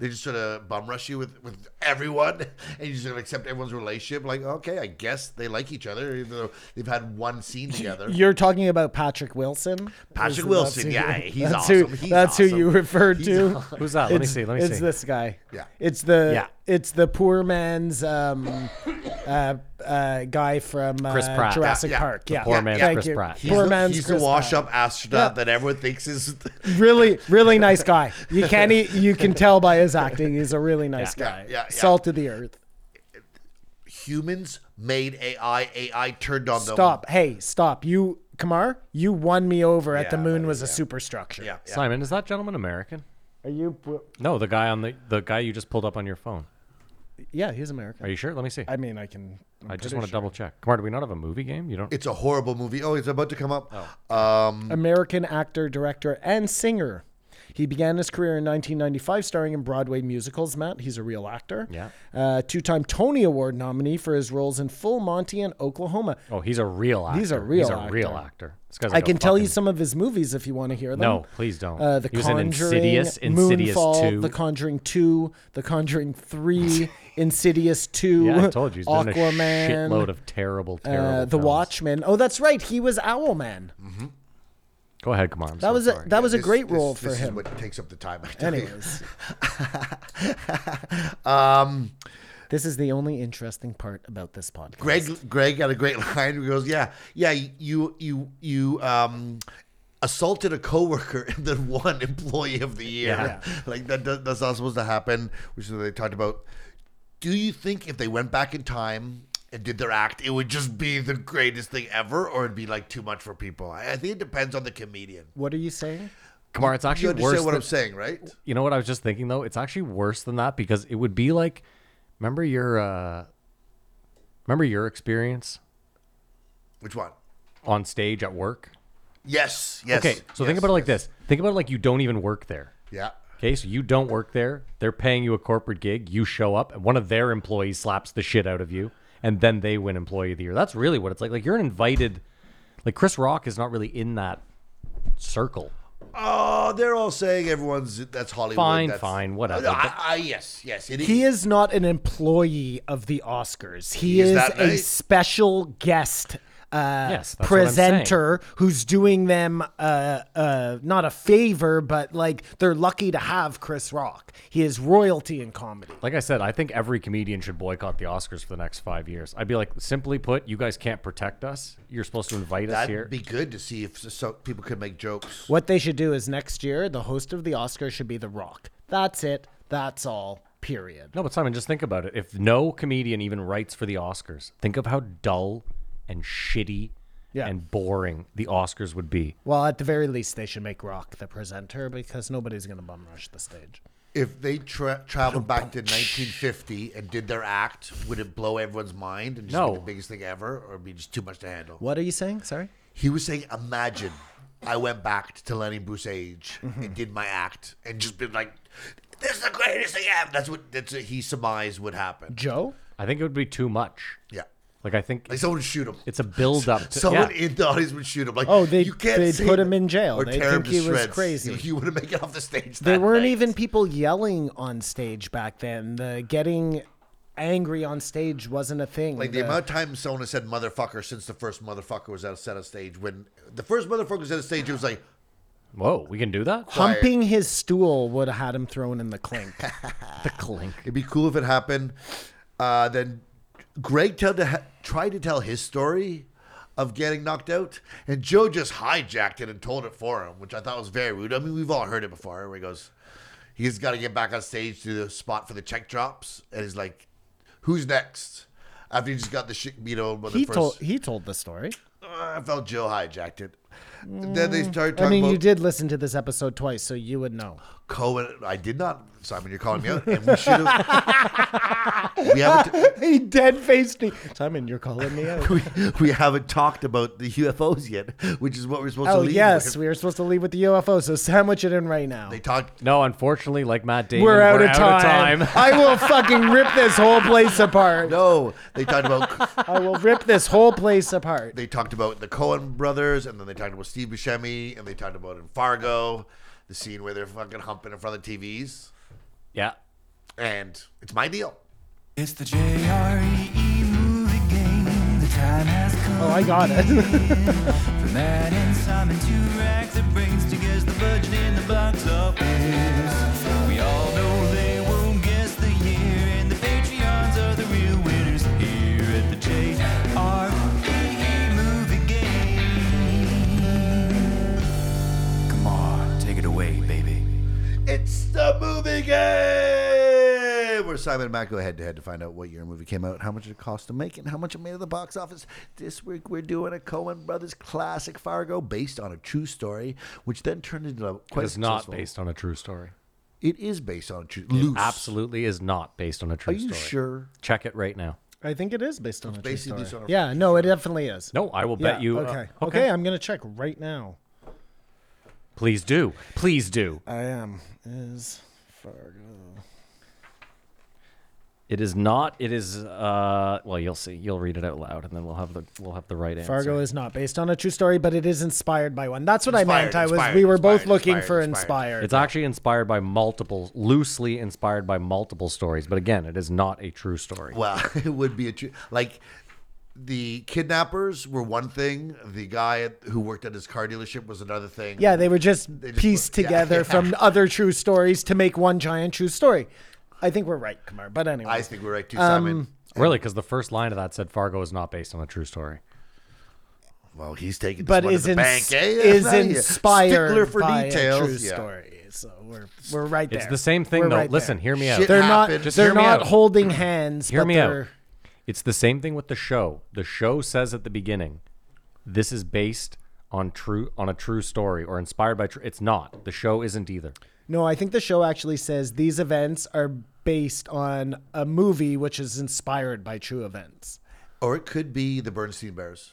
E: They just sort of bum rush you with, with everyone, and you just sort of accept everyone's relationship. Like, okay, I guess they like each other, even though they've had one scene together.
G: You're talking about Patrick Wilson.
E: Patrick
G: Is-
E: Wilson,
G: that's
E: yeah, he's
G: that's
E: awesome.
G: Who,
E: He's
G: that's who you
E: awesome.
G: referred to.
F: Who's that? Let me
G: It's-
F: see. Let me
G: It's
F: see.
G: this guy.
E: Yeah.
G: It's the.
F: Yeah.
G: it's the poor man's um, uh, uh, guy from uh,
F: Chris Pratt.
G: Jurassic
E: Yeah, yeah.
G: Park.
E: The
G: yeah,
F: poor
G: yeah,
F: man's
G: thank
F: Chris
G: you.
F: Pratt.
G: poor
E: the,
G: man's
E: he's the
G: Chris
E: wash
G: Pratt.
E: up astronaut that everyone thinks is.
G: Really, really nice guy. You can he, you can tell by his acting. He's a really nice
E: Yeah,
G: guy.
E: yeah, yeah.
G: Salt of the earth.
E: Humans made AI. AI turned on them.
G: Stop. Hey, stop. You, Kamar, you won me over at the
E: Yeah,
G: moon was a superstructure.
E: Yeah, yeah.
F: Simon, is that gentleman American?
G: Are you?
F: No, the guy on the the guy you just pulled up on your phone.
G: Yeah, he's American.
F: Are you sure? Let me see. I,
G: I mean, I can. I'm
F: just
G: pretty
F: want to double check. Come on, do we not have a movie game? You don't.
E: It's a horrible movie. Oh, it's about to come up.
G: sure. American actor, director, and singer. He began his career in 1995, starring in Broadway musicals. Matt, he's a real actor.
F: Yeah.
G: Uh, two-time Tony Award nominee for his roles in Full Monty and Oklahoma.
F: oh, he's a real actor.
G: He's a
F: He's
G: real
F: a real
G: actor.
F: actor. This guy's
G: I
F: like a
G: can tell you
F: fucking-
G: some of his movies if you want to hear them.
F: No, please don't.
G: Uh, the
F: He was in
G: Conjuring,
F: Insidious, Insidious
G: Moonfall,
F: 2.
G: The Conjuring Two, The Conjuring Three, Insidious Two,
F: Yeah, I told you. He's done a
G: Aquaman,
F: shitload of terrible,
G: uh,
F: terrible.
G: The
F: films.
G: Watchmen. Oh, that's right, he was Owlman.
F: Go ahead, come on. I'm
G: That
F: so
G: was a,
F: sorry.
G: that was a
E: This-
G: great
E: this-
G: role for
E: this
G: him.
E: Is what takes up the time. I tell you.
G: Anyways,
E: Um,
G: this is the only interesting part about this podcast.
E: Greg Greg had a great line. He goes, "Yeah, yeah, you you you um assaulted a coworker and then won Employee of the Year. Like that does, that's not supposed to happen." Which is what they talked about. Do you think if they went back in time and did their act, it would just be the greatest thing ever, or it'd be like too much for people? I, I think it depends on the comedian.
G: What are you saying?
F: Kamar, it's
E: You
F: actually worse.
E: understand what
F: than-
E: I'm saying, right?
F: you know what I was just thinking though? It's actually worse than that because it would be like, remember your, uh, remember your experience
E: Which one?
F: on stage at work.
E: Yes. Yes.
F: Okay, so think
E: yes,
F: about it like this. Think about it like you don't even work there.
E: Yeah.
F: Okay, so you don't work there. They're paying you a corporate gig. You show up, and one of their employees slaps the shit out of you, and then they win Employee of the Year. That's really what it's like. Like you're an invited. Like Chris Rock is not really in that circle.
E: Oh, they're all saying everyone's that's Hollywood.
F: Fine,
E: that's,
F: fine, whatever.
E: I, I, yes, yes. It is.
G: He is not an employee of the Oscars. He,
E: is
G: is,
E: that
G: a
E: nice.
G: special guest uh,
F: Yes, that's what I'm saying.
G: presenter who's doing them uh, uh, not a favor, but like they're lucky to have Chris Rock. He is royalty in comedy.
F: Like I said, I think every comedian should boycott the Oscars for the next five years. I'd be like, simply put, you guys can't protect us. You're supposed to invite us
E: That'd
F: here.
E: be good to see if s- so people could make jokes.
G: What they should do is next year, the host of the Oscars should be The Rock. That's it. That's all. Period.
F: no, but Simon, just think about it. If no comedian even writes for the Oscars, think of how dull and shitty
G: Yeah.
F: and boring the Oscars would be.
G: Well, at the very least, they should make Rock the presenter because nobody's going to bum rush the stage.
E: If they tra- traveled back to 1950 and did their act, would it blow everyone's mind and just
F: No.
E: be the biggest thing ever, or be just too much to handle?
G: What are you saying? Sorry.
E: He was saying, imagine I went back to Lenny Bruce Age
F: Mm-hmm.
E: and did my act and just been like, "This is the greatest thing ever." That's what that's what he surmised would happen.
G: Joe?
F: I think it would be too much.
E: Yeah,
F: Like I think
E: like someone would shoot him.
F: it's a build up. To,
E: Someone
F: yeah.
E: in the audience would shoot him. Like,
G: Oh, they'd-
E: you can't
G: they'd
E: say
G: put
E: that,"
G: him in jail.
E: or
G: They'd
E: tear him
G: think
E: to
G: he was
E: shreds.
G: crazy.
E: You wouldn't make it off the stage.
G: There
E: that
G: weren't
E: night.
G: even people yelling on stage back then. The getting angry on stage wasn't a thing.
E: Like the
G: The-
E: amount of times someone has said motherfucker since the first motherfucker was out set on stage. When the first motherfucker was at a stage, it was like,
F: Whoa, we can do that.
G: humping his stool would have had him thrown in the clink. the clink.
E: it'd be cool if it happened. Uh, then Greg tell to ha- tried to tell his story of getting knocked out, and Joe just hijacked it and told it for him, which I thought was very rude. I mean, we've all heard it before where he goes, he's got to get back on stage to the spot for the check drops, and he's like, who's next? After he just got the shit beat on by the
G: He
E: first.
G: told he told the story.
E: I felt Joe hijacked it. Then they started talking
G: Mm. I mean,
E: about
G: you did listen to this episode twice, so you would know.
E: Cohen, I did not, Simon. You're calling me out, and we should have. we haven't.
G: He dead faced me. Simon, you're calling me out.
E: We, we haven't talked about the UFOs yet, which is what we're supposed to.
G: oh
E: leave
G: yes,
E: with.
G: we were supposed to leave with the UFO, so sandwich it in right now.
E: They talked.
F: No, unfortunately, like Matt Damon,
G: we're out, of,
F: time.
G: time. I will fucking rip this whole place apart.
E: No, they talked about.
G: I will rip this whole place apart.
E: they talked about the Cohen brothers, and then they talked about Steve Buscemi, and they talked about in Fargo, the scene where they're fucking humping in front of the TVs,
F: yeah,
E: and it's my deal.
J: It's the JRE movie game. The time has come.
G: Oh, I got it.
J: For Matt and Simon, two racks of brains to guess the budget in the box office. We all know they won't guess the year, and the
H: Simon and Matt go head to head to find out what year a movie came out, how much it cost to make, and how much it made at the box office. This week we're doing a Coen Brothers classic Fargo based on a true story, which then turned into a quite
F: It's not
H: successful-
F: based on a true story.
H: It is based on a true. Loose.
F: Absolutely is not based on a true
H: Are you
F: story.
H: sure?
F: Check it right now.
G: I think it is based on a true
H: basically
G: story.
H: sort of-
G: yeah, no, it definitely is.
F: No, I will
G: Yeah,
F: bet you. uh,
G: Okay. okay. I'm gonna check right now.
F: Please do. Please do.
G: I am is Fargo.
F: It is not. It is. Uh, well, you'll see. You'll read it out loud, and then we'll have the we'll have the right answer.
G: Fargo is not based on a true story, but it is inspired by one. That's what I meant.
E: Inspired,
G: I was.
E: inspired,
G: we were both
E: inspired,
G: looking
E: inspired,
G: for
E: inspired.
G: inspired.
F: It's actually inspired by multiple, loosely inspired by multiple stories, but again, it is not a true story.
E: Well, it would be a true like the kidnappers were one thing. The guy at- who worked at his car dealership was another thing.
G: yeah, they were just,
E: just
G: pieced
E: put- yeah,
G: together
E: yeah.
G: from other true stories to make one giant true story. I think we're right, Kamar. But anyway,
E: I think we're right too, Simon.
F: really, because the first line of that said Fargo is not based on a true story.
E: Well, he's taking this
G: but
E: one to
G: is
E: the
G: in,
E: bank. eh?
G: is
E: Yeah.
G: inspired
E: Stickler for
G: by
E: details.
G: a true
E: Yeah.
G: story. So we're we're right there.
F: It's the same thing,
G: We're
F: though.
G: right
F: Listen,
G: there.
F: hear me out.
E: Shit
G: they're
E: happened.
G: not
F: Just
G: they're
F: hear me
G: not
F: out.
G: holding hands.
F: Hear
G: but
F: me
G: they're,
F: out. It's the same thing with the show. The show says at the beginning, "This is based on true on a true story or inspired by true." It's not. The show isn't either.
G: No, I think the show actually says these events are based on a movie which is inspired by true events.
E: Or it could be the Bernstein Bears.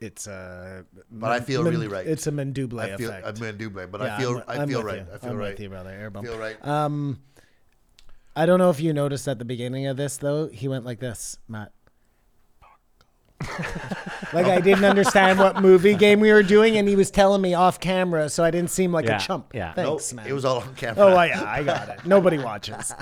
G: It's a
E: But I feel really right.
G: It's a Manduble
E: I feel
G: effect.
E: I'm gonna do but
G: Yeah,
E: I feel
G: I'm-
E: i
G: I'm
E: feel
G: with
E: right.
G: you.
E: I feel
G: I'm
E: right.
G: With you, Oh, brother. Air
E: I
G: bump.
E: feel right.
G: I don't know if you noticed at the beginning of this though. He went like this, Matt. like I didn't understand what movie game we were doing, and he was telling me off camera, so I didn't seem like
F: Yeah,
G: a chump.
F: yeah.
G: Thanks,
E: Nope,
G: man.
E: It was all on camera.
G: Oh yeah, I got it. Nobody watches.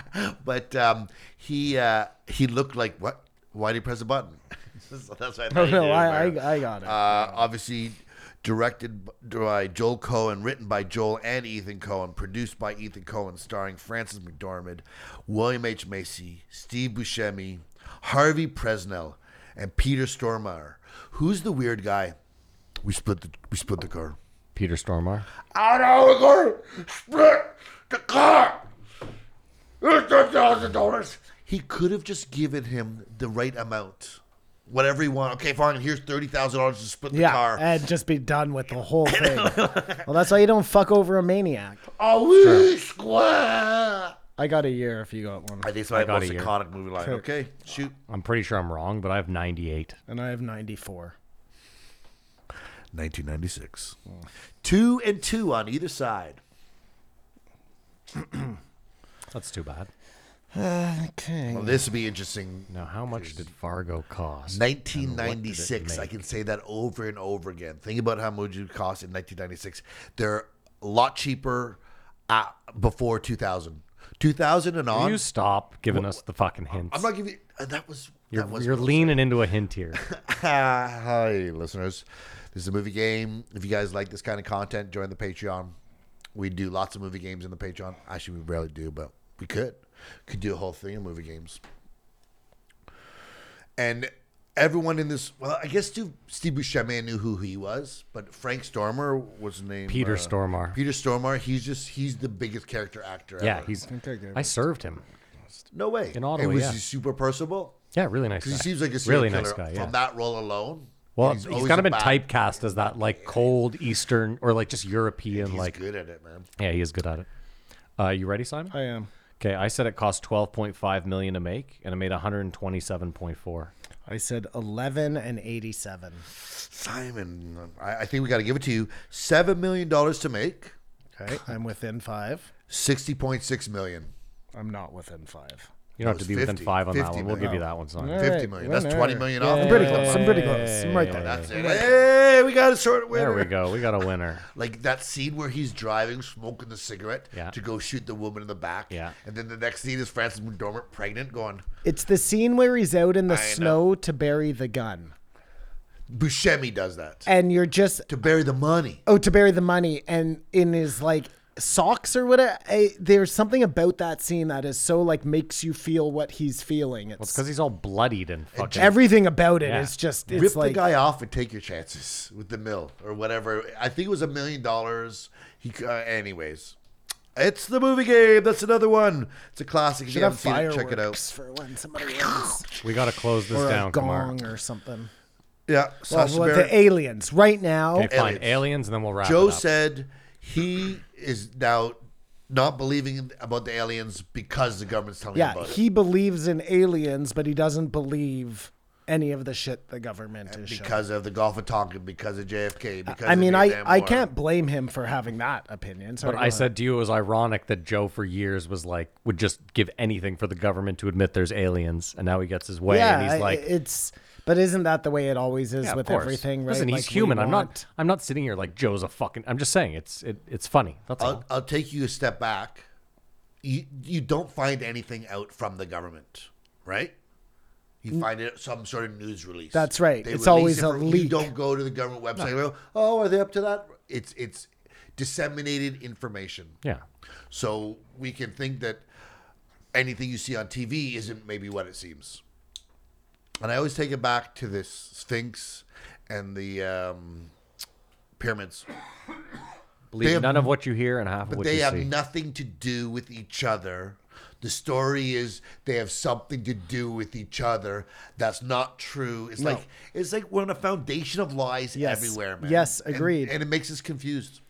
E: But um, he uh, he looked like what? Why did he press a button? so that's what I
G: No,
E: thought he
G: Oh, no,
E: did,
G: I,
E: but-
G: I, I got it.
E: Uh, obviously directed by Joel Cohen, written by Joel and Ethan Cohen, produced by Ethan Cohen, starring Francis McDormand, William H. Macy, Steve Buscemi, Harvey Presnell, and Peter Stormare. Who's the weird guy? We split the we split the car.
F: Peter Stormare.
E: I know we're gonna split the car. It's ten thousand dollars. He could have just given him the right amount. Whatever he wanted. Okay, fine. Here's thirty thousand dollars to split the
G: yeah,
E: car.
G: and just be done with the whole thing. well, that's why you don't fuck over a maniac.
E: Are we square?
G: I got a year if you got one,
E: I think it's my
F: got
E: most
F: a year.
E: iconic movie line. Okay, shoot.
F: I'm pretty sure I'm wrong, but I have 98.
G: and I have ninety-four.
E: 1996. Two and two on either side.
F: That's too bad.
G: Okay.
E: Well, this would be interesting.
F: Now, how much did Fargo cost?
E: 1996. I can say that over and over again. Think about how much it cost in 1996. They're a lot cheaper uh, before 2000. 2000 and
F: Will
E: on.
F: you stop giving us the fucking hints?
E: I'm not giving. uh, that was.
F: you're
E: that was
F: you're
E: close.
F: leaning into a hint here.
E: Ah, hi, listeners. This is a movie game. If you guys like this kind of content, join the Patreon. We do lots of movie games in the Patreon. Actually, we rarely do, but we could. Could do a whole thing of movie games. And everyone in this, well, I guess Steve, Steve Buscemi knew who he was, but Frank Stormer was named
F: Peter Stormare.
E: Uh, Peter Stormare. He's just he's the biggest character actor.
F: yeah,
E: ever.
F: he's. I served him.
E: no way
F: in Ottawa,
E: And was
F: yeah.
E: he super personable?
F: Yeah, really nice. Guy.
E: Because he seems like a serial
F: really nice
E: killer
F: guy.
E: from
F: Yeah.
E: that role alone.
F: well,
E: And
F: he's
E: always
F: kind
E: a
F: of been
E: bad-
F: typecast as that like cold Eastern or like just European.
E: He's
F: like,
E: good at it, man.
F: yeah, he is good at it. Uh, you ready, Simon?
G: I am.
F: Okay, I said it cost 12.5 million to make, and it made 127.4.
G: I said eleven and eighty-seven.
E: Simon, I, I think we got to give it to you. Seven million dollars to make,
G: Okay, I'm within five.
E: sixty point six million.
G: I'm not within five.
F: You don't have to
E: was
F: be within
E: 50,
F: five on that
E: 50
F: one. We'll give you
E: million.
F: that one, Simon.
G: All
E: Fifty
G: right,
E: million. That's
G: winner.
E: twenty million off.
G: I'm pretty close. I'm pretty close. I'm right there.
E: That's it. Hey, we got a sort
F: There we
E: of
F: go. We got a winner.
E: like that scene where he's driving, smoking the cigarette
F: Yeah.
E: to go shoot the woman in the back.
F: Yeah.
E: And then the next scene is Francis McDormand pregnant, going
G: It's the scene where he's out in the
E: know.
G: snow to bury the gun.
E: Buscemi does that
G: And you're just
E: to bury the money.
G: oh to bury the money and in his like socks or whatever. I, there's something about that scene that is so like makes you feel what he's feeling. It's,
F: It's because he's all bloodied and fucking.
G: everything about it is
F: Yeah.
G: just
E: Rip
G: it's
E: the
G: like
E: guy off and take your chances with the mill or whatever. I think it was a million dollars. He, uh, anyways,
H: It's the movie game. That's another one. It's a classic. If you
G: Should have
H: haven't seen it, check it out.
G: fireworks for when somebody wins,
F: We got to close this
G: or
F: down,
G: a
F: Kamar.
G: gong or something.
H: Yeah,
G: Well,
H: Sacha
G: well,
H: Baron-
G: the aliens right now.
F: Okay, fine.
H: Aliens.
F: Aliens. and then we'll wrap
E: Joe
F: it up.
E: said he is now not believing about the aliens because the government's telling him
G: Yeah,
E: about
G: he believes in aliens, but he doesn't believe any of the shit the government is
E: it
G: showing.
E: because of the Gulf of Tonkin, because of JFK, because
G: I
E: of
G: mean, I,
E: Vietnam
G: I
E: War.
G: can't blame him for having that opinion. Sorry,
F: But
G: go
F: I
G: on.
F: said to you, it was ironic that Joe for years was like, would just give anything for the government to admit there's aliens. And now he gets his way
G: yeah,
F: and
G: I-
F: he's like,
G: it's. But isn't that the way it always is
F: yeah, of
G: with
F: course.
G: everything? Right?
F: Listen, he's
G: Like, we
F: human. I'm
G: want-
F: not, I'm not sitting here like Joe's a fucking, I'm just saying it's, it, it's funny. That's all.
E: I'll, I'll take you a step back. You you don't find anything out from the government, right? You find it some sort of news release.
G: That's right.
E: They
G: It's always
E: release it
G: a
E: for- You
G: leak.
E: don't go to the government website. and go, Oh, are they up to that? It's it's disseminated information.
F: Yeah.
E: So we can think that anything you see on TV isn't maybe what it seems. And I always take it back to this Sphinx and the um, pyramids.
F: Believe
E: They have-
F: none of what you hear and half of
E: But
F: what
E: they
F: you
E: have
F: see.
E: nothing to do with each other. The story is they have something to do with each other. That's not true. It's like it's like we're on a foundation of lies
G: Yes.
E: everywhere, man.
G: Yes,
E: And-
G: agreed.
E: And, it makes us confused.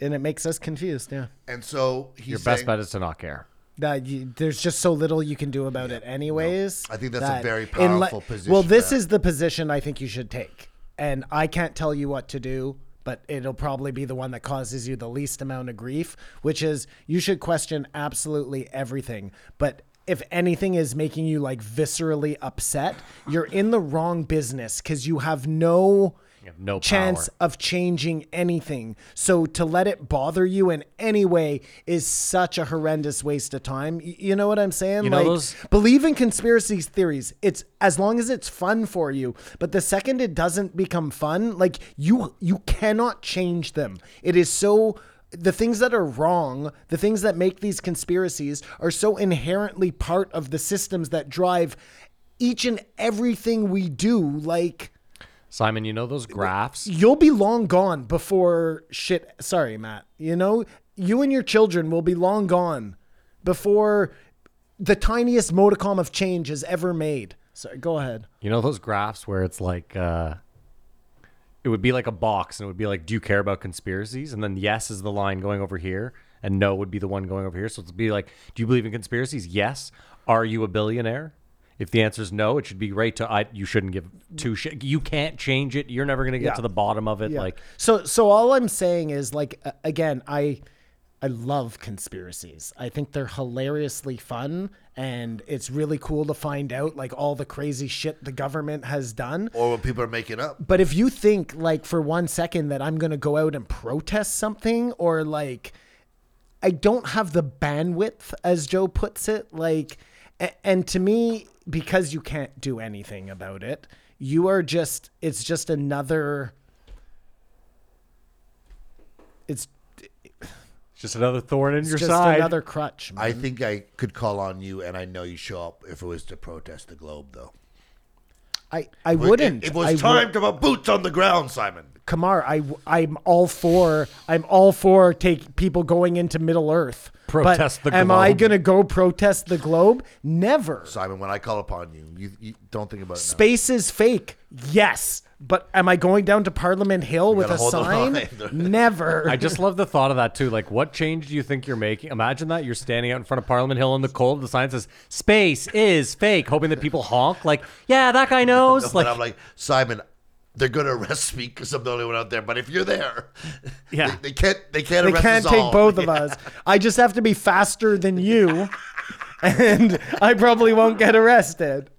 G: and it makes us confused. Yeah,
E: And so he's
F: Your best
E: saying-
F: bet is to not care.
G: that you, there's just so little you can do about it, anyways.
E: I think that's a very
G: unle-
E: powerful position
G: Well, this
E: that-
G: is the position I think you should take, and I can't tell you what to do, but it'll probably be the one that causes you the least amount of grief, which is you should question absolutely everything, but. If anything is making you like viscerally upset, you're in the wrong business because you have no
F: have no
G: chance
F: power.
G: of changing anything. So to let it bother you in any way is such a horrendous waste of time. Y- You know what I'm saying?
F: You know
G: like
F: those-
G: believe in conspiracy theories. It's as long as it's fun for you, but the second it doesn't become fun, like you you cannot change them. It is so the things that are wrong, the things that make these conspiracies are so inherently part of the systems that drive each and everything we do like
F: Simon, you know those graphs?
G: you'll be long gone before shit. Sorry, Matt. You know, you and your children will be long gone before the tiniest modicum of change is ever made. Sorry, go ahead.
F: You know those graphs where it's like uh it would be like a box and it would be like, Do you care about conspiracies? And then yes is the line going over here, and no would be the one going over here. So it'd be like, Do you believe in conspiracies? Yes. Are you a billionaire? If the answer is no, it should be right to I you shouldn't give two shit. You can't change it. You're never gonna get
G: Yeah.
F: to the bottom of it.
G: Yeah.
F: Like
G: so so all i'm saying is like a- again i i love conspiracies i think they're hilariously fun and it's really cool to find out like all the crazy shit the government has done
E: or what people are making up.
G: but if you think like for one second that i'm gonna go out and protest something or like i don't have the bandwidth as joe puts it like a- and to me because you can't do anything about it you are just it's just another it's
F: it's just another thorn in your
G: just
F: side.
G: another crutch man.
E: I think I could call on you, and I know you show up if it was to protest the globe, though.
G: i i wouldn't
E: It, it
G: I
E: was
G: would-
E: time to put boots on the ground, Simon.
G: Kamar, I I'm all for I'm all for take people going into Middle Earth.
F: Protest
G: but
F: the
G: Am I
F: globe.
G: gonna go protest the globe? Never.
E: Simon, when I call upon you, you, you don't think about it. now.
G: Space is fake. Yes, but am I going down to Parliament Hill with
E: gotta
G: a
E: hold the
G: sign?
E: line.
G: Never.
F: I just love the thought of that too. Like, what change do you think you're making? Imagine that you're standing out in front of Parliament Hill in the cold. The sign says "Space is fake," hoping that people honk. Like, yeah, that guy knows.
E: But
F: like,
E: I'm like, Simon, they're gonna arrest me because I'm the only one out there. But if you're there,
F: Yeah.
E: they, they can't. They can't.
G: they
E: arrest
G: can't
E: us
G: take
E: all.
G: both of us. I just have to be faster than you, and I probably won't get arrested.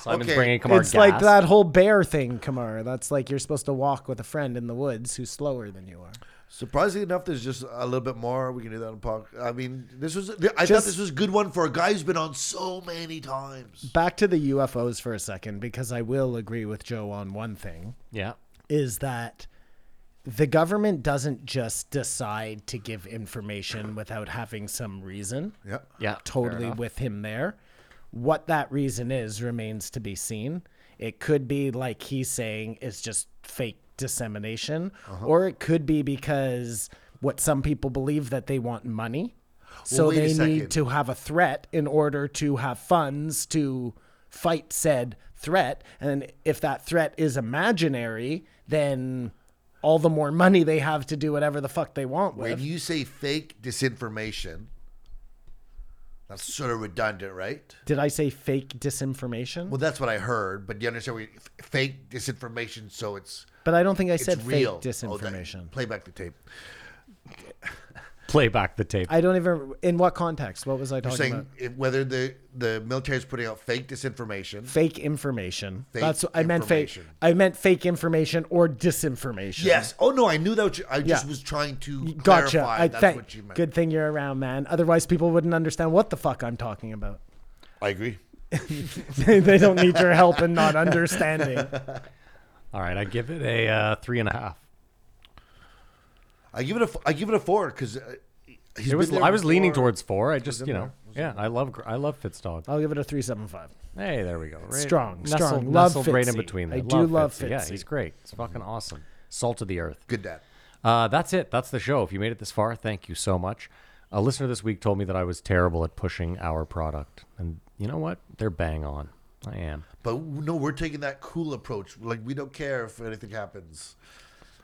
F: Simon's
E: okay,
F: bringing Kamar
G: it's like
F: gas.
G: that whole bear thing, Kamar. That's like you're supposed to walk with a friend in the woods who's slower than you are.
E: Surprisingly enough, there's just a little bit more we can do that on Puck. I mean, this was. I thought
G: Just-
E: this was a good one for a guy who's been on so many times.
G: back to the UFOs for a second because I will agree with Joe on one thing
F: Yeah,
G: is that the government doesn't just decide to give information without having some reason.
E: Yeah.
F: yeah,
G: Totally with him there. What that reason is remains to be seen. It could be like
E: Uh-huh.
G: he's saying it's just fake dissemination or it could be because what some people believe that they want money. So
E: wait a
G: they
E: second.
G: need to have a threat in order to have funds to fight said threat. And if that threat is imaginary, then all the more money they have to do whatever the fuck they want
E: When
G: with.
E: you say fake disinformation, that's sort of redundant, right?
G: Did I say fake disinformation?
E: Well, that's what I heard, but do you understand? We f- fake disinformation, so it's
G: but I don't think I
E: it's
G: said fake
E: real. Oh, that-
G: disinformation.
E: play back the tape.
F: Play back the tape.
G: I don't even. In what context? What was I
E: You're
G: talking
E: saying
G: about?
E: if- whether the the military is putting out fake disinformation.
G: Fake information.
E: Fake
G: That's what I meant. Fake.
E: information.
G: I meant fake information or disinformation.
E: Yes. Oh no, I knew that. what you- I just
G: Yeah.
E: was trying to
G: Gotcha.
E: clarify.
G: I
E: that's
G: thank.
E: what you meant.
G: Good thing you're around, man. Otherwise, people wouldn't understand what the fuck I'm talking about.
E: I agree.
G: they don't need your help in not understanding.
F: All right, I give it a uh, three and a half.
E: I give it a f- I give it a four because uh, he's
F: It was.
E: been there
F: I was leaning
E: before.
F: towards four. I just, you know, yeah. I love. gr- I love Fitzdog.
G: I'll give it a three seven five.
F: Hey, there we go. Right-
G: Strong,
F: nestled,
G: strong. Love
F: nestled right in
G: Fitzy.
F: between. There.
G: I do love
F: Yeah,
G: Fitzy.
F: he's great. It's fucking awesome. Salt of the earth.
E: Good dad.
F: Uh, that's it. That's the show. If you made it this far, thank you so much. A listener this week told me that I was terrible at pushing our product, and you know what? They're bang on. I am.
E: But no, we're taking that cool approach. Like we don't care if anything happens.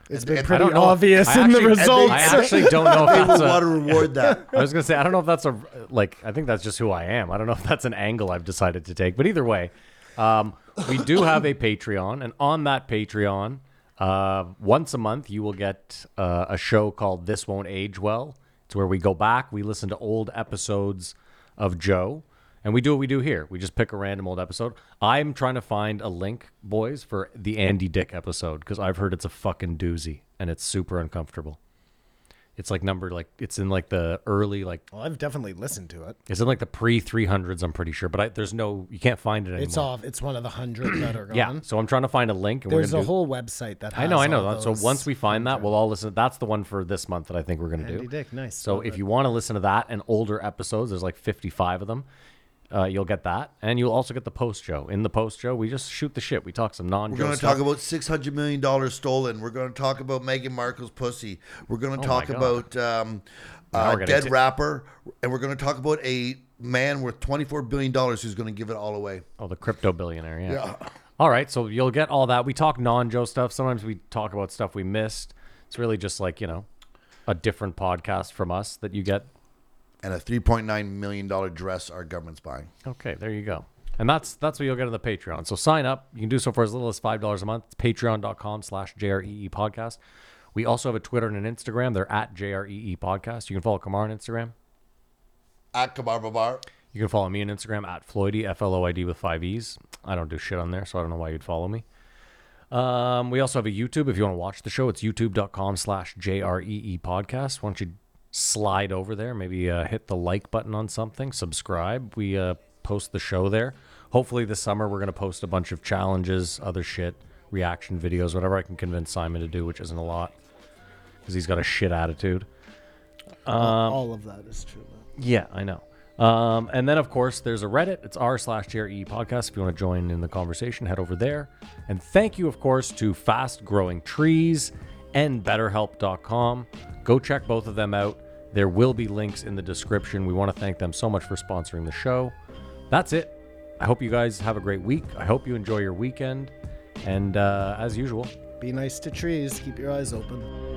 G: It's
E: And-
G: been
E: and-
G: pretty
F: I don't know.
G: obvious
F: I
G: in the
F: actually- I think-
G: results.
F: I actually don't know
E: I
F: if
E: would
F: that's
E: want to
F: a,
E: reward that.
F: I was gonna say I don't know if that's a like. I think that's just who I am. I don't know if that's an angle I've decided to take. But either way, um, we do have a Patreon, and on that Patreon, uh, once a month you will get uh, a show called "This Won't Age Well." It's where we go back, we listen to old episodes of Joe, and we do what we do here. We just pick a random old episode. I'm trying to find a link, boys, for the Andy Dick episode because I've heard it's a fucking doozy and it's super uncomfortable. It's like number like it's in like the early like
G: well, I've definitely listened to it.
F: it's in like the pre 300s, I'm pretty sure, but I, there's no, you can't find it anymore.
G: It's off. It's one of the hundred that are gone.
F: yeah. So I'm trying to find a link. And
G: There's
F: we're
G: a
F: gonna do,
G: whole website that. Has
F: I know, I know.
G: all
F: that. So
G: those.
F: once we find that, we'll all listen. That's the one for this month that I think we're going to do.
G: Andy Dick, nice.
F: So
G: Love
F: if
G: it.
F: you want to listen to that and older episodes, there's like 55 of them. Uh, you'll get that, and you'll also get the post show. In the post show, we just shoot the shit. We talk some non.
E: We're going to talk about six hundred million dollars stolen. We're going to talk about Meghan Markle's pussy. We're going to talk
F: Oh God.
E: about um,
F: Now
E: uh,
F: we're gonna
E: dead
F: t-
E: rapper, and we're going to talk about a man worth twenty four billion dollars who's going to give it all away.
F: Oh, the crypto billionaire. Yeah. All right. So you'll get all that. We talk non Joe stuff. Sometimes we talk about stuff we missed. It's really just like, you know, a different podcast from us that you get.
E: And a three point nine million dollar dress our government's buying.
F: Okay. There you go. And that's that's what you'll get on the Patreon. So sign up. You can do so for as little as $5 a month. It's patreon.com slash JREE E podcast. We also have a Twitter and an Instagram. They're at JREE E podcast. You can follow Kamar on Instagram.
E: At Kabar Babar.
F: You can follow me on Instagram at Floydy, F L O I D with five E's. I don't do shit on there, so I don't know why you'd follow me. Um, we also have a YouTube. If you want to watch the show, it's youtube.com slash JREE E podcast. Why don't you slide over there? Maybe uh, hit the like button on something, subscribe. We uh, post the show there. Hopefully, this summer, we're going to post a bunch of challenges, other shit, reaction videos, whatever I can convince Simon to do, which isn't a lot because he's got a shit attitude.
G: all of that is true.
F: Yeah, I know. Um, and then, of course, there's a Reddit. It's r slash JRE podcast. If you want to join in the conversation, head over there. And thank you, of course, to Fast Growing Trees and BetterHelp.com. Go check both of them out. There will be links in the description. We want to thank them so much for sponsoring the show. That's it. I hope you guys have a great week. I hope you enjoy your weekend. And uh, as usual,
G: Be nice to trees. Keep your eyes open.